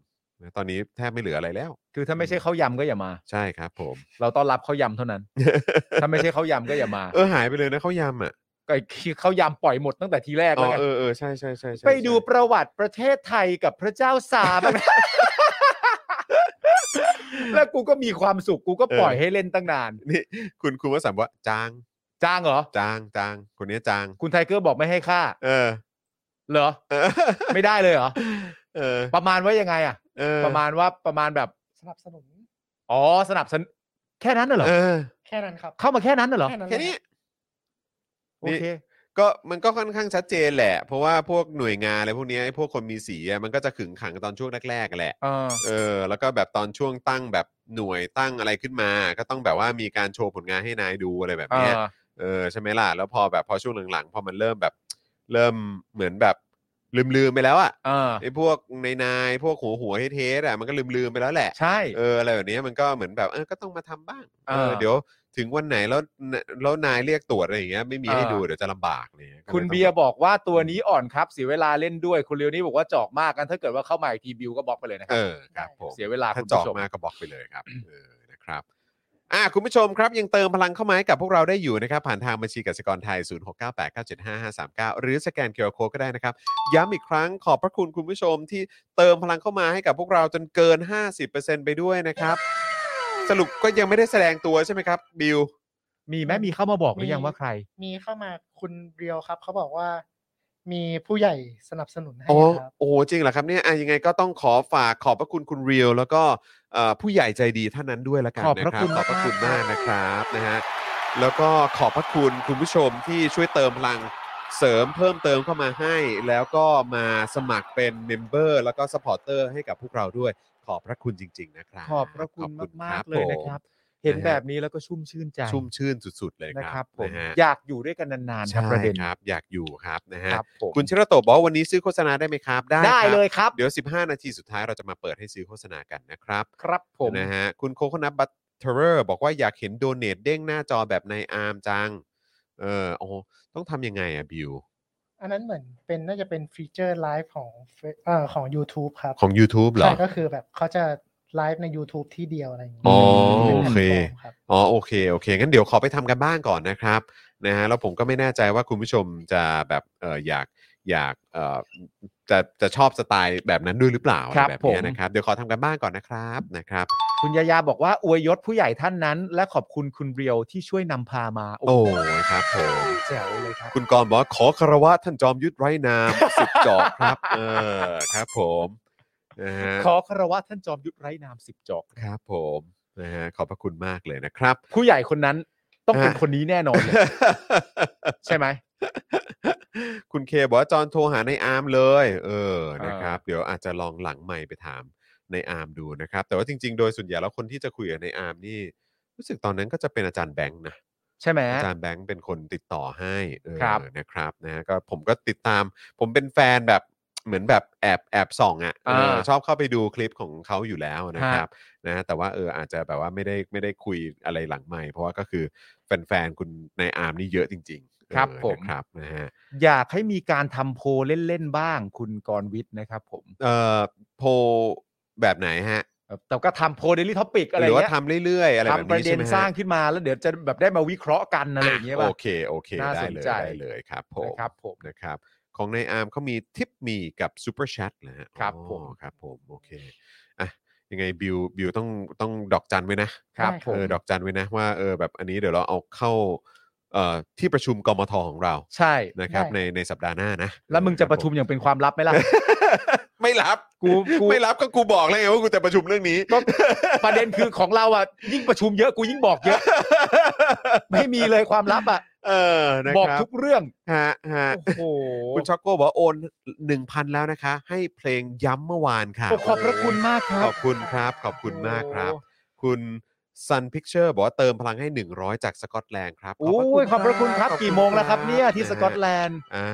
Speaker 2: ตอนนี้แทบไม่เหลืออะไรแล้ว
Speaker 3: คือถ้าไม่ใช่ข้าวยำก็อย่ามา
Speaker 2: ใช่ครับ
Speaker 3: [laughs]
Speaker 2: ผม
Speaker 3: เราต้อนรับข้าวยำเท่า
Speaker 2: [laughs]
Speaker 3: นั้น ถ้าไม่ใช่ข้าวยำก็อย่ามา
Speaker 2: เออหายไปเลยนะข้าวยำอ่ะ
Speaker 3: ก็ไอ้ข้าวยำปล่อยหมดตั้งแต่ทีแรก
Speaker 2: อ๋
Speaker 3: แล้ว
Speaker 2: อ
Speaker 3: ไง
Speaker 2: เออเออใช่ใช่ใช่ใช่
Speaker 3: ไปดูประวัติประเทศไทยกับพระเจ้าสาม
Speaker 2: [laughs]
Speaker 3: แล้วกูก็มีความสุขกูก็ปล่อยให้เล่นตั้งนาน
Speaker 2: นี่คุณคุณวสันต์ว่าจาง
Speaker 3: จ้างเหรอ
Speaker 2: จางจางคนนี้จาง
Speaker 3: คุณไทเกอร์บอกไม่ให้ค่า
Speaker 2: เออ
Speaker 3: เหรอ
Speaker 2: เออ
Speaker 3: ไม่ได้เลยเหรอ
Speaker 2: เออ
Speaker 3: ประมาณว่ายังไงอะ
Speaker 2: เออ
Speaker 3: ประมาณว่าประมาณแบบ
Speaker 4: สนับสนุน
Speaker 3: อ๋อสนับสนุนแค่นั้นน่ะเหรอ
Speaker 2: เออ
Speaker 4: แค่นั้นครับ
Speaker 3: เข้ามาแค่นั้นน่ะเหรอ
Speaker 4: แค่นั้น
Speaker 2: แค่นี้
Speaker 3: โอเค
Speaker 2: ก็มันก็ค่อนข้างชัดเจนแหละ เพราะว่าพวกหน่วยงานอะไรพวกเนี้ยไอ้พวกคนมีสีอะมันก็จะขึงขังตอนช่วงแรกๆแหละ
Speaker 3: เออ
Speaker 2: เออ แล้วก็แบบตอนช่วงตั้งแบบหน่วยตั้งอะไรขึ้นมา ก็ต้องแบบว่ามีการโชว์ผลงานให้นายดูอะไรแบบ
Speaker 3: เอ
Speaker 2: เนี้ย
Speaker 3: อ
Speaker 2: เออใช่ไหมล่ะแล้วพอแบบพอช่วงหลังๆพอมันเริ่มแบบเริ่มเหมือนแบบลืมๆไปแล้วอะ
Speaker 3: เออ
Speaker 2: ไอ้พวกในนายๆพวกหัวหัวๆเทสๆอะมันก็ลืมๆไปแล้วแหละ
Speaker 3: ใช่
Speaker 2: เอออะไรแบบนี้มันก็เหมือนแบบเออก็ต้องมาทำบ้าง
Speaker 3: เออ
Speaker 2: เดี๋ยวถึงวันไหนแล้วแล้วนายเรียกตรวจอะไรอย่างเงี้ยไม่มีให้
Speaker 3: เออ
Speaker 2: ดูเดี๋ยวจะลำบากอะไรเนี่ยก็ล
Speaker 3: คุณ
Speaker 2: ต้อง
Speaker 3: เบียร์บอกว่าตัวนี้อ่อนครับ เสียเวลาเล่นด้วย คุณเรียวนี่บอกว่าจอกมากกันถ้าเกิดว่าเข้ามาอีกทีบิวก็บล็อกไปเลยนะค
Speaker 2: เอ
Speaker 3: รับ
Speaker 2: อครับผม
Speaker 3: เสียเวลา
Speaker 2: ถ้า
Speaker 3: คุณ
Speaker 2: จอ
Speaker 3: ผู้
Speaker 2: ก
Speaker 3: ชม
Speaker 2: มาก็บล็อกไปเลยครับ [coughs] เออนะครับอ่ะคุณผู้ชมครับยังเติมพลังเข้ามาให้กับพวกเราได้อยู่นะครับ ผ่านทางบัญชีกสิกรไทย 0698975539 หรือสแกนเคอร์โคก็ได้นะครับ ย้ำอีกครั้งขอบพระคุณคุณผู้ชมที่เติมพลังเข้ามาให้กับพวกเราจนเกิน 50%ไปด้วยนะครับ สรุปก็ยังไม่ได้แสดงตัวใช่ไหมครับบิว
Speaker 3: มีไหมมีเข้ามาบอกหรือยังว่าใคร
Speaker 4: มีเข้ามาคุณเรียวครับ เขาบอกว่า มีผู้ใหญ่สนับสนุนให้
Speaker 2: โอ้
Speaker 4: ครับ
Speaker 2: โอ้โหจริงเหรอครับเนี่ยอ่ะยังไงก็ต้องขอฝากขอบพระคุณคุณเรียวแล้วก็เอ่อผู้ใหญ่ใจดีท่านนั้นด้วยละกัน
Speaker 3: ขอบ
Speaker 2: นะ
Speaker 3: พระ
Speaker 2: ครั
Speaker 3: คุ
Speaker 2: บ
Speaker 3: ณ
Speaker 2: ขอบพระ
Speaker 3: มาก
Speaker 2: คุณมากนะครับนะฮะ แล้วก็ขอบพระคุณคุณผู้ชมที่ช่วยเติมพลังเสริมเพิ่มเติมเข้ามาให้ แล้วก็มาสมัครเป็นเมมเบอร์แล้วก็สปอร์เตอร์ให้กับพวกเราด้วย ขอบพระคุณจริง ๆ นะครับ
Speaker 3: ขอบพระคุณมาก ๆ เลยนะครับ
Speaker 2: ผ
Speaker 3: เห็น
Speaker 2: นะฮะ
Speaker 3: แบบนี้แล้วก็ชุ่มชื่นใจ
Speaker 2: มชุ่มชื่นสุด ๆ เลยค
Speaker 3: นะค
Speaker 2: รั
Speaker 3: รั
Speaker 2: บบ
Speaker 3: ผม
Speaker 2: นะฮะ
Speaker 3: อยากอยู่ด้วยกันนานๆครับ
Speaker 2: ใช่
Speaker 3: ประเด็น
Speaker 2: ครับอยากอยู่ครับนะฮะ
Speaker 3: ครับผม
Speaker 2: คุณชิระโตะบอกว่าวันนี้ซื้อโฆษณาได้ไหมครับ ได้
Speaker 3: ได้
Speaker 2: ครับ
Speaker 3: เลยครับ
Speaker 2: เดี๋ยว 15 นาทีสุดท้ายเราจะมาเปิดให้ซื้อโฆษณากันนะครับ
Speaker 3: ครับผม
Speaker 2: นะฮะคุณโคโคนัทบัตเทอร์บอกว่าอยากเห็นโดเนทเด้งหน้าจอแบบในอาร์มจัง เออโอ้โหต้องทำยังไงอะบิว
Speaker 4: อันนั้นเหมือนเป็นน่าจะเป็นฟีเจอร์ไลฟ์ของเฟซเอ่อของ YouTube ครับ
Speaker 2: ของ YouTube เหรอ
Speaker 4: ใช่ก็คือแบบเขาจะไลฟ์ใน YouTube ที่เดียวอะไรอย่างเงี้ย
Speaker 2: อ๋อ
Speaker 4: ป็
Speaker 2: โอ
Speaker 4: น
Speaker 2: เค
Speaker 4: แพลตฟร์มรับ
Speaker 2: อ๋อโอเคโอเค งั้นเดี๋ยวขอไปทำกันบ้านก่อนนะครับนะฮะแล้วผมก็ไม่แน่ใจว่าคุณผู้ชมจะแบบเอออยากอยากเออจะจะชอบสไตล์แบบนั้นด้วยหรือเปล่าอะไร
Speaker 3: ครับ
Speaker 2: แบบเนี้ย
Speaker 3: ผม
Speaker 2: นะครับเดี๋ยวขอทำกันบ้านก่อนนะครับนะครับ
Speaker 3: คุณยายาบอกว่าอวยยศผู้ใหญ่ท่านนั้น และขอบคุณคุณเรียวที่ช่วยนำพามาโอ้
Speaker 2: โอ้ยครับผม
Speaker 3: แจ๋วเลยครับ
Speaker 2: คุณกรณ์บอกว่าขอคารวะท่านจอมยุทธไร้นามสิบจอกครับ เออครับผมนะฮะ
Speaker 3: ขอคารวะท่านจอมยุทธไร้นามสิบจอก
Speaker 2: ครับผมนะฮะขอบพระคุณมากเลยนะครับ [laughs]
Speaker 3: ผู้ใหญ่คนนั้นต้องเป็น
Speaker 2: อ่ะ
Speaker 3: คนนี้แน่นอนเลยใช่ไหม
Speaker 2: คุณเคบอกว่าจอนโทรหาในอาร์มเลย เออนะครับ เดี๋ยวอาจจะลองหลังใหม่ไปถามในอาร์มดูนะครับ แต่ว่าจริง ๆ โดยส่วนใหญ่แล้วคนที่จะคุยกับในอาร์มนี่ รู้สึกตอนนั้นก็จะเป็นอาจารย์แบงค์นะ
Speaker 3: ใช่ไหม
Speaker 2: อาจารย์แบงค์เป็นคนติดต่อให้เออ
Speaker 3: ครับ
Speaker 2: นะครับนะฮะก็ผมก็ติดตาม ผมเป็นแฟนแบบเหมือนแบบแอบแอบส่องอะเออ
Speaker 3: อ่า
Speaker 2: ชอบเข้าไปดูคลิปของเขาอยู่แล้วนะครับนะฮะแต่ว่าเอออาจจะแบบว่าไม่ได้ไม่ได้คุยอะไรหลังไม่เพราะว่าก็คือแฟนๆคุณนายอาร์มนี่เยอะจริงๆ
Speaker 3: ครับ
Speaker 2: เออ
Speaker 3: ผม
Speaker 2: นะครับนะฮะ
Speaker 3: อยากให้มีการทำโพลเล่นๆบ้าง คุณกรณ์วิทย์นะครับผม
Speaker 2: เอ่อโพลแบบไหนฮะ
Speaker 3: แต่ก็ทำโพลเดลิทอปิกอะไร
Speaker 2: หรือว่า
Speaker 3: เงี้ย
Speaker 2: ทำเรื่อยๆ อะไรแบบ
Speaker 3: ทำประ
Speaker 2: นี้
Speaker 3: เด็
Speaker 2: ใช่
Speaker 3: น
Speaker 2: ไหมฮะ
Speaker 3: สร้างขึ้นมาแล้วเดี๋ยวจะแบบได้มาวิเคราะห์กันอะไรอย่างเงี้ยป่ะ
Speaker 2: โอเคโอเค
Speaker 3: น่า
Speaker 2: ได้
Speaker 3: สน
Speaker 2: เลย
Speaker 3: ใจ
Speaker 2: ได้เลยครับผม
Speaker 3: นะครับผม
Speaker 2: นะครับของในอาร์มเขามีทิปมีกับซูเปอร์แชทนะฮะ
Speaker 3: ครับ
Speaker 2: อ๋อ
Speaker 3: ผม
Speaker 2: ครับผมโอเคอ่ะยังไงบิวบิวต้องต้องดอกจันไว้นะครับเออ
Speaker 3: ผม
Speaker 2: ดอกจันไว้นะว่าเออแบบอันนี้เดี๋ยวเราเอาเข้าเ เอ่อที่ประชุมกมทของเรา
Speaker 3: ใช่
Speaker 2: นะครับ
Speaker 4: ได้
Speaker 2: ในในสัปดาห์หน้านะ
Speaker 3: แล้วมึงจะประชุม
Speaker 2: คบ
Speaker 3: อย่างเป็นความลับไหมล่ะ
Speaker 2: ผม ไม่รับ [laughs]
Speaker 3: กูกู
Speaker 2: ไม่รับก็กูบอกเลยไงว่ากูจะประชุมเรื่องนี้
Speaker 3: ก็ประเด็นคือของเราอ่ะยิ่งประชุมเยอะกูยิ่งบอกเยอะ ไม่มีเลยความลับอ่ะ
Speaker 2: เออนะ
Speaker 3: บอก
Speaker 2: ครับ
Speaker 3: ทุกเรื่อง
Speaker 2: ฮะฮะ
Speaker 3: โอ้โห
Speaker 2: คุณช็อกโก้บอกว่าโอน1,000 แล้วนะคะ ให้เพลงย้ำเมื่อวานค่ะ
Speaker 3: โอ้ขอบพระคุณมากครั
Speaker 2: ข
Speaker 3: บ
Speaker 2: อบคุณครับ ขอบคุณมากครับ คุณซันพิ c เ u อร์บอกว่าเติมพลังให้ 100 จากสกอตแลนด์ครับ
Speaker 3: โอ้ยขอบพระคุณครับ
Speaker 2: ขอ
Speaker 3: กี่โมงแล้วครับเนี่ยที่สกอตแลนด์
Speaker 2: อ่า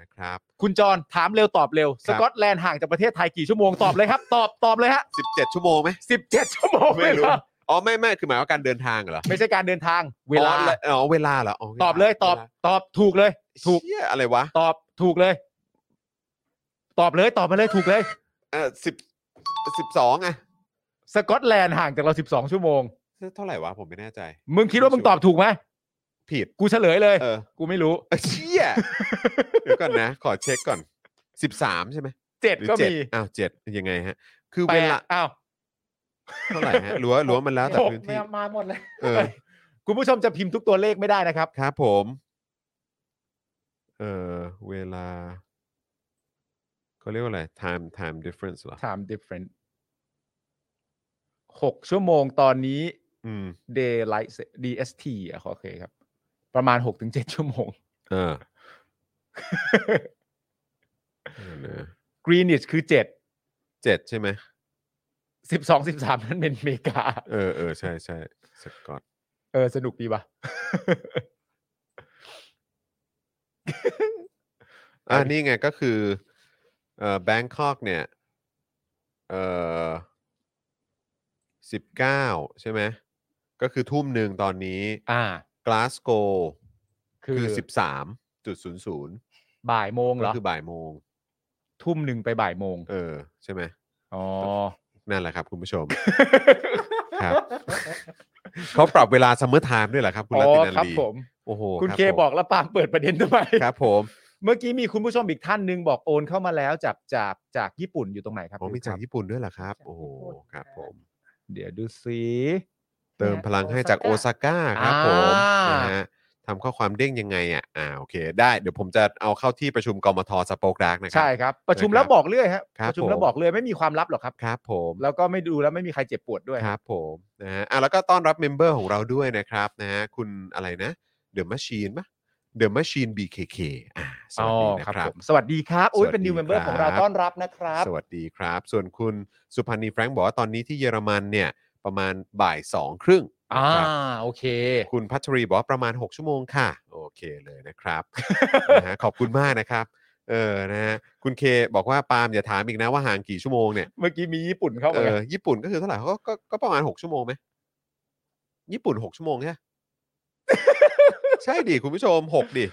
Speaker 2: นะครับ
Speaker 3: คุณจรถามเร็วตอบเร็ว สกอตแลนด์ห่างจากประเทศไทยกี่ชั่วโมงตอบเลยครับ ตอบตอบเลยฮะ
Speaker 2: 17 ชั่วโมงไหม
Speaker 3: 17 ชั่วโมง
Speaker 2: ไม่รู้
Speaker 3: เลยเหอ
Speaker 2: อ๋อ ไม่ไม่คือหมายว่าการเดินทางเหรอ
Speaker 3: ไม่ใช่การเดินทางเวลา
Speaker 2: อ๋อและอ๋อเวลาเหรอ
Speaker 3: ตอบเลยตอบตอบถูกเลย
Speaker 2: ถู
Speaker 3: ถู
Speaker 2: ก
Speaker 3: ก
Speaker 2: เชี่ยอะไรวะ
Speaker 3: ตอบถูกเลย ตอบเลยตอบมาเลยถูกเลย
Speaker 2: เออสิบสิบสองอะ
Speaker 3: สกอตแลนด์ห่างจากเรา 12 ชั่วโมง
Speaker 2: เท่าไหร่วะ ผมไม่แน่ใจ
Speaker 3: มึงคิดว่ามึงตอบถูกไหม
Speaker 2: ผิด
Speaker 3: กูเฉลยเลย
Speaker 2: เออ
Speaker 3: กูไม่รู้
Speaker 2: เอ้ยเชี่ยเดี๋ยวก่อนนะ ขอเช็คก่อน 13 ใช่ไหม
Speaker 3: เจ็ด
Speaker 2: หรือ
Speaker 3: ก็
Speaker 2: เจ็ด
Speaker 3: มี
Speaker 2: อ้าวเจ็ดยังไงฮะ คือ
Speaker 3: แป
Speaker 2: เว
Speaker 3: ด
Speaker 2: ลา
Speaker 3: อ้าว
Speaker 2: เท่าไหร่ฮะหรือว่าหรือว่ามันแล้วแต่
Speaker 3: หก
Speaker 2: พื้น
Speaker 4: ไม่
Speaker 2: ที่
Speaker 4: เอามาหมดเลย
Speaker 2: เออ
Speaker 3: คุณผู้ชมจะพิมพ์ทุกตัวเลขไม่ได้นะครับ
Speaker 2: ครับผม เออเวลาเขาเรียกว่าอะไร time time difference เหรอ
Speaker 3: time different หกชั่วโมงตอนนี้
Speaker 2: อืม
Speaker 3: daylight sa- DST อ่ะโอเคครับ ประมาณ 6-7ถึงชั่วโมง
Speaker 2: เออ
Speaker 3: [laughs]
Speaker 2: เออนะ
Speaker 3: Greenwich คือ 7
Speaker 2: เจ็ดใช่ไหม
Speaker 3: 12 13 นั่นเป็นอเมริกา
Speaker 2: เออเออใช่ใช่สกอต
Speaker 3: เออ สนุกดีป่ะ [laughs]
Speaker 2: อ่านี่ไงก็คือ เอ่อแบงคอกเนี่ย เอ่อสิบเก้าใช่ไหมก็คือทุ่มหนึ่งตอนนี้
Speaker 3: อ่า
Speaker 2: กลาสโก
Speaker 3: คือ
Speaker 2: คือสิบสามจุดศูนย์ศูนย์
Speaker 3: บ่ายโมงเหร
Speaker 2: ก็
Speaker 3: อ
Speaker 2: คือบ่ายโมง
Speaker 3: ทุ่มหนึ่งไปบ่ายโมง
Speaker 2: เออ ใช่ไหม
Speaker 3: อ๋อ
Speaker 2: นั่นแหละครับคุณผู้ช
Speaker 3: [laughs]
Speaker 2: ม ครับ เขาปรับเวลาซัมเมอร์ไทม์ด้วยเหรอ [laughs] ครับ คุณ
Speaker 3: อ๋
Speaker 2: รั
Speaker 3: อ
Speaker 2: ตินัน
Speaker 3: ครับ
Speaker 2: ลี
Speaker 3: ผม
Speaker 2: โอ้โห
Speaker 3: คุณ
Speaker 2: รับ
Speaker 3: เค
Speaker 2: ผม
Speaker 3: บอกแล้วปาล์มเปิดประเด็นทำไม
Speaker 2: ครับผม
Speaker 3: เมื่อกี้มีคุณผู้ชมอีกท่านหนึ่งบอกโอนเข้ามาแล้วจากจากจากญี่ปุ่นอยู่ตรงไหนครับ
Speaker 2: ผมมี
Speaker 3: ดูค
Speaker 2: จาก
Speaker 3: รับ
Speaker 2: ญี่ปุ่นด้วยเหรอครับ โอ้โหค
Speaker 4: จา
Speaker 2: รั
Speaker 4: ก
Speaker 2: บ
Speaker 4: ญี่
Speaker 2: ผ
Speaker 4: ปุ่น
Speaker 2: ม
Speaker 3: เดี๋ยวดูสิ
Speaker 2: เติมพลังให้จากโอซาก้าครับผม นะ
Speaker 3: อ่าน
Speaker 2: ฮะทำข้อความเด้งยังไงอ่ะ อ่า โอเค ได้ เดี๋ยวผมจะเอาเข้าที่ประชุมกมทสปอคดักนะครั
Speaker 3: ใช่ครับ ประชุมแล้วบอกเรื่อยฮะ
Speaker 2: ครับ
Speaker 3: ประชุมแล้ว
Speaker 2: ผม
Speaker 3: บอกเรื่อยไม่มีความลับหรอกครับ
Speaker 2: ครับผม
Speaker 3: แล้วก็ไม่ดูแล้วไม่มีใครเจ็บปวดด้วย
Speaker 2: ครับผมนะฮะอ่ะแล้วก็ต้อนรับเมมเบอร์ของเราด้วยนะครับนะฮะคุณอะไรนะเดอะม h ช n นปะเดอะม h ช n น BKK อ่าสวัสดีนะ
Speaker 3: อ๋อ
Speaker 2: ครั
Speaker 3: ผ
Speaker 2: บ
Speaker 3: มสวัสดีครับอุ้ย
Speaker 2: สวัสดี
Speaker 3: เป็น new member
Speaker 2: ครับ
Speaker 3: ของเราต้อนรับนะครับ
Speaker 2: สวัสดีครับ ส่วนคุณสุพันธ์นีแฟรงค์บอกว่าตอนนี้ที่เยอรมันเนี่ย ประมาณบ่ายสองครึ่ง
Speaker 3: อ่า
Speaker 2: นะครับ
Speaker 3: โอเค
Speaker 2: คุณพัชรีบอกว่าประมาณ 6 ชั่วโมงค่ะ โอเคเลยนะครับ
Speaker 3: [laughs]
Speaker 2: นะฮะขอบคุณมากนะครับ เออนะฮะคุณเคบอกว่าปาล์มอย่าถามอีกนะว่าห่างกี่ชั่วโมงเนี่ย
Speaker 3: เมื่อกี้มีญี่ปุ่นเข้า
Speaker 2: เอ
Speaker 3: มาไง
Speaker 2: อญี่ปุ่นก็คือเท่าไหร่เขาก็ก็ก็ประมาณหกชั่วโมงไหมญี่ปุ่นหกชั่วโมง
Speaker 3: [laughs]
Speaker 2: ใช่ไหม ใช่ดิคุณผู้ชมหกดิ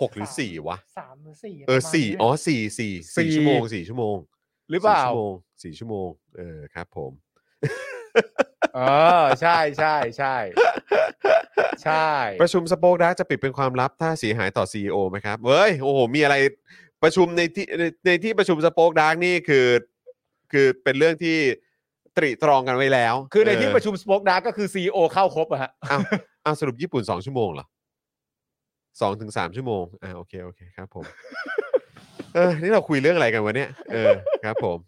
Speaker 2: หกหรือสี่วะ
Speaker 4: สามหรือสี่
Speaker 2: เออ
Speaker 4: ประมาณ
Speaker 2: สี่
Speaker 4: นี้
Speaker 2: อ๋อสี่สี่สี่ชั่วโมงสี่ชั่วโมง
Speaker 3: หรือเปล่า
Speaker 2: สี่ชั่วโมงสี่ชั่วโมงเออครับผม
Speaker 3: เออใช่ใช่ใช่ใช่
Speaker 2: ประชุมสโปกดาจะปิดเป็นความลับถ้าเสียหายต่อ CEO ไหมครับเว้ยโอ้โหมีอะไรประชุมในที่ในในที่ประชุมสโปกดาร์นี่คือ คือเป็นเรื่องที่ตรีตรองกันไว้แล้ว
Speaker 3: คือในที่
Speaker 2: เ
Speaker 3: ประชุมสป o อ e ดาร์ก็คือซีอเข้าครบอะฮะ
Speaker 2: อ้าวอ้าวสรุปญี่ปุ่นสองชั่วโมงเหรอสองถึงสามชั่วโมง อ่าโอเค โอเคครับ
Speaker 3: [laughs]
Speaker 2: ผม เออ นี่เราคุยเรื่องอะไรกันวะเนี่ย เออ ครับผม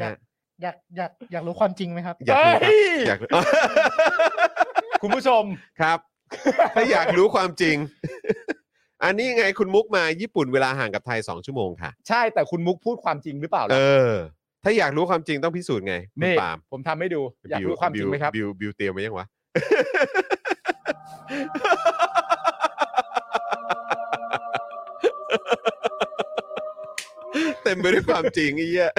Speaker 4: อยากอยากอยากอยากรู้ความจริงไหมครับ
Speaker 2: อยากรู้ครับ
Speaker 3: เฮ้ย
Speaker 2: อยากรู้ [laughs]
Speaker 3: คุณผู้ชม
Speaker 2: ครับ [laughs] ถ้าอยากรู้ความจริง อันนี้ไงคุณมุกมาญี่ปุ่นเวลาห่างกับไทยสองชั่วโมงค่ะ
Speaker 3: ใช่แต่คุณมุกพูดความจริงหรือเปล่า
Speaker 2: เอ
Speaker 3: ล่ะ
Speaker 2: อ ถ้าอยากรู้ความจริงต้องพิสูจน์ไงคุณ
Speaker 3: นี่
Speaker 2: ปาล์ม
Speaker 3: ผมทำให้ดู อยากรู้ความจริงไหมครับ
Speaker 2: บิวบิวเตรียมไว้ยัง
Speaker 3: [laughs]
Speaker 2: วะ เต็มไปด้วยความจริงไอ้เหี้ย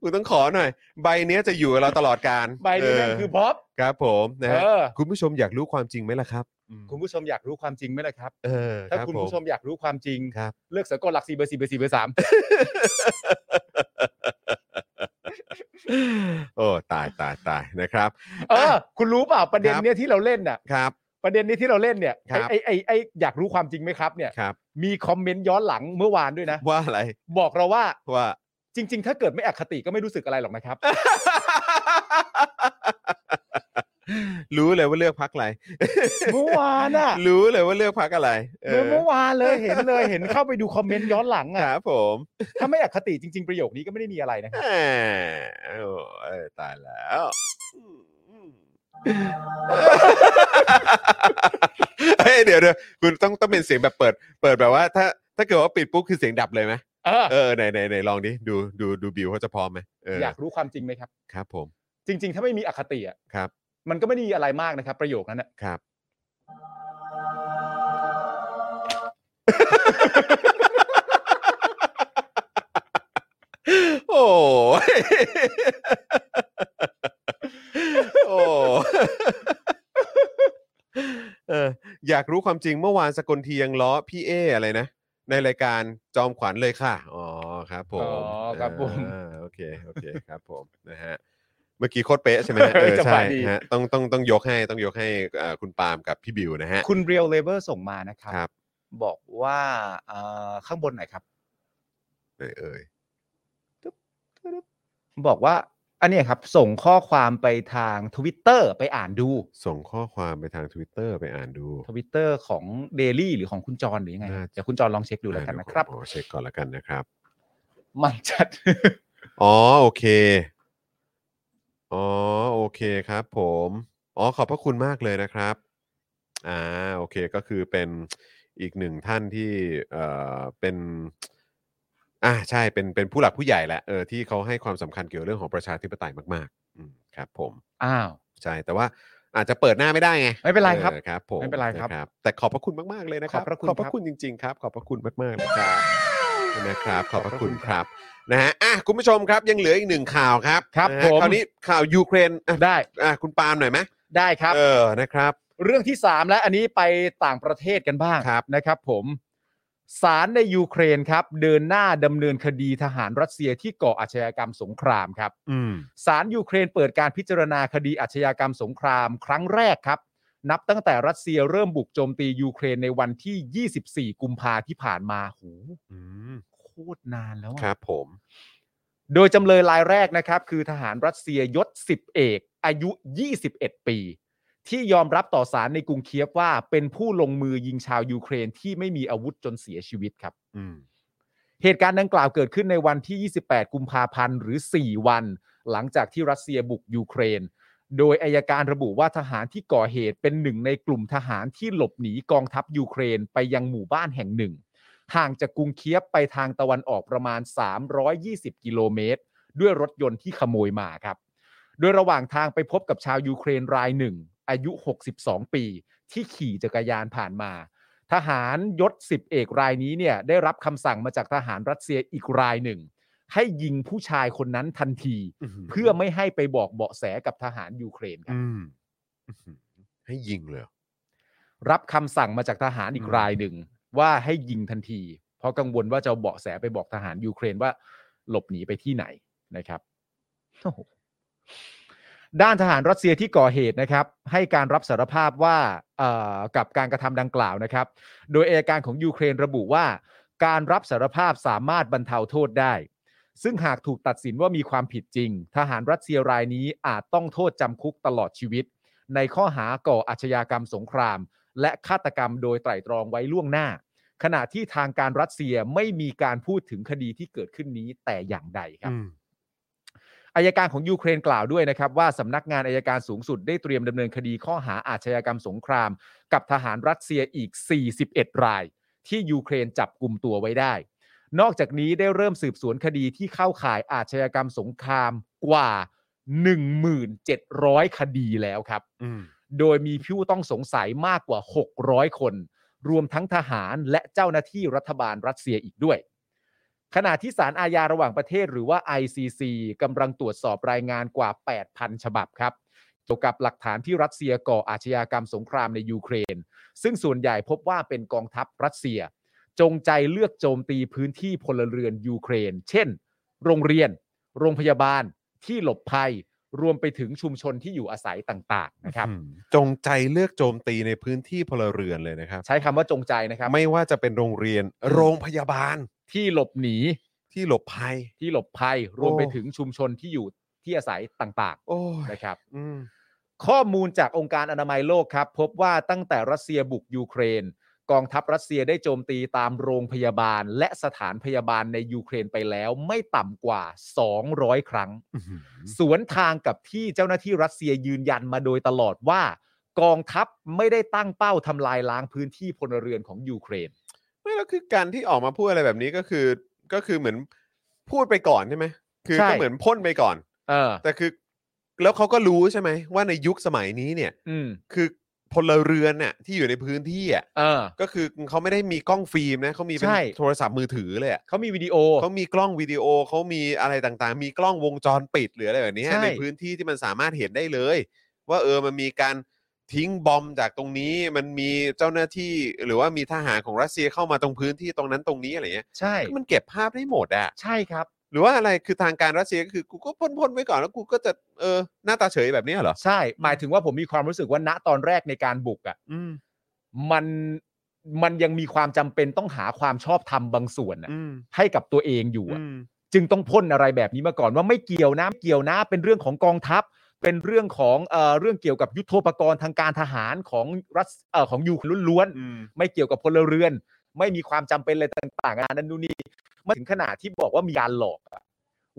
Speaker 2: กูต้องขอหน่อย ใบเนี้ยจะอยู่กับเราตลอดการ
Speaker 3: ใบนี้แม่งคือบ๊อบ
Speaker 2: ครับผมนะฮะ
Speaker 3: เออ
Speaker 2: คุณผู้ชมอยากรู้ความจริงไหมล่ะครับ
Speaker 3: คุณผู้ชมอยากรู้ความจริงไหมล่ะครับ
Speaker 2: เออ
Speaker 3: ถ้า
Speaker 2: รับ
Speaker 3: คุณผู้ช
Speaker 2: ผม ม
Speaker 3: อยากรู้ความจริง
Speaker 2: ครับ
Speaker 3: เลือกสกอตหลักสี่เบอร์สี่เบอร์สี่เบอร์สาม
Speaker 2: โอ้ตายตายตายนะครับ
Speaker 3: เออ คุณรู้เปล่าประเด็น
Speaker 2: ครับ
Speaker 3: เนี้ยที่เราเล่นน่ะ
Speaker 2: ครับ
Speaker 3: ประเด็นนี้ที่เราเล่นเนี่ย
Speaker 2: ครับ
Speaker 3: ไอ้ไอ้ไอ้ไอ้อยากรู้ความจริงไหมครับเนี่ย
Speaker 2: ครับ
Speaker 3: มีคอมเมนต์ย้อนหลังเมื่อวานด้วยนะ
Speaker 2: ว่าอะไร
Speaker 3: บอกเราว่า
Speaker 2: ว่า
Speaker 3: จริง ๆ ถ้าเกิดไม่อคติก็ไม่รู้สึกอะไรหรอกนะครับ
Speaker 2: รู้เลยว่าเลือกพักอะไร
Speaker 3: เมื่อวานอ่ะ
Speaker 2: รู้เลยว่าเลือกพักอะไรเออ
Speaker 3: เมื่อวานเลยเห็นเลยเห็นเข้าไปดูคอมเมนต์ย้อนหลัง
Speaker 2: ค
Speaker 3: อ่ะ
Speaker 2: รับผม
Speaker 3: ถ้าไม่อคติจริง ๆ ประโยคนี้ก็ไม่ได้มีอะไรนะครับ
Speaker 2: แหมโอ้เออตายแล้ว [laughs] เฮ้ยเดี๋ยวเดี๋ยวคุณต้องต้องเป็นเสียงแบบเปิด เปิดแบบว่า ถ้าถ้าเกิดว่าปิดปุ๊บคือเสียงดับเลยไหม
Speaker 3: เออ
Speaker 2: เออไหนไหนไหนลองดิดูดูดูบิวเขาจะพร้อมไหมเอออย
Speaker 3: อากรู้ความจริงไหมครับ
Speaker 2: ครับผม
Speaker 3: จริง ๆ ถ้าไม่มีอคติอ่ะ
Speaker 2: ครับ
Speaker 3: มันก็ไม่ได้มีอะไรมากนะครับ ประโยคนั้นอ่ะ
Speaker 2: ครับ โอ้ยโอ้เอออยากรู้ความจริงเมื่อวานสกลทียังล้อพี่เออะไรนะ ในรายการจอมขวัญเลยค่ะ อ๋อครับผม
Speaker 3: อ๋อครับผม
Speaker 2: อ่าโอเค โอเคครับผมนะฮะ เมื่อกี้โคตรเป๊ะใช่ไหมฮะ
Speaker 3: เอ
Speaker 2: เอ
Speaker 3: อ
Speaker 2: อ
Speaker 3: จังห
Speaker 2: ใช่
Speaker 3: วะดี
Speaker 2: ฮะต้องต้องต้องยกให้ต้องยกให้เอ่อคุณปาล์มกับพี่บิวนะฮะ
Speaker 3: คุณเรียวเลเวอร์ส่งมานะครั
Speaker 2: ครับ
Speaker 3: บอกว่าเอ่อข้างบนไหนอยครับ
Speaker 2: เอ่ยเอ่ย
Speaker 3: บอกว่า อันเนี้ยครับ ส่งข้อความไปทาง Twitter ไปอ่านดู
Speaker 2: ส่งข้อความไปทาง Twitter ไปอ่านดู
Speaker 3: ทวิตเตอร์ของเดลี่หรือของคุณจรหรือยังไง
Speaker 2: น่า
Speaker 3: เดี๋ยวคุณจรลองเช็คดูแล้วกันนะครับ
Speaker 2: โอ้เช็คก่อนแล้วกันนะครับ
Speaker 3: มันจัด [laughs]
Speaker 2: อ๋อโอเค อ๋อโอเคครับผม อ๋อขอบพระคุณมากเลยนะครับ อ่าโอเคก็คือเป็นอีกหนึ่งท่านที่เอ่อเป็นอ่าใช่เป็นเป็นผู้หลักผู้ใหญ่แหละเออที่เขาให้ความสำคัญเกี่ยวกับเรื่องของประชาธิปไตยมากๆอืมครับผม
Speaker 3: อ้าว
Speaker 2: ใช่ แต่ว่าอาจจะเปิดหน้าไม่ได้ไง
Speaker 3: ไม่เป็นไรครับ
Speaker 2: ออครับผม
Speaker 3: ไม่เป็นไรครับ
Speaker 2: ะแต่ขอบพระคุณมาก ๆ เลยนะครับ
Speaker 3: ขอบพระคุณ
Speaker 2: ขอบพ
Speaker 3: ครั
Speaker 2: ระ
Speaker 3: บ
Speaker 2: คุณจริง ๆ ครับ ขอบพระคุณมากๆนะครับนะครับ ขอบพระคุณครับนะฮะอ่ะคุณผู้ชมครับยังเหลืออีกหนึ่งข่าวครับ
Speaker 3: ครับ
Speaker 2: นะฮะ
Speaker 3: ผม
Speaker 2: คราวนี้ข่าวยูเครนอ่ะ
Speaker 3: ได้
Speaker 2: อ่ะคุณปาล์มหน่อยไหม
Speaker 3: ได้ครับ
Speaker 2: เออนะครับ
Speaker 3: เรื่องที่ 3 และอันนี้ไปต่างประเทศกันบ้าง
Speaker 2: ครับ
Speaker 3: นะครับผมศาลในยูเครนครับ เดินหน้าดำเนินคดีทหารรัสเซียที่ก่ออาชญากรรมสงครามครับ
Speaker 2: อืม
Speaker 3: ศาลยูเครนเปิดการพิจารณาคดีอาชญากรรมสงครามครั้งแรกครับ นับตั้งแต่รัสเซียเริ่มบุกโจมตียูเครนในวันที่ 24 กุมภาที่ผ่านมาโห
Speaker 2: อืม
Speaker 3: โคตรนานแล้วอะ
Speaker 2: ครับผม
Speaker 3: โดยจำเลยรายแรกนะครับ คือทหารรัสเซียยศ 10 เอก อายุ 21 ปี ที่ยอมรับต่อศาลในกรุงเคียฟว่าเป็นผู้ลงมือยิงชาวยูเครนที่ไม่มีอาวุธจนเสียชีวิตครับ
Speaker 2: อืม
Speaker 3: เหตุการณ์ดังกล่าวเกิดขึ้นในวันที่ 28 กุมภาพันธ์ หรือ 4 วัน หลังจากที่รัสเซียบุกยูเครน โดยอายการระบุว่าทหารที่ก่อเหตุเป็นหนึ่งในกลุ่มทหารที่หลบหนีกองทัพยูเครนไปยังหมู่บ้านแห่งหนึ่ง ห่างจากกรุงเคียฟไปทางตะวันออกประมาณ 320 กิโลเมตร ด้วยรถยนต์ที่ขโมยมาครับ โดยระหว่างทางไปพบกับชาวยูเครนรายหนึ่ง อายุ 62 ปี ที่ขี่จักรยานผ่านมา ทหารยศ 10 เอกรายนี้เนี่ยได้รับคำสั่งมาจากทหารรัสเซียอีกรายหนึ่ง ให้ยิงผู้ชายคนนั้นทันที เพื่อไม่ให้ไปบอกเบาะแสกับทหารยูเครนครับ
Speaker 2: อืมอื้อหือให้ยิงเลยเหรอ
Speaker 3: รับคำสั่งมาจากทหารอีกรายหนึ่ง ว่าให้ยิงทันที เพราะกังวลว่าจะเอาเบาะแสไปบอกทหารยูเครนว่าหลบหนีไปที่ไหนนะครับโอ้โหด้านทหารรัสเซียที่ก่อเหตุนะครับ ให้การรับสารภาพว่าเอ่อกับการกระทำดังกล่าวนะครับ โดยเอการของยูเครนระบุว่า การรับสารภาพสามารถบรรเทาโทษได้ ซึ่งหากถูกตัดสินว่ามีความผิดจริง ทหารรัสเซียรายนี้อาจต้องโทษจำคุกตลอดชีวิต ในข้อหาก่ออาชญากรรมสงคราม และฆาตกรรมโดยไตร่ตรองไว้ล่วงหน้า ขณะที่ทางการรัสเซียไม่มีการพูดถึงคดีที่เกิดขึ้นนี้แต่อย่างใดครับ
Speaker 2: อืม
Speaker 3: อายการของยูเครนกล่าวด้วยนะครับว่าสำนักงานอายการสูงสุดได้เตรียมดำเนินคดีข้อหาอาชญากรรมสงคราม กับทหารรัสเซียอีก 41 ราย ที่ยูเครนจับกลุ่มตัวไว้ได้ นอกจากนี้ได้เริ่มสืบสวนคดีที่เข้าข่ายอาชญากรรมสงครามกว่า 1,700 คดีแล้วครับ
Speaker 2: อืม
Speaker 3: โดยมีผู้ต้องสงสัยมากกว่า 600 คน รวมทั้งทหารและเจ้าหน้าที่รัฐบาลรัสเซียอีกด้วย ขณะที่ศาลอาญาระหว่างประเทศหรือว่า ICC กำลังตรวจสอบรายงานกว่า 8,000 ฉบับครับเกี่ยวกับหลักฐานที่รัสเซียก่ออาชญากรรมสงครามในยูเครน ซึ่งส่วนใหญ่พบว่าเป็นกองทัพรัสเซีย จงใจเลือกโจมตีพื้นที่พลเรือนยูเครน เช่น โรงเรียน โรงพยาบาล ที่หลบภัย รวมไปถึงชุมชนที่อยู่อาศัยต่างๆนะครับ
Speaker 2: อืมจงใจเลือกโจมตีในพื้นที่พลเรือนเลยนะครับ
Speaker 3: ใช้คำว่าจงใจนะครับ
Speaker 2: ไม่ว่าจะเป็นโรงเรียนโรงพยาบาล
Speaker 3: ที่หลบหนี
Speaker 2: ที่หลบภัย
Speaker 3: ที่หลบภัย รวมไป
Speaker 2: โอ้
Speaker 3: ถึงชุมชนที่อยู่ที่อาศัยต่าง
Speaker 2: โอ้ย
Speaker 3: ๆนะครับ
Speaker 2: อืม
Speaker 3: ข้อมูลจากองค์การอนามัยโลกครับ พบว่าตั้งแต่รัสเซียบุกยูเครน กองทัพรัสเซียได้โจมตีตามโรงพยาบาล และสถานพยาบาลในยูเครนไปแล้วไม่ต่ำกว่า 200 ครั้ง สวนทางกับที่เจ้าหน้าที่รัสเซียยืนยันมาโดยตลอดว่า กองทัพไม่ได้ตั้งเป้าทำลายล้างพื้นที่พลเรือนของยูเครน
Speaker 2: ไม่แล้วคือการที่ออกมาพูดอะไรแบบนี้ก็คือก็คือเหมือนพูดไปก่อนใช่ไหมคือ
Speaker 3: ใช่
Speaker 2: ก็เหมือนพ่นไปก่อน
Speaker 3: เออ
Speaker 2: แต่คือแล้วเขาก็รู้ใช่ไหมว่าในยุคสมัยนี้เนี่ย
Speaker 3: อืม
Speaker 2: คือพลเรือนน่ะที่อยู่ในพื้นที่อ่ะ
Speaker 3: เออ
Speaker 2: ก็คือเขาไม่ได้มีกล้องฟิล์มนะเขามีเป็น
Speaker 3: ใช่
Speaker 2: โทรศัพท์มือถือเลยอะ
Speaker 3: เขามีวิดีโอ
Speaker 2: เขามีกล้องวิดีโอเขามีอะไรต่างๆ มีกล้องวงจรปิดหรืออะไรแบบเนี้ย
Speaker 3: ใช่
Speaker 2: ในพื้นที่ที่มันสามารถเห็นได้เลย ว่าเออมันมีการทิ้งบอมจากตรงนี้ มันมีเจ้าหน้าที่หรือว่ามีทหารของรัสเซียเข้ามาตรงพื้นที่ตรงนั้นตรงนี้อะไรเงี้ย
Speaker 3: ใช่
Speaker 2: คือมันเก็บภาพได้หมดอ่ะ
Speaker 3: ใช่ครับ
Speaker 2: หรือว่าอะไรคือทางการรัสเซียก็คือกูก็พ่นๆไว้ก่อนแล้วกูก็จะเออหน้าตาเฉยแบบเนี้ยเหรอ
Speaker 3: ใช่ หมายถึงว่าผมมีความรู้สึกว่าณตอนแรกในการบุกอ่ะ
Speaker 2: อืม
Speaker 3: มันมันยังมีความจำเป็นต้องหาความชอบธรรมบางส่วนน่ะ
Speaker 2: อืม
Speaker 3: ให้กับตัวเองอยู่อะ
Speaker 2: อืม
Speaker 3: จึงต้องพ่นอะไรแบบนี้มาก่อนว่าไม่เกี่ยวนะไม่เกี่ยวนะ เป็นเรื่องของกองทัพ เป็นเรื่องของเอ่อเรื่องเกี่ยวกับยุทโธปกรณ์ทางการทหารของรัสเอ่อของยูเครนล้วนๆ ไม่เกี่ยวกับพลเรือน ไม่มีความจำเป็นอะไรต่างๆนานานั่นนู่นนี่มาถึงขนาดที่บอกว่ามีการหลอกอะ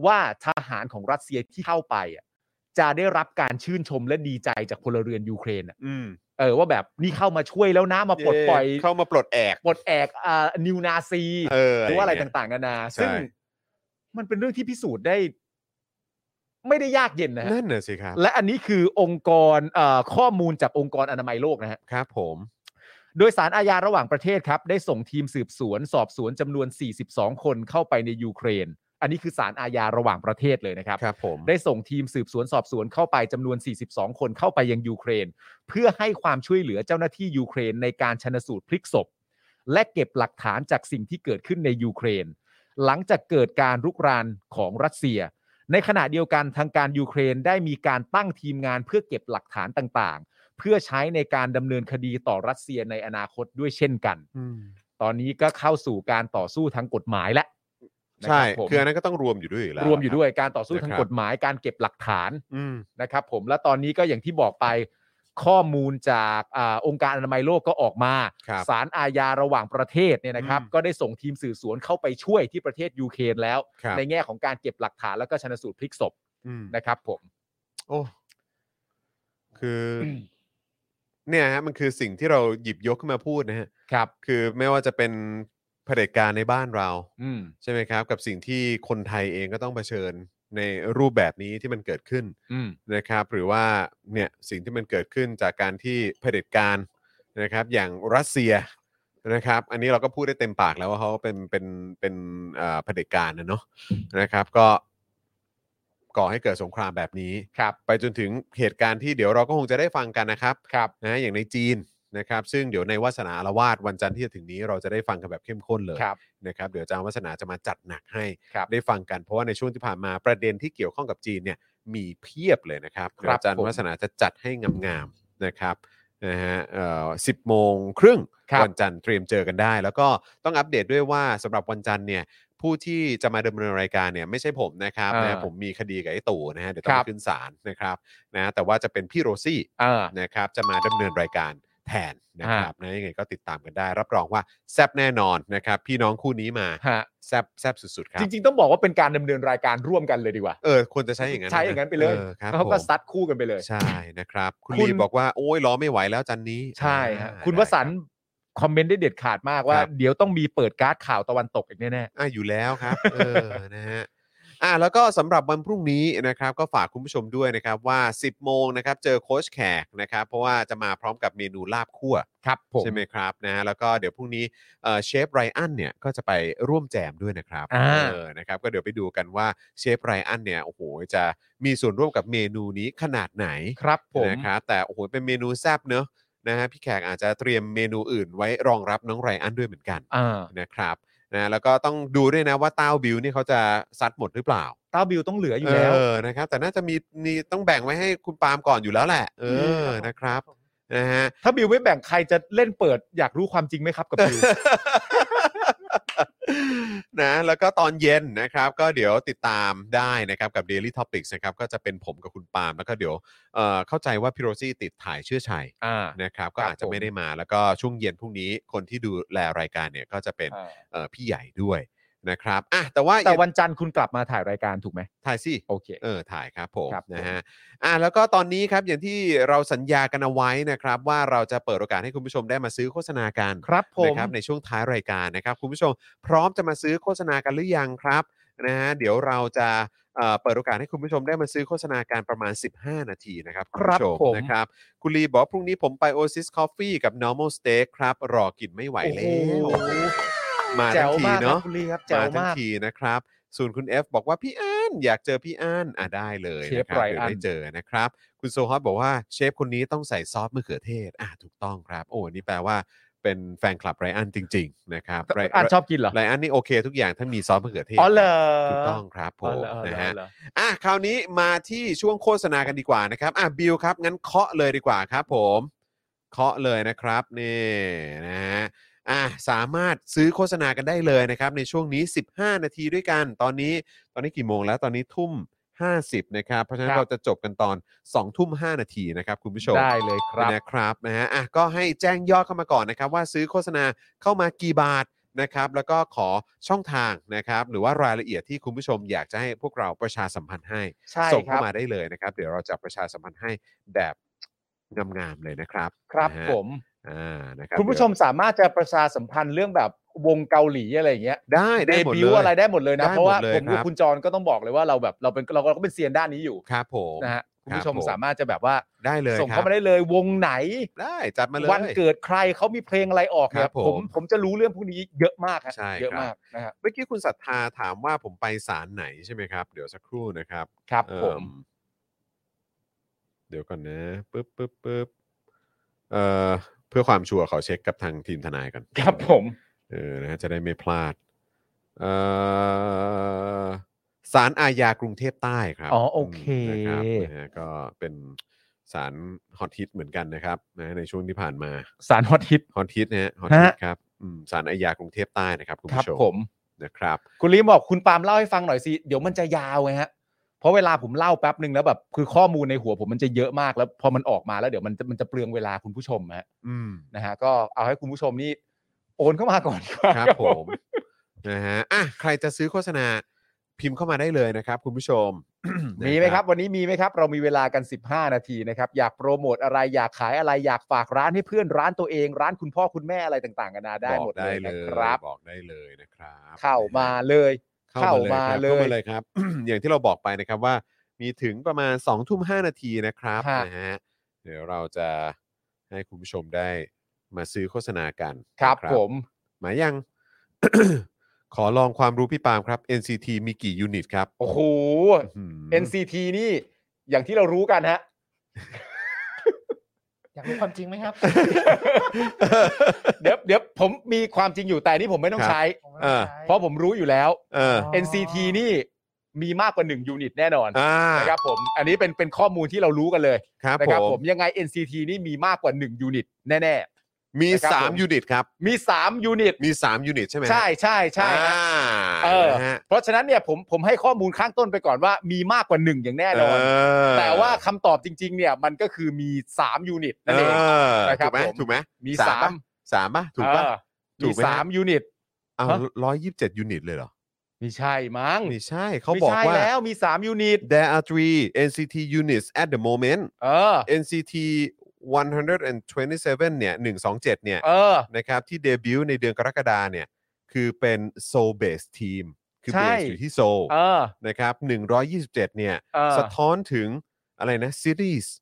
Speaker 3: ว่าทหารของรัสเซียที่เข้าไปอะจะได้รับการชื่นชมและดีใจจากพลเรือนยูเครนอะ
Speaker 2: อืม
Speaker 3: เออว่าแบบนี่เข้ามาช่วยแล้วนะมาปลดปล่อย
Speaker 2: เเข้ามาปลดแอก
Speaker 3: ปลดแอกอ่านิวนาซี
Speaker 2: เออ
Speaker 3: หรือว่าอะไร
Speaker 2: ย่เย
Speaker 3: ต่างๆนานา
Speaker 2: ใช่
Speaker 3: ซึ่งมันเป็นเรื่องที่พิสูจน์ได้ ไม่ได้ยากเย็นนะฮะ
Speaker 2: นั่นน่ะสิครับ
Speaker 3: และอันนี้คือองค์กรเอ่อข้อมูลจากองค์กรอนามัยโลกนะฮะ
Speaker 2: ครับผม
Speaker 3: โดยสารอาญาระหว่างประเทศครับ ได้ส่งทีมสืบสวน สอบสวนจำนวน 42 คนเข้าไปในยูเครน อันนี้คือสารอาญาระหว่างประเทศเลยนะครับ
Speaker 2: ครับผม
Speaker 3: ได้ส่งทีมสืบสวนสอบสวนเข้าไปจำนวน 42 คนเข้าไปยังยูเครน เพื่อให้ความช่วยเหลือเจ้าหน้าที่ยูเครนในการชนสูตรพลิกศพ และเก็บหลักฐานจากสิ่งที่เกิดขึ้นในยูเครน หลังจากเกิดการรุกรานของรัสเซีย ในขณะเดียวกันทางการยูเครนได้มีการตั้งทีมงานเพื่อเก็บหลักฐานต่างๆ เพื่อใช้ในการดำเนินคดีต่อรัสเซียในอนาคตด้วยเช่นกัน ตอนนี้ก็เข้าสู่การต่อสู้ทางกฎหมายแล้วนะ
Speaker 2: ใช่
Speaker 3: รับผม
Speaker 2: คืออันนั้นก็ต้องรวมอยู่ด้วยแล้ว
Speaker 3: รวมอยู่ด้วยการต่อสู้ทาง
Speaker 2: นะครับ
Speaker 3: กฎหมายการเก็บหลักฐาน
Speaker 2: อืม
Speaker 3: นะครับผมและตอนนี้ก็อย่างที่บอกไปข้อมูลจากอาองค์การอนามัยโลกก็ออกมา
Speaker 2: ครับ
Speaker 3: สารอาญาระหว่างประเทศเนี่ยนะครับ
Speaker 2: อืม
Speaker 3: ก็ได้ส่งทีมสืบสวนเข้าไปช่วยที่ประเทศยูเครนแล้ว
Speaker 2: ครับ
Speaker 3: ในแง่ของการเก็บหลักฐานแล้วก็ชนสูตรพลิกศพ
Speaker 2: อืม
Speaker 3: นะครับผม
Speaker 2: โอ้คืออเนี่ยฮะ มันคือสิ่งที่เราหยิบยกขึ้นมาพูดนะฮะ
Speaker 3: ครับ
Speaker 2: คือไม่ว่าจะเป็นเผด็จการในบ้านเรา
Speaker 3: อืม
Speaker 2: ใช่ไหมครับ กับสิ่งที่คนไทยเองก็ต้องเผชิญในรูปแบบนี้ที่มันเกิดขึ้น
Speaker 3: อืม
Speaker 2: นะครับหรือว่าเนี่ยสิ่งที่มันเกิดขึ้นจากการที่เผด็จการนะครับอย่างรัสเซียนะครับ อันนี้เราก็พูดได้เต็มปากแล้วว่าเขาเป็นเป็นเป็นเอ่อเผด็จการนะเนาะนะครับ ก็ก่อให้เกิดสงครามแบบนี้
Speaker 3: ครับ
Speaker 2: ไปจนถึงเหตุการณ์ที่เดี๋ยวเราก็คงจะได้ฟังกันนะครับ
Speaker 3: ครับ
Speaker 2: นะอย่างในจีนนะครับ ซึ่งเดี๋ยวในวาสนาละวาดวันจันทร์ที่จะถึงนี้เราจะได้ฟังกันแบบเข้มข้นเลย
Speaker 3: ครับ
Speaker 2: นะครับเดี๋ยวอาจารย์วัฒนาจะมาจัดหนักให้
Speaker 3: ครับ
Speaker 2: ได้ฟังกันเพราะว่าในช่วงที่ผ่านมาประเด็นที่เกี่ยวข้องกับจีนเนี่ยมีเพียบเลยนะครับเดี๋ยวอาจารย์
Speaker 3: ผม
Speaker 2: วัฒนาจะจัดให้งามๆนะครับนะฮะเอ่อสิบโมงครึ่ง
Speaker 3: ครับ
Speaker 2: วัจันทร์เตรียมเจอกันได้ แล้วก็ต้องอัปเดตด้วยว่าสำหรับวันจันทร์เนี่ยผู้ที่จะมาดำเนินรายการเนี่ยไม่ใช่ผมนะครับ
Speaker 3: อ่าน
Speaker 2: นะผมมีคดีกับไอ้ตู่นะฮะเดี๋ยวต้อง
Speaker 3: ค
Speaker 2: ไป
Speaker 3: รับ
Speaker 2: ขึ้นศาลนะครับนะแต่ว่าจะเป็นพี่โรซี่
Speaker 3: อ่า
Speaker 2: นะครับจะมาดำเนินรายการแทนนะครับ
Speaker 3: ฮะ
Speaker 2: นะยังไงก็ติดตามกันได้ รับรองว่าแซบแน่นอนนะครับ พี่น้องคู่นี้มา
Speaker 3: ฮะ
Speaker 2: แซบแซบสุดๆครับ
Speaker 3: จริง ๆ ต้องบอกว่าเป็นการดำเนินรายการร่วมกันเลยดีกว่า
Speaker 2: เออควรจะใช้อย่างนั้นะ
Speaker 3: ใช้อย่างนั้นไปเลย
Speaker 2: ออครับ
Speaker 3: เขาก็
Speaker 2: ผม
Speaker 3: ซัดคู่กันไปเลย
Speaker 2: ใช่นะครับ คุณ
Speaker 3: คุณ
Speaker 2: ลีบอกว่าโอ้ยรอไม่ไหวแล้วจันนี้
Speaker 3: ใช่ฮะ
Speaker 2: อ่า
Speaker 3: คุณว
Speaker 2: ได้
Speaker 3: สัน
Speaker 2: รับ
Speaker 3: ต์คอมเมนต์ได้เด็ดขาดมากว่า
Speaker 2: ครับ
Speaker 3: เดี๋ยวต้องมีเปิดการ์ดข่าวตะวันตกอีกแน่
Speaker 2: อ่ะอยู่แล้วครับ เออ [laughs] นะฮะอ่ะแล้วก็สำหรับวันพรุ่งนี้นะครับ ก็ฝากคุณผู้ชมด้วยนะครับว่า 10 โมงนะครับ เจอโค้ชแขกนะครับ เพราะว่าจะมาพร้อมกับเมนูลาบคั่ว
Speaker 3: ๆครับผม
Speaker 2: ใช่ไหมครับนะฮะแล้วก็เดี๋ยวพรุ่งนี้เอ่อเชฟไรอันเนี่ยก็จะไปร่วมแจมด้วยนะครับ
Speaker 3: อ่า
Speaker 2: เออนะครับก็เดี๋ยวไปดูกันว่าเชฟไรอันเนี่ยโอ้โหจะมีส่วนร่วมกับเมนูนี้ขนาดไหน
Speaker 3: ครับผม
Speaker 2: นะครับแต่โอ้โหเป็นเมนูแซ่บเนอะนะฮะพี่แขกอาจจะเตรียมเมนูอื่นไว้รองรับน้องไรอันด้วยเหมือนกัน
Speaker 3: อ่า
Speaker 2: นะครับนะแล้วก็ต้องดูด้วยนะว่าเต้าบิวนี่เขาจะซัดหมดหรือเปล่า
Speaker 3: ต้าบิวต้องเหลืออยู่แล้ว
Speaker 2: เออ นะครับ แต่น่าจะมีมีต้องแบ่งไว้ให้คุณปาล์มก่อนอยู่แล้วแหละ เออ นะครับ นะฮะ [laughs]
Speaker 3: ถ้าบิวไม่แบ่งใครจะเล่นเปิด อยากรู้ความจริงไหมครับกับบิว
Speaker 2: นะแล้วก็ตอนเย็นนะครับ ก็เดี๋ยวติดตามได้นะครับกับ Daily Topics นะครับก็จะเป็นผมกับคุณปาล์มแล้วก็เดี๋ยวเอ่อเข้าใจว่าพี่โรซี่ติดถ่ายเชื่อชัย
Speaker 3: อ่า
Speaker 2: นะครับ ก็
Speaker 3: ครับ
Speaker 2: อาจจะ
Speaker 3: ผม
Speaker 2: ไม่ได้มาแล้วก็ช่วงเย็นพรุ่งนี้คนที่ดูแลรายการเนี่ยก็จะเป็นเอ่อพี่ใหญ่ด้วยนะครับอ่ะแต่ว่า
Speaker 3: แต่วันจันทร์คุณกลับมาถ่ายรายการถูกไหม
Speaker 2: ถ่ายสิ
Speaker 3: โอเค
Speaker 2: เออถ่ายครับผม
Speaker 3: ครับผม
Speaker 2: นะฮะอ่ะแล้วก็ตอนนี้ครับอย่างที่เราสัญญากันเอาไว้นะครับ ว่าเราจะเปิดโอกาสให้คุณผู้ชมได้มาซื้อโฆษณากัน
Speaker 3: ครับผม
Speaker 2: นะครับในช่วงท้ายรายการนะครับ คุณผู้ชมพร้อมจะมาซื้อโฆษณากันหรือยังครับนะฮะเดี๋ยวเราจะเอ่อเปิดโอกาสให้คุณผู้ชมได้มาซื้อโฆษณาการประมาณ 15 นาทีนะครับคุณผู้ชม
Speaker 3: ครับผม
Speaker 2: นะครับคุณลีบอกว่าพรุ่งนี้ผมไป Oasis Coffee กับ Normal Steak ครับรอกินไม่ไหวแล้ว
Speaker 3: โอ้โห
Speaker 2: มา
Speaker 3: แจ๋
Speaker 2: ทั้ง
Speaker 3: ว
Speaker 2: ที
Speaker 3: มากครับ
Speaker 2: เนาะ
Speaker 3: คุณลีครับแจ๋
Speaker 2: มาว ทั้ง
Speaker 3: มาก
Speaker 2: ทีนะครับ ส่วนคุณ F บอกว่าพี่อันอยากเจอพี่อันอ่ะได้เลย
Speaker 3: เชฟ
Speaker 2: นะครับ
Speaker 3: ไรอัน
Speaker 2: เดี๋ยวได้เจอนะครับ คุณโซฮอตบอกว่าเชฟคนนี้ต้องใส่ซอสมะเขือเทศอ่ะถูกต้องครับ โอ้นี่แปลว่าเป็นแฟนคลับไรอันจริง ๆ นะครับไร
Speaker 3: อ่านชอบกินเหรอ
Speaker 2: ไรอันนี่โอเคทุกอย่างถ้ามีซอสมะเขือเทศ
Speaker 3: อ๋อเหรอ
Speaker 2: ถูกต้องครับผ
Speaker 3: อ๋อ
Speaker 2: ม
Speaker 3: เหรอเหรอ
Speaker 2: นะฮะ
Speaker 3: เหรอ
Speaker 2: อ่ะคราวนี้มาที่ช่วงโฆษณากันดีกว่านะครับอ่ะบิลครับงั้นเคาะเลยดีกว่าครับ ผมเคาะเลยนะครับนี่นะฮะ อ่ะสามารถซื้อโฆษณากันได้เลยนะครับ ในช่วงนี้ 15 นาทีด้วยกัน ตอนนี้ตอนนี้กี่โมงแล้วตอนนี้ทุ่ม 50 นะครับ เพราะฉะนั้
Speaker 3: คน รับ
Speaker 2: เราจะจบกันตอน 2 ทุ่ม 5 นาทีนะครับคุณผู้ชม
Speaker 3: ได้เลยครับ
Speaker 2: นะครับนะฮะอ่ะก็ให้แจ้งยอดเข้ามาก่อนนะครับ ว่าซื้อโฆษณาเข้ามากี่บาทนะครับ แล้วก็ขอช่องทางนะครับ หรือว่ารายละเอียดที่คุณผู้ชมอยากจะให้พวกเราประชาสัมพันธ์ให้
Speaker 3: ใช่
Speaker 2: ส่ง
Speaker 3: ครั
Speaker 2: เข้า
Speaker 3: บ
Speaker 2: มาได้เลยนะครับ เดี๋ยวเราจะประชาสัมพันธ์ให้แบบงามๆเลยนะครับ
Speaker 3: ครับ
Speaker 2: นะฮะ
Speaker 3: ผม
Speaker 2: อ่านะครับ
Speaker 3: คุณผู้ชมสามารถจะประชาสัมพันธ์เรื่องแบบวงเกาหลีอะไรอย่างเงี้ย
Speaker 2: ได้
Speaker 3: เด
Speaker 2: ได้หมด
Speaker 3: บิ
Speaker 2: เล
Speaker 3: วย ต์อะไรได้หมดเลยนะ
Speaker 2: ได้
Speaker 3: เพราะว่า
Speaker 2: หมดเลย
Speaker 3: ผม
Speaker 2: ค
Speaker 3: กั
Speaker 2: รั
Speaker 3: บบ คุณจรก็ต้องบอกเลยว่าเราแบบเราเป็นเราก็เป็นเซียนด้านนี้อยู่
Speaker 2: ครับผม
Speaker 3: นะฮะคุณผู้ชม
Speaker 2: ครับผม
Speaker 3: สามารถจะแบบว่า
Speaker 2: ได้เลย
Speaker 3: ส่ง
Speaker 2: ครับ
Speaker 3: เข้ามาได้เลยวงไหน
Speaker 2: ได้จัดมาเลย
Speaker 3: วันเกิดใครเขามีเพลงอะไรออก
Speaker 2: ค
Speaker 3: เนี่
Speaker 2: รั
Speaker 3: ย
Speaker 2: บผม
Speaker 3: ผมผมจะรู้เรื่องพวกนี้เยอะมากฮะ
Speaker 2: ใช่
Speaker 3: เยอะ
Speaker 2: ครับ
Speaker 3: มากนะฮะ
Speaker 2: เมื่อกี้คุณศรัทธาถามว่าผมไปศาลไหนใช่ไหมครับ เดี๋ยวสักครู่นะครับ
Speaker 3: ครับ
Speaker 2: เอิ่
Speaker 3: ผม
Speaker 2: เดี๋ยวก่อนนะปึ๊บปึ๊บปึ๊บเอ่อเพื่อความชัวร์ขอเช็คกับทางทีมทนายก่อน
Speaker 3: ครับผม
Speaker 2: เออนะฮะจะได้ไม่พลาดเอ่อศาลอาญากรุงเทพใต้ครับ
Speaker 3: อ๋อโอเค
Speaker 2: มนะครับนะฮะก็เป็นศาลฮอตฮิตเหมือนกันนะครับนะในช่วงที่ผ่านมา
Speaker 3: สารฮอตฮิต
Speaker 2: ฮอตฮิตนะฮะฮอตฮิต
Speaker 3: ฮะ
Speaker 2: ครับอืมศาลอาญากรุงเทพใต้นะครับคุณ
Speaker 3: ครับ
Speaker 2: ผู้ชม
Speaker 3: ผม
Speaker 2: นะครับ
Speaker 3: คุณลิมบอกคุณปาล์มเล่าให้ฟังหน่อยสิ เดี๋ยวมันจะยาวไงฮะ เพราะเวลาผมเล่าแป๊บหนึ่งแล้วแบบคือข้อมูลในหัวผมมันจะเยอะมากแล้วพอมันออกมาแล้วเดี๋ยวมันจะมันจะเปลืองเวลาคุณผู้ชมฮะ
Speaker 2: อืม
Speaker 3: นะฮะก็เอาให้คุณผู้ชมนี่โอนเข้ามาก่อนดีกว่า
Speaker 2: ครับผม นะฮะอ่ะใครจะซื้อโฆษณาพิมพ์เข้ามาได้เลยนะครับ คุณผู้ชม
Speaker 3: [coughs] มีไหมครับ วันนี้มีไหมครับ เรามีเวลากัน 15 นาทีนะครับ อยากโปรโมทอะไรอยากขายอะไรอยากฝากร้านให้เพื่อนร้านตัวเอง ร้านคุณพ่อคุณแม่อะไรต่างๆกันานาได้
Speaker 2: บอก
Speaker 3: หมดเลย
Speaker 2: ได้
Speaker 3: นะครับ
Speaker 2: บอกได้เลยนะครับ
Speaker 3: เข้ามาเลย
Speaker 2: เข้ามาเลยครับเข้า
Speaker 3: เข้ามา
Speaker 2: มา
Speaker 3: เล
Speaker 2: เลย ยครับ [coughs] อย่างที่เราบอกไปนะครับว่า มีถึงประมาณ2องทุ่มห้านาทีนะครับ
Speaker 3: ค่ะ
Speaker 2: นะฮะเดี๋ยวเราจะให้คุณผู้ชมได้มาซื้อโฆษณากัน
Speaker 3: ครับ
Speaker 2: นะ
Speaker 3: ผม
Speaker 2: หมายยัง [coughs] ขอลองความรู้พี่ปาล์มครับ NCT มีกี่ยูนิตครับ
Speaker 3: โอ้โห
Speaker 2: หืม
Speaker 3: NCT นี่อย่างที่เรารู้กันฮะ
Speaker 4: อยากรู้ความจริงไหมครับ
Speaker 3: เดี๋ยวเดี๋ยวผมมีความจริงอยู่แต่นี่ผมไม่ต้อง
Speaker 2: ครับ
Speaker 3: ใช้
Speaker 4: ผมไม่ได้ใช้
Speaker 3: เพราะผมรู้อยู่แล้ว
Speaker 2: เออ
Speaker 4: อ๋อ
Speaker 3: NCT นี่มีมากกว่า 1 ยูนิตแน่นอน
Speaker 2: อ่า
Speaker 3: นะครับผม อันนี้เป็นเป็นข้อมูลที่เรารู้กันเลย
Speaker 2: ครับ
Speaker 3: นะครับ
Speaker 2: ผ
Speaker 3: ผม มยังไง NCT นี่มีมากกว่า 1 ยูนิตแน่
Speaker 2: มี
Speaker 3: นะครับผม
Speaker 2: 3 ยูนิตครับ
Speaker 3: ๆ มี 3 ยูนิต
Speaker 2: มี 3 ยูนิตใช่ไหมฮะ
Speaker 3: ใช่ใช่ใช่ฮะ
Speaker 2: อ่า
Speaker 3: เออ
Speaker 2: นะฮะ
Speaker 3: เพราะฉะนั้นเนี่ยผมผมให้ข้อมูลข้างต้นไปก่อนว่ามีมากกว่า 1 อย่างแน่นอน
Speaker 2: เอ
Speaker 3: แต่ว่าคำตอบจริง ๆ เนี่ยมันก็คือมี 3 ยูนิตนั่นเอง
Speaker 2: เออ
Speaker 3: นะครับ
Speaker 2: ถูกไหม
Speaker 3: ผม
Speaker 2: ถูกไหม
Speaker 3: มี
Speaker 2: สาม
Speaker 3: สาม
Speaker 2: ปะสามป่ะถูกป่ะ
Speaker 3: เออ
Speaker 2: ถู
Speaker 3: มี
Speaker 2: กไหมฮะ
Speaker 3: สามยูนิต
Speaker 2: เอา
Speaker 3: ฮะ
Speaker 2: ร้อยยี่สิบเจ็ดยูนิตเลยเหรอ
Speaker 3: ไม่ใช่มั้ง
Speaker 2: ไม่ใช่เขาบอก
Speaker 3: ไม่ใช่
Speaker 2: ว่า
Speaker 3: แล้วมี 3 ยูนิต
Speaker 2: there are three NCT units at the moment
Speaker 3: เออ
Speaker 2: NCT 127เนี่ย127เนี่ย
Speaker 3: เออ
Speaker 2: นะครับที่เดบิวต์ในเดือนกรกฎาเนี่ยคือเป็นโซเบสทีมคือ
Speaker 3: ใช่
Speaker 2: เบสอยู่ที่โซ
Speaker 3: เออ
Speaker 2: นะครับ127 เนี่ย
Speaker 3: เออ
Speaker 2: สะท้อนถึงอะไรนะซีรีส์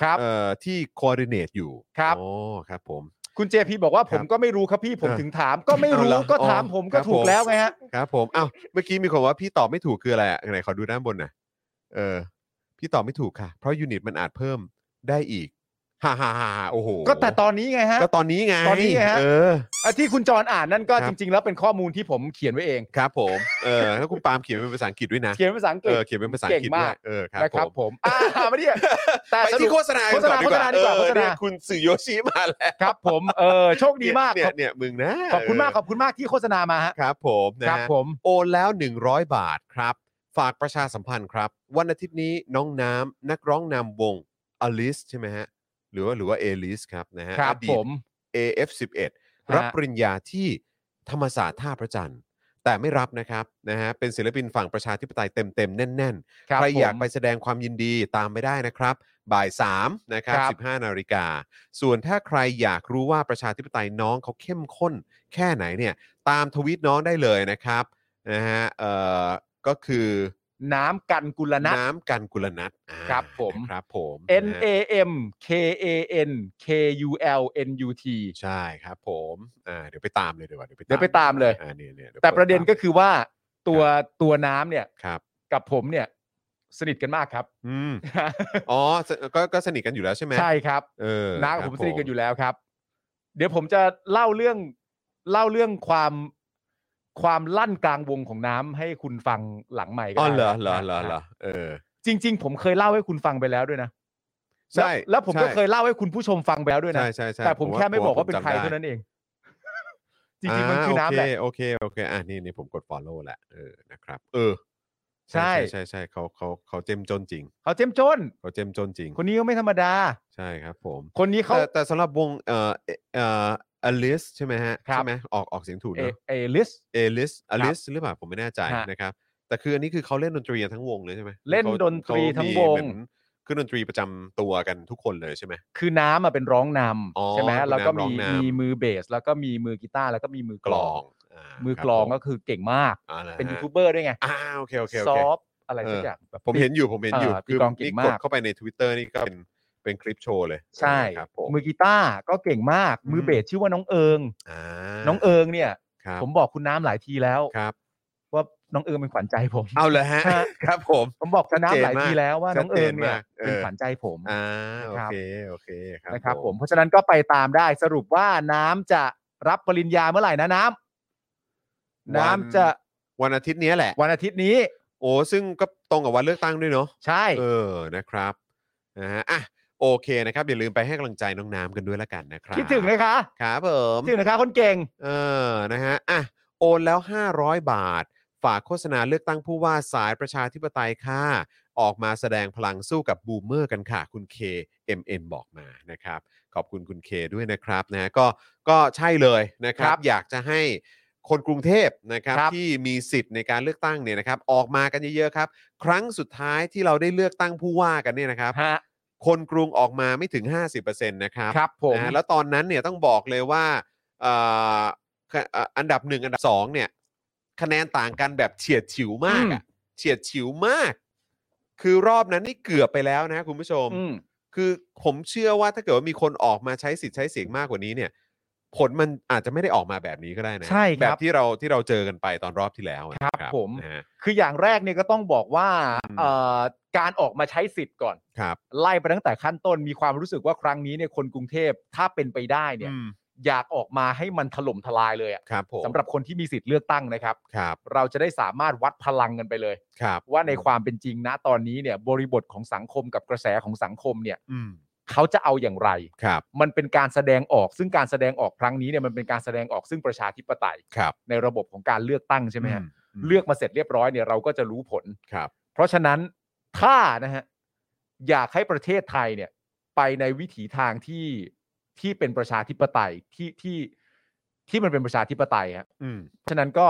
Speaker 3: ครับ
Speaker 2: เอ่อที่คอ r d i ดิเนตอยู่
Speaker 3: ครับ
Speaker 2: อ๋อครับผม
Speaker 3: คุณเจพีบอกว่าผมก็ไม่รู้ครับพี่ผม
Speaker 2: เออ
Speaker 3: ถึงถาม ก็ไม่รู้
Speaker 2: เอาละ
Speaker 3: ก็
Speaker 2: อ๋อ
Speaker 3: ถามผม
Speaker 2: ค
Speaker 3: ก็
Speaker 2: รับ
Speaker 3: ถู
Speaker 2: ผ
Speaker 3: ก
Speaker 2: ม
Speaker 3: แล้วไงฮะ
Speaker 2: ครับผมอ้าวเมื่อกี้มีคนว่าพี่ตอบไม่ถูกคืออะไรอะไหนขอดูด้านบนหน่อยเออพี่ตอบไม่ถูกค่ะ เพราะยูนิตมันอาจเพิ่มได้อีก ฮ่าฮ่าฮ่าฮ่าโอ้โห
Speaker 3: ก็แต่ตอนนี้ไงฮะ
Speaker 2: ก็ตอนนี้ไง
Speaker 3: ตอนนี้ไงฮะ
Speaker 2: เออ
Speaker 3: อ่ะที่คุณจรอ่านนั่นก็
Speaker 2: ครั
Speaker 3: จ
Speaker 2: บ
Speaker 3: ริง ๆ แล้วเป็นข้อมูลที่ผมเขียนไว้เอง
Speaker 2: ครับผมเออถ้าคุณปาล์มเขียนเป็นภาษาอังกฤษด้วยนะ
Speaker 3: เขียนเป็นภาษาอังก
Speaker 2: เอ
Speaker 3: ฤษ
Speaker 2: อเขียนเป็นภาษาอังกฤษด้
Speaker 3: เก่ง
Speaker 2: ว
Speaker 3: มาย ก
Speaker 2: เออครับ
Speaker 3: นะครับ
Speaker 2: ผม
Speaker 3: ผมอ่าไม่ได้แต่
Speaker 2: ไป
Speaker 3: สรุ
Speaker 2: ที่
Speaker 3: ป
Speaker 2: โฆษณากันก่อนดีกว่า
Speaker 3: โฆ
Speaker 2: เออ
Speaker 3: ษณาดีกว่าโฆษณา
Speaker 2: เนี่ยคุณสื่อโยชิมาแล้ว
Speaker 3: ครับผมเออโชคดีมาก
Speaker 2: เนี่
Speaker 3: ข
Speaker 2: ย
Speaker 3: อบ
Speaker 2: เนี่ยเนี่ยมึงนะ
Speaker 3: ขอบคุณมาก
Speaker 2: เ
Speaker 3: ขอบคุณมากที่โฆษณามาฮะ
Speaker 2: ครับผมนะฮะ
Speaker 3: ครับผม
Speaker 2: โอนแล้ว 100 บาทครับ ฝากประชาสัมพันธ์ครับ วันอาทิตย์นี้น้องน้ำนักร้องนำวงอลิสใช่ไหมฮะ หรือว่าหรือว่าเอลิสครับนะฮะ
Speaker 3: ครั
Speaker 2: อ
Speaker 3: บ
Speaker 2: ดี
Speaker 3: ผ
Speaker 2: ต
Speaker 3: ม
Speaker 2: AF11
Speaker 3: ฮะ
Speaker 2: รับปริญญาที่ธรรมศาสตร์ท่าพระจันทร์ แต่ไม่รับนะครับนะฮะเป็นศิลปินฝั่งประชาธิปไตยเต็มๆ แน่น ๆ
Speaker 3: รับ
Speaker 2: ใครอยาก
Speaker 3: ผม
Speaker 2: ไปแสดงความยินดีตามไปได้นะครับ บ่าย3นะครับ
Speaker 3: ครับ
Speaker 2: 15นาฬิกาส่วนถ้าใครอยากรู้ว่าประชาธิปไตยน้องเขาเข้มข้นแค่ไหนเนี่ย ตามทวิตน้องได้เลยนะครับนะฮะเอ่อก็คือ
Speaker 3: น้ำกันกุลนัท
Speaker 2: น้ำกันกุลนัทอ่า
Speaker 3: ครับผม
Speaker 2: นะครับผม
Speaker 3: N
Speaker 2: นะ
Speaker 3: A
Speaker 2: ฮะ
Speaker 3: M K A N K U L N U T
Speaker 2: ใช่ครับผมอ่าเดี๋ยวไปตามเลยเดี๋ยวว่าเดี๋ยวไป
Speaker 3: เดี๋ยวไปตามเลย
Speaker 2: อ่าเนี่ยเนี่ยดี๋ยว
Speaker 3: แต่ประเด็นก็
Speaker 2: ดต
Speaker 3: คือว่าตัวตัวน้ำเนี่ย
Speaker 2: ามครับ
Speaker 3: กับผมเนี่ย สนิทกันมากครับ [laughs]
Speaker 2: อืมอ๋อสก็ก็สนิทกันอยู่แล้วใช่ไหม
Speaker 3: ใช่ครับ
Speaker 2: เออ
Speaker 3: น้ากับ
Speaker 2: ครั
Speaker 3: ผมสนิทกันอยู่แล้วครับ เดี๋ยวผมจะเล่าเรื่องเล่าเรื่องความความลั่นกลางวงของน้ำให้คุณฟังหลังใหม่ก็
Speaker 2: อ๋อ
Speaker 3: ได้
Speaker 2: เหรอ
Speaker 3: นะ
Speaker 2: เหรอเหรอเหรอ
Speaker 3: นะ
Speaker 2: เออ
Speaker 3: จริง ๆ ผมเคยเล่าให้คุณฟังไปแล้วด้วยนะ
Speaker 2: ใช่
Speaker 3: แล้วแล้วผมก็
Speaker 2: ใช่
Speaker 3: เคยเล่าให้คุณผู้ชมฟังไปแล้วด้วยนะ
Speaker 2: ใช่ใช่ใช่
Speaker 3: แต่ผมแค่ไม่บอกว่าเป็น
Speaker 2: จำ
Speaker 3: ใคร
Speaker 2: ได้
Speaker 3: เท่านั้นเอง จริงๆมันคือน้ำแหละ
Speaker 2: าโอเคโอเคโอเคอ่ะนี่นี่ผมกด follow แหละเออนะครับ เออ
Speaker 3: ใช่
Speaker 2: ใช่ใช่ใช่เขาเขาเขาเจ้มจนจริง
Speaker 3: เขาเจ้มจน
Speaker 2: เขาเจ้มจนจริง
Speaker 3: คนนี้ก็ไม่ธรรมดา
Speaker 2: ใช่ครับผม
Speaker 3: คนนี้เขา
Speaker 2: แต่แต่สำหรับวงเอ่อเอ่ออลิสใช่ไหมฮะ
Speaker 3: ครับ
Speaker 2: ใช่ไหมออกออกเสียงถูก
Speaker 3: เอ
Speaker 2: เนอะ
Speaker 3: เอลิส
Speaker 2: เอลิสอลิสหรือเปล่าผมไม่แน่ใจ
Speaker 3: ฮะ
Speaker 2: นะครับ แต่คืออันนี้คือเขาเล่นดนตรีกันทั้งวงเลยใช่ไหม
Speaker 3: เล่นดนตรีทั้งวง
Speaker 2: เขามีเหมือนเครื่องดนตรีประจำตัวกันทุกคนเลยใช่ไหม
Speaker 3: คือน้ำอะเป็นร้องน
Speaker 2: อ๋อ
Speaker 3: ำใช่ไหม
Speaker 2: คือ
Speaker 3: แล้วก็
Speaker 2: น้ำร้อ
Speaker 3: มี
Speaker 2: งนำ
Speaker 3: มีมือเบส แล้วก็มีมือกีตาร์แล้วก็มีมือก
Speaker 2: ก
Speaker 3: ล
Speaker 2: ล
Speaker 3: อ
Speaker 2: อง ง
Speaker 3: มือกลองก็คือเก่งมาก เป็นยูทูบเบอร์ด้วยไง
Speaker 2: อ่าโอเคโอเคโอ
Speaker 3: ซ
Speaker 2: เค
Speaker 3: อฟต์อะไรสักอย่างแบบ
Speaker 2: ผมเห็นอยู่ผมเห็นอยู่
Speaker 3: เอ่อ
Speaker 2: คือ
Speaker 3: พี่กองเก่ง
Speaker 2: นี่
Speaker 3: มาก
Speaker 2: ดเข้าไปใน Twitter นี่ก็เป็นเป็นคลิปโชว์เลย
Speaker 3: ใช่
Speaker 2: ครับผม
Speaker 3: มือกีตาร์ก็เก่งมาก มือเบสชื่อว่าน้องเอิง
Speaker 2: อ่า
Speaker 3: น้องเอิงเนี่ย
Speaker 2: ครับ
Speaker 3: ผมบอกคุณน้ำหลายทีแล้ว
Speaker 2: ครับ
Speaker 3: ว่าน้องเอิงเป็นขวัญใจผม
Speaker 2: เอาเลยฮะ
Speaker 3: ฮะ
Speaker 2: ครับผม
Speaker 3: ผมบอกคุณ
Speaker 2: ชัดเจ
Speaker 3: น้ำ
Speaker 2: น
Speaker 3: หลายทีแล้วว่าน้องเอิงเนี่ย
Speaker 2: มากชัดเจนมากเออ
Speaker 3: เป็นขวัญใจผม
Speaker 2: อ่าโอ
Speaker 3: ครับ
Speaker 2: เคโอเคครับ
Speaker 3: นะครับผมเพราะฉะนั้นก็ไปตามได้สรุปว่าน้ำจะรับปริญญาเมื่อไหร่นะน้ำน้ำจะ
Speaker 2: วันอาทิตย์เนี้ยแหละ
Speaker 3: วันอาทิตย์นี้
Speaker 2: โอ้ซึ่งก็ตรงกับวันเลือกตั้งด้วยเนาะ
Speaker 3: ใช่
Speaker 2: เออนะครับนะฮะอ่ะโอเคนะครับอย่าลืมไปให้กำลังใจน้องน้ำกันด้วยละกันนะครับ
Speaker 3: คิดถึงนะคะ
Speaker 2: ครับผม
Speaker 3: คิดถึงนะคะคนเก่ง
Speaker 2: เออ นะฮะ อ่ะ โอนแล้ว 500 บาท ฝากโฆษณาเลือกตั้งผู้ว่าสายประชาธิปไตยค่ะ ออกมาแสดงพลังสู้กับบูมเมอร์กันค่ะ คุณ KMN บอกมา นะครับ ขอบคุณคุณเคด้วยนะครับนะฮะก็ ก็ใช่เลยนะครับ
Speaker 3: ครับ
Speaker 2: อยากจะให้คนกรุงเทพนะครับ
Speaker 3: ครับ
Speaker 2: ที่มีสิทธิ์ในการเลือกตั้งเนี่ยนะครับ ออกมากันเยอะๆครับ ครั้งสุดท้ายที่เราได้เลือกตั้งผู้ว่ากันเนี่ยนะครับ
Speaker 3: ฮะ
Speaker 2: คนกรุงออกมาไม่ถึง 50%นะครับ
Speaker 3: ครับผม
Speaker 2: นะแล้วตอนนั้นเนี่ยต้องบอกเลยว่าเอ่อคะเอ่ออันดับหนึ่งอันดับสองเนี่ย คะแนนต่างกันแบบเฉียดฉิวมากอะเฉียดฉิวมาก คือรอบนั้นนี่เกือบไปแล้วนะคุณผู้ชม
Speaker 3: อืม
Speaker 2: คือผมเชื่อว่าถ้าเกิดว่ามีคนออกมาใช้สิทธิ์ใช้เสียงมากกว่านี้เนี่ย ผลมันอาจจะไม่ได้ออกมาแบบนี้ก็ได้นะ
Speaker 3: ใช่ครับ
Speaker 2: แบบที่เราที่เราเจอกันไปตอนรอบที่แล้วนะครับ
Speaker 3: ผม
Speaker 2: นะฮะ
Speaker 3: คืออย่างแรกเนี่ยก็ต้องบอกว่า
Speaker 2: อืม
Speaker 3: เอ่อการออกมาใช้สิทธิ์ก่อน
Speaker 2: ครับ
Speaker 3: ไล่ไปตั้งแต่ขั้นต้นมีความรู้สึกว่าครั้งนี้เนี่ยคนกรุงเทพถ้าเป็นไปได้เนี่ย
Speaker 2: อืม
Speaker 3: อยากออกมาให้มันถล่มทลายเลยอะ
Speaker 2: ครับผม
Speaker 3: สำหรับคนที่มีสิทธิ์เลือกตั้งนะครับ
Speaker 2: ครับ
Speaker 3: เราจะได้สามารถวัดพลังกันไปเลย
Speaker 2: ครับ
Speaker 3: ว่าในความเป็นจริงนะตอนนี้เนี่ยบริบทของสังคมกับกระแสของสังคมเนี่ย
Speaker 2: อืม
Speaker 3: เขาจะเอาอย่างไร
Speaker 2: ครับ
Speaker 3: มันเป็นการแสดงออก ซึ่งการแสดงออกครั้งนี้เนี่ยมันเป็นการแสดงออกซึ่งประชาธิปไตย
Speaker 2: ครับ
Speaker 3: ในระบบของการเลือกตั้งใช่ไหมฮะ
Speaker 2: อื
Speaker 3: เลือกมาเสร็จเรียบร้อยเนี่ยเราก็จะรู้ผล
Speaker 2: ครับ
Speaker 3: เพราะฉะนั้นถ้านะฮะอยากให้ประเทศไทยเนี่ยไปในวิถีทางที่ที่เป็นประชาธิปไตยที่ที่ที่มันเป็นประชาธิปไตยฮะ
Speaker 2: อืม
Speaker 3: เพราะฉะนั้นก็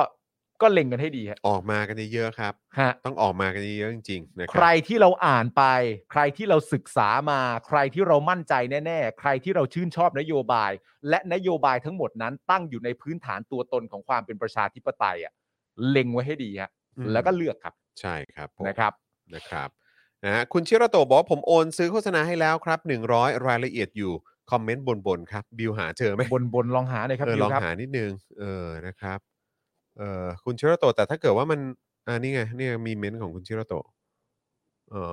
Speaker 3: ก็เล็งกันให้ดีฮะ
Speaker 2: ออกมากันเยอะๆครับ
Speaker 3: ฮะ
Speaker 2: ต้องออกมากันเยอะๆจริงๆนะค
Speaker 3: ใคร
Speaker 2: รับ
Speaker 3: ที่เราอ่านไป ใครที่เราศึกษามา ใครที่เรามั่นใจแน่ๆ ใครที่เราชื่นชอบนโยบาย และนโยบายทั้งหมดนั้นตั้งอยู่ในพื้นฐานตัวตนของความเป็นประชาธิปไตยอ่ะเล็งไว้ให้ดีฮะ
Speaker 2: อืม
Speaker 3: แล้วก็เลือกครับ
Speaker 2: ใช่ครับผม
Speaker 3: นะครับ
Speaker 2: นะครับนะฮะคุณชิระโตะบอกว่าผมโอนซื้อโฆษณาให้แล้วครับ 100 รายละเอียดอยู่ คอมเมนต์บนๆครับ บิวหาเจอไหม
Speaker 3: บนบนลองหาหน่อยครับ
Speaker 2: เออ
Speaker 3: บิ
Speaker 2: ล
Speaker 3: ว
Speaker 2: อง
Speaker 3: ครับ
Speaker 2: หานิดนึง เออนะครับเออคุณชิระโตะแต่ถ้าเกิดว่ามันอ่านี่ไงเนี่ยมีเม้นต์ของคุณชิระโตะเออ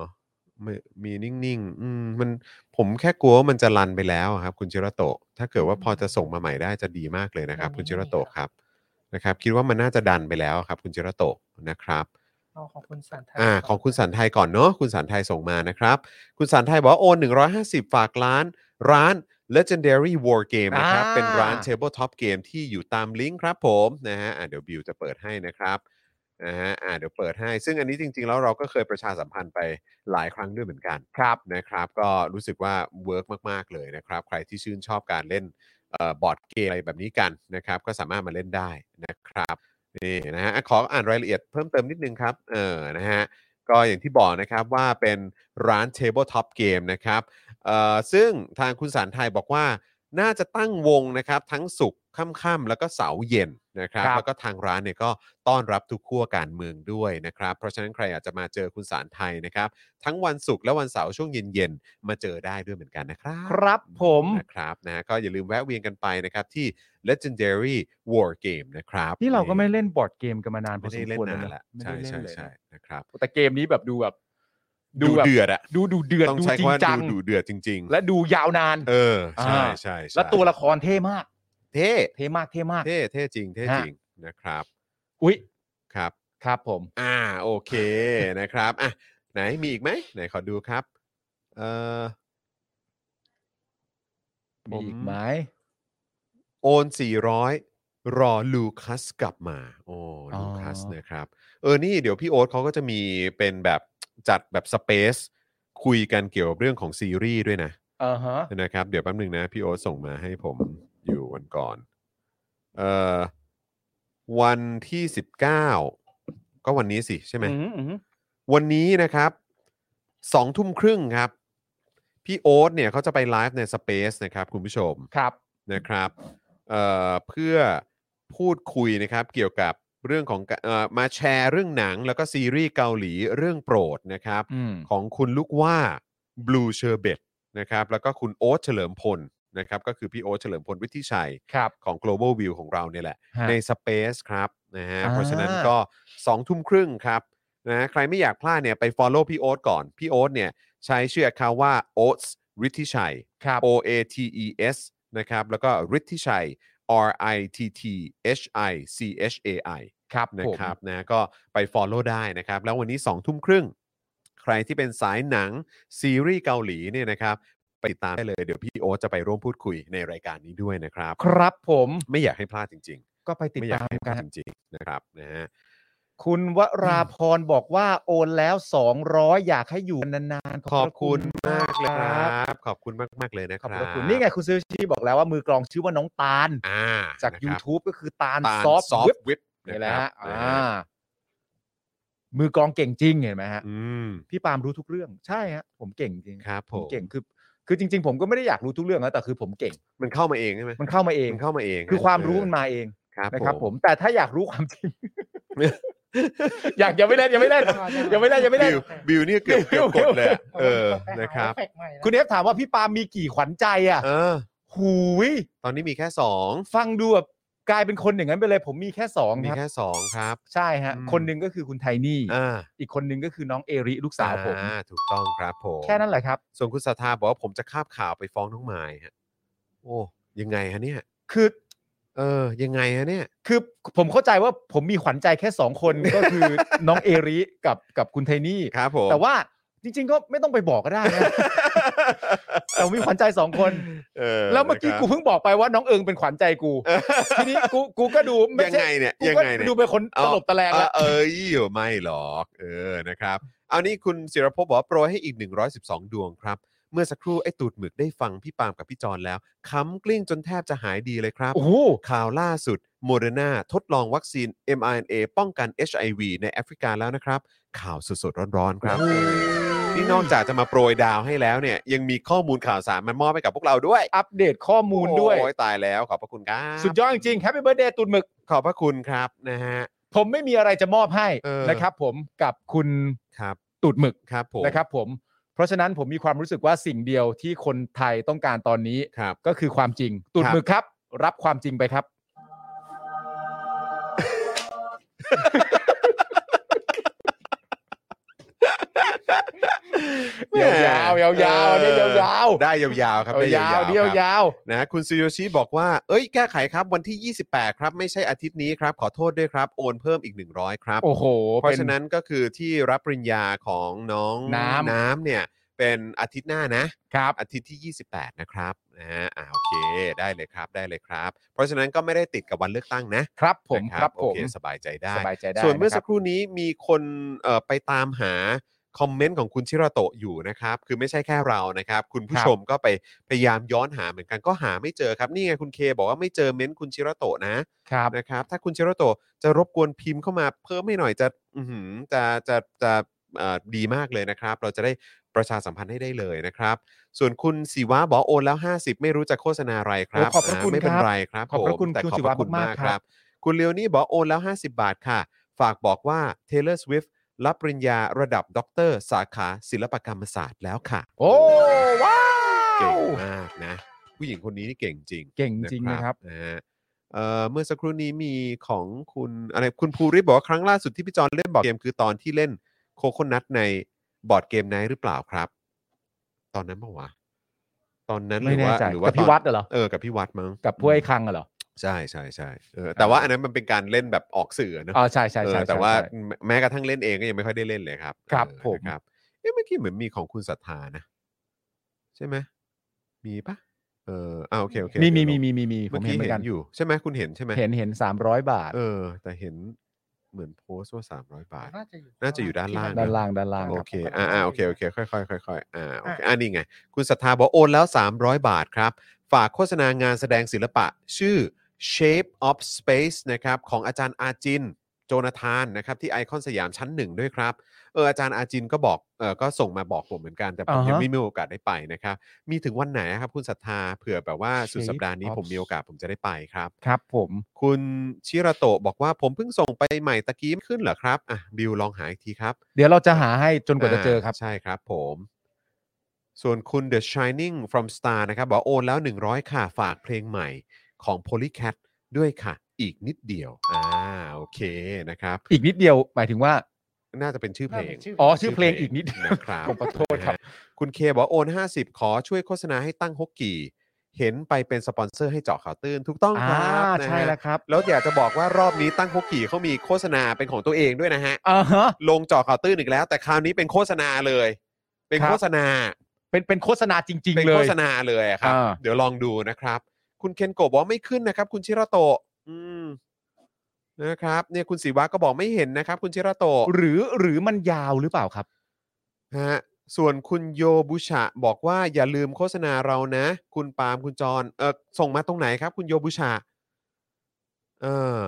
Speaker 2: ไม่มีนิ่งๆอืมมันผมแค่กลัวว่ามันจะลันไปแล้วอะครับ คุณชิระโตะถ้าเกิดว่าพอจะส่งมาใหม่ได้จะดีมากเลยนะครับ คุณชิระโตะครับนะครับ คิดว่ามันน่าจะดันไปแล้วครับ คุณชิระโตะนะครับ
Speaker 4: เอาของคุณสันทนา
Speaker 2: อ่าของคุณสันไทยก่อนเนาะคุณสันไทยส่งมานะครับ คุณสันไทยบอกว่าโอน150 ฝากร้านร้าน Legendary War Game นะครับ
Speaker 3: อ่า
Speaker 2: เป็นร้าน Table Top Game ที่อยู่ตามลิงก์ครับผมนะฮะอ่าเดี๋ยวบิวจะเปิดให้นะครับนะฮะอ่าเดี๋ยวเปิดให้ ซึ่งอันนี้จริง ๆ แล้วเราก็เคยประชาสัมพันธ์ไปหลายครั้งด้วยเหมือนกันครับนะครับ ก็รู้สึกว่าเวิร์กมาก ๆ เลยนะครับ ใครที่ชื่นชอบการเล่นเอ่อบอร์ดเกมอะไรแบบนี้กันนะครับ ก็สามารถมาเล่นได้นะครับนี่นะฮะอ่ะขออ่านรายละเอียดเพิ่มเติมนิดนึงครับเออนะฮะ ก็อย่างที่บอกนะครับว่าเป็นร้าน Table Top Game นะครับเอ่อซึ่งทางคุณสารไทยบอกว่าน่าจะตั้งวงนะครับทั้งสุกร์ค่ำๆแล้วก็เสาร์เย็นนะครับ
Speaker 3: ครับ
Speaker 2: แล้วก็ทางร้านเนี่ยก็ต้อนรับทุกขั้วการเมืองด้วยนะครับ เพราะฉะนั้นใครอยากจะมาเจอคุณสารไทยนะครับ ทั้งวันศุกร์และวันเสาร์ช่วงเย็นๆ มาเจอได้ด้วยเหมือนกันนะครับ
Speaker 3: ครับผม
Speaker 2: นะครับนะก็อย่าลืมแวะเวียนกันไปนะครับที่ Legendary War Game นะครับ
Speaker 3: ที่เราก็ไม่เล่นบอร์ดเกมกันมานานพอ
Speaker 2: ไม่
Speaker 3: ส
Speaker 2: ได้
Speaker 3: ม
Speaker 2: เล่น
Speaker 3: ควร
Speaker 2: นาน
Speaker 3: เยะ
Speaker 2: ละ
Speaker 3: ไม่
Speaker 2: ใช่ใช่
Speaker 3: ได้เล่นเลย
Speaker 2: ใช่
Speaker 3: นะ
Speaker 2: นะครับ
Speaker 3: แต่เกมนี้แบบดูแบบ
Speaker 2: ดู
Speaker 3: แบบ
Speaker 2: เดือดอะ
Speaker 3: ดูดูเดือด
Speaker 2: ต้อง
Speaker 3: ดู
Speaker 2: ใช้
Speaker 3: จริ
Speaker 2: คำ
Speaker 3: ง
Speaker 2: ว่า
Speaker 3: จัง
Speaker 2: ดูดูเดือดจริง ๆ
Speaker 3: และดูยาวนาน
Speaker 2: เออ ใช่
Speaker 3: อ่า
Speaker 2: ใช่ใช่
Speaker 3: และตัวละครเท่มาก
Speaker 2: เท่
Speaker 3: เท่มากเท่มาก
Speaker 2: เท่เท่จริงเท่
Speaker 3: ฮะ
Speaker 2: จริงนะครับ
Speaker 3: อุ๊ย
Speaker 2: ครับ
Speaker 3: ครับผม
Speaker 2: อ่าโอ
Speaker 3: [laughs]
Speaker 2: เค นะครับอ่ะไหนมีอีกไหมไหนขอดูครับเออ ผม
Speaker 3: มีอีกไหม
Speaker 2: โอน 400 รอลูคัสกลับมา โอ้ลูคัสนะครับ เออ นี่เดี๋ยวพี่โอ๊ตเขาก็จะมีเป็นแบบจัดแบบสเปซคุยกันเกี่ยวกับเรื่องของซีรีส์ด้วยนะ
Speaker 3: อ่าฮะ
Speaker 2: นะครับเดี๋ยวแป๊บหนึ่งนะ พี่โอ๊ตส่งมาให้ผมอยู่วันก่อนเอ่อวันที่ 19 ก็วันนี้สิใช่ไหม
Speaker 3: อืมอืม
Speaker 2: วันนี้นะครับสองทุ่มครึ่งครับ พี่โอ๊ตเนี่ยเขาจะไปไลฟ์ใน Space นะครับ คุณผู้ชม
Speaker 3: ครับ
Speaker 2: นะครับเอ่อเพื่อพูดคุยนะครับเกี่ยวกับเรื่องของกะเอ่อมาแชร์เรื่องหนังแล้วก็ซีรีส์เกาหลีเรื่องโปรดนะครับ
Speaker 3: อืม
Speaker 2: ของคุณลูกว่า Blue s h e r b e t นะครับแล้วก็คุณโอ๊ตเฉลิมพลนะครับก็คือพี่โอ๊ตเฉลิมพลวิทิชัย
Speaker 3: ครับ
Speaker 2: ของ global view ของเราเนี่ยแหละ
Speaker 3: ฮะ
Speaker 2: ใน Space ครับนะฮะ
Speaker 3: อ่า
Speaker 2: เพราะฉะนั้นก็2ทุ่มครึ่งครับนะใครไม่อยากพลาดเนี่ยไป follow พี่โอ๊ตก่อน พี่โอ๊ตเนี่ยใช้ชื่อเขาว่า Oats ฤทธิชัย
Speaker 3: ครับ
Speaker 2: O A T E S นะครับ แล้วก็ฤทธิชัย R I T T H I C H A I
Speaker 3: ครับ
Speaker 2: นะ
Speaker 3: ผม
Speaker 2: ครับนะก็ไป Follow ได้นะครับ แล้ววันนี้2ทุ่มครึ่ง ใครที่เป็นสายหนัง ซีรีส์เกาหลีเนี่ยนะครับ ไปติดตามได้เลย เดี๋ยวพี่โอ๊ตจะไปร่วมพูดคุยในรายการนี้ด้วยนะครับ
Speaker 3: ครับผม
Speaker 2: ไม่อยากให้พลาดจริง
Speaker 3: ก็ไป
Speaker 2: ๆ
Speaker 3: ติด
Speaker 2: ไม่อยาก
Speaker 3: ตาม
Speaker 2: ให้พ
Speaker 3: กั
Speaker 2: ลาน ดจริง ๆ นะครับนะฮะ
Speaker 3: คุณวราพรบอกว่าโอนแล้ว 200 อยากให้อยู่กันนานๆ
Speaker 2: ขอบคุณ
Speaker 3: พระ
Speaker 2: มากเลยครับ ขอบคุณมากๆเลยนะค
Speaker 3: ข
Speaker 2: รั
Speaker 3: อบบ พระคุณนี่ไงคุณซูชิบอกแล้วว่ามือกลองชื่อว่าน้องตาล
Speaker 2: อ่า
Speaker 3: จาก
Speaker 2: นะครับ
Speaker 3: YouTube ก็คือตาล
Speaker 2: ตาล
Speaker 3: ซอฟ
Speaker 2: ซอฟ
Speaker 3: วิบ
Speaker 2: วิบ
Speaker 3: นี่แหละ
Speaker 2: ครับ
Speaker 3: ฮะ
Speaker 2: นะ
Speaker 3: อ่า
Speaker 2: ฮะ
Speaker 3: มือกลองเก่งจริงเห็นไหมฮะ
Speaker 2: อืม
Speaker 3: พี่ปาล์มรู้ทุกเรื่องใช่ฮะผมเก่งจริง
Speaker 2: ครับผ
Speaker 3: ผม
Speaker 2: ม
Speaker 3: เก่งคือ คือจริง ๆ ผมก็ไม่ได้อยากรู้ทุกเรื่องนะแต่คือผมเก่ง
Speaker 2: มันเข้ามาเองใช่ไหม
Speaker 3: มันเข้ามาเอง
Speaker 2: มันเข้ามาเอง
Speaker 3: คือความรู้มันมาเอง
Speaker 2: ครับ
Speaker 3: นะครับ ผม แต่ถ้าอยากรู้ความจริง [laughs] อยากยังไม่ได้ยั
Speaker 2: [laughs]
Speaker 3: งไม่ได้ ยังไม่ได้ยังไม่ได้
Speaker 2: บิวบิวเนี่ยเกือบ
Speaker 3: บิ
Speaker 2: เกือ
Speaker 3: ว
Speaker 2: บกดเลย
Speaker 3: บิว
Speaker 2: อะเออนะครับ
Speaker 4: เอฟเฟกต์ใหม่นะ
Speaker 3: คุณเอฟถามว่าพี่ปาล์มมีกี่ขวัญใจอ่ะ
Speaker 2: เออ
Speaker 3: หูย
Speaker 2: ตอนนี้มีแค่สอง
Speaker 3: ฟังดูแบบกลายเป็นคนอย่างนั้นไปเลย ผมมีแค่สอง
Speaker 2: มี
Speaker 3: ครับ
Speaker 2: แค่สองครับ
Speaker 3: ใช่ฮะ
Speaker 2: อืม
Speaker 3: คนหนึ่งก็คือคุณไทนี่
Speaker 2: อ่า
Speaker 3: อีกคนหนึ่งก็คือน้องเอริลูกสาวผม
Speaker 2: อ่ถูกต้องครับผม
Speaker 3: แค่นั้นแหละครับ
Speaker 2: ส่วนคุณสัทธาบอกว่าผมจะคาบข่าวไปฟ้องน้องไม้ฮะโอ้ยังไงฮะเนี่ย
Speaker 3: คือ
Speaker 2: เออ ยังไงฮะเนี่ย
Speaker 3: คือผมเข้าใจว่าผมมีขวัญใจแค่สองคน
Speaker 2: [laughs]
Speaker 3: ก็คือน้องเอริกับกับคุณไทนี่
Speaker 2: ครับผม
Speaker 3: แต่ว่าจริง ๆ ก็ไม่ต้องไปบอกก็ได้
Speaker 2: [laughs]
Speaker 3: นะ แต่ผมมีขวัญใจสองคน
Speaker 2: เออ
Speaker 3: แล้วเมื่อกี้
Speaker 2: นะครับ
Speaker 3: กูเพิ่งบอกไปว่าน้องเอิงเป็นขวัญใจกู
Speaker 2: เออ
Speaker 3: ทีนี้กูกูก็ดู
Speaker 2: [laughs]
Speaker 3: ไม่
Speaker 2: ยังไง
Speaker 3: ใช่
Speaker 2: เนี่ย
Speaker 3: กู
Speaker 2: ยัง
Speaker 3: ก็
Speaker 2: ไงเนี่ย
Speaker 3: ดูเป็นคนตลบตะแลงแล้ว
Speaker 2: เออเอยไม่หรอก เออนะครับ เอานี่คุณศิรภพบอกว่าโปรยให้อีก 112 ดวงครับ เมื่อสักครู่ไอ้ตูดหมึกได้ฟังพี่ปาล์มกับพี่จอนแล้วค้ำกลิ้งจนแทบจะหายดีเลยครับ
Speaker 3: โอ้โห
Speaker 2: ข่าวล่าสุดโมเดอร์นาทดลองวัคซีน mRNA ป้องกัน HIV ในแอฟริกาแล้วนะครับ ข่าวสดๆ ร้อนๆ ครับ นี่นอกจากจะมาโปรยดาวให้แล้วเนี่ย ยังมีข้อมูลข่าวสารมันมอบให้กับพวกเราด้วย
Speaker 3: อัปเดตข้อมูลด้วย
Speaker 2: โอ้ตายแล้วขอบพระคุณครับ
Speaker 3: สุดยอดจริงๆ h a p p ี b เบ t ร์ a เดย์ตุนหมึก
Speaker 2: ขอบพระคุณครับนะฮะ
Speaker 3: ผมไม่มีอะไรจะมอบให้
Speaker 2: เออ
Speaker 3: นะครับผมกับคุณ
Speaker 2: ครับ
Speaker 3: ตุดหมึก
Speaker 2: ครับผม
Speaker 3: นะครับผม เพราะฉะนั้นผมมีความรู้สึกว่าสิ่งเดียวที่คนไทยต้องการตอนนี้
Speaker 2: ครับ
Speaker 3: ก็คือความจริง ตุดหมึกครับ รับความจริงไปครับ เดี๋ยวยาวๆยาวยาวๆเนี่ยยาวยาว
Speaker 2: ได้ยาวๆครับได้
Speaker 3: ยาวๆเดียว
Speaker 2: า
Speaker 3: ย
Speaker 2: ว
Speaker 3: ยาว
Speaker 2: ๆนะคุณซูโยชิบอกว่า เอ้ยแก้ไขครับวันที่ 28 ครับไม่ใช่อาทิตย์นี้ครับ ขอโทษด้วยครับ โอนเพิ่มอีก 100 ครับ
Speaker 3: โอ้โห
Speaker 2: เพราะ
Speaker 3: ป็
Speaker 2: ฉะนั้นก็คือที่รับปริญญาของน้อง
Speaker 3: น้ำ
Speaker 2: น้ำเนี่ยเป็นอาทิตย์หน้านะ
Speaker 3: ครับ
Speaker 2: อาทิตย์ที่ 28 นะครับนะฮะอ่าโอเคได้เลยครับได้เลยครับ เพราะฉะนั้นก็ไม่ได้ติดกับวันเลือกตั้งนะครับ
Speaker 3: ผม
Speaker 2: นะครับ โอ
Speaker 3: ผม
Speaker 2: เคสบายใจได้
Speaker 3: สบายใจได้
Speaker 2: ส่วนเมื่อ
Speaker 3: นะค
Speaker 2: สั
Speaker 3: รั
Speaker 2: ก
Speaker 3: บ
Speaker 2: ครู่นี้มีคนเอ่อไปตามหาคอมเมนต์ของคุณชิราโตะอยู่นะครับ คือไม่ใช่แค่เรานะครับ คุณผู้ชมก็ไปพยายามย้อนหาเหมือนกันก็หาไม่เจอครับนี่ไงคุณเคบอกว่าไม่เจอเม้นต์คุณชิราโตะนะครับ นะครับ ถ้าคุณชิราโตะจะรบกวนพิมพ์เข้ามาเพิ่มให้หน่อยจะอื้อหือจะจะจะเอ่อดีมากเลยนะครับ เราจะได้ประชาสัมพันธ์ให้ได้เลยนะครับ ส่วนคุณศิวะบอกโอนแล้ว 50 ไม่รู้จะโฆษณาอะไรครับ
Speaker 3: โอ้ขอบพระคุ
Speaker 2: า
Speaker 3: ณ
Speaker 2: ไม่เป็น
Speaker 3: ครับ
Speaker 2: ไรครับ
Speaker 3: ขอบพ
Speaker 2: ผ
Speaker 3: ระ
Speaker 2: ม
Speaker 3: คุณ
Speaker 2: แต่
Speaker 3: คุณ
Speaker 2: ขอบ
Speaker 3: ศิ
Speaker 2: พ
Speaker 3: วะ
Speaker 2: ระคุณ
Speaker 3: มาก
Speaker 2: มาก
Speaker 3: ๆค
Speaker 2: ค
Speaker 3: รั
Speaker 2: รับ บ คุณเลโอนี่บอกโอนแล้ว 50 บาทค่ะ ฝากบอกว่า Taylor Swift รับปริญญาระดับด็อกเตอร์ สาขาศิลปกรรมศาสตร์แล้วค่ะ
Speaker 3: โอ้ว้า
Speaker 2: เก่
Speaker 3: ว
Speaker 2: งมากนะ ผู้หญิงคนนี้นี่เก่งจริง
Speaker 3: เก่งจริงนะครับ
Speaker 2: นะฮะเอ่อเมื่อสักครู่นี้มีของคุณอะไรคุณภูริบอกว่าครั้งล่าสุดที่พี่จอนเล่นบอร์ดเกมคือตอนที่เล่นโคโคนัทในบอร์ดเกมไนท์หรือเปล่าครับ ตอนนั้นปะวะตอนนั้นห
Speaker 3: ไม่
Speaker 2: รือ
Speaker 3: แน่
Speaker 2: ว่า
Speaker 3: ใจ
Speaker 2: หรือ
Speaker 3: กั
Speaker 2: ว่า
Speaker 3: บพี่
Speaker 2: ตอน
Speaker 3: วัดเหรอ
Speaker 2: เออกับพี่วัดมั้ง
Speaker 3: กับพวกไอ้คังเหรอ
Speaker 2: ใช่ใช่ใช่เออแต่ว่าอันนั้นมันเป็นการเล่นแบบออกสื่อเนอะ
Speaker 3: อ๋อใช่ใช่
Speaker 2: เออ
Speaker 3: ใช่
Speaker 2: แต่ว่า
Speaker 3: ใช่
Speaker 2: แม้แม้กระทั่งเล่นเองก็ยังไม่ค่อยได้เล่นเลยครับ
Speaker 3: ครับ
Speaker 2: เออ
Speaker 3: ผม
Speaker 2: นะครับเอ๊ะเมื่อกี้เหมือนมีของคุณศรัทธานะ ใช่ไหมมีปะเอออ่าโอเคโอเค
Speaker 3: มีมี
Speaker 2: เดี๋ยวลอ
Speaker 3: มี
Speaker 2: ง
Speaker 3: มีมีมีผ
Speaker 2: เมื่อ
Speaker 3: ม
Speaker 2: กี้
Speaker 3: เห็นเหมือ
Speaker 2: เห็
Speaker 3: นกัน
Speaker 2: นอยู่ใช่ไหมคุณเห็นใช่ไหม
Speaker 3: เห็นเห็นสามร้อยบาท
Speaker 2: เออ แต่เห็นเหมือนโพสต์ว่าสามร้อยบาท
Speaker 4: น่าจะอยู่
Speaker 2: น่าจะอยู่ด้านล่าง
Speaker 3: ด้านล่างด้านล่าง
Speaker 2: โอ
Speaker 3: ครับ
Speaker 2: เคอ่าอ่าโอเคโอเคค่อยค่อยค่อยค่อยอ่าโอเคอ่านี่ไง คุณศรัทธาบอกโอนแล้ว 300 บาทครับ ฝากโฆษณางานแสดงศิลปะ ชื่อ Shape of Space นะครับ ของอาจารย์อาจิน โจนาธานนะครับ ที่ไอคอนสยามชั้นหนึ่งด้วยครับ เอออาจารย์อาจินก็บอกเออก็ส่งมาบอกผมเหมือนกัน แต่ผม
Speaker 3: อ่าฮะ
Speaker 2: ยังไม่มีโอกาสได้ไปนะครับ มีถึงวันไหนครับคุณศรัทธาเผื่อแบบว่าสุดสัปดาห์นี้
Speaker 3: Shape of
Speaker 2: ผมมีโอกาสผมจะได้ไปครับ
Speaker 3: ครับผม
Speaker 2: คุณชิระโตะบอกว่าผมเพิ่งส่งไปใหม่ตะกี้ไม่ขึ้นเหรอครับอ่ะบิวลองหาอีกทีครับ
Speaker 3: เดี๋ยวเราจะหาให้จนกว่าจะเจอครับ
Speaker 2: ใช่ครับผม ส่วนคุณ The Shining from Star นะครับ บอกว่าโอนแล้ว 100 ค่ะ ฝากเพลงใหม่ของ Polycat ด้วยค่ะ อีกนิดเดียว อ่า โอเคนะครับ
Speaker 3: อีกนิดเดียวหมายถึงว่า
Speaker 2: น่าจะเป็นชื่อเพลง
Speaker 3: อ๋อชื่อเพลงอีกนิดเดียว
Speaker 2: นะครับ
Speaker 3: ผมขอโทษครับ
Speaker 2: นะฮะคุณเคบอกว่าโอน 50 ขอช่วยโฆษณาให้ตั้งฮกกี่ เห็นไปเป็นสปอนเซอร์ให้เจาะข่าวตื้นถูกต้องค
Speaker 3: อ่า
Speaker 2: รับนะฮะ
Speaker 3: ใช่แล้วครับ
Speaker 2: แล้วอยากจะบอกว่ารอบนี้ตั้งฮกกี่เขามีโฆษณาเป็นของตัวเองด้วยนะฮะ
Speaker 3: อ่าฮะ
Speaker 2: ลงเจอข่าวตื้นอีกแล้ว แต่คราวนี้เป็นโฆษณาเลย เป็น
Speaker 3: ครับ
Speaker 2: โฆษณา
Speaker 3: เป็นเป็นโฆษณาจริง
Speaker 2: เป็น
Speaker 3: ๆ เล
Speaker 2: โฆ
Speaker 3: ย
Speaker 2: ษณาเลยอะครับ
Speaker 3: อ่า
Speaker 2: เดี๋ยวลองดูนะครับ คุณเคนโกะบอกว่าไม่ขึ้นนะครับ คุณชิระโตะอืมนะครับเนี่ยคุณศิวะก็บอกไม่เห็นนะครับ คุณชิระโตะ
Speaker 3: หรือหรือมันยาวหรือเปล่าครับ
Speaker 2: นะฮะส่วนคุณโยบุชะบอกว่าอย่าลืมโฆษณาเรานะ คุณปาล์มคุณจรเออส่งมาตรงไหนครับ คุณโยบุชะเออ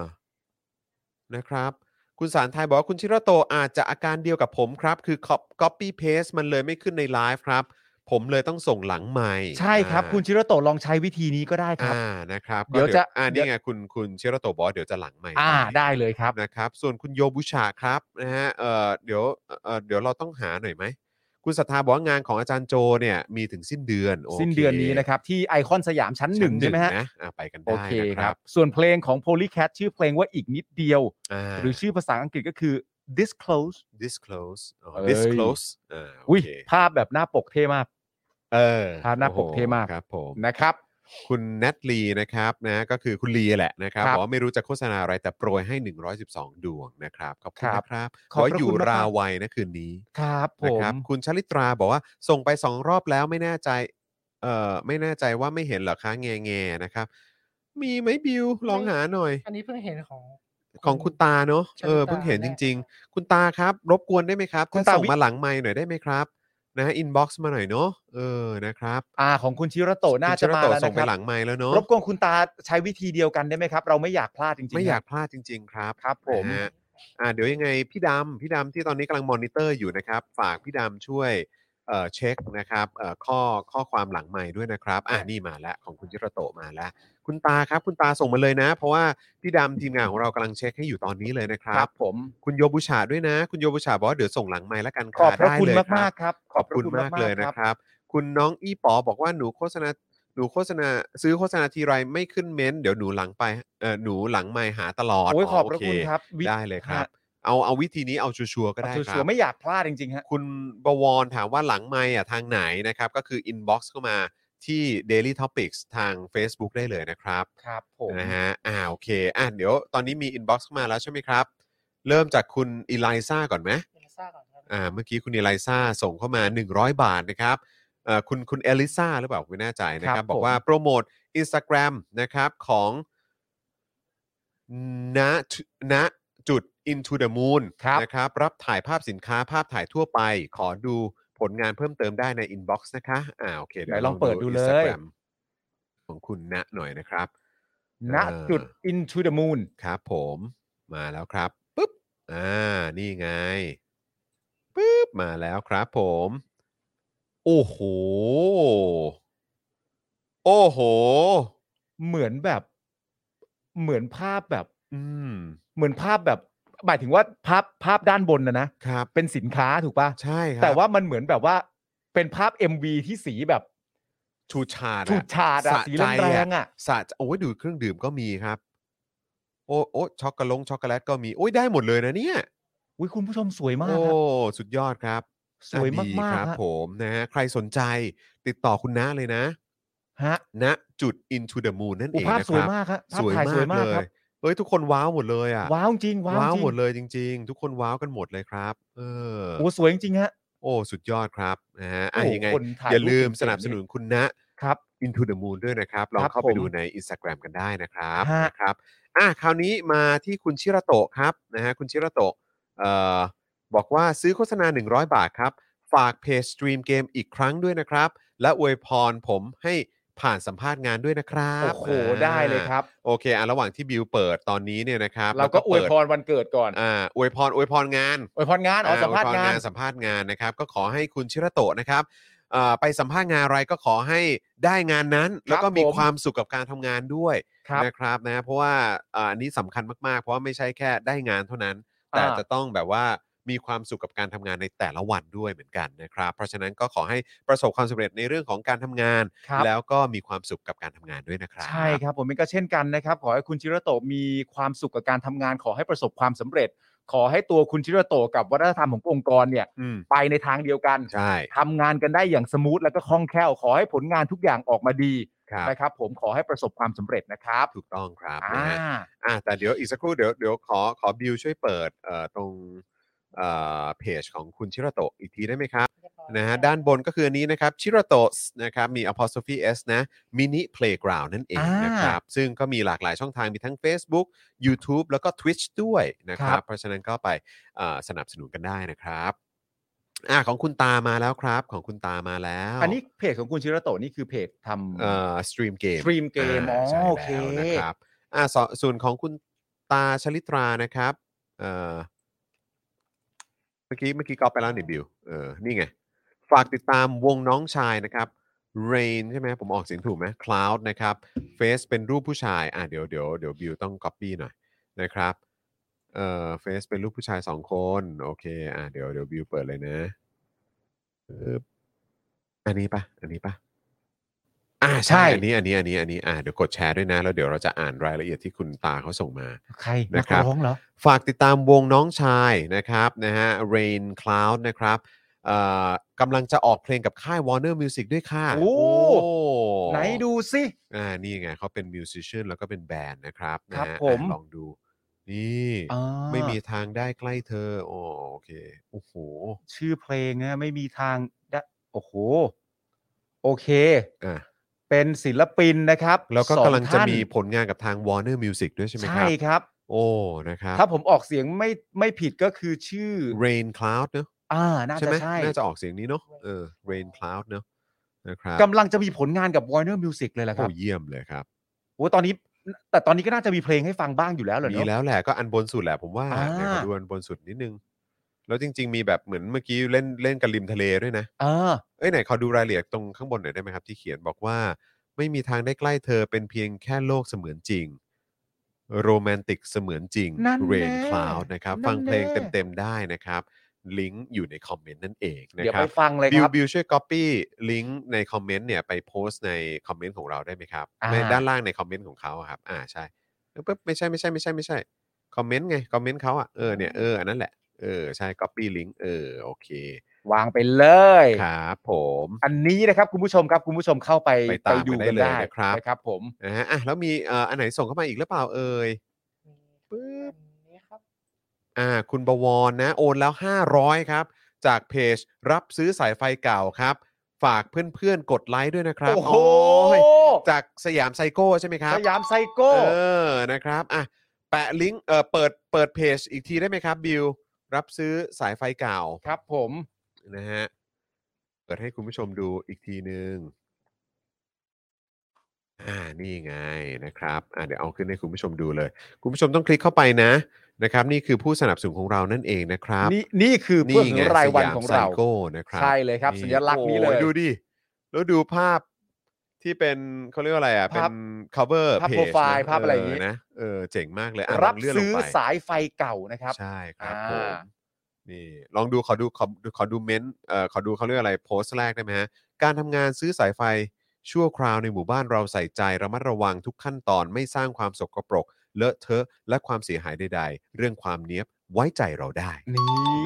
Speaker 2: นะครับ คุณสารไทยบอกว่าคุณชิระโตะอาจจะอาการเดียวกับผมครับ คือ copy paste มันเลยไม่ขึ้นในไลฟ์ครับ ผมเลยต้องส่งหลังใหม่
Speaker 3: ใช่ครับ คุณชิโรโตะลองใช้วิธีนี้ก็ได้ครับ
Speaker 2: อ่านะครับก็
Speaker 3: เดี๋ยวจะ
Speaker 2: อ่า
Speaker 3: เดี๋
Speaker 2: นี่
Speaker 3: ยว
Speaker 2: ไงคุณคุณเชโรโตะบอกว่าเดี๋ยวจะหลังใหม่
Speaker 3: อ่า
Speaker 2: ป
Speaker 3: ได้เลยครับ
Speaker 2: นะครับ ส่วนคุณโยบุชาครับนะฮะเอ่อเดี๋ยวเอ่อเดี๋ยวเราต้องหาหน่อยไหม คุณศรัทธาบอกว่างานของอาจารย์โจเนี่ยมีถึงสิ้นเดือนโค
Speaker 3: สิ้นเดือนนี้นะครับ ที่ไอคอนสยามชั้นหนึ่งใช่ไหมฮะ
Speaker 2: นะอ่าไปกัน
Speaker 3: โอ
Speaker 2: ได้
Speaker 3: เค
Speaker 2: นะ
Speaker 3: ค
Speaker 2: ค
Speaker 3: รั
Speaker 2: รับ บ
Speaker 3: ส่วนเพลงของ Polycat ชื่อเพลงว่าอีกนิดเดียว
Speaker 2: อ่า
Speaker 3: หรือชื่อภาษาอังกฤษก็คือ disclose
Speaker 2: disclose อ๋อ
Speaker 3: เอ้ย
Speaker 2: disclose อ่าโอ
Speaker 3: อุ้ย
Speaker 2: เค
Speaker 3: ภาพแบบหน้าปกเท่มาก
Speaker 2: เออ
Speaker 3: ภาพหน้าปกเท่มาก
Speaker 2: โอ้โหครับผม
Speaker 3: นะครับ
Speaker 2: คุณแนทลีนะครับนะก็คือคุณลีแหละนะครับ
Speaker 3: ครับ
Speaker 2: บอกว่าไม่รู้จะโฆษณาอะไรแต่โปรยให้ 112 ดวงนะครับขอบคุณ
Speaker 3: ครับ
Speaker 2: นะครับ
Speaker 3: ขอบพระ
Speaker 2: ว่าอยู่
Speaker 3: คุณมาก
Speaker 2: ราวัยนะคืนนี้
Speaker 3: ครับผ
Speaker 2: นะ
Speaker 3: ม
Speaker 2: ครับคุณชลิตราบอกว่าส่งไป 2 รอบแล้วไม่แน่ใจเอ่อไม่แน่ใจว่าไม่เห็นเหรอคะแง่แง่ๆนะครับ มีไหมบิวลองหาหน่อย
Speaker 4: อันนี้เพิ่งเห็นของ
Speaker 2: ของคุณตาเนอะเออ
Speaker 4: ชลิตา
Speaker 2: เพิ่งเห็นจริง ๆ คุณตาครับ รบกวนได้ไหมครับ
Speaker 3: คุณ
Speaker 2: ถ้า
Speaker 3: ตา
Speaker 2: ส่ง
Speaker 3: วิ
Speaker 2: มาหลังไมค์หน่อยได้ไหมครับนะอินบ็อกซ์มาหน่อยเนอะเออนะครับ
Speaker 3: อ่าของคุณชิโรโตะน่า
Speaker 2: คุณ
Speaker 3: จะ
Speaker 2: ชลิ
Speaker 3: มา
Speaker 2: ต
Speaker 3: แล้ว
Speaker 2: ส่ง
Speaker 3: นะค
Speaker 2: ไป
Speaker 3: รับ
Speaker 2: หลังไมค์แล้วเนอะ
Speaker 3: รบกวนคุณตาใช้วิธีเดียวกันได้ไหมครับ เราไม่อยากพลาดจริงๆ
Speaker 2: ไม่อยาก
Speaker 3: ครับ
Speaker 2: พลาดจริง ๆ ครับ
Speaker 3: ครับผม
Speaker 2: นะฮะอ่าเดี๋ยวยังไงพี่ดำพี่ดำที่ตอนนี้กำลังมอนิเตอร์อยู่นะครับ ฝากพี่ดำช่วยเอ่อเช็คนะครับเอ่อข้อข้อความหลังใหม่ด้วยนะครับ อ่านี่มาแล้วของคุณจิรโตะมาแล้ว คุณตาครับ คุณตาส่งมาเลยนะ เพราะว่าพี่ดำทีมงานของเรากำลังเช็คให้อยู่ตอนนี้เลยนะครั
Speaker 3: ครับ บผม
Speaker 2: คุณโยบุชาด้วยนะ คุณโยบุชาบอกว่าเดี๋ยวส่งหลังใหม่ละกัน
Speaker 3: ขอบพระ
Speaker 2: ได้
Speaker 3: คุณ
Speaker 2: เลยรั
Speaker 3: มากๆครับ
Speaker 2: ขอบคุณ
Speaker 3: พระ
Speaker 2: มากเลยนะค
Speaker 3: ครับ
Speaker 2: รับ คุณน้องอี้ปอบอกว่าหนูโฆษณาหนูโฆษณาซื้อโฆษณาทีไรไม่ขึ้นเม้นต์เดี๋ยวหนูหลังไปเออหนูหลังไม่หาตลอด
Speaker 3: โอ้ยขอบพระ
Speaker 2: โเ
Speaker 3: คุณครับวิ
Speaker 2: ได้เลยครับ เอาเอาวิธีนี้เอาชัวร์ๆก็ได้ค
Speaker 3: ชั
Speaker 2: รับ
Speaker 3: วร์ๆไม่อยากพลาดจริงๆฮะ
Speaker 2: คุณบวรถามว่าหลังไม่อ่ะทางไหนนะครับ ก็คือ inbox เข้ามาที่ daily topics ทาง Facebook ได้เลยนะครับ
Speaker 3: ครับผม
Speaker 2: นะฮะอ่าโอเคอ่ะเดี๋ยวตอนนี้มี inbox เข้ามาแล้วใช่ไหมครับ เริ่มจากคุณอ l ไลซ่าก่อนไหม
Speaker 4: เอลิซ่าก่อนครับ
Speaker 2: อ่าเมื่อกี้คุณเอลิซาส่งเข้ามา 100 บาทนะครับเอ่อคุณคุณเอลิซาหรือเปล่าไม่แน่ใจนะค
Speaker 3: ครั
Speaker 2: รับบ บอก
Speaker 3: ผม
Speaker 2: ว่าโปรโมท Instagram นะครับของณณจุด into the moon นะครับรับถ่ายภาพสินค้าภาพถ่ายทั่วไป ขอดูผลงานเพิ่มเติมได้ใน inbox นะคะอ่าโอเค
Speaker 3: ไหนลองเปิดดูเลย
Speaker 2: อินสตาแกรมของคุณณหน่อยนะครับ
Speaker 3: ณจุด into the moon
Speaker 2: ครับผมมาแล้วครับปุ๊บอ่านี่ไงปุ๊บมาแล้วครับผม โอ้โห โอ้โห
Speaker 3: เหมือนแบบ เหมือนภาพแบบ
Speaker 2: อืม
Speaker 3: เหมือนภาพแบบ หมายถึงว่าภาพภาพด้านบนนะนะครับ เป็นสินค้าถูกปะ
Speaker 2: ใช่ครับ
Speaker 3: แต่ว่ามันเหมือนแบบว่า เป็นภาพ MV ที่สีแบบ
Speaker 2: ชูชาดอะ
Speaker 3: ถูกฉาดอะ
Speaker 2: สะ
Speaker 3: สี
Speaker 2: ใจ
Speaker 3: แรงๆอะ
Speaker 2: สะใจโอ้ยดูเครื่องดื่มก็มีครับ โอ้โอ้ช็อกโกแลตช็อกโกแลตก็มีโอ้ยได้หมดเลยนะเนี่ย
Speaker 3: อุ้ยคุณผู้ชมสวยมาก
Speaker 2: โอ้
Speaker 3: ฮะ
Speaker 2: สุดยอดครับ
Speaker 3: สวย
Speaker 2: อ่ะดี
Speaker 3: มาก
Speaker 2: ค
Speaker 3: ๆ
Speaker 2: รับ
Speaker 3: ฮะ
Speaker 2: ผมนะฮะใครสนใจติดต่อคุณน้าเลยนะ
Speaker 3: ฮะ
Speaker 2: ณจุด into the moon นั่น
Speaker 3: อุ
Speaker 2: เอง
Speaker 3: ภาพ
Speaker 2: นะ
Speaker 3: ส
Speaker 2: ค
Speaker 3: วย
Speaker 2: รับ
Speaker 3: มากฮะภา
Speaker 2: ส
Speaker 3: พ
Speaker 2: วย
Speaker 3: ถ่ายสว
Speaker 2: มาม
Speaker 3: ยาก
Speaker 2: กเล
Speaker 3: ครับ
Speaker 2: ยเฮ้ยทุกคนว้าวหมดเลยอ่ะ
Speaker 3: ว้าวจริงว้าวจริง
Speaker 2: หมดเลยจริง ๆ ทุกคนว้าวกันหมดเลยครับ เออ
Speaker 3: โอ้สวยจริงๆฮะ
Speaker 2: โอ้สุดยอดครับนะฮะอ่ะ
Speaker 3: โ
Speaker 2: ยังไง
Speaker 3: คนถ่
Speaker 2: อย่า
Speaker 3: รูป
Speaker 2: ลืม
Speaker 3: เก่งๆ
Speaker 2: สนับสนุนคุณณ
Speaker 3: ครับ
Speaker 2: into the moon ด้วยนะครับ ลองเข้า
Speaker 3: ผม
Speaker 2: ไปดูใน Instagram กันได้นะครับ
Speaker 3: ฮะ
Speaker 2: นะครับอ่ะคราวนี้มาที่คุณชิระโตะครับนะฮะคุณชิระโตะเอ่อบอกว่าซื้อโฆษณา 100 บาทครับ ฝากเพจสตรีมเกมอีกครั้งด้วยนะครับ และอวยพรผมให้ผ่านสัมภาษณ์งานด้วยนะครับ
Speaker 3: โอ้โห
Speaker 2: อ่า
Speaker 3: ได้เลยครับ
Speaker 2: โอเคอ่ะระหว่างที่บิวเปิดตอนนี้เนี่ยนะครับ
Speaker 3: เราก็อวยพ
Speaker 2: เปิด
Speaker 3: รวันเกิดก่อน
Speaker 2: อ่าอวยพรอวยพรงาน
Speaker 3: อวยพรงานอ๋อสัมภาษณ์
Speaker 2: อวยพ
Speaker 3: งาน
Speaker 2: สัมภาษณ์งานนะครับ ก็ขอให้คุณชิระโตะนะครับอ่าไปสัมภาษณ์งานอะไรก็ขอให้ได้งานนั้น แล้วก็มี
Speaker 3: ผม
Speaker 2: ความสุขกับการทำงานด้วย
Speaker 3: ครับ
Speaker 2: นะครับนะเพราะว่าอาอันนี้สำคัญมากๆ เพราะว่าไม่ใช่แค่ได้งานเท่านั้น แต่
Speaker 3: อ่า
Speaker 2: จะต้องแบบว่ามีความสุขกับการทำงานในแต่ละวันด้วยเหมือนกันนะครับ เพราะฉะนั้นก็ขอให้ประสบความสำเร็จในเรื่องของการทำงาน
Speaker 3: ครับ
Speaker 2: แล้วก็มีความสุขกับการทำงานด้วยนะครับ
Speaker 3: ใช่ครับผมเองก็เช่นกันนะครับ ขอให้คุณชิระโตะมีความสุขกับการทำงาน ขอให้ประสบความสำเร็จ ขอให้ตัวคุณชิระโตะกับวัฒนธรรมขององค์กรเนี่ย
Speaker 2: อืม
Speaker 3: ไปในทางเดียวกัน
Speaker 2: ใช่
Speaker 3: ทำงานกันได้อย่างสมูทแล้วก็คล่องแคล่ว ขอให้ผลงานทุกอย่างออกมาดี
Speaker 2: ครับ
Speaker 3: นะครับ ผมขอให้ประสบความสำเร็จนะครับ
Speaker 2: ถูกต้องครับ
Speaker 3: อ่า
Speaker 2: นะฮะอ่ะแต่เดี๋ยวอีกสักครู่เดี๋ยวเดี๋ยวขอขอบิวช่วยเปิดเอ่อตรงเอ่อเพจของคุณชิระโตะอีกทีได้ไหมครับ
Speaker 4: เรียบร้อย
Speaker 2: นะฮะ
Speaker 4: แล้ว
Speaker 2: ด้านบนก็คืออันนี้นะครับชิระโตะนะครับมี apostrophe s นะมินิเพลย์กราวนั่นเองนะครับ ซึ่งก็มีหลากหลายช่องทางมีทั้ง Facebook YouTube แล้วก็ Twitch ด้วยนะครับ เพราะฉะนั้นก็ไปเอ่อสนับสนุนกันได้นะครับอ่ะของคุณตามาแล้วครับ ของคุณตามาแล้ว
Speaker 3: อันนี้เพจของคุณชิระโตะนี่คือเพจท
Speaker 2: เอ่
Speaker 3: ำ
Speaker 2: อสตรีมเกม
Speaker 3: สตรีมเกมอ๋อ
Speaker 2: อ่าใช่
Speaker 3: โอเค
Speaker 2: แล้วนะครับอ่าสส่วนของคุณตาชลิตรานะครับเอ่อเมื่อกี้เมื่อกี้กอปไปแล้วนี่บิวเออนี่ไง ฝากติดตามวงน้องชายนะครับ Rain ใช่ไหมผมออกเสียงถูกไหม Cloud นะครับ Face เป็นรูปผู้ชาย อ่าเดี๋ยวเดี๋ยวเดี๋ยวบิวต้อง Copy หน่อยนะครับเอ่อ Face เป็นรูปผู้ชายสองคน โอเค อ่าเดี๋ยวเดี๋ยวบิวเปิดเลยนะปึ๊บอันนี้ปะอันนี้ปะอ่าใช่
Speaker 3: ใช่
Speaker 2: อันนี้อันนี้อันนี้อันนี้อ่าเดี๋ยวกดแชร์ด้วยนะ แล้วเดี๋ยวเราจะอ่านรายละเอียดที่คุณตาเขาส่งมา
Speaker 3: ใครนั
Speaker 2: นะ
Speaker 3: ก
Speaker 2: ครับ
Speaker 3: ร้องเหรอ
Speaker 2: ฝากติดตามวงน้องชายนะครับนะฮะ Rain Cloud นะครับเอ่อกำลังจะออกเพลงกับค่าย Warner Music ด้วยค่ะ
Speaker 3: โอ้
Speaker 2: โอ้
Speaker 3: ไหนดูสิ
Speaker 2: อ่านี่ไงเขาเป็นมิวสิชนแล้วก็เป็นแบนด์นะครับนะฮะ
Speaker 3: ครับผม
Speaker 2: อ่ะลองดู นี่
Speaker 3: อ่า
Speaker 2: ไม่มีทางได้ใกล้เธอ โอ้โอเค โอ้โห
Speaker 3: ชื่อเพลงนะไม่มีทางได้โอ้โหโอเค
Speaker 2: อ่ะ
Speaker 3: เป็นศิลปินนะครับ
Speaker 2: แล้ว
Speaker 3: สอก
Speaker 2: ก็ำลังจะ
Speaker 3: ท่าน
Speaker 2: มีผลงานกับทาง Warner Music ด้วยใช่ไหมค
Speaker 3: ใช่
Speaker 2: รับ
Speaker 3: ครับ
Speaker 2: โอ้นะครับ
Speaker 3: ถ้าผมออกเสียงไม่ไม่ผิดก็คือชื่อ
Speaker 2: Rain Cloud เนอะ
Speaker 3: อ่าน่า
Speaker 2: ใช่
Speaker 3: จะ
Speaker 2: ไหม
Speaker 3: ใช่
Speaker 2: น่าจะออกเสียงนี้เนอะเออ Rain Cloud เนอะนะครับ
Speaker 3: กำลังจะมีผลงานกับ Warner Music เลยแหละค
Speaker 2: โอ้
Speaker 3: รับ
Speaker 2: เยี่ยมเลยครับ
Speaker 3: โอ้ตอนนี้ แต่ตอนนี้ก็น่าจะมีเพลงให้ฟังบ้างอยู่แล้วเหรอ
Speaker 2: มี
Speaker 3: เนาะ
Speaker 2: แล้วแหละก็อันบนสุดแหละผมว่า
Speaker 3: อ่า
Speaker 2: เดี๋ยวขอดูอันบนสุดนิดนึง แล้วจริง ๆ มีแบบเหมือนเมื่อกี้เล่นเล่นกันริมทะเลด้วยนะ
Speaker 3: เออ
Speaker 2: เอ้ยไหนขอดูรายละเอียดตรงข้างบนหน่อยได้ไหมครับที่เขียนบอกว่า ไม่มีทางได้ใกล้เธอเป็นเพียงแค่โลกเสมือนจริง โรแมนติกเสมือนจริง
Speaker 3: นั่นแน่
Speaker 2: Rain Cloud นะครับ ฟังเพลงเต็ม ๆ ได้นะครับ ลิงก์อยู่ในคอมเมนต์นั่นเองนะ
Speaker 3: เดี๋ยว
Speaker 2: ครั
Speaker 3: ไป
Speaker 2: บ
Speaker 3: ฟังเลย
Speaker 2: บิ
Speaker 3: คว รับ
Speaker 2: บิวช่วย Copy ลิงก์ในคอมเมนต์เนี่ยไปโพสต์ในคอมเมนต์ของเราได้ไหมครับ
Speaker 3: อ่า
Speaker 2: ในด้านล่างในคอมเมนต์ของเขาอะครับ อ่าใช่ปึ๊บไม่ใช่ไม่ใช่ไม่ใช่ไม่ใช่ คอมเมนต์ไง คอมเมนต์เขาอ่ะ เออเนี่ย เอออันนั้นแหละ เออ ใช่ copy link เออ โอเค
Speaker 3: วางไปเลย
Speaker 2: ครับผม
Speaker 3: อันนี้นะครับคุณผู้ชมครับคุณผู้ชมเข้าไป
Speaker 2: ไปตามกันได้เลยนะครับ
Speaker 3: นะครับ ผม
Speaker 2: นะฮะอ่ะแล้วมีเอ่ออันไหนส่งเข้ามาอีกหรือเปล่าเอ่ย ปึ๊บ
Speaker 4: อันนี้ครับ
Speaker 2: อ่า คุณบวรนะ โอนแล้ว 500 ครับ จากเพจรับซื้อสายไฟเก่าครับ ฝากเพื่อนๆ กดไลค์ด้วยนะครับ
Speaker 3: โอ้โห
Speaker 2: ยจากสยามไซโก้ใช่ไหมครับ
Speaker 3: สยามไซโก้
Speaker 2: เออ นะครับ อ่ะ แปะลิงก์เอ่อเปิด เปิดเพจอีกทีได้ไหมครับ บิว รับซื้อสายไฟเก่า
Speaker 3: ครับผม
Speaker 2: นะฮะ เปิดให้คุณผู้ชมดูอีกทีหนึ่งอ่า นี่ไงนะครับ อ่าเดี๋ยวเอาขึ้นให้คุณผู้ชมดูเลย คุณผู้ชมต้องคลิกเข้าไปนะนะครับ นี่คือผู้สนับสนุนของเรานั่นเองนะครับ
Speaker 3: นี่นี่คือผู้ถือรายวันของเรา
Speaker 2: สยมไซโก้นะครับ
Speaker 3: ใช่เลยครับ สัญลักษณ์นี้เลย
Speaker 2: โอ้ดูดิ แล้วดูภาพที่เป็นเขาเรียกว่าอะไรอ่ะ เป็น
Speaker 3: ภาพ
Speaker 2: cover
Speaker 3: ภาพ
Speaker 2: page นะ
Speaker 3: profile ภาพอะไรอย่างงี้
Speaker 2: เนะเออเจ๋งมากเลยอ่ะลอง
Speaker 3: รับ
Speaker 2: เลื่นลง
Speaker 3: ซื้อ
Speaker 2: ไป
Speaker 3: สายไฟเก่านะครับ
Speaker 2: ใช่ครับ
Speaker 3: อ่า
Speaker 2: ผมนี่ลองดูขอดูขอดูขอดูเมนต์เอ่อขอดูเขาเรียกอะไรโพสต์แรกได้ไหมฮะ การทำงานซื้อสายไฟชั่วคราวในหมู่บ้านเราใส่ใจระมัดระวังทุกขั้นตอนไม่สร้างความสกปรก เลอะเทอะ และความเสียหายใดๆ เรื่องความเนี้ยบไว้ใจเราได้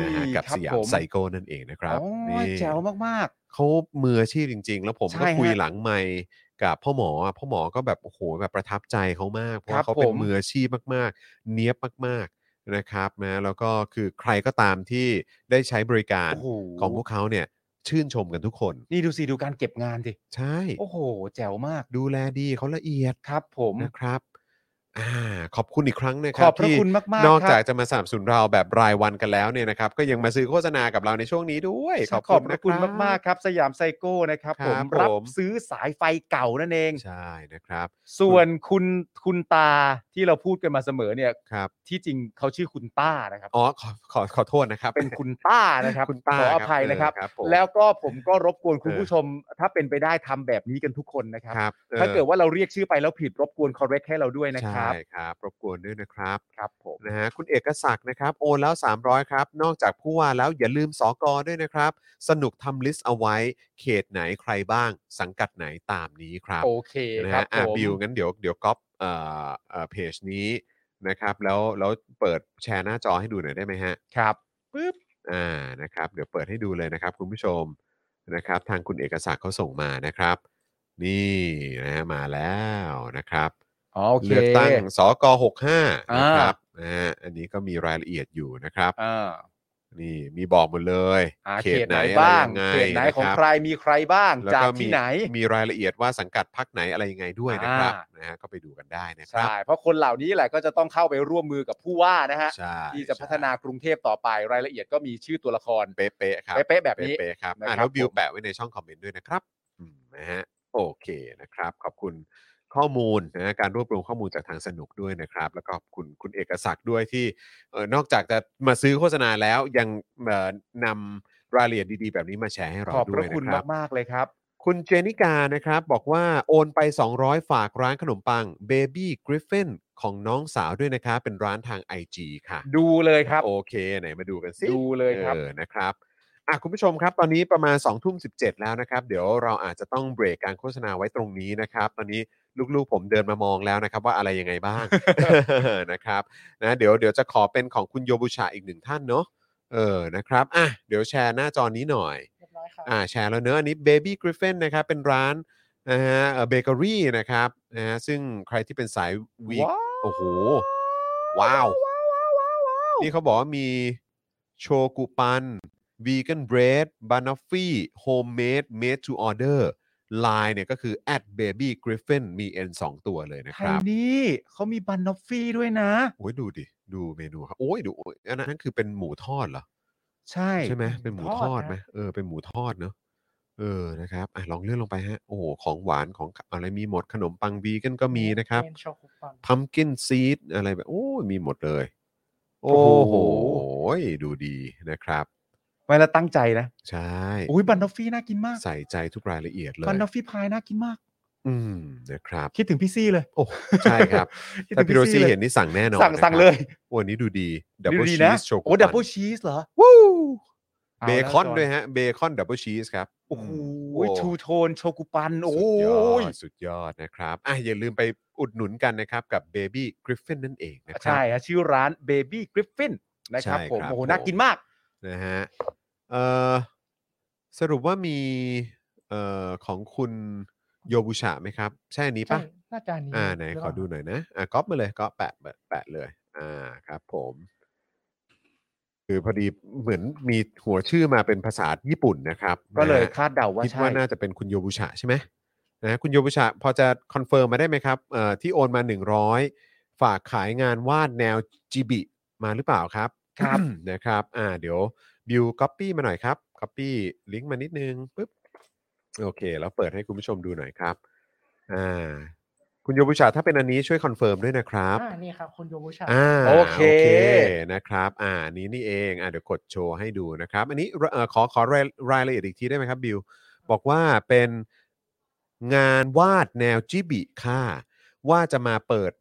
Speaker 2: นะฮะ
Speaker 3: นี่
Speaker 2: กับ
Speaker 3: ครับ
Speaker 2: สยา
Speaker 3: ผม
Speaker 2: ไซโก้นั่นเองนะครับ
Speaker 3: โอ้
Speaker 2: นี่
Speaker 3: ยแจ๋วมาก
Speaker 2: เขามืออาชีพจริง ๆ แล้วผม
Speaker 3: ใช่
Speaker 2: ก็คุย
Speaker 3: ฮะ
Speaker 2: หลังไมค์กับพ่อหมออะพ่อหมอก็แบบโอ้โหแบบประทับใจเขามากเพราะ
Speaker 3: ครับ
Speaker 2: ว่าเขาเป็
Speaker 3: ผ
Speaker 2: น
Speaker 3: ม
Speaker 2: มืออาชีพมากๆ เนี้ยบมากๆนะครับนะแล้วก็คือใครก็ตามที่ได้ใช้บริกา
Speaker 3: ๆ
Speaker 2: ร
Speaker 3: โอ้โห
Speaker 2: ของพวกเขาเนี่ยชื่นชมกันทุกคน
Speaker 3: นี่ดูสิดูการเก็บงานสิ
Speaker 2: ใช่
Speaker 3: โอ้โห แจ๋วมาก
Speaker 2: ดูแลดีเขาละเอียด
Speaker 3: ครับ ผม
Speaker 2: นะครับอ่าขอบคุณอีกครั้งนะค
Speaker 3: ข
Speaker 2: รั
Speaker 3: อ
Speaker 2: บบ
Speaker 3: พระ
Speaker 2: ที่
Speaker 3: คุณมากๆ
Speaker 2: นอก
Speaker 3: ครับ
Speaker 2: จากจะมาสนับสนุนเราแบบรายวันกันแล้วเนี่ยนะครับ ก็ยังมาซื้อโฆษณากับเราในช่วงนี้ด้วย
Speaker 3: ขอบ
Speaker 2: ขอบ
Speaker 3: พ
Speaker 2: นะ
Speaker 3: ระ
Speaker 2: บ
Speaker 3: คุณมาก ๆ ครับ สยามไซโก้นะครับ
Speaker 2: ครับ
Speaker 3: ผม
Speaker 2: ผม
Speaker 3: รับซื้อสายไฟเก่านั่นเอง
Speaker 2: ใช่นะครับ
Speaker 3: ส่วนคุณคุณตาที่เราพูดกันมาเสมอเนี่ย
Speaker 2: ครับ
Speaker 3: ที่จริงเขาชื่อคุณต้านะครับ
Speaker 2: อ๋อขอขอขอโทษนะครับ
Speaker 3: เป็นคุณต้านะครับ
Speaker 2: คุณต้า
Speaker 3: ขออ
Speaker 2: ครับ
Speaker 3: ภัย
Speaker 2: เออ
Speaker 3: นะครับ
Speaker 2: ครับผม
Speaker 3: แล้วก็ผมก็รบกวนคุณ
Speaker 2: เออ
Speaker 3: ผู้ชม ถ้าเป็นไปได้ทำแบบนี้กันทุกคนนะครับ
Speaker 2: ครับออ
Speaker 3: ถ้าเกิดว่าเราเรียกชื่อไปแล้วผิดรบกวน correct ให้เราด้วยนะครับ
Speaker 2: ใช่ครับรบกวนด้วยนะครับ
Speaker 3: ครับผม
Speaker 2: นะฮะคุณเอกศักดิ์นะครับ โอนแล้ว 300 ครับ นอกจากผู้ว่าแล้วอย่าลืมสอกอด้วยนะครับ สนุกทำลิสต์เอาไว้ เขตไหนใครบ้าง สังกัดไหนตามนี้ครับ
Speaker 3: โอเค
Speaker 2: นะครับ ฮะอ่ะ
Speaker 3: ผม
Speaker 2: บิวงั้นเดี๋ยวเดี๋ยวก๊อปเอ่อเอ่อเพจนี้นะครับ แล้วแล้วเปิดแชร์หน้าจอให้ดูหน่อยได้ไหมฮะ
Speaker 3: ครับ
Speaker 2: ปึ๊บอ่านะครับ เดี๋ยวเปิดให้ดูเลยนะครับ คุณผู้ชมนะครับ ทางคุณเอกศักดิ์เขาส่งมานะครับ นี่นะฮะมาแล้วนะครับ
Speaker 3: อ๋อโอเค
Speaker 2: เลือกตั้งสก65
Speaker 3: อ่า
Speaker 2: นะครับนะฮะอันนี้ก็มีรายละเอียดอยู่นะครับ
Speaker 3: อ่า
Speaker 2: นี่มีบอกหมดเลย
Speaker 3: อ่า
Speaker 2: เข
Speaker 3: เข
Speaker 2: ต
Speaker 3: ต
Speaker 2: ไห
Speaker 3: ไห
Speaker 2: น
Speaker 3: น
Speaker 2: บ้า
Speaker 3: บ้าง ง
Speaker 2: ไง
Speaker 3: เขตไหนของ
Speaker 2: ะบ
Speaker 3: ใครมีใครบ้าง
Speaker 2: แล้ว
Speaker 3: จาก
Speaker 2: มี
Speaker 3: ที่ไหน
Speaker 2: มีรายละเอียดว่าสังกัดพักไหนอะไรยังไงด้วยนะครับ
Speaker 3: อ่าน
Speaker 2: นะฮะก็ไปดูกันได้นะครั
Speaker 3: ใช่เพราะคนเหล่านี้แหละก็จะต้องเข้าไปร่วมมือกับผู้ว่านะฮะ
Speaker 2: ใช่
Speaker 3: ที่จะพัฒนากรุงเทพต่อไปรายละเอียดก็มีชื่อตัวละคร
Speaker 2: เป๊ะๆครับ
Speaker 3: เป๊ะๆแบบนี้
Speaker 2: เป๊ะๆครับ
Speaker 3: นะ
Speaker 2: อ่า
Speaker 3: ครั
Speaker 2: แล้ว
Speaker 3: บ
Speaker 2: บิว
Speaker 3: ผม
Speaker 2: แปะไว้ในช่องคอมเมนต์ด้วยนะครับอืมนะฮะโอเคนะครับ ขอบคุณข้อมูลนะฮะการรวบรวมข้อมูลจากทางสนุกด้วยนะครับ แล้วก็ขอบคุณคุณเอกศักดิ์ด้วยที่ เออนอกจากจะมาซื้อโฆษณาแล้วยังเอ่อนำรายละเอียดดีๆ แบบนี้มาแชร์ให้เรา
Speaker 3: ขอบพ
Speaker 2: ด้ว
Speaker 3: ระ
Speaker 2: ย
Speaker 3: คุณ
Speaker 2: นะครับ
Speaker 3: มากๆเลยครับ
Speaker 2: คุณเจนิกานะครับ บอกว่าโอนไป 200 ฝากร้านขนมปัง Baby Griffin ของน้องสาวด้วยนะคะเป็นร้านทาง IG ค่ะ
Speaker 3: ดูเลยครับ
Speaker 2: โอเค ไหนมาดูกันสิ
Speaker 3: ดูเลยครับ
Speaker 2: ออนะครับอ่ะคุณผู้ชมครับ ตอนนี้ประมาณ2องทุ่มสิแล้วนะครับ เดี๋ยวเราอาจจะต้องเบรกการโฆษณาไว้ตรงนี้นะครับ ตอนนี้ลูกๆผมเดินมามองแล้วนะครับ ว่าอะไรยังไงบ้าง [laughs] นะครับนะเดี๋ยวเดี๋ยวจะขอเป็นของคุณโยบุชาอีกหนึ่งท่านเนาะเออนะครับอ่ะเดี๋ยวแชร์หน้าจอนี้หน่อย
Speaker 4: เรียบร้อยครับ
Speaker 2: อ่าแชร์แล้วเนอะอันนี้ Baby Griffin นะครับ เป็นร้านนะฮะเบเกอรี่อ bakery นะครับนะฮะซึ่งใครที่เป็นสายวี
Speaker 3: ว้าว
Speaker 2: โอ้โห ว้าว นี่เขาบอกว่ามีโชกุปันวีแกนเบรดบานอฟฟี่โฮมเมดเมดทูออเดอร์ไลน์เนี่ยก็คือ at baby griffin มี n 2 ตัวเลยนะค
Speaker 3: ไทย
Speaker 2: รับ
Speaker 3: นี่เขามีบันนอฟฟี่ด้วยนะ
Speaker 2: โอ้ยดูดิ ดูเมนูครับ โอ้ยดูโอ้ยอันนั้นคือเป็นหมูทอดเหรอ
Speaker 3: ใช่
Speaker 2: ใช่ไหมเป็นหมูทอด
Speaker 4: ทอดนะ
Speaker 2: ไหมเออเป็นหมูทอดเนอะเออนะครับอ่ะลองเลื่อนลงไปฮะ โอ้โหของหวานของอะไรมีหมดขนมปังวีกันก็มีนะครับ
Speaker 4: เป็นโชกุปัง
Speaker 2: พัมกินซีดอะไรแบบโอ้ยมีหมดเลย โอ้โหดูดีนะครับ
Speaker 3: ไว้แล้วตั้งใจนะ
Speaker 2: ใช่
Speaker 3: อุ้ยบันนอฟฟี่น่ากินมาก
Speaker 2: ใส่ใจทุกรายละเอียดเลย
Speaker 3: บันนอฟฟี่พายน่ากินมาก
Speaker 2: อืมนะครับ
Speaker 3: คิดถึงพี่ซี่เลย
Speaker 2: โอ้ใช่
Speaker 3: [laughs]
Speaker 2: ครับ
Speaker 3: คิด
Speaker 2: ถ้า
Speaker 3: ถึง
Speaker 2: พี่โรซี่
Speaker 3: ลย
Speaker 2: เห็นนี่สั่งแน่นอน
Speaker 3: สั่ง
Speaker 2: นะครับ
Speaker 3: สั่งเลย
Speaker 2: วันนี้ดูดีดับเบิล
Speaker 3: ดี
Speaker 2: ชี
Speaker 3: นะ
Speaker 2: สโชกุ
Speaker 3: โอ้ดับเบิลชีสเหรอ
Speaker 2: วู้
Speaker 3: า
Speaker 2: เบ
Speaker 3: แล้ว
Speaker 2: คอน
Speaker 3: จ
Speaker 2: ด้วยฮะเบคอนดับเบิลชีสครับ
Speaker 3: โอ้โหทูโทนโชกุปัน โอ้
Speaker 2: สุดยอย ดสุดยอดนะครับอ่ะอย่าลืมไป อุดหนุนกันนะครับกับ Baby Griffin นั่นเองนะครั
Speaker 3: ใช่ฮะชื่อร้าน Baby Griffin นะครับ
Speaker 2: ใช่
Speaker 3: ผม
Speaker 2: ครับ
Speaker 3: โอ้โห
Speaker 2: ผม
Speaker 3: น่ากินมาก
Speaker 2: นะฮะเอ่อสรุปว่ามีเอ่อของคุณโยบุชะไหมครับ ใช่อันนี้
Speaker 4: ใช่
Speaker 2: ปะ
Speaker 4: น่าจะนนี้
Speaker 2: อ่าไหน
Speaker 4: รื
Speaker 2: ข
Speaker 4: เป
Speaker 2: อ
Speaker 4: ล่า
Speaker 2: ดูหน่อยนะ อ่ะก๊อปมาเลยก็แปะแปะเลย อ่าครับผม คือพอดีเหมือนมีหัวชื่อมาเป็นภาษาญี่ปุ่นนะครับ
Speaker 3: ก็เลย
Speaker 2: นะฮะ
Speaker 3: คาดเดาว่า
Speaker 2: คิด
Speaker 3: ใช่
Speaker 2: ว่าน่าจะเป็นคุณโยบุชะใช่ไหมนะฮะคุณโยบุชะพอจะคอนเฟิร์มมาได้ไหมครับเอ่อที่โอนมา 100 ฝากขายงานวาดแนวจิบิมาหรือเปล่าครับ
Speaker 3: ครับ
Speaker 2: นะครับอ่าเดี๋ยวบิวก๊อปปี้มาหน่อยครับก๊อปปี้ลิงก์มานิดนึงปึ๊บโอเค แล้วเปิดให้คุณผู้ชมดูหน่อยครับอ่าคุณโยบุชะถ้าเป็นอันนี้ช่วยคอนเฟิร์มด้วยนะครับ
Speaker 4: อ่านี่ครับคุณโยบุชา
Speaker 2: อ่า
Speaker 3: โอเค
Speaker 2: นะครับ อ่าอันนี้นี่เองอ่าเดี๋ยวกดโชว์ให้ดูนะครับ อันนี้เอ่อขอขอรายรายละเอียดอีกทีได้ไหมครับบิว บอกว่าเป็นงานวาดแนวจิบิค่ะ ว่าจะมาเปิด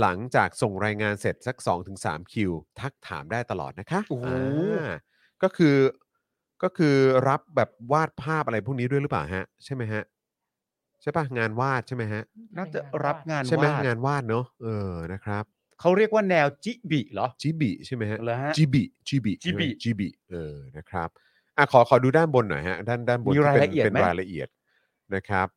Speaker 2: หลังจากส่งรายงานเสร็จสัก 2-3 คิว ทักถามได้ตลอดนะคะ
Speaker 3: โอ้โห
Speaker 2: อ่าก็คือก็คือรับแบบวาดภาพอะไรพวกนี้ด้วยหรือเปล่าฮะ ใช่ไหมฮะ ใช่ปะงานวาดใช่ไหมฮะ
Speaker 3: น่าจะรับงาน
Speaker 2: ใช่ไหม
Speaker 3: วาด
Speaker 2: งานวาดเนอะเออนะครับ
Speaker 3: เขาเรียกว่าแนวจิบิเหรอ
Speaker 2: จิบิใช่ไหมฮะ
Speaker 3: เหรอฮะ
Speaker 2: จิบิจิบิ
Speaker 3: จิบิ
Speaker 2: จิบิเออนะครับอ่ะขอขอดูด้านบนหน่อยฮะด้านด้านบน
Speaker 3: มี
Speaker 2: ที่
Speaker 3: รายละเอียด
Speaker 2: เป็น
Speaker 3: ไหม
Speaker 2: เป็นรายละเอียดนะครับ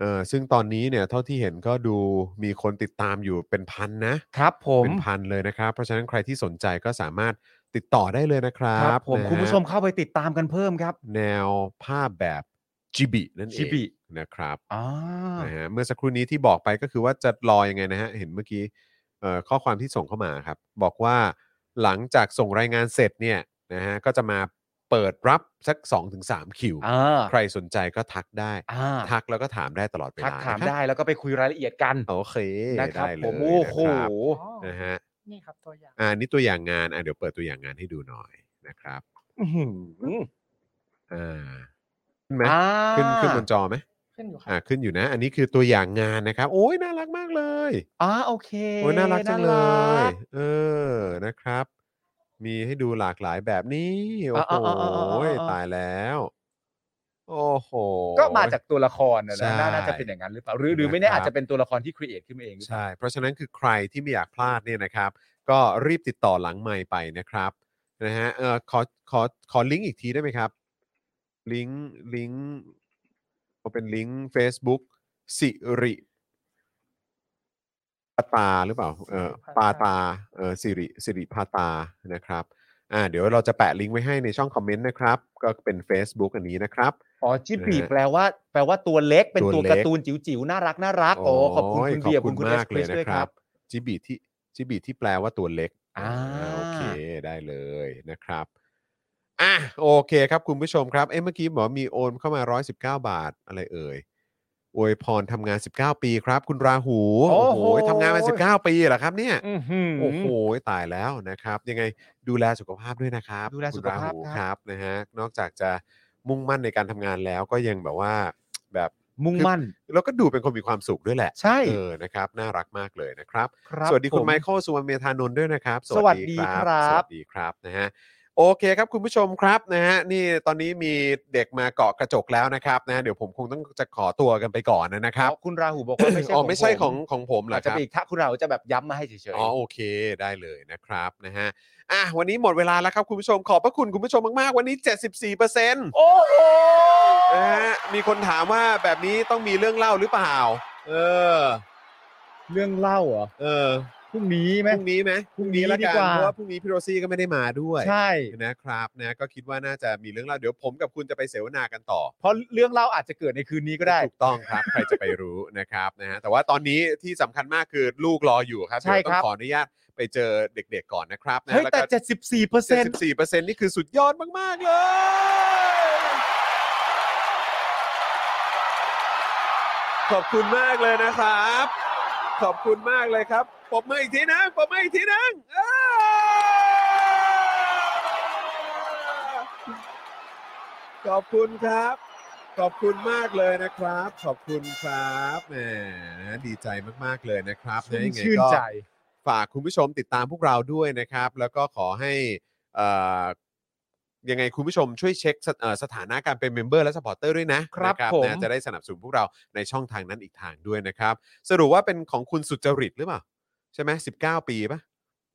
Speaker 2: เออซึ่งตอนนี้เนี่ยเท่าที่เห็นก็ดูมีคนติดตามอยู่เป็นพันนะครับ
Speaker 3: ผม
Speaker 2: เป็นพันเลยนะครับ เพราะฉะนั้นใครที่สนใจก็สามารถติดต่อได้เลยนะครั
Speaker 3: ครับ บผม
Speaker 2: นะฮะ
Speaker 3: คุณผู้ชมเข้าไปติดตามกันเพิ่มครับ
Speaker 2: แนวภาพแบบจิบินั่นเอง
Speaker 3: จิบิ
Speaker 2: นะครับ
Speaker 3: อ่า
Speaker 2: นะฮะเมื่อสักครู่นี้ที่บอกไปก็คือว่าจะรอยังไงนะฮะเห็นเมื่อกี้ เอ่อข้อความที่ส่งเข้ามาครับ บอกว่าหลังจากส่งรายงานเสร็จเนี่ยนะฮะก็จะมาเปิดรับสัก 2-3 คิว
Speaker 3: อ่า
Speaker 2: ใครสนใจก็ทักได้
Speaker 3: อ่า
Speaker 2: ทักแล้วก็ถามได้ตลอดเวลา
Speaker 3: ทักถาม
Speaker 2: นะครับ
Speaker 3: ได้แล้วก็ไปคุยรายละเอียดกัน
Speaker 2: โอเค
Speaker 3: นะครับ
Speaker 2: ได้เลย
Speaker 3: ผมโอ้โห
Speaker 2: นะครับนะ
Speaker 4: อ๋อ
Speaker 2: ฮะ
Speaker 4: นี่ครับตัวอย่าง
Speaker 2: อ่านี่ตัวอย่างงานอ่ะเดี๋ยวเปิดตัวอย่างงานให้ดูหน่อยนะครับ
Speaker 3: อื้อหือ
Speaker 2: อ่าขึ้นไหม
Speaker 3: อ่า
Speaker 2: ขึ้นขึ้นบนจอไหม
Speaker 4: ขึ้นอยู่ครั
Speaker 2: อ่า
Speaker 4: บ
Speaker 2: ขึ้นอยู่นะ อันนี้คือตัวอย่างงานนะครับ โอ้ยน่ารักมากเลย
Speaker 3: อ่าโอเค
Speaker 2: โอ้ยน่ารักจังเล
Speaker 3: น่าย รัก
Speaker 2: เออ นะครับ มีให้ดูหลากหลายแบบนี้ โอ้
Speaker 3: อ่ะ
Speaker 2: โห
Speaker 3: อ่ะอ่ะอ่ะอ่ะอ่ะ
Speaker 2: ตายแล้ว โอ้โห
Speaker 3: ก็มาจากตัวละครนะ
Speaker 2: ใช่
Speaker 3: นะน่าจะเป็นอย่างนั้นหรือเปล่าหรือหรือไม่แน่
Speaker 2: นะครับ
Speaker 3: อาจจะเป็นตัวละครที่ครีเอทขึ้นมาเองหรือเปล่า
Speaker 2: ใช่ เพราะฉะนั้นคือใครที่ไม่อยากพลาดเนี่ยนะครับ ก็รีบติดต่อหลังไมค์ไปนะครับ นะฮะ เออขอ ขอ ขอลิงก์อีกทีได้ไหมครับ ลิงก์ ลิงก์เอาเป็นลิงก์ Facebook สิริปาตาหรือเปล่า เออปาตา เออสิริสิริพาตา นะครับ อ่า เดี๋ยวเราจะแปะลิงก์ไว้ให้ในช่องคอมเมนต์นะครับ ก็เป็น Facebook อันนี้นะครับ
Speaker 3: อ๋อจิบี
Speaker 2: นะฮะ
Speaker 3: แปลว่า แปลว่าตัวเล็กเป็น
Speaker 2: ตั
Speaker 3: ตัว ว
Speaker 2: เล็ก
Speaker 3: การ์ตูนจิ๋วๆน่ารักน่ารักโอ้ขอบคุณ
Speaker 2: ย
Speaker 3: คุณเบียร์
Speaker 2: ข
Speaker 3: คุณคุณเอ
Speaker 2: มา
Speaker 3: ส
Speaker 2: ก
Speaker 3: ค
Speaker 2: เล
Speaker 3: ริ
Speaker 2: ย
Speaker 3: ส
Speaker 2: นะ
Speaker 3: ด้วย
Speaker 2: ค
Speaker 3: ค
Speaker 2: รั
Speaker 3: รับ บ
Speaker 2: จิบีที่จิบีที่แปลว่าตัวเล็ก
Speaker 3: อ่า
Speaker 2: าโอเคได้เลยนะครับอ่ะโอเคครับคุณผู้ชมครับเอ้ยเมื่อกี้บอกมีโอนเข้ามา 119 บาทอะไรเอ่ยอวยพรทำงาน 19 ปีครับ คุณราหูทำงานมา 19 ปีเหรอครับเนี่ย
Speaker 3: อื้อหือ
Speaker 2: โอ้โหตายแล้วนะครับ ยังไงดูแลสุขภาพด้วยนะครับ
Speaker 3: ดูแลสุขภาพ
Speaker 2: คุณรหู
Speaker 3: ครับ
Speaker 2: ครับนะฮะนอกจากจะมุ่งมั่นในการทำงานแล้วก็ยังแบบว่าแบบ
Speaker 3: มุ่งมั่น
Speaker 2: แล้วก็ดูเป็นคนมีความสุขด้วยแหละ
Speaker 3: ใช่
Speaker 2: เออ นะครับ น่ารักมากเลยนะครับ
Speaker 3: ครับ
Speaker 2: สวัสดีคุณ
Speaker 3: ผ
Speaker 2: ไมเคิลสุวรรณเมธานนท์ด้วยนะครับ
Speaker 3: สวัสดีครั
Speaker 2: ส
Speaker 3: บ
Speaker 2: วัสดีครับ นะฮะ โอเคครับคุณผู้ชมครับนะฮะ นี่ตอนนี้มีเด็กมาเกาะกระจกแล้วนะครับนะ เดี๋ยวผมคงต้องจะขอตัวกันไปก่อนนะครับ
Speaker 3: อ๋อคุณราหูบอกว่าไม่ใช่
Speaker 2: อ๋อไม่ใช่ของ
Speaker 3: ผ
Speaker 2: ของผมเหรอ
Speaker 3: อาจ
Speaker 2: ค
Speaker 3: จะ
Speaker 2: รับ
Speaker 3: เป็นอีกถ้าคุณราหูจะแบบย้ำมาให้เฉย
Speaker 2: อ๋อโอเคได้เลยนะครับนะฮะ อ่ะวันนี้หมดเวลาแล้วครับคุณผู้ชมขอบพระคุณคุณผู้ชมมากๆ วันนี้ 74%โอ้โหนะฮะมีคนถามว่าแบบนี้ต้องมีเรื่องเล่าหรือเปล่า เออ
Speaker 3: ๆ เรื่องเล่าเหรอ
Speaker 2: เออ
Speaker 3: พรุ่งนี้ไห
Speaker 2: พ
Speaker 3: ม
Speaker 2: รุ่งนี้ไหม
Speaker 3: พรุ่งนี้
Speaker 2: ละกัน
Speaker 3: ดีกว่า
Speaker 2: เพราะว่าพรุ่งนี้พี่โรซี่ก็ไม่ได้มาด้วย
Speaker 3: ใช่
Speaker 2: นะครับนะก็คิดว่าน่าจะมีเรื่องเล่าเดี๋ยวผมกับคุณจะไปเสวนากันต่อ
Speaker 3: เพราะเรื่องเล่าอาจจะเกิดในคืนนี้ก็ได้
Speaker 2: ถูกต้องครับ ใครจะไปรู้นะครับนะฮะแต่ว่าตอนนี้ที่สำคัญมากคือลูกรออยู่ครับ
Speaker 3: ใช่
Speaker 2: เดี๋ยวต้อ
Speaker 3: ครั
Speaker 2: ง
Speaker 3: บ
Speaker 2: ขออนุญาตไปเจอเด็กๆก่อนนะครับนะ
Speaker 3: เฮ้ย
Speaker 2: แล้ว
Speaker 3: แต่
Speaker 2: ก็
Speaker 3: 74เปอร์เซ็นต์
Speaker 2: 74เปอร์เซ็นต์นี่คือสุดยอดมาก ๆ เลย ขอบคุณมากเลยนะครับ ขอบคุณมากเลยครับปรบมืออีกทีนะปรบมืออีกทีนะเอ้ยขอบคุณครับ ขอบคุณมากเลยนะครับ ขอบคุณครับแหมดีใจมาก ๆ เลยนะครับะยังไงก็
Speaker 3: ชื่นใจ
Speaker 2: ฝากคุณผู้ชมติดตามพวกเราด้วยนะครับ แล้วก็ขอให้เอ่อ ยังไงคุณผู้ชมช่วยเช็คสถเอ่อสถานะการเป็นเมมเบอร์และสปอร์เตอร์ด้วยนะครับ นะ
Speaker 3: ผม
Speaker 2: นะจะได้สนับสนุนพวกเราในช่องทางนั้นอีกทางด้วยนะครับ สรุปว่าเป็นของคุณสุจริตหรือเปล่า ใช่ไหมสิบเก้าปีปะ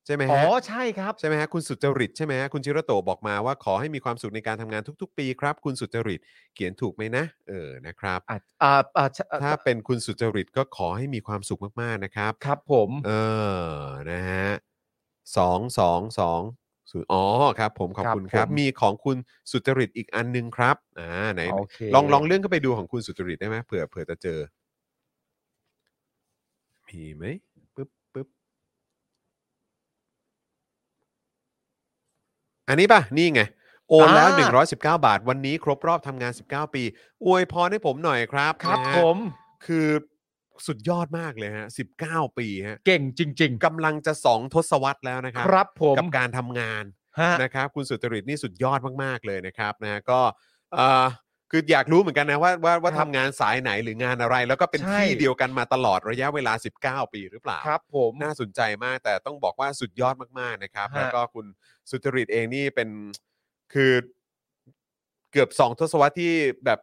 Speaker 2: ใช่ไหม
Speaker 3: อ๋อ
Speaker 2: ฮะ
Speaker 3: ใช่ครับ
Speaker 2: ใช่ไหมฮะคุณสุจริตใช่ไหมฮะคุณชิระโตะบอกมาว่าขอให้มีความสุขในการทำงานทุก ๆ ปีครับ คุณสุจริตเขียนถูกไหมนะ เออนะครับ
Speaker 3: อ่าอ่าอ่าใช่
Speaker 2: ถ้าเป็นคุณสุจริตก็ขอให้มีความสุขมากๆนะครับ
Speaker 3: ครับผม
Speaker 2: เออนะฮะสองสองสองศูนย์อ๋อครับผมขอบคุณค
Speaker 3: ครั
Speaker 2: รั
Speaker 3: บบ ผม
Speaker 2: มีของคุณสุจริตอีกอันหนึงครับอ่าไหน
Speaker 3: โอเค
Speaker 2: ลองลองเลื่อนเข้าไปดูของคุณสุจริตได้ไหมเผื่อเผื่อจะเจอ มีไหมปึ๊บปึ๊บอันนี้ป่ะ นี่ไง โอนแล้ว
Speaker 3: อ่า
Speaker 2: 119 บาท วันนี้ครบรอบทำงาน 19 ปี อวยพรให้ผมหน่อยครับ
Speaker 3: ครับ
Speaker 2: นะฮะ
Speaker 3: ผม
Speaker 2: คือสุดยอดมากเลยฮะ 19 ปีฮะ
Speaker 3: เก่งจริง ๆ
Speaker 2: กำลังจะสองทศวรรษแล้วนะครั
Speaker 3: ครับผม
Speaker 2: กับการทำงาน
Speaker 3: ฮะ
Speaker 2: นะครับ คุณสุจริตนี่สุดยอดมาก ๆ เลยนะครับนะก็เอ่อคืออยากรู้เหมือนกันนะว่าว่าว่า
Speaker 3: ครับ
Speaker 2: ทำงานสายไหนหรืองานอะไร แล้วก็เป็น
Speaker 3: ใช่
Speaker 2: ที่เดียวกันมาตลอดระยะเวลา 19 ปีหรือเปล่า
Speaker 3: ครับผม
Speaker 2: น่าสนใจมากแต่ต้องบอกว่าสุดยอดมาก ๆ นะครับ
Speaker 3: ฮะ
Speaker 2: แล้วก็คุณสุจริตเองนี่เป็นคือเกือบสองทศวรรษที่แบบ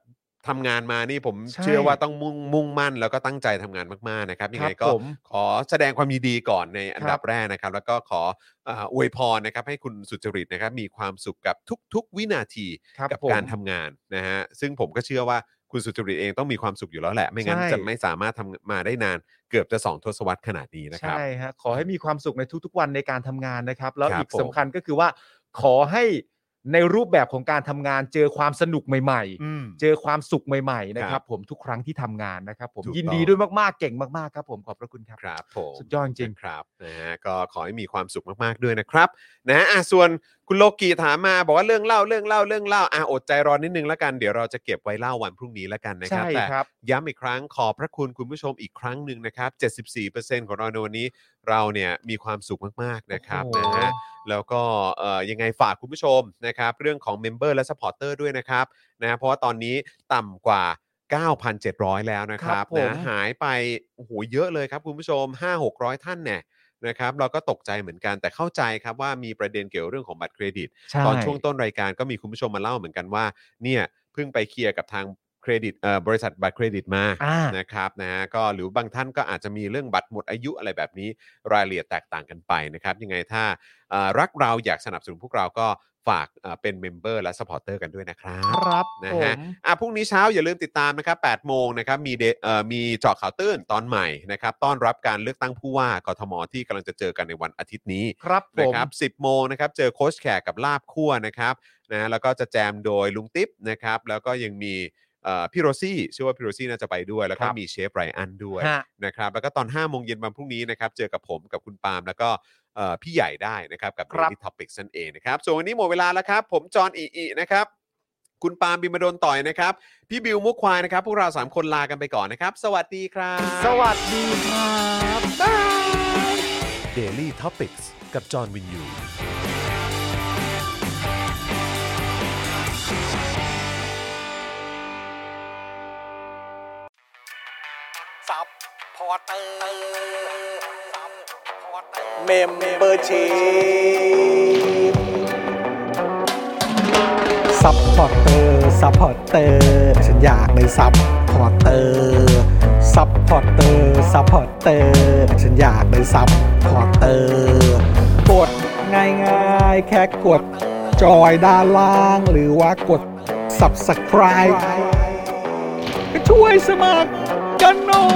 Speaker 2: ทำงานมานี่ผม
Speaker 3: ใช่
Speaker 2: เชื่อว่าต้องมุ่งมุ่งมั่น แล้วก็ตั้งใจทำงานมาก ๆ นะครับยังไง
Speaker 3: ครับ
Speaker 2: ก็
Speaker 3: ผม
Speaker 2: ขอแสดงความยินดีก่อนในอันดับ
Speaker 3: ครับ
Speaker 2: แรกนะครับ แล้วก็ขอเอ่ออวยพรนะครับ ให้คุณสุจริตนะครับ มีความสุขกับทุก ๆ วินาที
Speaker 3: ครับ
Speaker 2: กับ
Speaker 3: ผม
Speaker 2: การทำงานนะฮะซึ่งผมก็เชื่อว่าคุณสุจริตเองต้องมีความสุขอยู่แล้วแหละ ไม่งั้น
Speaker 3: ใช่
Speaker 2: จะไม่สามารถทำมาได้นานเกือบจะสองทศวรรษขนาดนี้นะครับ
Speaker 3: ใช่ฮะขอให้มีความสุขในทุกๆวันในการทำงานนะครับ แล้ว
Speaker 2: ครับ
Speaker 3: อีก
Speaker 2: ผม
Speaker 3: สำคัญก็คือว่า ขอให้ในรูปแบบของการทำงาน เจอความสนุกใหม่ๆ เจอความสุขใหม่ๆนะค
Speaker 2: ครั
Speaker 3: รับบ ผมทุกครั้งที่ทำงานนะครับ ผม
Speaker 2: ถูก
Speaker 3: ยินดี
Speaker 2: ต้อง
Speaker 3: ด้วยมากๆเก่งมากๆครับ ผมขอบพระคุณครับ
Speaker 2: ครับผม
Speaker 3: สุดยอดจริง
Speaker 2: นะครับนะฮะก็ขอให้มีความสุขมากๆด้วยนะครับนะอ่ะส่วนคุณโลกีถามมาบอกว่าเรื่องเล่าเรื่องเล่าเรื่องเล่าอ่ะอดใจรอนิดนึงแล้วกันเดี๋ยวเราจะเก็บไว้เล่าวันพรุ่งนี้แล้วกันนะครับ
Speaker 3: ใช่
Speaker 2: แต่
Speaker 3: ครับ
Speaker 2: ย้ำอีกครั้งขอบพระคุณคุณผู้ชมอีกครั้งหนึ่งนะครับ 74%ของเราในวันนี้เราเนี่ยมีความสุขมากๆนะครับ
Speaker 3: โอ้โห
Speaker 2: นะฮะแล้วก็เอ่อยังไงฝากคุณผู้ชมนะครับเรื่องของเมมเบอร์และสปอร์เตอร์ด้วยนะครับนะเพราะว่าตอนนี้ต่ำกว่า 9,700 แล้วนะค
Speaker 3: ครั
Speaker 2: รับบ
Speaker 3: ผม
Speaker 2: นะหายไปโอ้โหเยอะเลยครับคุณผู้ชม 5-600 ท่านแน่นะครับ เราก็ตกใจเหมือนกันแต่เข้าใจครับว่ามีประเด็นเกี่ยวเรื่องของบัตรเครดิต
Speaker 3: ใช่
Speaker 2: ตอนช่วงต้นรายการก็มีคุณผู้ชมมาเล่าเหมือนกันว่าเนี่ยเพิ่งไปเคลียร์กับทางเครดิตเอ่อบริษัทบัตรเครดิตมา
Speaker 3: อ่า
Speaker 2: นะครับนะฮะก็หรือบางท่านก็อาจจะมีเรื่องบัตรหมดอายุอะไรแบบนี้รายละเอียดแตกต่างกันไปนะครับ ยังไงถ้าเอ่อรักเราอยากสนับสนุนพวกเราก็ฝากเอ่อเป็นเมมเบอร์และสปอร์เตอร์กันด้วยนะครับ
Speaker 3: ครับ
Speaker 2: นะ
Speaker 3: ผ
Speaker 2: ฮะ
Speaker 3: ม
Speaker 2: อ่ะพรุ่งนี้เช้าอย่าลืมติดตามนะครับ8โมงนะครับมี day- เอ่อมีเจาะข่าวตื้นตอนใหม่นะครับต้อนรับการเลือกตั้งผู้ว่ากทมที่กำลังจะเจอกันในวันอาทิตย์นี้
Speaker 3: ครับผ
Speaker 2: นะ
Speaker 3: ม
Speaker 2: ครับ10 โมงนะครับ เจอโค้ชแขกกับลาบคั่วนะครับนะแล้วก็จะแจมโดยลุงติ๊บนะครับ แล้วก็ยังมีเอ่อพี่โรซี่เชื่อว่าพี่โรซี่น่าจะไปด้วย แล้วก็
Speaker 3: ครับ
Speaker 2: มีเชฟไรอันด้วย
Speaker 3: ฮะ
Speaker 2: นะครับ แล้วก็ตอน 5 โมงเย็นวันพรุ่งนี้นะครับ เจอกับผมกับคุณปาล์มแล้วก็เอ่อพี่ใหญ่ได้นะครับ กับ
Speaker 3: ครับ
Speaker 2: Daily Topics นั่นเองนะครับ ส่วนวันนี้หมดเวลาแล้วครับ ผมจอห์นอีอีนะครับ คุณปาล์มบิมมาโดนต่อยนะครับ พี่บิวมุกควายนะครับ พวกเราสามคนลากันไปก่อนนะครับ สวัสดีครับ
Speaker 3: สวัสดีครับ
Speaker 1: Daily Topics กับจอห์นวินยู
Speaker 6: ซับพอร์เตอร์ซับพอร์เตอร์
Speaker 7: เมมเบอร์ชีซัพพอร์เตอร์ซัพพอร์เตอร์ฉันอยากได้ซัพพอร์เตอร์ซัพพอร์เตอร์ซัพพอร์เตอร์ฉันอยากได้ซัพพอร์เตอร์กดง่ายๆ แค่กด จอยด้านล่าง หรือว่ากด subscribe ก็ช่วยสมัครกันหน่อ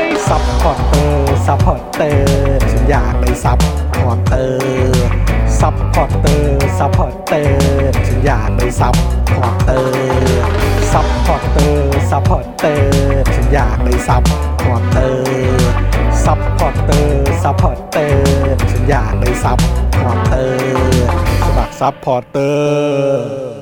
Speaker 7: ยซัพพอร์เตอร์ซัพพอร์เตอร์ฉันอยากได้ซัพพอร์เตอร์ซัพพอร์เตอร์ซัพพอร์เตอร์ฉันอยากได้ซัพพอร์เตอร์ซัพพอร์เตอร์ซัพพอร์เตอร์ฉันอยากได้ซัพพอร์เตอร์ซัพพอร์เตอร์ซัพพอร์เตอร์ฉันอยากได้ซัพพอร์เตอร์สมัครซัพพอร์เตอร์